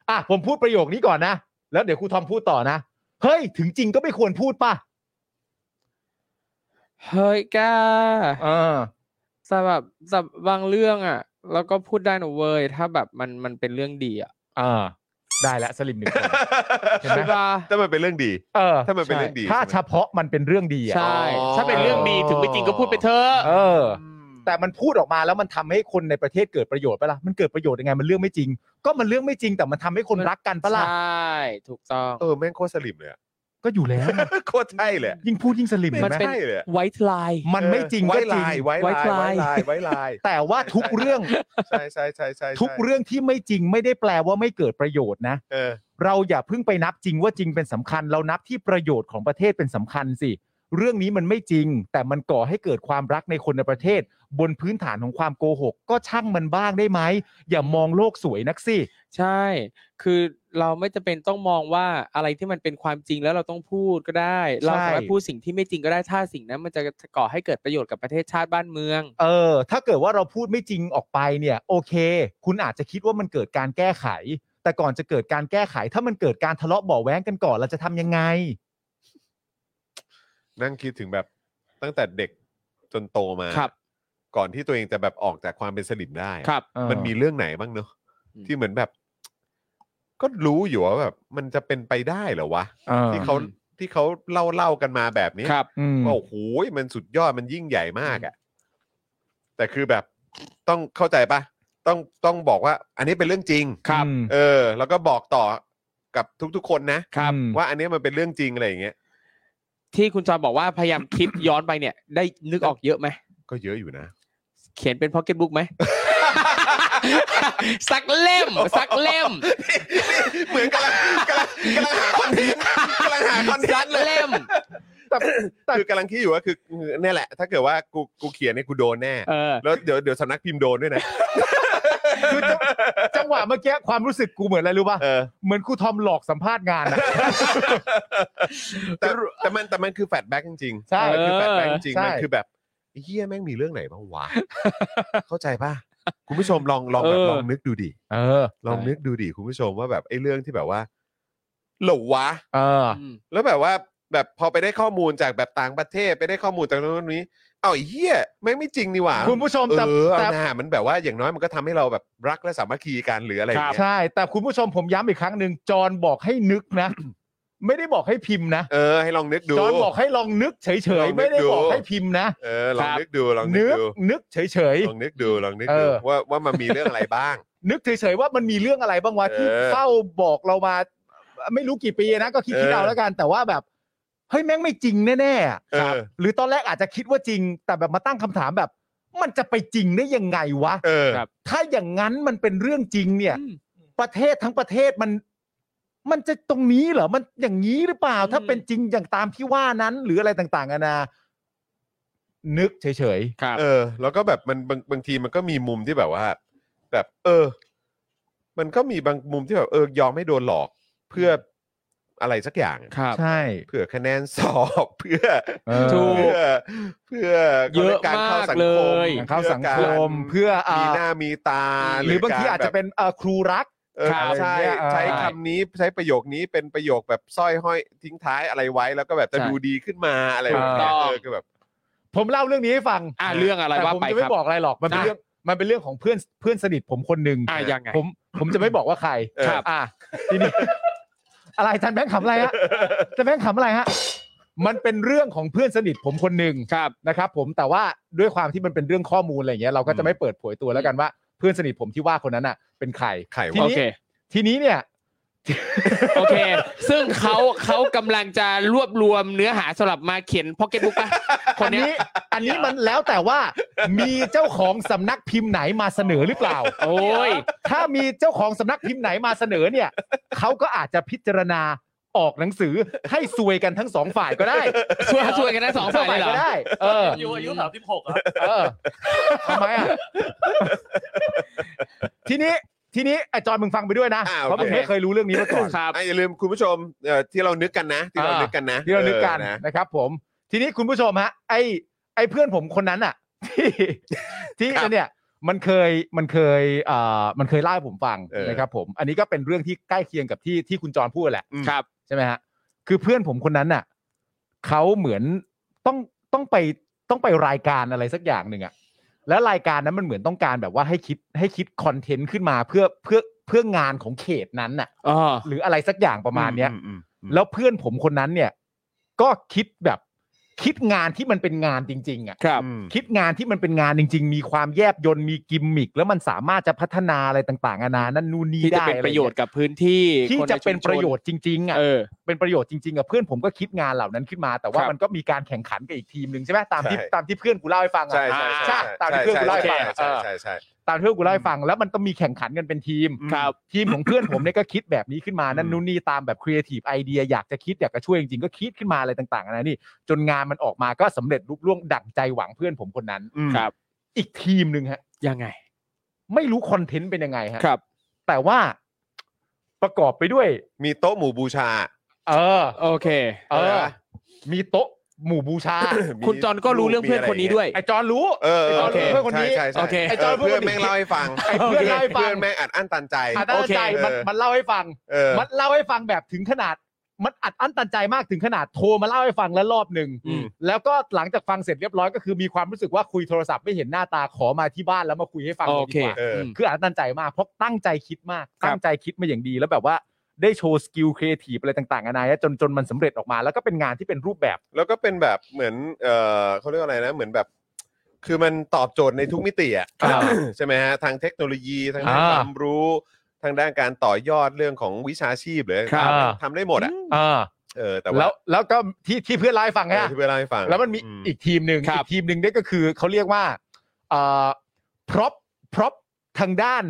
Speaker 3: อ่ะผมพูดประโยคนี้ก่อนนะ แล้วเดี๋ยวครูทอมพูดต่อนะ เฮ้ย ถึงจริงก็ไม่ควรพูดป่ะ
Speaker 4: เฮ้ยกล้า
Speaker 3: เออ
Speaker 4: สำหรับสำหรับบางเรื่องอ่ะ แล้วก็พูดได้หนูเว้ยถ้าแบบมันมันเป็นเรื่องดีอ่ะ
Speaker 3: เออ ได้แล้วสลิมหนึ่งคน เห็นไหม
Speaker 4: ใช่ปะ
Speaker 2: ถ้ามันเป็นเรื่องดี
Speaker 3: เออ
Speaker 2: ถ้ามันเป็นเรื่องดี
Speaker 3: ถ้า
Speaker 2: ใช่ไหม
Speaker 3: เฉพาะมันเป็นเรื่องดีอ่ะ
Speaker 4: ใช่
Speaker 2: อ๋อ
Speaker 4: ถ้าเป็นเรื่องดีถึงไม่จริงก็พูดไปเถอะ
Speaker 3: เออ แต่มันพูดออกมาแล้วมันทำให้คนในประเทศเกิดประโยชน์ปะล่ะมันเกิดประโยชน์ยังไงมันเรื่องไม่จริง ก็มันเรื่องไม่จริงแต่มันทำให้คนรักกันปะล่ะ
Speaker 4: ใช่ถูกต้อง
Speaker 2: เออแม่งโคตรสลิมเลยอะ
Speaker 3: ก็อยู่แล้ว
Speaker 2: โคตรใช่เลยอะ
Speaker 3: ยิ่งพูดยิ่งสลิม
Speaker 2: ไม่
Speaker 3: เห็นไหม
Speaker 4: นเป็น
Speaker 2: ใช่เลยอะ
Speaker 4: ไวท์ไลน์
Speaker 3: มันไม่จริงก็
Speaker 2: ไว้
Speaker 3: จริง
Speaker 2: ลายไว้ลายไว้
Speaker 4: ไว้ลา
Speaker 2: ลาย ยไว้ลาย
Speaker 3: แต่ว่าทุกเรื่อง
Speaker 2: ใช่ใช่ใช่ใช่ใช่
Speaker 3: ทุกเรื่องที่ไม่จริงไม่ได้แปลว่าไม่เกิดประโยชน์นะ
Speaker 2: เออ
Speaker 3: เราอย่าเพิ่งไปนับจริงว่าจริงเป็นสำคัญ เรานับที่ประโยชน์ของประเทศเป็นสำคัญสิ เรื่องนี้มันไม่จริง แต่มันก่อให้เกิดความรักในคนในประเทศ บนพื้นฐานของความโกหก ก็ช่างมันบ้างได้ไหมอย่ามองโลกสวยนักสิ
Speaker 4: ใช่ คือเราไม่จำเป็นต้องมองว่าอะไรที่มันเป็นความจริงแล้วเราต้องพูดก็ได้ เราสามารถพูดสิ่งที่ไม่จริงก็ได้ถ้าสิ่งนั้นมันจะก่อให้เกิดประโยชน์กับประเทศชาติบ้านเมือง
Speaker 3: เออ ถ้าเกิดว่าเราพูดไม่จริงออกไปเนี่ย โอเค คุณอาจจะคิดว่ามันเกิดการแก้ไข แต่ก่อนจะเกิดการแก้ไข ถ้ามันเกิดการทะเลาะเบ่อแว้งกันก่อนเราจะทำยังไง
Speaker 2: นั่งคิดถึงแบบตั้งแต่เด็กจนโตมา
Speaker 4: ครับ
Speaker 2: ก่อนที่ตัวเองจะแบบออกจากความเป็นสลิมได้อะ
Speaker 4: ครับ
Speaker 3: เออ
Speaker 2: มันมีเรื่องไหนบ้างเนอะ
Speaker 4: อืม
Speaker 2: ที่เหมือนแบบ ก็รู้อยู่ว่าแบบ มันจะเป็นไปได้เหรอวะ
Speaker 3: เออ
Speaker 2: ที่เขาที่เขาเล่าเล่าๆกันมาแบบนี้
Speaker 4: ครับ
Speaker 3: อืม
Speaker 2: ว่าโอ้โหมันสุดยอดมันยิ่งใหญ่มากอะแต่คือแบบต้องเข้าใจปะต้องต้องบอกว่า อันนี้เป็นเรื่องจริง
Speaker 4: ครับ
Speaker 3: อืม
Speaker 2: เออ แล้วก็บอกต่อกับทุกๆคนนะ
Speaker 4: ครับ
Speaker 3: อืม
Speaker 2: ว่าอันเนี้ยมันเป็นเรื่องจริงอะไรอย่างเงี้ย
Speaker 4: ที่คุณจอนบอกว่าพยายามคิดย้อนไปเนี่ย ได้นึกออกเยอะไหม
Speaker 2: ก็เยอะอยู่นะ
Speaker 4: เขียนเป็นพ็อกเก็ต บุ๊กไหม สักเล่ม สักเล่ม
Speaker 2: เหมือนกำลังกำลังกำลังหาคอนเทนต์ กำลังหาคอนเท
Speaker 4: สั
Speaker 2: น
Speaker 4: ก
Speaker 2: ต์เลย
Speaker 4: เล่ม
Speaker 2: คือกำลังคิดอยู่ว่าคือคือเนี่ยแหละ ถ้าเกิดว่ากูกูเขียนเนี่ยกูโดนแน่
Speaker 4: เออ
Speaker 2: แล้วเดี๋ยวเดี๋ยวสำนักพิมพ์โดนด้วยนะ
Speaker 3: คือจังจังหวะเมื่อกี้ความรู้สึกกูเหมือนอะไรรู้ป่ะ
Speaker 2: เออ
Speaker 3: เหมือนครูทอมหลอกสัมภาษณ์งานอะ
Speaker 2: แต่แต่มันแต่มันคือแฟลชแบ็กจริงๆ
Speaker 3: ใช่
Speaker 2: มันคือแฟลชแบ็กจริงๆ
Speaker 3: ใช่
Speaker 2: มันคือแบบไอ้เฮียแม่งมีเรื่องไหนบ้าง วะ เข้าใจป่ะ คุณผู้ชมลองลองแบบ
Speaker 4: เออ
Speaker 2: ลองนึกดูดิ
Speaker 3: เออ
Speaker 2: ลองนึกดูดิคุณผู้ชมว่าแบบไอ้เรื่องที่แบบว่าเหลอวะ
Speaker 3: เออ
Speaker 4: อืม
Speaker 2: แล้วแบบว่าแบบพอไปได้ข้อมูลจากแบบต่างประเทศไปได้ข้อมูลจากโน้นนนี้ เอาไอ้เฮียแม่งไม่จริงนี่หว่า
Speaker 3: คุณผู้ชมแต่
Speaker 2: เออ
Speaker 3: แต่
Speaker 2: เอาหน้ามันแบบว่าอย่างน้อยมันก็ทำให้เราแบบรักและสามัคคีกันหรืออะไรอย่างเงี้ย
Speaker 3: ใช่ แต่คุณผู้ชมผมย้ำอีกครั้งหนึ่งจอนบอกให้นึกนะ ไม่ได้บอกให้พิมพ์นะ
Speaker 2: เออ ให้ลองนึกดู
Speaker 3: จอนบอกให้ลองนึกเฉ
Speaker 2: ลอ
Speaker 3: ย
Speaker 2: งนึ
Speaker 3: ๆ
Speaker 2: ก
Speaker 3: ไม่ได้บอก
Speaker 2: ดู
Speaker 3: ให้พิมพ์นะ
Speaker 2: เออลอง
Speaker 4: ครับ
Speaker 2: นึกดูลองนึ
Speaker 3: นึ
Speaker 2: ก
Speaker 3: ก
Speaker 2: ดู
Speaker 3: นึกเฉย
Speaker 2: ลองนึกดูลองนึก
Speaker 3: เอ
Speaker 2: ดู
Speaker 3: อ
Speaker 2: ว่าว่ามันมีเรื่องอะไรบ้าง
Speaker 3: ๆ นึกเฉยๆว่ามันมีเรื่องอะไรบ้างวะ
Speaker 2: เออ
Speaker 3: ที่เฝ้าบอกเรามา ไม่รู้กี่ปีนะก็คิด
Speaker 2: เออ
Speaker 3: คิดเอาแล้วกัน แต่ว่าแบบเฮ้ยแม่งไม่จริงแน่ๆอะ
Speaker 2: เออ
Speaker 3: หรือตอนแรกอาจจะคิดว่าจริง แต่แบบมาตั้งคำถามแบบ มันจะไปจริงได้ยังไงวะ
Speaker 2: เออ
Speaker 4: ครับ
Speaker 3: ถ้าอย่างนั้นมันเป็นเรื่องจริงเนี่ย
Speaker 4: อืม
Speaker 3: ประเทศทั้งประเทศมัน มันจะตรงนี้เหรอ มันอย่างนี้หรือเปล่า ถ้า
Speaker 4: อืม
Speaker 3: เป็นจริงอย่างตามที่ว่านั้น หรืออะไรต่างๆนานานึกเฉย
Speaker 4: ครับ
Speaker 2: เออ แล้วก็แบบมันบางบางทีมันก็มีมุมที่แบบว่า แบบ เออ มันก็มีบางมุมที่แบบเออยอมให้โดนหลอก เพื่ออะไรสักอย่างอะ
Speaker 4: ครับ
Speaker 3: ๆ ใช่
Speaker 2: เพื่อคะแนนสอบ เพื่อ
Speaker 3: เออ
Speaker 4: ถูก
Speaker 2: เพื่อเพื่อ
Speaker 4: เยอะ
Speaker 2: การเข้าสัง
Speaker 4: มากเล
Speaker 2: คม
Speaker 4: ย
Speaker 3: เข้าสังคมเพื่
Speaker 2: เพื่อ
Speaker 3: อ
Speaker 2: การ
Speaker 3: อ่า
Speaker 2: มีหน้ามีตา
Speaker 3: หรือบางทีอาจจะเป็นเอ่อครูรัก
Speaker 2: เออ
Speaker 4: ครับ
Speaker 2: ใช่
Speaker 3: อะไรอย่างเงี้ย
Speaker 2: ใช้
Speaker 3: เออ
Speaker 2: คำนี้ใช้ประโยคนี้เป็นประโยคแบบสร้อยห้อยทิ้งท้ายอะไรไว้ แล้วก็แบบจะ
Speaker 4: ใช่
Speaker 2: ดูดีขึ้นมาอะไรแบบ
Speaker 4: ถู
Speaker 2: เนี้ย
Speaker 4: กต้อง
Speaker 2: เออคือแบบ
Speaker 3: ผมเล่าเรื่องนี้ให้ฟัง
Speaker 4: อ่ะเรื่องอะไร
Speaker 3: แต่
Speaker 4: ว่า
Speaker 3: ผม
Speaker 4: ไปครั
Speaker 3: จะไม่
Speaker 4: บ
Speaker 3: บอกอะไรหรอกมันเป็น
Speaker 4: อ่ะ
Speaker 3: เรื่องมันเป็นเรื่องของเพื่อนเพื่อนสนิทผมคนหนึ่ง
Speaker 4: อ่ะยังไง
Speaker 3: ผมผมจะไม่บอกว่าใคร
Speaker 2: เออ
Speaker 3: อ่ะทีนี้ อะไรอาจันแบงค์ขำอะไรฮะ จะแม่งขำอะไรฮะ มันเป็นเรื่องของเพื่อนสนิทผมคนหนึ่ง
Speaker 4: ครับ
Speaker 3: นะครับผม แต่ว่าด้วยความที่มันเป็นเรื่องข้อมูลอะไรอย่างเงี้ย เราก็จะไม่เปิดเผยตัวแล้วกันว่า เพื่อนสนิทผมที่ว่าคนนั้นอ่ะ เป็นใคร
Speaker 2: ไข่
Speaker 3: ที
Speaker 4: โอ
Speaker 2: วะ
Speaker 3: นี้
Speaker 4: เค
Speaker 3: ทีนี้เนี่ย
Speaker 4: โอเค ซึ่งเขาเขากำลังจะรวบรวมเนื้อหาสำหรับมาเขียนพ็อกเก็ตบุ๊กป่ะ ค
Speaker 3: อั
Speaker 4: น
Speaker 3: น
Speaker 4: เนี้ย
Speaker 3: นี้ อันนี้มันแล้วแต่ว่า มีเจ้าของสำนักพิมพ์ไหนมาเสนอหรือเปล่า
Speaker 4: โอ้ย
Speaker 3: ถ้ามีเจ้าของสำนักพิมพ์ไหนมาเสนอเนี่ย เขาก็อาจจะพิจารณาออกหนังสือให้ซวยกันทั้งสองฝ่ายก็ได้
Speaker 4: ช่วยช่วยกันทั้งสองฝ่ายเลยเหรอ
Speaker 3: ก็ได้ เออ
Speaker 5: อายุอายุสามสิบหกครับ
Speaker 3: เออทำไม อ่ะ ทีนี้ทีนี้ไอจอยมึงฟังไปด้วยนะ
Speaker 2: อ่า
Speaker 3: เพ
Speaker 2: โอ
Speaker 3: ราะ
Speaker 2: เค
Speaker 3: มึงไม่เคยรู้เรื่องนี้มาก่อน
Speaker 4: ครับ
Speaker 2: อ่ะอย่าลืมคุณผู้ชมเอ่อที่เรานึกกันนะ ที่เรา
Speaker 3: อ่า
Speaker 2: นึกกันนะ
Speaker 3: ที่เรานึกกัน
Speaker 2: ออนะ
Speaker 3: นะครับ ผม ทีนี้คุณผู้ชมฮะไอไอเพื่อนผมคนนั้นอ่ะ ที่ที่เนี่ยมันเคยมันเคยเอ่อมันเคยเล่าให้ผมฟังนะครับ ผม อันนี้ก็เป็นเรื่องที่ใกล้เคียงกับที่ที่คุณจรพูดแหละ
Speaker 4: ครับ
Speaker 3: ใช่ไหมฮะ คือเพื่อนผมคนนั้นน่ะเขาเหมือนต้องต้องไปต้องไปรายการอะไรสักอย่างหนึ่งอะแล้วรายการนั้นมันเหมือนต้องการแบบว่าให้คิดให้คิดคอนเทนต์ขึ้นมาเพื่อเพื่อเพื่องานของเขตนั้นน่ะ
Speaker 4: อ๋อ
Speaker 3: หรืออะไรสักอย่างประมาณเนี้ย
Speaker 2: อืมอืม
Speaker 3: แล้วเพื่อนผมคนนั้นเนี่ย ก็คิดแบบคิดงานที่มันเป็นงานจริง ๆ อ่ะ
Speaker 4: ครับ
Speaker 2: อืม
Speaker 3: คิดงานที่มันเป็นงานจริง ๆ มีความแยบยนมีกิมมิคแล้วมันสามารถจะพัฒนาอะไรต่างๆนานานั่นนู่นนี่
Speaker 4: ที่จะ
Speaker 3: ได้
Speaker 4: เป็น
Speaker 3: อไงี้
Speaker 4: ประโยชน์กับพื้นที่
Speaker 3: ที่
Speaker 4: คใ
Speaker 3: จะเป็น
Speaker 4: ชุมช
Speaker 3: ประโยชน์จริงๆอ่ะ
Speaker 4: เออ
Speaker 3: เป็นประโยชน์จริงๆอ่ะเพื่อนผมก็คิดงานเหล่านั้นขึ้นมา แต่ว่า
Speaker 4: ครับ
Speaker 3: มันก็มีการแข่งขันกับอีกทีมหนึ่งใช่ไหมตามที่
Speaker 2: ใช่
Speaker 3: ตามที่เพื่อนกูเล่าให้ฟังอ่ะ
Speaker 2: ใช่ใช่ใช่
Speaker 3: ตามที่เพื่อนกูเล่าให้ฟังอะ
Speaker 2: ใช่ใช่ใช่
Speaker 3: ตามที่เพื่อนกูเล่าให้ฟังแล้วมันก็มีแข่งขันกันเป็นทีม
Speaker 4: ครับ
Speaker 3: ทีมของเพื่อนผมเนี่ยก็คิดแบบนี้ขึ้นมา นั่น
Speaker 2: อืม
Speaker 3: นู่นนี่ตามแบบครีเอทีฟไอเดียอยากจะคิดอยากจะช่วยจริงๆก็คิดขึ้นมาอะไรต่างๆนะนี่ จนงานมันออกมาก็สำเร็จรุล่วงดั่งใจหวังเพื่อนผมคนนั้น
Speaker 2: อืม
Speaker 4: ครับ
Speaker 3: อีกทีมหนึ่งฮะ
Speaker 4: ยังไง
Speaker 3: ไม่รู้คอนเทนต์เป็นยังไงฮะ
Speaker 4: ครับ
Speaker 3: แต่ว่าประกอบไปด้วย
Speaker 2: มีโต๊ะหมู่บูชา
Speaker 3: เออ
Speaker 4: โอเค
Speaker 3: เอ
Speaker 2: เอ
Speaker 3: อ
Speaker 2: อ
Speaker 3: มีโต๊ะหมู่บูชา
Speaker 2: มี
Speaker 4: คุณจอนก็รู้เรื่อง
Speaker 2: มี
Speaker 4: เพื่อนคนนี้ด้วย
Speaker 3: ไอจอนรู้
Speaker 2: เออ
Speaker 3: ไอจอน
Speaker 4: โอเค
Speaker 3: รู้เพื่อนคนนี้
Speaker 2: ใช่ใช่ใช่
Speaker 4: โอเค
Speaker 3: ไอ้จอน
Speaker 2: เเพื่อน
Speaker 3: เพื่อ
Speaker 2: แม่
Speaker 3: นคนนี้
Speaker 2: งเล่าให้ฟัง
Speaker 3: ไอเพื่อนเล่าให้ฟั
Speaker 2: เพื่
Speaker 3: ง
Speaker 2: อนแม่งอัดอั้นตันใจ
Speaker 3: อัดอั้นใจมัน
Speaker 2: เออ
Speaker 3: มันเล่าให้ฟัง
Speaker 2: เออ
Speaker 3: มันเล่าให้ฟังแบบถึงขนาด มันอัดอั้นตันใจมากถึงขนาดโทรมาเล่าให้ฟังแล้วรอบหนึ่ง
Speaker 4: อืม
Speaker 3: แล้วก็หลังจากฟังเสร็จเรียบร้อยก็คือมีความรู้สึกว่าคุยโทรศัพท์ไม่เห็นหน้าตาขอมาที่บ้านแล้วมาคุยให้ฟังล
Speaker 4: โอย
Speaker 3: ดี
Speaker 4: เค
Speaker 3: กว่า
Speaker 2: เอออื
Speaker 4: ม
Speaker 3: คืออัดอั้นตันใจมากเพราะตั้งใจคิดมาก
Speaker 4: ครับ
Speaker 3: ตั้งใจคิดมาอย่างดีแล้วแบบว่าได้โชว์สกิลครีเอทีฟอะไรต่างๆนานาจนจนมันสำเร็จออกมาแล้วก็เป็นงานที่เป็นรูปแบบ
Speaker 2: แล้วก็เป็นแบบเหมือนเออเขาเรียกว่าอะไรนะ เหมือนแบบ คือมันตอบโจทย์ในทุกมิติอ่ะ
Speaker 3: ครับ
Speaker 2: ใช่ไหมฮะ ทางเทคโนโลยี ทางด้าน
Speaker 3: อ่า
Speaker 2: ความรู้ ทางด้านการต่อยอดเรื่องของวิชาชีพหรืออะไร
Speaker 3: ครับ
Speaker 2: ทำได้หมดอ่ะ
Speaker 3: อ่า
Speaker 2: เออ แต่
Speaker 3: แล้
Speaker 2: ว่าว
Speaker 3: แล้วก็ที่ที่เพื่อนเล่าให้ฟัง
Speaker 2: เอ
Speaker 3: ฮะ
Speaker 2: อที่เวลาให้ฟัง
Speaker 3: แล้วมันมีอีกทีมหนึ่ง
Speaker 4: ครับ
Speaker 3: อีกทีมหนึ่งเนี่ยก็คือเขาเรียกว่าพร็อพพร็อพทางด้าน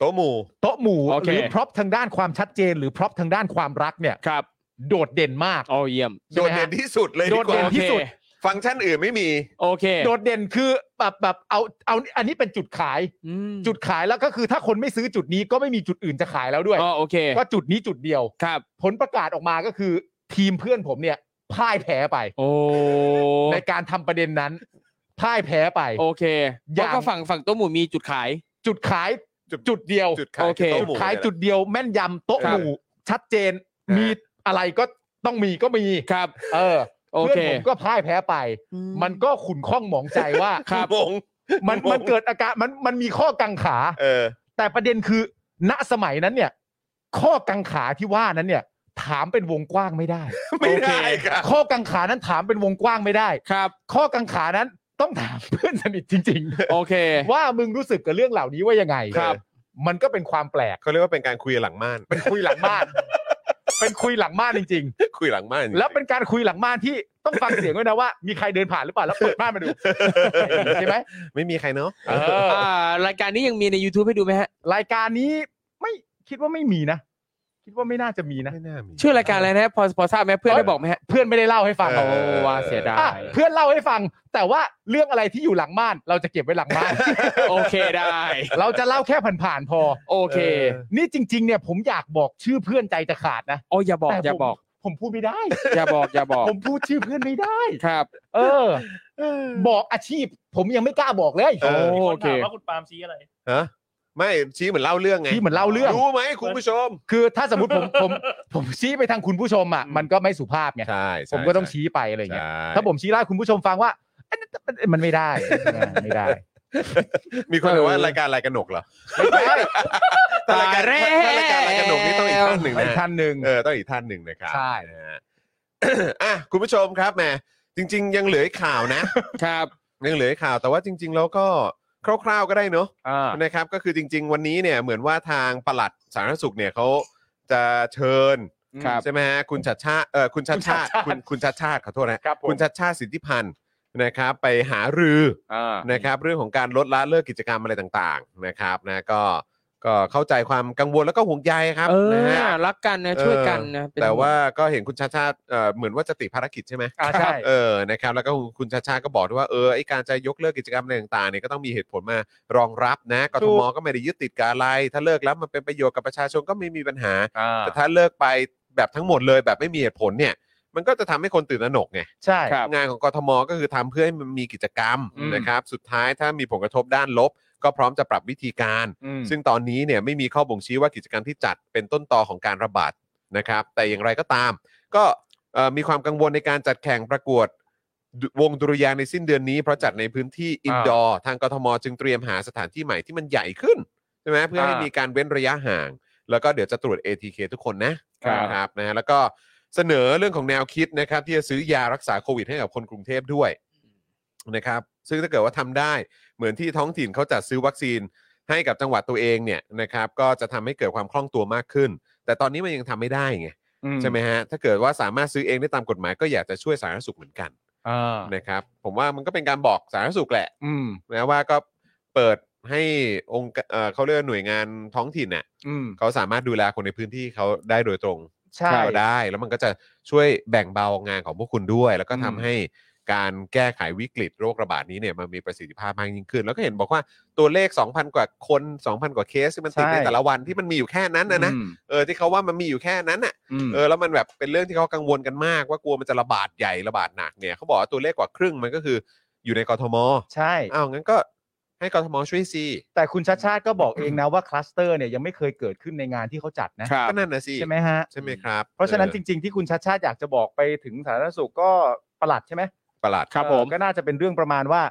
Speaker 2: โต๊ะหมู่
Speaker 3: โต๊ะหมู่
Speaker 4: โอเค
Speaker 3: หรือพร็อพทางด้านความชัดเจน หรือพร็อพทางด้านความรักเนี่ย
Speaker 4: ครับ
Speaker 3: โดดเด่นมาก
Speaker 4: โอเยี่ยม
Speaker 2: โดดเด่นที่สุดเลย
Speaker 3: โด
Speaker 2: ดี
Speaker 3: ด
Speaker 2: ก
Speaker 3: เด่
Speaker 2: ว่า
Speaker 3: นที่สุด
Speaker 2: ฟังก์ชันอื่นไม่มี
Speaker 4: โอเค
Speaker 3: โดดเด่นคือแบบแบบเอาเอาอันนี้เป็นจุดขาย
Speaker 4: อืม
Speaker 3: จุดขายแล้วก็คือถ้าคนไม่ซื้อจุดนี้ก็ไม่มีจุดอื่นจะขายแล้วด้วย
Speaker 4: อ๋อโอเค
Speaker 3: ก็จุดนี้จุดเดียว
Speaker 4: ครับ
Speaker 3: ผลประกาศออกมาก็คือ ทีมเพื่อนผมเนี่ยพ่ายแพ้ไป
Speaker 4: โอ้
Speaker 3: ในการทำประเด็นนั้นพ่ายแพ้ไป
Speaker 4: โอเค
Speaker 3: อ
Speaker 4: เพ
Speaker 3: ย่าง
Speaker 4: ราะก็ฝั่งฝั่งโต๊ะหมู่มีจุดขาย
Speaker 3: จุดขายจุดเดียว
Speaker 2: จุดขาย
Speaker 4: โอเค
Speaker 2: โต๊ะห
Speaker 3: จุด
Speaker 2: มู่
Speaker 3: ขาย
Speaker 2: เนี่ย
Speaker 3: จุดเดียวแม่นยำโต๊ะ
Speaker 2: ครั
Speaker 3: ห
Speaker 2: บ
Speaker 3: มู่ชัดเจน
Speaker 2: อ่ามี
Speaker 3: มีอะไรก็ต้องมีก็มี
Speaker 4: ครับ
Speaker 3: เออ
Speaker 4: โอ
Speaker 3: เพื่อน
Speaker 4: เค
Speaker 3: ผมก็พ่ายแพ้ไป มันก็ขุนข้องหมองใจว่า
Speaker 4: ครับ
Speaker 2: งง
Speaker 3: มันมันเกิดอาการมันมันมีข้อกังขา
Speaker 2: เออ
Speaker 3: แต่ประเด็นคือ ณสมัยนั้นเนี่ย ข้อกังขาที่ว่านั้นเนี่ย ถามเป็นวงกว้างไม่ได้
Speaker 2: ไม่ได้ครับ
Speaker 3: ข้อกังขานั้นถามเป็นวงกว้างไม่ได้
Speaker 4: ครับ
Speaker 3: ข้อกังขานั้นต้องถามเพื่อนสนิทจริง
Speaker 4: โอเค
Speaker 3: ๆ ว่ามึงรู้สึกกับเรื่องเหล่านี้ว่ายังไง
Speaker 2: ครับ
Speaker 3: มันก็เป็นความแปลก
Speaker 2: เขาเรียกว่าเป็นการคุยหลังม่าน
Speaker 3: เป็นคุยหลังบ้าน เป็นคุยหลังบ้านจริง ๆ
Speaker 2: คุยหลังม่านจริงๆ
Speaker 3: แล้วเป็นการคุยหลังม่านที่ต้องฟังเสียงด้วยนะว่า มีใครเดินผ่านหรือเปล่าแล้วเปิดม่านมาดู ใช่ไหม
Speaker 2: ไม่มีใครเนาะ
Speaker 3: เออ
Speaker 4: อ่ารายการนี้ยังมีใน YouTube ให้ดูไหมฮะ
Speaker 3: รายการนี้ไม่คิดว่าไม่มีนะ คิดว่าไม่น่าจะมีนะ
Speaker 2: ไม่น่ามี
Speaker 4: ชื่อรายการอะไรนะพอพอทราบไหมเพื่อนได้บอกไหมฮะ
Speaker 3: เพื่อนไม่ได้เล่าให้ฟัง
Speaker 4: โว่าเสียดาย
Speaker 3: อ่ะเพื่อนเล่าให้ฟัง แต่ว่าเรื่องอะไรที่อยู่หลังม่าน เราจะเก็บไว้หลังม่าน
Speaker 4: โอเคได้
Speaker 3: เราจะเล่าแค่ผ่านๆพอ
Speaker 4: โอเค
Speaker 3: นี่จริง ๆ เนี่ยผมอยากบอกชื่อเพื่อนใจจะขาดนะ
Speaker 4: โอ้อย่าบอกอ
Speaker 3: แต่ผม
Speaker 4: ย่าบอก
Speaker 3: ผมพูดไม่ได้
Speaker 4: อย่าบอกอย่าบอก
Speaker 3: ผมพูดชื่อเพื่อนไม่ได้
Speaker 4: ครับ
Speaker 3: เออ บอกอาชีพ ผมยังไม่กล้าบอกเลย
Speaker 2: เออ
Speaker 5: มี
Speaker 4: โอ
Speaker 5: คน
Speaker 4: เค
Speaker 5: ถามว่าคุณปาล์มชี้อะไร
Speaker 2: ฮะไม่ชี้เหมือนเล่าเรื่องไง
Speaker 3: ชี้เหมือนเล่าเรื่อง
Speaker 2: รู้ไหมคุณผู้ชม
Speaker 3: คือถ้าสมมติผม ผมผมชี้ไปทางคุณผู้ชมอ่ะ
Speaker 2: อืม
Speaker 3: มันก็ไม่สุภาพไง
Speaker 2: ใช่ใช่
Speaker 3: ผมก็ต้อง
Speaker 2: ใ
Speaker 3: ชี้ไปอะไรเงี้ย
Speaker 2: ใช่
Speaker 3: ถ้าผมชี้ไล่คุณผู้ชมฟังว่าอันนั้นมันมันไม่ได้ไม่ได้
Speaker 2: มีคนบอกว่า
Speaker 4: เออ
Speaker 2: รายการอะไรกันหนกเหรอ
Speaker 3: ไม่ได้
Speaker 2: แต่รายการ
Speaker 4: แล้ว
Speaker 2: ถ้ารายการอะไรกันหนกนี่ต้องอีกท่านหนึ่ง
Speaker 3: ไม่
Speaker 2: นะ
Speaker 3: ทันหนึ่ง
Speaker 2: เออต้องอีกท่านหนึ่งนะครับ
Speaker 3: ใช่
Speaker 2: นะฮะ อ่ะคุณผู้ชมครับแหมจริง ๆ ยังเหลืออีกข่าวนะครับ ยังเหลืออีกข่าวแต่ว่าจริง ๆ แล้วก็คร่าวๆก็ได้เนอะ
Speaker 3: อ่า
Speaker 2: นะครับก็คือจริง ๆ วันนี้เนี่ยเหมือนว่าทางปลัดสาธารณสุขเนี่ยเขาจะเชิญ
Speaker 4: ครับ
Speaker 2: ใช่ไหมฮะคุณชัดชาติเออคุณชัดชาติ
Speaker 3: คุ
Speaker 2: คุณ
Speaker 3: ณชัดชา
Speaker 2: คุณชัดชา
Speaker 3: ติ
Speaker 2: ติขอโทษนะครับ
Speaker 3: ผม
Speaker 2: คุณชัดชาติสิทธิพันธ์นะครับ ไปหารือ
Speaker 3: อ่า
Speaker 2: นะครับเรื่องของการลดละเลิกกิจกรรมอะไรต่างๆนะครับนะก็ก็เข้าใจความกังวลแล้วก็ห่วงใยครับ
Speaker 4: เออ
Speaker 2: นะฮะ
Speaker 4: น่ารักกันนะ
Speaker 2: เออ
Speaker 4: ช่วยกันนะเป็น
Speaker 2: แต่ว่าก็เห็นคุณชาติชาติเอ่อเหมือนว่าจะติดภารกิจใช่ไหม
Speaker 3: อ่าใช่
Speaker 2: เออ นะครับ แล้วก็คุณชาชาก็บอกด้วยว่า เออ ไอการจะยกเลิกกิจกรรมอะไรต่างๆ เนี่ย ก็ต้องมีเหตุผลมารองรับนะ กทม ก็ไม่ได้ยึดติดกับอะไร ถ้าเลิกแล้วมันเป็นประโยชน์กับประชาชนก็ไม่มีปัญหา
Speaker 3: อ่า
Speaker 2: แต่ถ้าเลิกไปแบบทั้งหมดเลยแบบไม่มีเหตุผลเนี่ย มันก็จะทำให้คนตื่นตระหนกไง
Speaker 3: ใช่
Speaker 4: ครับ
Speaker 2: งานของกทม ก็คือทำเพื่อให้มันมีกิจกรรม
Speaker 3: อืม
Speaker 2: นะครับ สุดท้ายถ้ามีผลกระทบด้านลบ ก็พร้อมจะปรับวิธีการ
Speaker 3: อืม
Speaker 2: ซึ่งตอนนี้เนี่ยไม่มีข้อบ่งชี้ว่ากิจกรรมที่จัดเป็นต้นตอของการระบาดนะครับ แต่อย่างไรก็ตาม ก็ เอ่อมีความกังวลในการจัดแข่งประกวดดุวงดุริยางค์ในสิ้นเดือนนี้ เพราะจัดในพื้นที่อินดอร์ทางกทมจึงเตรียมหาสถานที่ใหม่ที่มันใหญ่ขึ้นใช่ไหมเพื่อให้
Speaker 6: อ่ามี
Speaker 2: มีการเว้นระยะห่าง แล้วก็เดี๋ยวจะตรวจ ATK ทุกคนนะครับ นะครับนะฮะแล้วก็เสนอเรื่องของแนวคิดนะครับ ที่จะซื้อยารักษาโควิดให้กับคนกรุงเทพด้วยนะครับ ซึ่งถ้าเกิดว่าทำได้เหมือนที่ท้องถิ่นเขาจัดซื้อวัคซีน ให้กับจังหวัดตัวเองเนี่ยนะครับก็จะทำให้เกิดความคล่องตัวมากขึ้น แต่ตอนนี้มันยังทำไม่ได้ไง
Speaker 6: อื
Speaker 2: ใช่ไหมฮะถ้าเกิดว่าสามารถซื้อเองได้ตามกฎหมายก็อยากจะช่วยสาธารณสุขเหมือนกัน
Speaker 6: อ่า
Speaker 2: นะครับผมว่ามันก็เป็นการบอกสาธารณสุขแหละ
Speaker 6: อืม
Speaker 2: นะว่าก็เปิดให้องค์กเอ่อเขาเรียกว่าหน่วยงานท้องถิ่นเนี่ย
Speaker 6: อืม
Speaker 2: เขาสามารถดูแลคนในพื้นที่เขาได้โดยตรง
Speaker 3: ใช่
Speaker 2: ก็ได้ แล้วมันก็จะช่วยแบ่งเบางานของพวกคุณด้วย แล้วก็ทำ
Speaker 6: อืม
Speaker 2: ให้การแก้ไขวิกฤตโรคระบาดนี้เนี่ยมันมีประสิทธิภาพมากยิ่งขึ้น แล้วก็เห็นบอกว่าตัวเลข 2,000 กว่าคน 2,000 กว่าเคสที่มันติดใน
Speaker 3: ใช่
Speaker 2: แต่ละวันที่มันมีอยู่แค่นั้นนะนะ
Speaker 6: อืม
Speaker 2: เออที่เขาว่ามันมีอยู่แค่นั้นน่ะ
Speaker 6: อืม
Speaker 2: เออแล้วมันแบบเป็นเรื่องที่เขากังวลกันมากว่ากลัวมันจะระบาดใหญ่ระบาดหนักเนี่ยเขาบอกว่าตัวเลขกว่าครึ่งมันก็คืออยู่ในกทม
Speaker 3: ใช่
Speaker 2: อ้าวงั้นก็ให้กทมช่วยสิ
Speaker 3: แต่คุณชาติชาติก็บอกเองนะว่าคลัสเตอร์เนี่ยยังไม่เคยเกิดขึ้นในงานที่เขาจัดนะครับ
Speaker 2: ก็นั่นนะสิ
Speaker 3: ใช่ไหมฮะ
Speaker 2: ใช่ไหมครับ
Speaker 3: เพราะฉะนั้น
Speaker 2: ออ
Speaker 3: จริง ๆ ที่คุณชาติชาติอยากจะบอกไปถึงสาธารณสุขก็ประหลัดใช่ไหม
Speaker 2: ประหลาด
Speaker 6: ครับ
Speaker 3: เออ
Speaker 6: ผม
Speaker 3: ก็น่าจะเป็นเรื่องประมาณว่า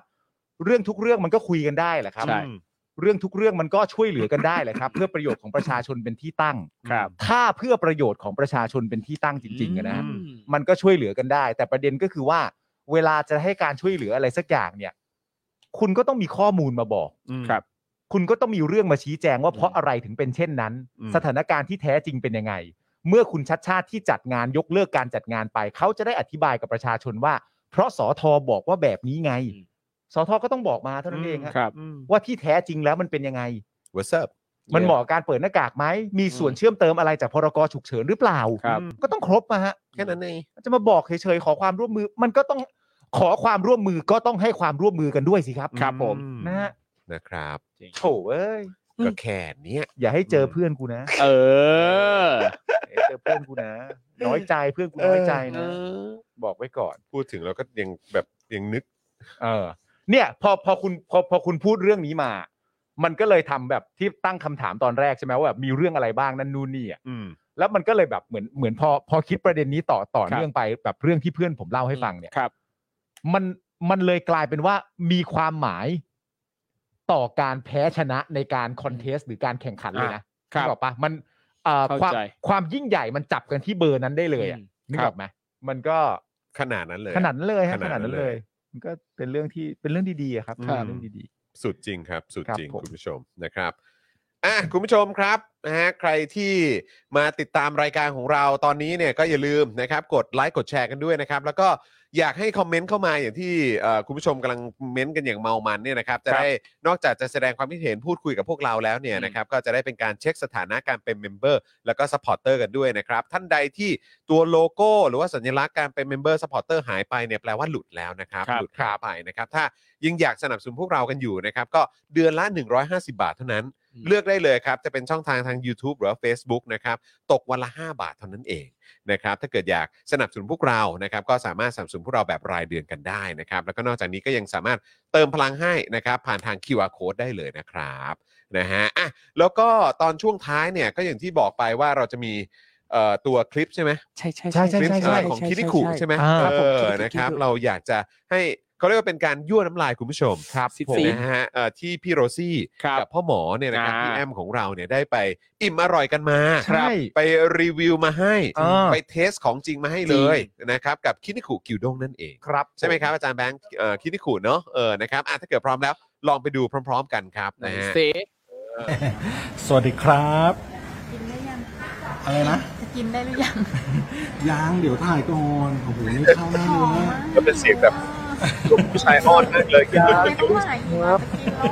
Speaker 3: เรื่องทุกเรื่องมันก็คุยกันได้แหละครับ
Speaker 6: ใช่
Speaker 2: อืม
Speaker 3: เรื่องทุกเรื่องมันก็ช่วยเหลือกันได้ แหละครับ เพื่อประโยชน์ของประชาชนเป็นที่ตั้ง
Speaker 6: ครับ
Speaker 3: ถ้าเพื่อประโยชน์ของประชาชนเป็นที่ตั้งจริงๆอะนะ
Speaker 4: อืม
Speaker 3: มันก็ช่วยเหลือกันได้ แต่ประเด็นก็คือว่า เวลาจะให้การช่วยเหลืออะไรสักอย่างเนี่ย คุณก็ต้องมีข้อมูลมาบอก
Speaker 2: อืม
Speaker 6: ครับ
Speaker 3: คุณก็ต้องมีเรื่องมาชี้แจงว่าเพราะอะไรถึงเป็นเช่นนั้น
Speaker 2: อืม
Speaker 3: สถานการณ์ที่แท้จริงเป็นยังไง เมื่อคุณชัดชาติที่จัดงานยกเลิกการจัดงานไป เขาจะได้อธิบายกับประชาชนว่า เพราะสอทอบอกว่าแบบนี้ไง
Speaker 4: อืม
Speaker 3: สอทอก็ต้องบอกมาเท่านั้นเองฮะ
Speaker 6: ครับ
Speaker 3: ว่าที่แท้จริงแล้วมันเป็นยังไง
Speaker 2: What's up
Speaker 3: มันเหมาะกับการเปิดหน้ากากไหมมีส่วนเชื่อมเติมอะไรจากพรกฉุกเฉินหรือเปล่า
Speaker 6: ครับ
Speaker 3: ก็ต้องครบมาฮะ
Speaker 2: แค่นั้นเอง
Speaker 3: จะมาบอกเฉยๆขอความร่วมมือ มันก็ต้องขอความร่วมมือก็ต้องให้ความร่วมมือกันด้วยสิครับ
Speaker 6: ครับผม
Speaker 2: อื
Speaker 3: นะฮะ
Speaker 2: นะครับ
Speaker 3: โถเอ้ย
Speaker 2: ก็แค่เนี้ย
Speaker 3: อย่าให้เจอเพื่อนกูนะ
Speaker 6: เออ
Speaker 3: อย่าให้เจอเพื่อนกูนะ น้อยใจเพื่อนกูน้อยใจนะ บอกไว้ก่อน
Speaker 2: พูดถึงแล้วก็ยังแบบยังนึก
Speaker 3: เออ เนี่ยพอพอคุณพอพอคุณพูดเรื่องนี้มา มันก็เลยทำแบบที่ตั้งคำถามตอนแรกใช่ไหมว่าแบบมีเรื่องอะไรบ้างนั่นนู่นนี่อ่ะ
Speaker 2: อืม
Speaker 3: แล้วมันก็เลยแบบเหมือนเหมือนพอพอคิดประเด็นนี้ต่อต่อ
Speaker 6: ครับ
Speaker 3: เนื่องไปแบบเรื่องที่เพื่อนผมเล่าให้ฟังเนี่ย
Speaker 6: ครับ
Speaker 3: มันมันเลยกลายเป็นว่ามีความหมายต่อการแพ้ชนะในการคอนเทสต์หรือการแข่งขันเลยนะ
Speaker 6: ครั
Speaker 3: นึ
Speaker 6: บ
Speaker 3: กออกปะมันเอ่อ
Speaker 6: เข้า
Speaker 3: ความ
Speaker 6: ใจ
Speaker 3: ความยิ่งใหญ่มันจับกันที่เบอร์นั้นได้เลยอะ
Speaker 6: อืม
Speaker 3: นึก
Speaker 6: ค
Speaker 3: อ
Speaker 6: รั
Speaker 3: อบ กไหมมันก็
Speaker 2: ขนาดนั้นเลย
Speaker 3: ขนาดนั้นเลยฮะ
Speaker 2: ข
Speaker 3: ข
Speaker 2: นา
Speaker 3: นา
Speaker 2: ด
Speaker 3: ด
Speaker 2: นั้
Speaker 3: นั้น น
Speaker 2: เล
Speaker 3: เลย ย มันก็เป็นเรื่องที่เป็นเรื่องดีๆอะครับ
Speaker 2: ครับ
Speaker 3: เป็นเรื่องดี
Speaker 2: สุดจริงครับ สุดจริง
Speaker 3: ครับผม
Speaker 2: คุณผู้ชมนะครับอ่ะคุณผู้ชมครับนะฮะใครที่มาติดตามรายการของเราตอนนี้เนี่ยก็อย่าลืมนะครับกดไลค์กดแชร์กันด้วยนะครับ แล้วก็อยากให้คอมเมนต์เข้ามาอย่างที่เอ่อคุณผู้ชมกำลังเม้นต์กันอย่างเมามันเนี่ยนะครับจะได้นอกจากจะแสดงความคิดเห็นพูดคุยกับพวกเราแล้วเนี่ยนะครับก็จะได้เป็นการเช็คสถานะการเป็นเมมเบอร์แล้วก็สปอร์เตอร์กันด้วยนะครับท่านใดที่ตัวโลโก้หรือว่าสัญลักษณ์การเป็นเมมเบอร์สปอร์เตอร์หายไปเนี่ยแปลว่าหลุดแล้วนะครับ
Speaker 6: ครับ
Speaker 2: หลุดหายไปนะครับถ้า ยังอยากสนับสนุนพวกเรากันอยู่นะครับ ก็เดือนละ 150 บาทเท่านั้น
Speaker 4: อืม
Speaker 2: เลือกได้เลยครับ จะเป็นช่องทางทาง YouTube หรือว่า Facebook นะครับ ตกวันละ 5 บาทเท่านั้นเองนะครับ ถ้าเกิดอยากสนับสนุนพวกเรานะครับ ก็สามารถสนับสนุนพวกเราแบบรายเดือนกันได้นะครับ แล้วก็นอกจากนี้ก็ยังสามารถเติมพลังให้นะครับ ผ่านทาง QR Code ได้เลยนะครับนะฮะอ่ะแล้วก็ตอนช่วงท้ายเนี่ยก็อย่างที่บอกไปว่าเราจะมีเอ่อตัวคลิปใช่ไหม
Speaker 4: ใช่ใช่
Speaker 3: ใช่ใช่
Speaker 2: คลิป
Speaker 3: ใช่ใช่
Speaker 2: เอ่อของคิริคุใช่ไหม
Speaker 3: อ่า
Speaker 2: เออนะครับ เราอยากจะให้เขาเรียกว่าเป็นการยั่วน้ำลายคุณผู้ชม
Speaker 3: ๆ ครับ
Speaker 4: สิบ
Speaker 2: ผม
Speaker 4: สี่
Speaker 2: นะฮะเอ่อที่พี่โรซี่
Speaker 6: ครับ
Speaker 2: กัพ่อหมอเนี่ยนะครับ
Speaker 6: อ่า
Speaker 2: พี่แอมของเราเนี่ยได้ไปอิ่มอร่อยกันมา
Speaker 3: ใช่
Speaker 2: ไปรีวิวมาให้
Speaker 3: อ่า
Speaker 2: ไปเทสของจริงมาให้เลยนะครับกับคินิคุกิวด้งนั่นเอง
Speaker 3: ครับ
Speaker 2: ใช่ไหมครับอาจารย์แบงค์เอ่อคินิคุเนาะเออนะครับอ่ะถ้าเกิดพร้อมแล้วลองไปดูพร้อม ๆ กันครับนะฮะ
Speaker 4: เซ
Speaker 7: สวัสดีครับ
Speaker 9: กินได้ยัง
Speaker 7: อะไรนะ
Speaker 9: จะกินได้หรือยัง
Speaker 7: ยางเดี๋ยวถ่ายก่อนโอ้โหนี่ข้าวหน้า
Speaker 9: หอ
Speaker 7: เนื้
Speaker 9: ม
Speaker 7: อ
Speaker 9: มาก
Speaker 2: ก็เป็นเสียงแบบ ผู้ชายอ้อนมากเลย
Speaker 9: ไม่ต้องว่าอะไรหิวอะจะกินแล้ว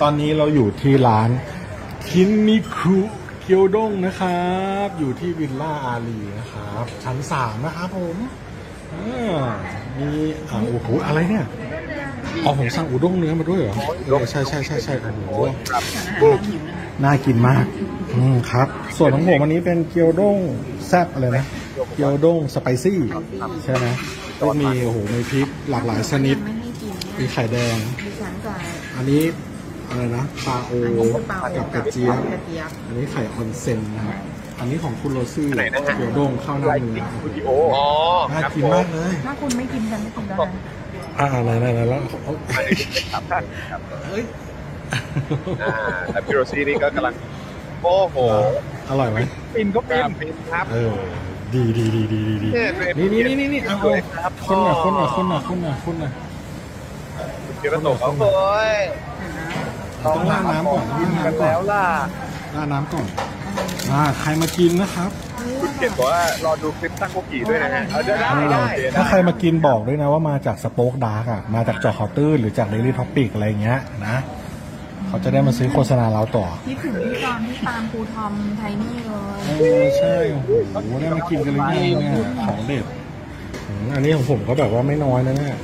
Speaker 7: ตอนนี้เราอยู่ที่ร้านคินมิคุเกียวด้งนะครับ อยู่ที่วิลล่าอารีนะครับ ชั้นสามนะครับผมอ่ามีอ่าโอ้โหอะไรเนี่ยอ๋อผมสั่งอุด้งเนื้อมาด้วยเหรอเออใช่ใช่ใช่ใช่โอ้โหน่ากินมากอืมครับ ส่วนของผมอันนี้เป็นเกียวด้งแซ่บอะไรนะเกียวด้งสไปซี่ใช่ไหมก็มีโอ้โหมีพริกหลากหลายชนิด
Speaker 9: ไม่ให้กิน
Speaker 7: มีไข่แดง
Speaker 9: ดิฉันจะ
Speaker 7: อันนี้อะไรนะปลาโอ
Speaker 9: อันนี้คือเปล่า
Speaker 7: กับกระเจี๊ยบ
Speaker 9: กระเจี๊ยบ
Speaker 7: อันนี้ไข่ออนเซ็นนะครับ อันนี้ของคุณโรซี่
Speaker 2: ไหนนะฮะ
Speaker 7: เดี๋ยวโด่งเข้าหน้ามือ
Speaker 2: วิดีโออ๋อ
Speaker 7: น่า
Speaker 2: ครับ
Speaker 7: กิน
Speaker 2: ผม
Speaker 7: มากเลย
Speaker 9: ถ้าคุณไม่กินฉันไม่กินแล้วนะ
Speaker 7: อ่าไหนไหนไหนแล้วเอ้ย
Speaker 2: อ่าแต่พี่โรซี่นี่ก็กำลังโอ้โห
Speaker 7: อร่อยไหม
Speaker 3: ปินก็
Speaker 2: ค
Speaker 3: ปิน
Speaker 2: รับปินครับ
Speaker 7: เออ ดีดีดีดีดีดี
Speaker 2: เนี่ย
Speaker 7: นี่นี่นี่นี่เอา
Speaker 2: ส
Speaker 7: เอา
Speaker 2: วยครับ
Speaker 7: คนหน่ะคนหน่ะคนหน่ะคนหน่ะคนหน่ะ
Speaker 2: เกียรติโตครับผม
Speaker 7: ต้องล่าดน้ำก่อนล่าดน้ำก่อนล่าดน้ำก่อนอ่าใครมากินนะครับ
Speaker 2: คุณเกียรติบอกว่ารอดูคลิปตั้งกุกกี่ด้วยนะฮะเอาได้ได้
Speaker 7: ถ้าใครมากินบอกด้วยนะว่ามาจากสโป๊กดาร์กอ่ะ มาจากเจอข่าวตื้นหรือจากเดลี่ท็อปิกอะไรเงี้ยนะ เขาจะได้มาซื้อโฆษณาเราต่อ
Speaker 9: คิดถึงที่ตอนที่ตามครูทอมไทนี่เลย
Speaker 7: เออใช่โอ้โหได้มากินกันเลยเนี่ยของเด็ดอืมอันนี้ของผมก็แบบว่าไม่น้อยนะเนี่ย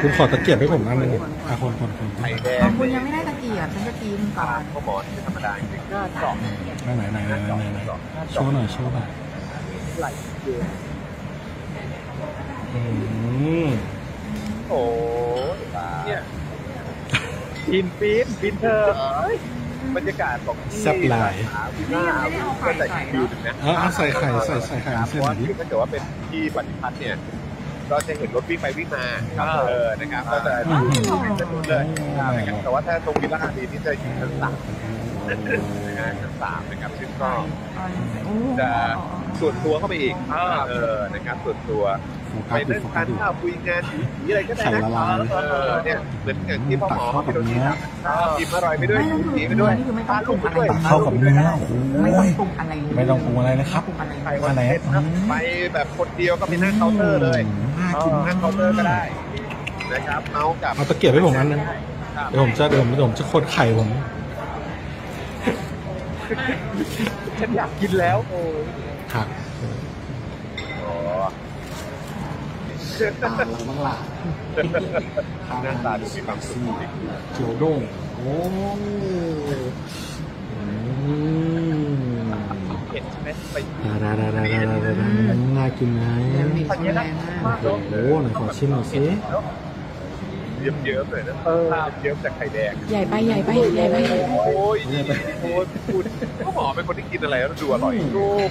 Speaker 7: คุณขอตะเกียบให้ผมอันหนึงอ่ะคนคนคนไหน
Speaker 2: แด
Speaker 9: ข
Speaker 2: ง
Speaker 9: องคุณยังไม่ได้ตะเกียบฉันจะกินก่อน
Speaker 2: ก็หมอที่ธรรมดาจริง
Speaker 7: ไหนไหนไหนไหนไหนโชว์หน่อยโชว์หน่อยอืม
Speaker 2: โอ้เนี่ยปินปินปินเธอบรรยากาศของที่
Speaker 7: แซ่บหลาย
Speaker 2: วิน่าก็แต่อีกวิวหนึงนะ
Speaker 7: เอาเอาใส่ไข่ใส่ใส่ไข่
Speaker 2: ครับ
Speaker 7: เส้
Speaker 2: เพ
Speaker 7: น
Speaker 2: ราะว่า
Speaker 7: หน่อยดิ
Speaker 2: คือถ้าเกิดว่าเป็นที่ปฏิพัฒน์เนี่ย ก็จะเห็นรถวิ่งไปวิ่งมาครับเออนะครับก็จะดูเป็นถนนเลยนะครับแต่ว่าถ้าตรงวิลล่าดีนี่จะอยู่ชั้นสามนะฮะชั้นสามนะครับซึ่งก็
Speaker 9: โอ้
Speaker 2: จะส่วนตัวเข้าไปอีกเออนะครับส่วนตัว
Speaker 7: โฟกั
Speaker 2: ไป
Speaker 7: สดู
Speaker 2: เรื่อง
Speaker 7: โฟ
Speaker 2: การ
Speaker 7: กัสดู
Speaker 2: ข้าวคุยงานผีอะไรก็ได้
Speaker 7: ไข่
Speaker 2: นะ
Speaker 7: ละลาย
Speaker 2: เออเนี่ยเหมือนอย่างที่พ่อหมอพี่โรนี่ทำกินอร่อยไปด้วย
Speaker 9: ไม่ต้อง
Speaker 2: ผีไปด้วย
Speaker 9: คือไม่ต้องปรุงอะไร
Speaker 7: ตักเข้ากับเนื้อโ
Speaker 9: ไม่
Speaker 7: อ้
Speaker 9: ต้
Speaker 7: ย
Speaker 9: องปรุงอะไร
Speaker 7: ไม่ต้องปรุงอะไรนะครับ
Speaker 9: ปรุงอะไร
Speaker 2: ไปวันเพ็ญนะไปแบบคนเดียวก็ไปนั่งเคาน์เตอร์เลย
Speaker 7: น่า
Speaker 2: เอ
Speaker 7: กิน
Speaker 2: อ
Speaker 7: มาก
Speaker 2: นั่งเคาน์เตอร์ก็ได้นะครับเมาส์กับ
Speaker 7: เอาตะเกียบให้ผมอันนึง
Speaker 2: ครับ
Speaker 7: เดี๋ยวผมจะเดี๋ยวผมเดี๋ยวผมจะคนไข่ผม
Speaker 3: ฉันอยากกินแล้วโอ้ย
Speaker 7: ครับ
Speaker 2: อ๋อ
Speaker 7: ตาเราบ้างล่ะ
Speaker 2: หน้าตาดูมีความสุขจริง
Speaker 7: เขียวโด่งโอ้อืม
Speaker 2: เห็นใช่ไหมไป
Speaker 7: ดาดาดาดาดาดาดาน่ากินไหม
Speaker 9: คนแรงมาก
Speaker 7: โอ้โหไหนขอชิมหน่อยสิ
Speaker 2: เยิ้มเยิ้มๆเลยนะเยิ้มๆจากไข่แดง
Speaker 9: ใหญ่ไปใหญ่ไปใหญ่ไป
Speaker 2: โอ้ยนี่โอ้ยพูดก็หมอเป็นคนที่กินอะไรแล้วดูอร่อยรูป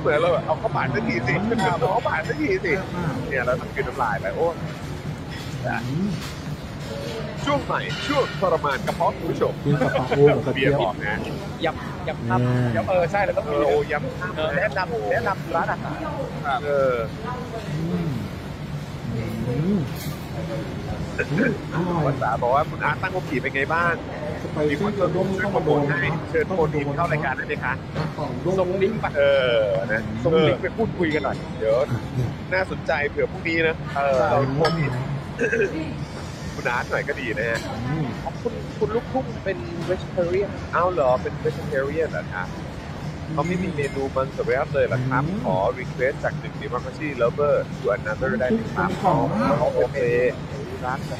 Speaker 2: เหมือนเราแบบเอาข้าวปาดสักทีสิเอาข้าวปาดสักทีสิเนี่ยเราทำกินน้ำลายไปโอ้ย
Speaker 7: อืม
Speaker 2: ช่วงใหม่ช่วงทรมานกระเพาะคุณผู้ชม
Speaker 7: กินกับปลาโอกับกระ
Speaker 2: เบียร์
Speaker 7: เทียม
Speaker 2: ออกนะ
Speaker 3: ยำยำครับยำเออใช่แล้วต้อง
Speaker 2: เอ
Speaker 3: มี
Speaker 2: อ
Speaker 3: เนื้
Speaker 2: โอ้
Speaker 3: อย
Speaker 2: ำข้ามแนะนำแนะนำร้านอาหารเออ
Speaker 7: อืมอืมอร่อย
Speaker 2: ภาษาบอกว่าคุณอาร์ตตั้งโอกีเป็นไงบ้าง
Speaker 7: สไป
Speaker 2: มี
Speaker 7: ซี่
Speaker 2: คน
Speaker 7: กระด้ง
Speaker 2: ช่วย
Speaker 7: ต้อง
Speaker 2: โปรโม
Speaker 7: มาโด
Speaker 2: ท
Speaker 7: น
Speaker 2: ให้
Speaker 7: นะ
Speaker 2: เชิญโคนดีมาเข้ารายการได้ไหมคะ
Speaker 7: ของโด่ง
Speaker 3: ส่งลิงก์ไป
Speaker 2: เออนะ
Speaker 3: ส่ง
Speaker 2: เออ
Speaker 3: ลิงก์ไปพูดคุยกันหน่อย
Speaker 2: เดี๋ยวน่าสนใจเผื่อพรุ่งนี้นะเออโคตรดีคุณอาร์ตหน่อยก็ดีนะฮะ
Speaker 3: คุณคุณลูกทุ่งเป็น vegetarian
Speaker 2: เอ้าเหรอเป็น vegetarian เหรอคะเขาไม่มีเมนูมังสวิรัตเลยเหรอครับ ขอ request จากหนึ่ง democracy lover to another ได้ไหมครับ
Speaker 7: ขอบคุณครับ
Speaker 2: โอเค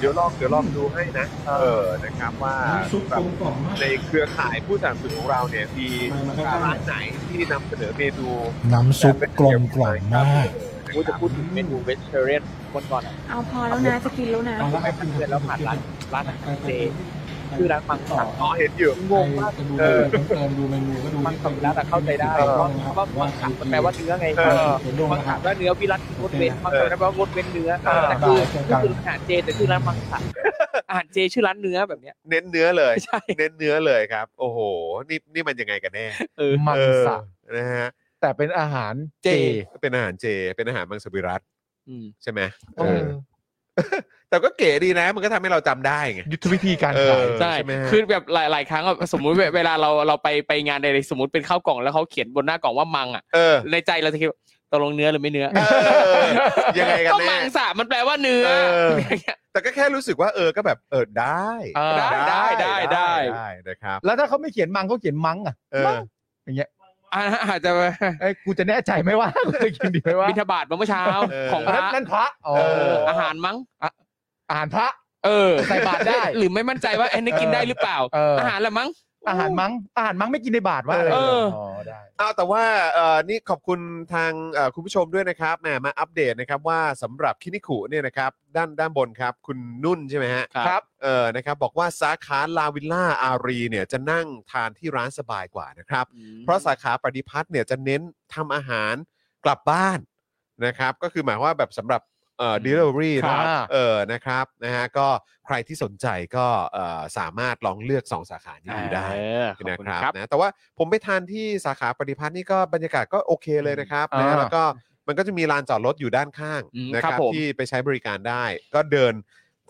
Speaker 2: เดี๋ยวลองเดี๋ยวลองดูให้นะเออนะครับว่า
Speaker 7: น้ำซุปกลมกล่อมมาก
Speaker 2: ในเครือข่ายผู้สนับสนุนของเราเนี่ยมี
Speaker 7: มาครับ
Speaker 2: ร้านไหนที่นำเสนอเมนู
Speaker 7: น้ำซุปกลมกล่อมมาก
Speaker 3: กูจะพูดถึงเมนู vegetarian วันก่อนอะ
Speaker 9: เอาพอแล้วนะจะกินแล้วนะ
Speaker 3: ไปพันเดือนแล้วผ่านร้านร้านอาหารเจชื่อร้านมังสัง
Speaker 2: อ๋อเห็นอยู่
Speaker 3: งงมาก
Speaker 7: ดูเติมดูเมนูก็ดู
Speaker 3: มังสวิรัตอะเข้าใจได้
Speaker 7: เออ
Speaker 3: เพราะเพราะมังสะมันแปลว่าเนื้อไง
Speaker 2: เออ
Speaker 7: เดี๋ยวโด่ง
Speaker 3: มัง
Speaker 7: นะค
Speaker 3: สะ
Speaker 7: รับ
Speaker 3: แปลว่าเนื้อวิรัตคืองดเว้นมังสวิรัตแปลว่างดเว้นเนื้อ
Speaker 2: เออ
Speaker 3: แต่คือ
Speaker 7: เออ
Speaker 3: ก็คืออาหารเจแต่ชื่อร้านมังสะอาหารเจชื่อร้านเนื้อแบบเนี้ย
Speaker 2: เน้นเนื้อเลย
Speaker 3: ใช่
Speaker 2: เน้นเนื้อเลยครับ โอ้โห นี่นี่มันยังไงกันแน่
Speaker 3: เออ
Speaker 2: เออนะฮะ
Speaker 3: แต่เป็นอาหารเจ
Speaker 2: เป็นอาหารเจ เป็นอาหารมังสวิรัต
Speaker 3: อืม
Speaker 2: ใช่ไหม
Speaker 3: เอ
Speaker 2: เออ
Speaker 3: อ
Speaker 2: แต่ก็เก๋ดีนะ มันก็ทำให้เราจำได้ไง
Speaker 3: ยุทธวิธีการ
Speaker 2: เอ
Speaker 3: ขาย
Speaker 2: อ
Speaker 4: ใช่
Speaker 2: ไหมฮะ
Speaker 4: คือแบบหลาย ๆ ครั้งอะสมมุติเวเวลาเราเราไปไปงานใดๆสมมติเป็นข้าวกล่องแล้วเขาเขียนบนหน้ากล่องว่ามังอ่ะ
Speaker 2: เออ
Speaker 4: ในใจเราจะคิดว่าตกลงเนื้อหรือไม่เนื้อ
Speaker 2: เออ ยังไงกัน
Speaker 4: ก็
Speaker 2: แน่
Speaker 4: มังสะมันแปลว่าเนื้อ
Speaker 2: เออ
Speaker 4: ย่างเงี้ย
Speaker 2: แต่ก็แค่รู้สึกว่าเออ ก็แบบเออได้
Speaker 3: เออ
Speaker 4: ได้ได้ได้
Speaker 2: ได้นะครับ
Speaker 3: แล้วถ้าเขาไม่เขียนมังเขาเขียนมังอะ
Speaker 2: เออ
Speaker 3: มังอย่างเงี้ย
Speaker 4: อ่าอาจจะ
Speaker 3: ไอ้ยกูจะแน่ใจไหมว่ากูจะ กินดีไหมว่า
Speaker 4: บิทบาทมาเมื่อเช้า
Speaker 2: เออ
Speaker 4: ของพระ
Speaker 3: นั่นพระอ๋อ
Speaker 2: เอ
Speaker 4: เอออาหารมั้ง
Speaker 3: อาหารพระ
Speaker 4: เออ
Speaker 3: ใส่บาตรได้
Speaker 4: หรือไม่มั่นใจว่าไอ้นี่กินได้หรือเปล่า
Speaker 3: เอออ
Speaker 4: อาหารละมั้ง
Speaker 3: อาหารมั้งอาหารมั้งไม่กินในบาทว่าอะไร
Speaker 4: เออ
Speaker 3: อ๋อได้
Speaker 2: อ้าวแต่ว่าเอ่อนี่ขอบคุณทางเอ่อคุณผู้ชมด้วยนะครับแหมมาอัปเดตนะครับว่าสำหรับคินิคุเนี่ยนะครับด้านด้านบนครับคุณนุ่นใช่ไหมฮะ
Speaker 3: ครับ
Speaker 2: เออนะครับบอกว่าสาขาลาวิลล่าอารีเนี่ยจะนั่งทานที่ร้านสบายกว่านะครับ เพราะสาขาปฏิพัฒน์เนี่ยจะเน้นทำอาหารกลับบ้านนะครับก็คือหมายความว่าแบบสำหรับเอ่อ delivery
Speaker 3: ครั
Speaker 2: นะ
Speaker 3: บ
Speaker 2: เออนะครับนะฮะก็ใครที่สนใจก็เอ่อสามารถลองเลือกสองสาขานี้ดูได้
Speaker 4: เออขอบ
Speaker 2: นะ
Speaker 4: คุณ
Speaker 2: ครั
Speaker 4: ครับ บ
Speaker 2: นะแต่ว่าผมไปทานที่สาขาปฏิพัฒน์นี่ก็บรรยากาศก็โอเคเลยนะครับ
Speaker 3: อ่า
Speaker 2: นะแล้วก็มันก็จะมีลานจอดรถอยู่ด้านข้าง
Speaker 4: อืม
Speaker 2: นะค
Speaker 4: ครั
Speaker 2: รับบ
Speaker 4: ผม
Speaker 2: ที่ไปใช้บริการได้ ก็เดิน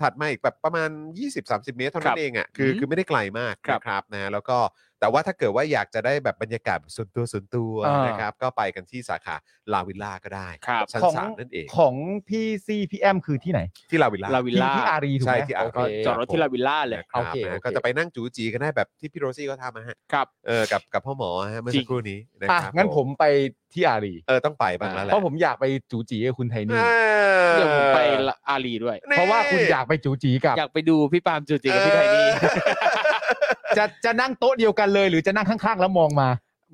Speaker 2: ถัดมาอีกแบบประมาณ 20-30 เมตรเท่านั้
Speaker 4: ครับ
Speaker 2: นเองอ่ะคือ
Speaker 4: อืม
Speaker 2: คือไม่ได้ไกลมาก
Speaker 4: ครับ
Speaker 2: นะครับนะแล้วก็แต่ว่าถ้าเกิดว่าอยากจะได้แบบบรรยากาศส่วนตัวส่วนตัว
Speaker 3: อ่าน
Speaker 2: นะครับก็ไปกันที่สาขาลาวิลล่าก็ได้
Speaker 4: ครับ
Speaker 2: ชั้น
Speaker 3: ของ
Speaker 2: สามนั่นเอง
Speaker 3: ของพี่ซีพี่แอมคือที่ไหน
Speaker 2: ที่ลาวิลล่า
Speaker 4: ลาวิลล่า
Speaker 3: ที่อารีถูก
Speaker 2: ใช่
Speaker 3: ไหม
Speaker 2: ที่อารี
Speaker 4: ก็จอดรถที่ลาวิลล่าเลย
Speaker 2: นะครับ
Speaker 3: โอเค
Speaker 2: นะ
Speaker 3: โอเค
Speaker 2: ก็จะไปนั่งจูจีกันได้แบบที่พี่โรซี่เขาทำนะฮะ
Speaker 4: ครับ
Speaker 2: เออกับกับพ่อหมอฮะเมื่อ
Speaker 4: จริ
Speaker 2: สั
Speaker 4: ง
Speaker 2: กครู่นี้นะ
Speaker 3: อ่ะ
Speaker 2: ครับ
Speaker 3: งั้นผมไปที่อารี
Speaker 2: เออต้องไปบ้างแล้วแหละ
Speaker 3: เพราะผมอยากไปจูจีกับคุณไทนี่
Speaker 2: อ่า
Speaker 4: เดี๋ยวผมไปละอาลีด้วย
Speaker 2: นี่
Speaker 3: เพราะว่าคุณอยากไปจูจีกับ
Speaker 4: อยากไปดูพี่ปาล์มจูจิกับพี่ไทนี่
Speaker 2: เออ
Speaker 3: จะจะนั่งโต๊ะเดียวกันเลย หรือจะนั่งข้างๆ แล้วมองมา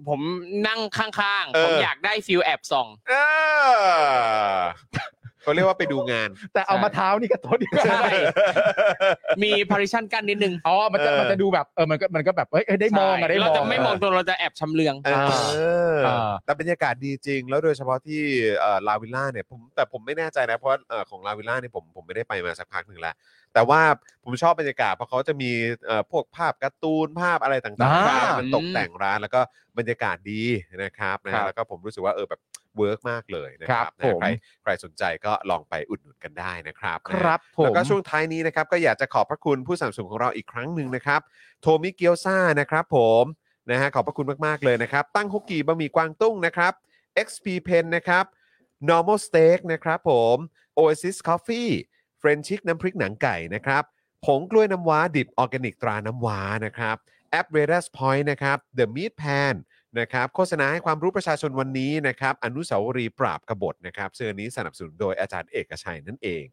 Speaker 4: ผมนั่งข้าง
Speaker 2: เอ
Speaker 4: ๆ
Speaker 2: อ
Speaker 4: ผมอยากได้ฟิลแอบส่อง
Speaker 2: เออเขาเรียกว่าไปดูงาน
Speaker 3: แต่เอามาเท้านี่ก็โต๊ะเดียวกั
Speaker 4: ใช่
Speaker 3: น
Speaker 4: มีพาริชันกั้นนิดนึง
Speaker 3: อ๋อมันจะมันจะดูแบบเออมันก็มันก็แบบเฮ้ยเฮ้ยได้มองอะได้มอง
Speaker 4: เราจะไม่มองตรงเราจะแอบชำเลือง
Speaker 2: เออ
Speaker 3: อ่า
Speaker 2: แต่บรรยากาศดีจริง แล้วโดยเฉพาะที่เอ่อลาวิลล่าเนี่ยผมแต่ผมไม่แน่ใจนะ เพราะว่าเอ่อของลาวิลล่าเนี่ยผมผมไม่ได้ไปมาสักพักหนึ่งแล้ว แต่ว่าผมชอบบรรยากาศเพราะเขาจะมีเอ่อพวกภาพการ์ตูนภาพอะไรต่างๆ
Speaker 3: อ่า
Speaker 2: มันตกแต่งร้านแล้วก็บรรยากาศดีนะครับนะฮะแล้วก็ผมรู้สึกว่าเออแบบเวิร์กมากเลยนะครับ
Speaker 3: ครับ
Speaker 2: นะ
Speaker 3: ผม
Speaker 2: ใครใครสนใจก็ลองไปอุดหนุนกันได้นะครับ
Speaker 3: ค
Speaker 2: นะฮะ
Speaker 3: รับผม
Speaker 2: แล้วก็ช่วงท้ายนี้นะครับก็อยากจะขอบพระคุณผู้สนับสนุนของเราอีกครั้งหนึ่งนะครับ โทมิเกียวซ่านะครับผมนะฮะขอบพระคุณมาก ๆ เลยนะครับ ตั้งฮกกีบะหมี่กวางตุ้งนะครับ XP Pen นะครับ Normal Steak นะครับผม Oasis Coffee เฟรนชิกน้ำพริกหนังไก่นะครับผงกล้วยน้ำว้าดิบออร์แกนิกตราน้ำว้านะครับแอป r a d a s Point นะครับ The Meat Pan นะครับโฆษณาให้ความรู้ประชาชนวันนี้นะครับอนุสาวรีย์ปราบกบฏนะครับเสื้อนี้สนับสนุนโดยอาจารย์เอกชัยนั่นเอง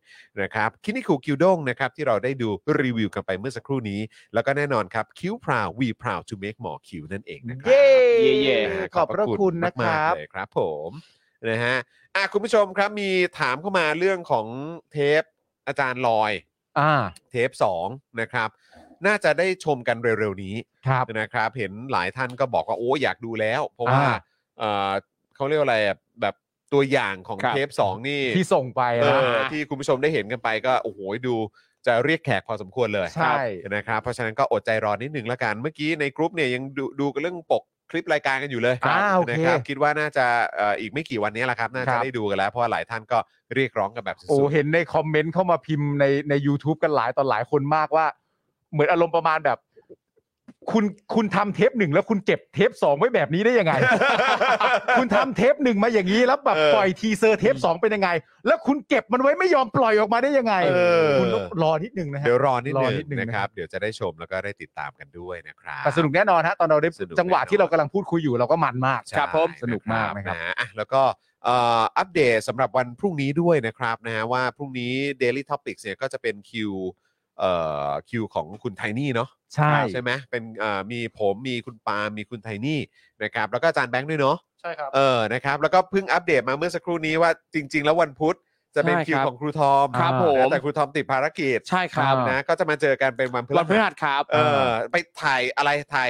Speaker 2: นะครับคินิคุกิวด้งนะครับที่เราได้ดูรีวิวกันไปเมื่อสักครู่นี้ แล้วก็แน่นอนครับคิวพราววีพราว to make more คิวนั่นเองนะครั
Speaker 3: เย้
Speaker 4: เย่
Speaker 2: นะฮ
Speaker 3: ขอบพระคุณนะค
Speaker 2: มาก
Speaker 3: รับ
Speaker 2: ๆเลยครับผมนะฮะอ่ะคุณผู้ชมครับมีถามเข้ามาเรื่องของเทปอาจารย์ลอย
Speaker 3: อ่า
Speaker 2: เทป 2 นะครับ น่าจะได้ชมกันเร็วๆนี้
Speaker 3: ครับ
Speaker 2: นะครับเห็นหลายท่านก็บอกว่าโอ้อยากดูแล้ว เพราะว่า
Speaker 3: อ่า
Speaker 2: เอ่อเขาเรียกว่าอะไรอ่ะแบบตัวอย่างของ
Speaker 4: ครับ
Speaker 2: เทปสองนี่
Speaker 3: ที่ส่งไป
Speaker 2: เอ
Speaker 3: นะ
Speaker 2: อที่คุณผู้ชมได้เห็นกันไปก็โอ้โหดูจะเรียกแขกพอสมควรเลย
Speaker 3: ใช่
Speaker 2: นะครับเพราะฉะนั้นก็อดใจรอนิดหนึ่งละกัน เมื่อกี้ในกรุ๊ปเนี่ยยังดูดูกันเรื่องปกคลิปรายการกันอยู่เลย
Speaker 3: อ่าโอเค
Speaker 2: นะครับ คิดว่าน่าจะเอ่ออีกไม่กี่วันนี้แหละครับ น่า
Speaker 3: ครั
Speaker 2: จะ
Speaker 3: บ
Speaker 2: ได้ดูกันแล้ว เพราะว่าหลายท่านก็เรียกร้องกันแบบสุด
Speaker 3: โอ้เห็นในคอมเมนต์เข้ามาพิมพ์ในใน YouTube กันหลายตอนหลายคนมากว่า เหมือนอารมณ์ประมาณแบบ คุณคุณทำเทปหนึ่งแล้วคุณเก็บเทปสองไว้แบบนี้ได้ยังไง
Speaker 2: ๆ
Speaker 3: คุณทำเทปหนึ่งมาอย่างนี้แล้วแบบ
Speaker 2: เออ
Speaker 3: ปล่อยทีเซอร์เทปสองเป็นยังไง แล้วคุณเก็บมันไว้ไม่ยอมปล่อยออกมาได้ยังไง
Speaker 2: เออ
Speaker 3: คุณต้องรอนิดหนึ่งนะฮะ
Speaker 2: เดี๋ยวรอนิดห
Speaker 3: รอนิดหนึ่
Speaker 2: นึ่ง
Speaker 3: ง
Speaker 2: นะครับ เดี๋ยวจะได้ชมแล้วก็ได้ติดตามกันด้วยนะครับ
Speaker 3: แต่สนุกแน่นอนฮะตอนเราได้
Speaker 2: สนุก
Speaker 3: จังหวะ
Speaker 2: แน่นอน
Speaker 3: ที่เรากำลังพูดคุยอยู่เราก็มันมาก
Speaker 2: ใช่
Speaker 3: สนุกมากนะครับ
Speaker 2: ฮอ่แล้วก็เอ่ออัปเดตสำหรับวันพรุ่งนี้ด้วยนะครับนะฮะว่าพรุ่งนี้ Daily Topics เนี่ยก็จะเป็นคิวเอ่อคิวของคุณไทนี่เนาะ
Speaker 3: ใช่
Speaker 2: ใช่ไหมเป็นเอ่อมีผมมีคุณปาล์มมีคุณไทนี่นะครับแล้วก็อาจารย์แบงค์ด้วยเนาะ
Speaker 5: ใช่ครับ
Speaker 2: เออนะครับแล้วก็เพิ่งอัปเดตมาเมื่อสักครู่นี้ว่าจริง ๆ แล้ววันพุธจะเป็น
Speaker 4: ใช่
Speaker 2: คิว
Speaker 4: ครับ
Speaker 2: ของครูทอม
Speaker 4: ครับผ
Speaker 2: นะ
Speaker 4: ม
Speaker 2: แต่ครูทอมติดภารกิจ
Speaker 4: ใช่ครับ
Speaker 2: นะก็จะมาเจอกันเป็นวันพฤ
Speaker 4: วันพฤ
Speaker 2: หั
Speaker 4: หั
Speaker 2: ส
Speaker 4: สครับ
Speaker 2: เออไปถ่ายอะไรถ่าย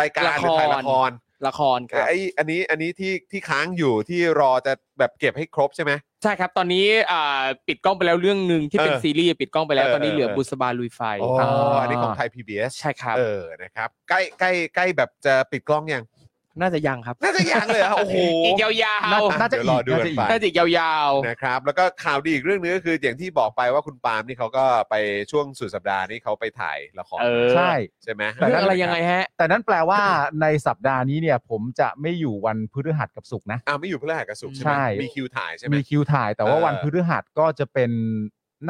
Speaker 2: รายการหรือถ่ายละ
Speaker 4: ละ
Speaker 2: ค
Speaker 4: ค
Speaker 2: ร
Speaker 4: ร ละครครับ
Speaker 2: ไออันนี้อันนี้ที่ที่ค้างอยู่ที่รอจะแบบเก็บให้ครบใช่ไหม
Speaker 4: ใช่ครับ ตอนนี้อ่าปิดกล้องไปแล้วเรื่องหนึ่งที่เป็น
Speaker 2: เออ
Speaker 4: ซีรีส์ปิดกล้องไปแล้ว
Speaker 2: เออ
Speaker 4: ตอนนี้เหลือ
Speaker 2: เออ
Speaker 4: บุษบาลุยไฟ
Speaker 2: อ๋ออันนี้ของไทย PBS
Speaker 4: ใช่ครับ
Speaker 2: เออนะครับใกล้ใกล้ใกล้แบบจะปิดกล้องยัง
Speaker 4: น่าจะยังครับ
Speaker 2: น่าจะยังเลยเหรอโอ้โห
Speaker 4: อีกยาว
Speaker 3: น่า
Speaker 4: ๆ
Speaker 3: น่าจะ
Speaker 2: เดี๋ยวร
Speaker 3: อี
Speaker 2: อก ดู
Speaker 3: น่า
Speaker 2: กัน
Speaker 3: จะอี
Speaker 2: ไป
Speaker 3: ก
Speaker 4: น่าจะอีกยาวๆ
Speaker 2: นะครับแล้วก็ข่าวดีอีกเรื่องนึงก็คืออย่างที่บอกไปว่าคุณปาล์มนี่เขาก็ไปช่วงสุดสัปดาห์นี้เขาไปถ่ายละคร
Speaker 4: เออ
Speaker 3: ใช่
Speaker 2: ใช่ไหม
Speaker 3: แต่
Speaker 4: เรื่
Speaker 3: นั่
Speaker 4: อง
Speaker 3: น
Speaker 4: อะไรยังไงฮะ
Speaker 3: แต่นั้นแปลว่าในสัปดาห์นี้เนี่ยผมจะไม่อยู่วันพฤหัสกับศุกร์นะ
Speaker 2: อ้าวไม่อยู่พฤหัสกับศุกร์ใช่
Speaker 3: ใช่
Speaker 2: ไหมมีคิวถ่ายใช่ไหม
Speaker 3: มีคิวถ่ายแต่ว่า
Speaker 2: เออ
Speaker 3: วันพฤหัสก็จะเป็น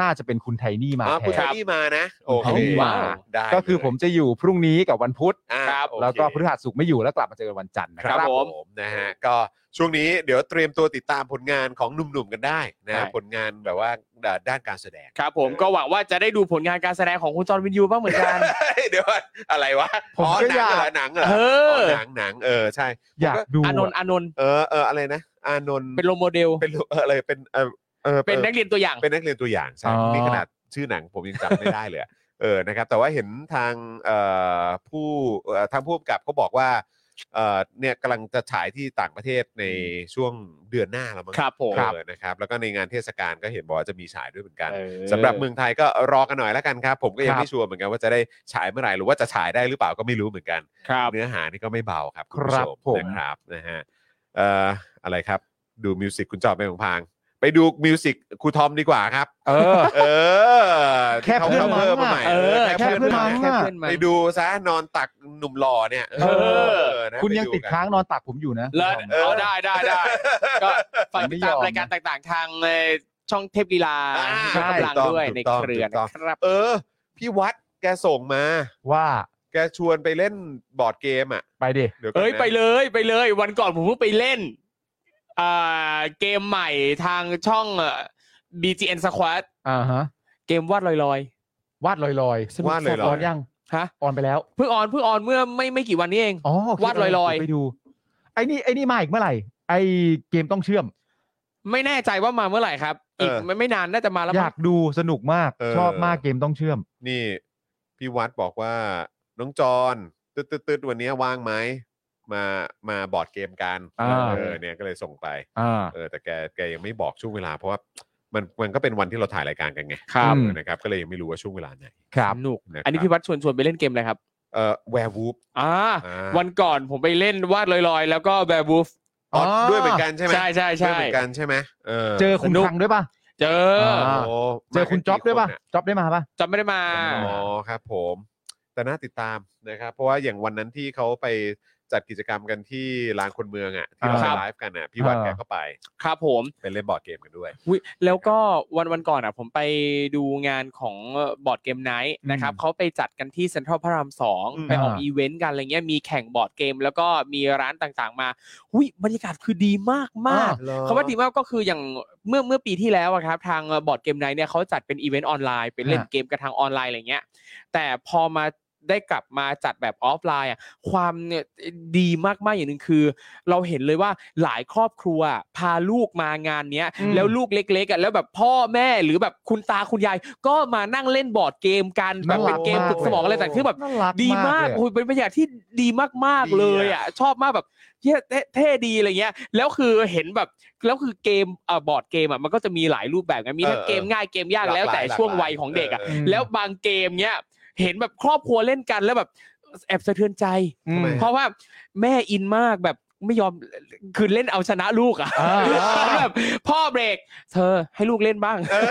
Speaker 3: น่าจะเป็นคุณไทนี่มา
Speaker 2: อ๋อ
Speaker 3: แท
Speaker 2: คุณ
Speaker 3: น
Speaker 2: ไทนี่มานะ โอ
Speaker 3: คุ
Speaker 2: เค
Speaker 3: ณไทนี่มา
Speaker 2: ได้
Speaker 3: ก็คือผมจะอยู่พรุ่งนี้กับวันพุธ
Speaker 2: อ่าโอเค
Speaker 3: แล้วก็พฤหัสศุกร์ไม่อยู่แล้วกลับมาเจอกันวันจันทร์นะ
Speaker 2: ค
Speaker 3: ค
Speaker 2: รั
Speaker 3: รั
Speaker 2: บบ ผมนะฮะก็ช่วงนี้เดี๋ยวเตรียมตัวติดตามผลงานของหนุ่มๆกันได้นะฮะ
Speaker 3: ใช่
Speaker 2: ผลงานแบบว่าด้านการแสดง
Speaker 4: ครับผมก็หวังว่าจะได้ดูผลงานการแสดงของคุณจอห์นวินยูบ้างเหมือนกัน
Speaker 2: เดี๋ยวก่อนอะไรวะ
Speaker 3: ผม
Speaker 2: อ๋อห
Speaker 3: ก็
Speaker 2: นั
Speaker 3: อยาก
Speaker 2: งเหรอหนังเหรอ
Speaker 4: เอออ๋
Speaker 2: อหนังหนังเออใช่
Speaker 3: อยากดู
Speaker 4: อานนท์อานนท์
Speaker 2: เออเอออะไรนะ อานนท์
Speaker 4: เป็นโรลโมเดล
Speaker 2: เป็นลูกเอ ออะไรเป็นเออเออ
Speaker 4: เป็นนักเรียนตัวอย่าง
Speaker 2: เป็นนักเรียนตัวอย่างใช่นี่ขนาดชื่อหนังผมยังจำไม่ได้เลยอะเออนะครับแต่ว่าเห็นทางเอ่อผู้เอ่อทางผู้กำกับเขาบอกว่าเอ่อเนี่ยกำลังจะฉายที่ต่างประเทศในช่วงเดือนหน้าแล้วมั้ง
Speaker 4: ครับผม
Speaker 2: เออนะครับแล้วก็ในงานเทศกาลก็เห็นบอกว่าจะมีฉายด้วยเหมือนกัน
Speaker 3: เออ
Speaker 2: สำหรับเมืองไทยก็รอกันหน่อยแล้วกันครับ ผมก็ยัง
Speaker 3: ครับ
Speaker 2: ไม่ชัวร์เหมือนกันว่าจะได้ฉายเมื่อไหร่หรือว่าจะฉายได้หรือเปล่าก็ไม่รู้เหมือนกัน
Speaker 4: ครับ
Speaker 2: เนื้อหานี่ก็ไม่เบาครับณ
Speaker 3: ครับผม
Speaker 2: นะครับนะฮะเอ่ออะไรครับ ดูมิวสิกคุณจอบไปของพางไปดูมิวสิกครูทอมดีกว่าครับ
Speaker 3: เออ
Speaker 2: เออ
Speaker 3: แค่เพื่อนมั้งอะ
Speaker 2: ที่ขา cover มาใหม่
Speaker 4: เออ
Speaker 2: แค่เพื่อน
Speaker 3: แค่
Speaker 2: มา
Speaker 3: เพื่อนมั้ง
Speaker 4: แค่เพื่อนมา
Speaker 2: ไปดูซะนอนตักหนุ่มหล่อเนี่ย
Speaker 3: เออ
Speaker 2: นะ
Speaker 3: คุณยัง
Speaker 2: ไป
Speaker 3: ติด
Speaker 2: กัน
Speaker 3: ค้างนอนตักผมอยู่นะ
Speaker 4: เลิศ
Speaker 2: เออ
Speaker 4: เอาได้ได้ได้ ก็ฝากติดตาม
Speaker 3: ไม่ยอม
Speaker 4: รายการต่างๆ ทางเอ่อช่องเทพลีลา
Speaker 2: อ่า
Speaker 4: ช่องกำลัง
Speaker 2: ถูกต้อง
Speaker 4: ด้วย
Speaker 2: ถูก
Speaker 4: ใน
Speaker 2: ต้อง
Speaker 4: เครือ
Speaker 2: ถูกต้อง
Speaker 4: นะครับ
Speaker 2: เออ พี่วัดแกส่งมา
Speaker 3: ว่า
Speaker 2: แกชวนไปเล่นบอร์ดเกมอ่ะ
Speaker 3: ไปดิ
Speaker 2: เดี๋ยวก่อน
Speaker 4: เอ้ย
Speaker 2: นะ
Speaker 4: ไปเลยไปเลยวันก่อนผมเพิ่งไปเล่นอ่าเกมใหม่ทางช่องเอ่อ BGN Squad
Speaker 3: อ่าฮะ
Speaker 4: เกมวาดลอย
Speaker 3: วาดลอยๆ
Speaker 2: ว่าเลยเหร
Speaker 3: อ
Speaker 2: อ
Speaker 3: อนยัง
Speaker 4: ๆ ฮะ
Speaker 3: ออนไปแล้ว
Speaker 4: เพิ่งออนเพิ่งออนเมื่อไม่ไม่กี่วันนี้เอง
Speaker 3: อ๋อโเคเดี๋
Speaker 4: วาดลอยๆ
Speaker 3: ไปดู ไอ้นี่ไอ้นี่มาอีกเมื่อไหร่ ไอ้เกมต้องเชื่อม
Speaker 4: ไม่แน่ใจว่ามาเมื่อไหร่ครับ อีกไม่ไม่นานน่าจะมาแล้ว
Speaker 3: อ
Speaker 4: มั้
Speaker 3: ยาง กดูสนุกมาก
Speaker 2: เออ
Speaker 3: ชอบมากเกมต้องเชื่อม
Speaker 2: นี่ พี่วัดบอกว่า น้องจอนตึ๊ดตึ๊ดๆๆวันนี้ว่างไหมมามาบอร์ดเกมกัน
Speaker 3: อ่า
Speaker 2: เออเนี่ยก็เลยส่งไป
Speaker 3: อ่า
Speaker 2: เออแต่แกแกยังไม่บอกช่วงเวลาเพราะว่ามันมันก็เป็นวันที่เราถ่ายรายการกันไง
Speaker 3: ครับ
Speaker 2: เออนะครับ ก็เลยยังไม่รู้ว่าช่วงเวลาไหน
Speaker 3: ครับ
Speaker 4: สนุก
Speaker 2: ะครับ
Speaker 4: อันนี้พี่วัดชวนชวนไปเล่นเกมอะไรครับ
Speaker 2: เออแวร์วูฟ
Speaker 4: อ่าวันก่อนผมไปเล่นวาดลอยๆ แล้วก็แบบูฟ
Speaker 2: อ๋อด้วยเหมือนกันใช่ไหม
Speaker 4: ใช่ใช่
Speaker 2: ด้วย
Speaker 4: ใช่
Speaker 2: เหมือนกันใช่ไหมเออ
Speaker 3: เจอคุณ
Speaker 4: สนุก
Speaker 3: คังด้วยป่ะ
Speaker 4: เจอ
Speaker 3: อ่า
Speaker 2: โอ้
Speaker 3: เจอคุณ
Speaker 2: มากัน
Speaker 3: จ๊อบด้วยป่ะ
Speaker 2: กี่คนน่
Speaker 3: จ๊อบได้มาป่ะ
Speaker 4: จำไม่ได้มา
Speaker 2: อ๋อครับผมแต่น่าติดตามนะครับ เพราะว่าอย่างวันนั้นที่เขาไปจัดกิจกรรมกันที่ลานคนเมืองอ่ะที่เราไป
Speaker 3: ครับ
Speaker 2: ไลฟ์กันอ่ะพี่วัด
Speaker 3: เออ
Speaker 2: แกก็ไป
Speaker 4: ครับผม
Speaker 2: เป็นเล่นบอร์ดเกมกันด้วย
Speaker 4: อุ๊ยแล้วก็วันวันก่อนอ่ะ ผมไปดูงานของบอร์ดเกมไนท์นะครับ
Speaker 3: อืม
Speaker 4: เขาไปจัดกันที่เซ็นทรัลพระรามสอง
Speaker 2: อืม
Speaker 4: ไปออก
Speaker 3: อ่า
Speaker 4: อีเวนต์กันอะไรเงี้ยมีแข่งบอร์ดเกม แล้วก็มีร้านต่างๆ มาอุ้ยบรรยากาศคือดีมากมากคำว่าดีมากก็คืออย่างเมื่อเมื่อปีที่แล้วอะครับทางบอร์ดเกมไนท์เนี่ยเขาจัดเป็นอีเวนต์ออนไลน์เป็นเล่นเกมกันทางออนไลน์อะไรเงี้ย แต่พอมาได้กลับมาจัดแบบออฟไลน์อ่ะความเนี่ยดีมากๆอย่างหนึ่งคือ เราเห็นเลยว่าหลายครอบครัวอะพาลูกมางานเนี้ย
Speaker 3: อืม
Speaker 4: แล้วลูกเล็กๆอ่ะแล้วแบบพ่อแม่หรือแบบคุณตาคุณยาย ก็มานั่งเล่นบอร์ดเกมกันแบบเป็นเกมฝึกสมองอะไรต่างๆคือแบบ
Speaker 3: น่ารัก
Speaker 4: ดีมาก
Speaker 3: เลยอะ
Speaker 4: โอ้ยเป็นบรรยากาศที่ดีมากๆเลยอ่ะชอบมากแบบเหี้ยเท่เท่ดีอะไรเงี้ย แล้วคือเห็นแบบแล้วคือเกมเอ่อบอร์ดเกมอ่ะมันก็จะมีหลายรูปแบบไงมีทั้ง
Speaker 2: เออ
Speaker 4: เกมง่ายเกมยากแล้วแต่ช่วงวัยของเด็กอ่ะ
Speaker 3: อืม
Speaker 4: แล้วบางเกมเนี้ยเห็นแบบครอบครัวเล่นกันแล้วแบบแอบสะเทือนใจ
Speaker 3: อืม
Speaker 4: เพราะว่าแม่อินมากแบบไม่ยอมคือเล่นเอาชนะลูกอ่ะ
Speaker 3: อ่า
Speaker 4: แบบพ่อเบรก เธอให้ลูกเล่นบ้าง
Speaker 2: เออ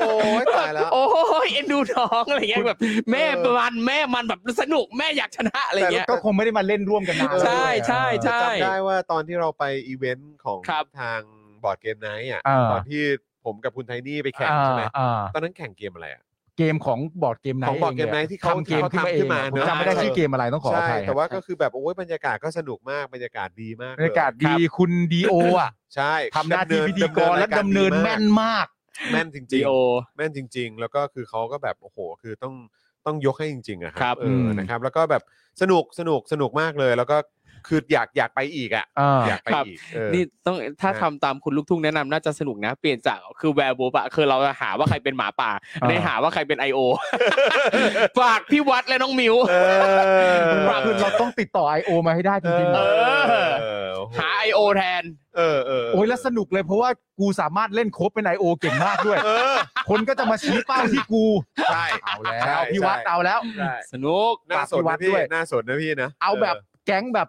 Speaker 2: โอ้ยตายแล้ว
Speaker 4: โอ้ยเอ็นดูน้องอะไรเงี้ยแบบแม่
Speaker 2: เออ
Speaker 4: มันแม่มันแบบสนุกแม่อยากชนะอะไรเงี้ย
Speaker 3: ก็คงไม่ได้มาเล่นร่วมกันนาน
Speaker 4: ใช่
Speaker 3: ด้วยอะ
Speaker 4: ใช่ใช่
Speaker 2: จำได้ว่าตอนที่เราไปอีเวนต์ของ
Speaker 4: ครับ
Speaker 2: ทางบอร์ดเกมไนท์อ่ะ
Speaker 3: เอ่า
Speaker 2: ตอนที่ผมกับคุณไทนี่ไปแข่งใช่ไหม
Speaker 3: อ่า
Speaker 2: ตอนนั้นแข่งเกมอะไรอ่ะ
Speaker 3: เกมของบอร์ดเกมไน
Speaker 2: ของ board game night ที่เขา
Speaker 3: ทำเกม
Speaker 2: เขา
Speaker 3: ขึ้นมาเอ
Speaker 2: ทำขึ้นมาเน
Speaker 3: งอะผม
Speaker 2: อะ
Speaker 3: จำไม่ได้ชื่อเกมอะไรต้องขออ
Speaker 2: ใช่
Speaker 3: ภัย
Speaker 2: แต่ว่าก็คือแบบโอ้ยบรรยากาศก็สนุกมากบรรยากาศดีมาก
Speaker 3: บรรยากาศดีคุณดีโออ่ะ
Speaker 2: ใช่
Speaker 3: ทำหน้าที่พิธีกรและดำเนินแม่นมาก
Speaker 2: แม่นจริ
Speaker 4: จี
Speaker 2: งๆ
Speaker 4: โอ
Speaker 2: แม่นจริง ๆ แล้วก็คือเขาก็แบบโอ้โห คือต้องต้องยกให้จริงๆอะค
Speaker 4: ครั
Speaker 2: รับ เอ
Speaker 3: อื
Speaker 2: อ
Speaker 3: ม
Speaker 2: นะครับ แล้วก็แบบสนุกสนุกสนุกมากเลย แล้วก็คืออยากอยากไปอีกอะ
Speaker 3: อ่า
Speaker 2: อยากไปอีกเออ
Speaker 4: นี่ต้องถ้า
Speaker 2: นะ
Speaker 4: ทำตามคุณลูกทุ่งแนะนำน่าจะสนุกนะ เปลี่ยนจากคือแวร์บูปะคือเราหาว่าใครเป็นหมาป่า
Speaker 3: อ่า
Speaker 4: ในหาว่าใครเป็นไอโอ ฝากพี่วัดและน้องมิว
Speaker 2: เออ
Speaker 3: มันมาคือเราต้องติดต่อ I.O. มาให้ได้จริงๆ
Speaker 4: เอ
Speaker 3: อะ
Speaker 4: อ
Speaker 2: เออโอ้โ
Speaker 4: หาไอโอแทน
Speaker 2: เออเออ
Speaker 3: โอ้ยแล้วสนุกเลยเพราะว่ากูสามารถเล่นโคบเป็น I.O. เก่งมากด้วย
Speaker 2: เออ
Speaker 3: คนก็จะมาชี้เป้าที่กู
Speaker 2: ใช่
Speaker 3: เอาแล้วพี่วัดเอาแล้ว
Speaker 2: ใช่
Speaker 4: สนุก
Speaker 2: น่าสน
Speaker 3: ฝาก
Speaker 2: นะพี่
Speaker 3: พี่วัดด้วย
Speaker 2: น่าสนนะพี่นะ
Speaker 3: เอาแบบแก๊งแบบ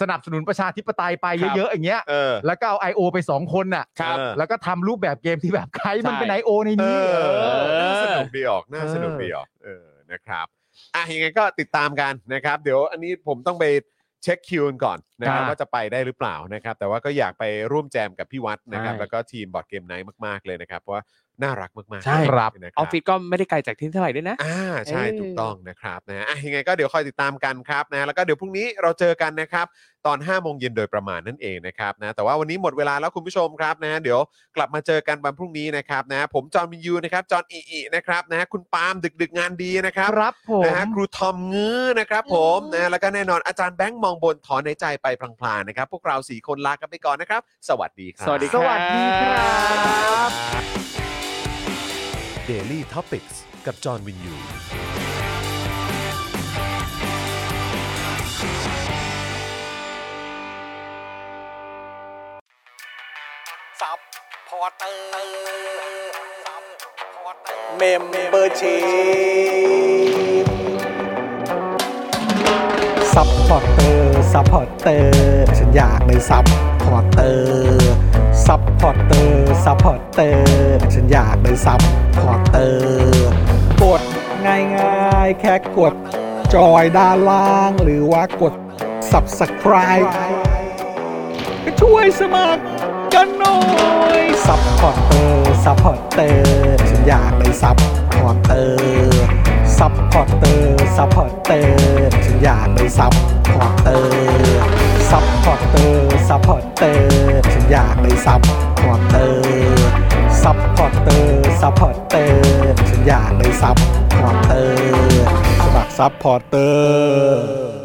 Speaker 3: สนับสนุนประชาธิปไตยไปเยอะๆอย่างเงี้ย
Speaker 2: เออ
Speaker 3: แล้วก็เอา I.O. ไปสองคนน่ะ
Speaker 2: ครับ
Speaker 3: แล้วก็ทำรูปแบบเกมที่แบบใครมันเป็น
Speaker 4: ใช่
Speaker 3: I.O.
Speaker 2: เอ
Speaker 3: ในนี้
Speaker 2: อ
Speaker 4: เออ
Speaker 2: น่าสนุกดีออกน่าสนุกดีออกเออนะครับอ่ะยังไงก็ติดตามกันนะครับ เดี๋ยวอันนี้ผมต้องไปเช็คคิวกันก่อนนะครับ
Speaker 3: ครับ
Speaker 2: ว่าจะไปได้หรือเปล่านะครับ แต่ว่าก็อยากไปร่วมแจมกับพี่วัดนะครับ
Speaker 3: ใช่
Speaker 2: แล้วก็ทีมบอร์ดเกมไนท์มากๆเลยนะครับ เพราะว่า น่ารักมากๆ
Speaker 4: ใช่
Speaker 3: ครับ
Speaker 2: นะ
Speaker 4: ออฟฟิศก็ไม่ได้ไกลจากที่เท่าไหร่ด้วยนะ
Speaker 2: อ่าใช่
Speaker 4: เออ
Speaker 2: ถูกต้องนะครับนะฮะอ่ะยังไงก็เดี๋ยวคอยติดตามกันครับนะแล้วก็เดี๋ยวพรุ่งนี้เราเจอกันนะครับ ตอน5โมงเย็นโดยประมาณนั่นเองนะครับนะแต่ว่าวันนี้หมดเวลาแล้วคุณผู้ชมครับนะเดี๋ยวกลับมาเจอกันวันพรุ่งนี้นะครับนะผมจอห์นวินยูนะครับจอห์นอิอินะครับนะคุณปาล์มดึกดึกๆงานดีนะครับ
Speaker 3: ครับผม
Speaker 2: นะฮะครูทอมงื้อนะครับผมนะแล้วก็แน่นอนอาจารย์แบงค์มองบนถอนในใจไปพลางๆนะครับ พวกเราสี่คนลากันไปก่อนนะครับ สวัสดีครับ
Speaker 4: สวัสดีครับ
Speaker 10: Daily Topics กับจอห์นวินยู
Speaker 11: ซับพอร์เตอร์ซับพอร์เตอร์
Speaker 12: เมมเบอร์ชีพซัพพอร์เตอร์ซัพพอร์เตอร์ฉันอยากเป็นซัพพอร์เตอร์ซัพพอร์เตอร์ซัพพอร์เตอร์ฉันอยากเป็นซัพพอร์เตอร์กดง่ายๆ แค่กดจอยด้านล่าง หรือว่ากด subscribe ก็ช่วยสมัคร กันหน่อยซัพพอร์เตอร์ซัพพอร์เตอร์ฉันอยากเป็นซัพพอร์เตอร์ซัพพอร์เตอร์ซัพพอร์เตอร์ฉันอยากเป็นซัพพอร์เตอร์ซัพพอร์เตอร์ซัพพอร์เตอร์ฉันอยากเป็นซัพพอร์เตอร์ซัพพอร์เตอร์ซัพพอร์เตอร์ฉันอยากเป็นซัพพอร์เตอร์สมัครซัพพอร์เตอร์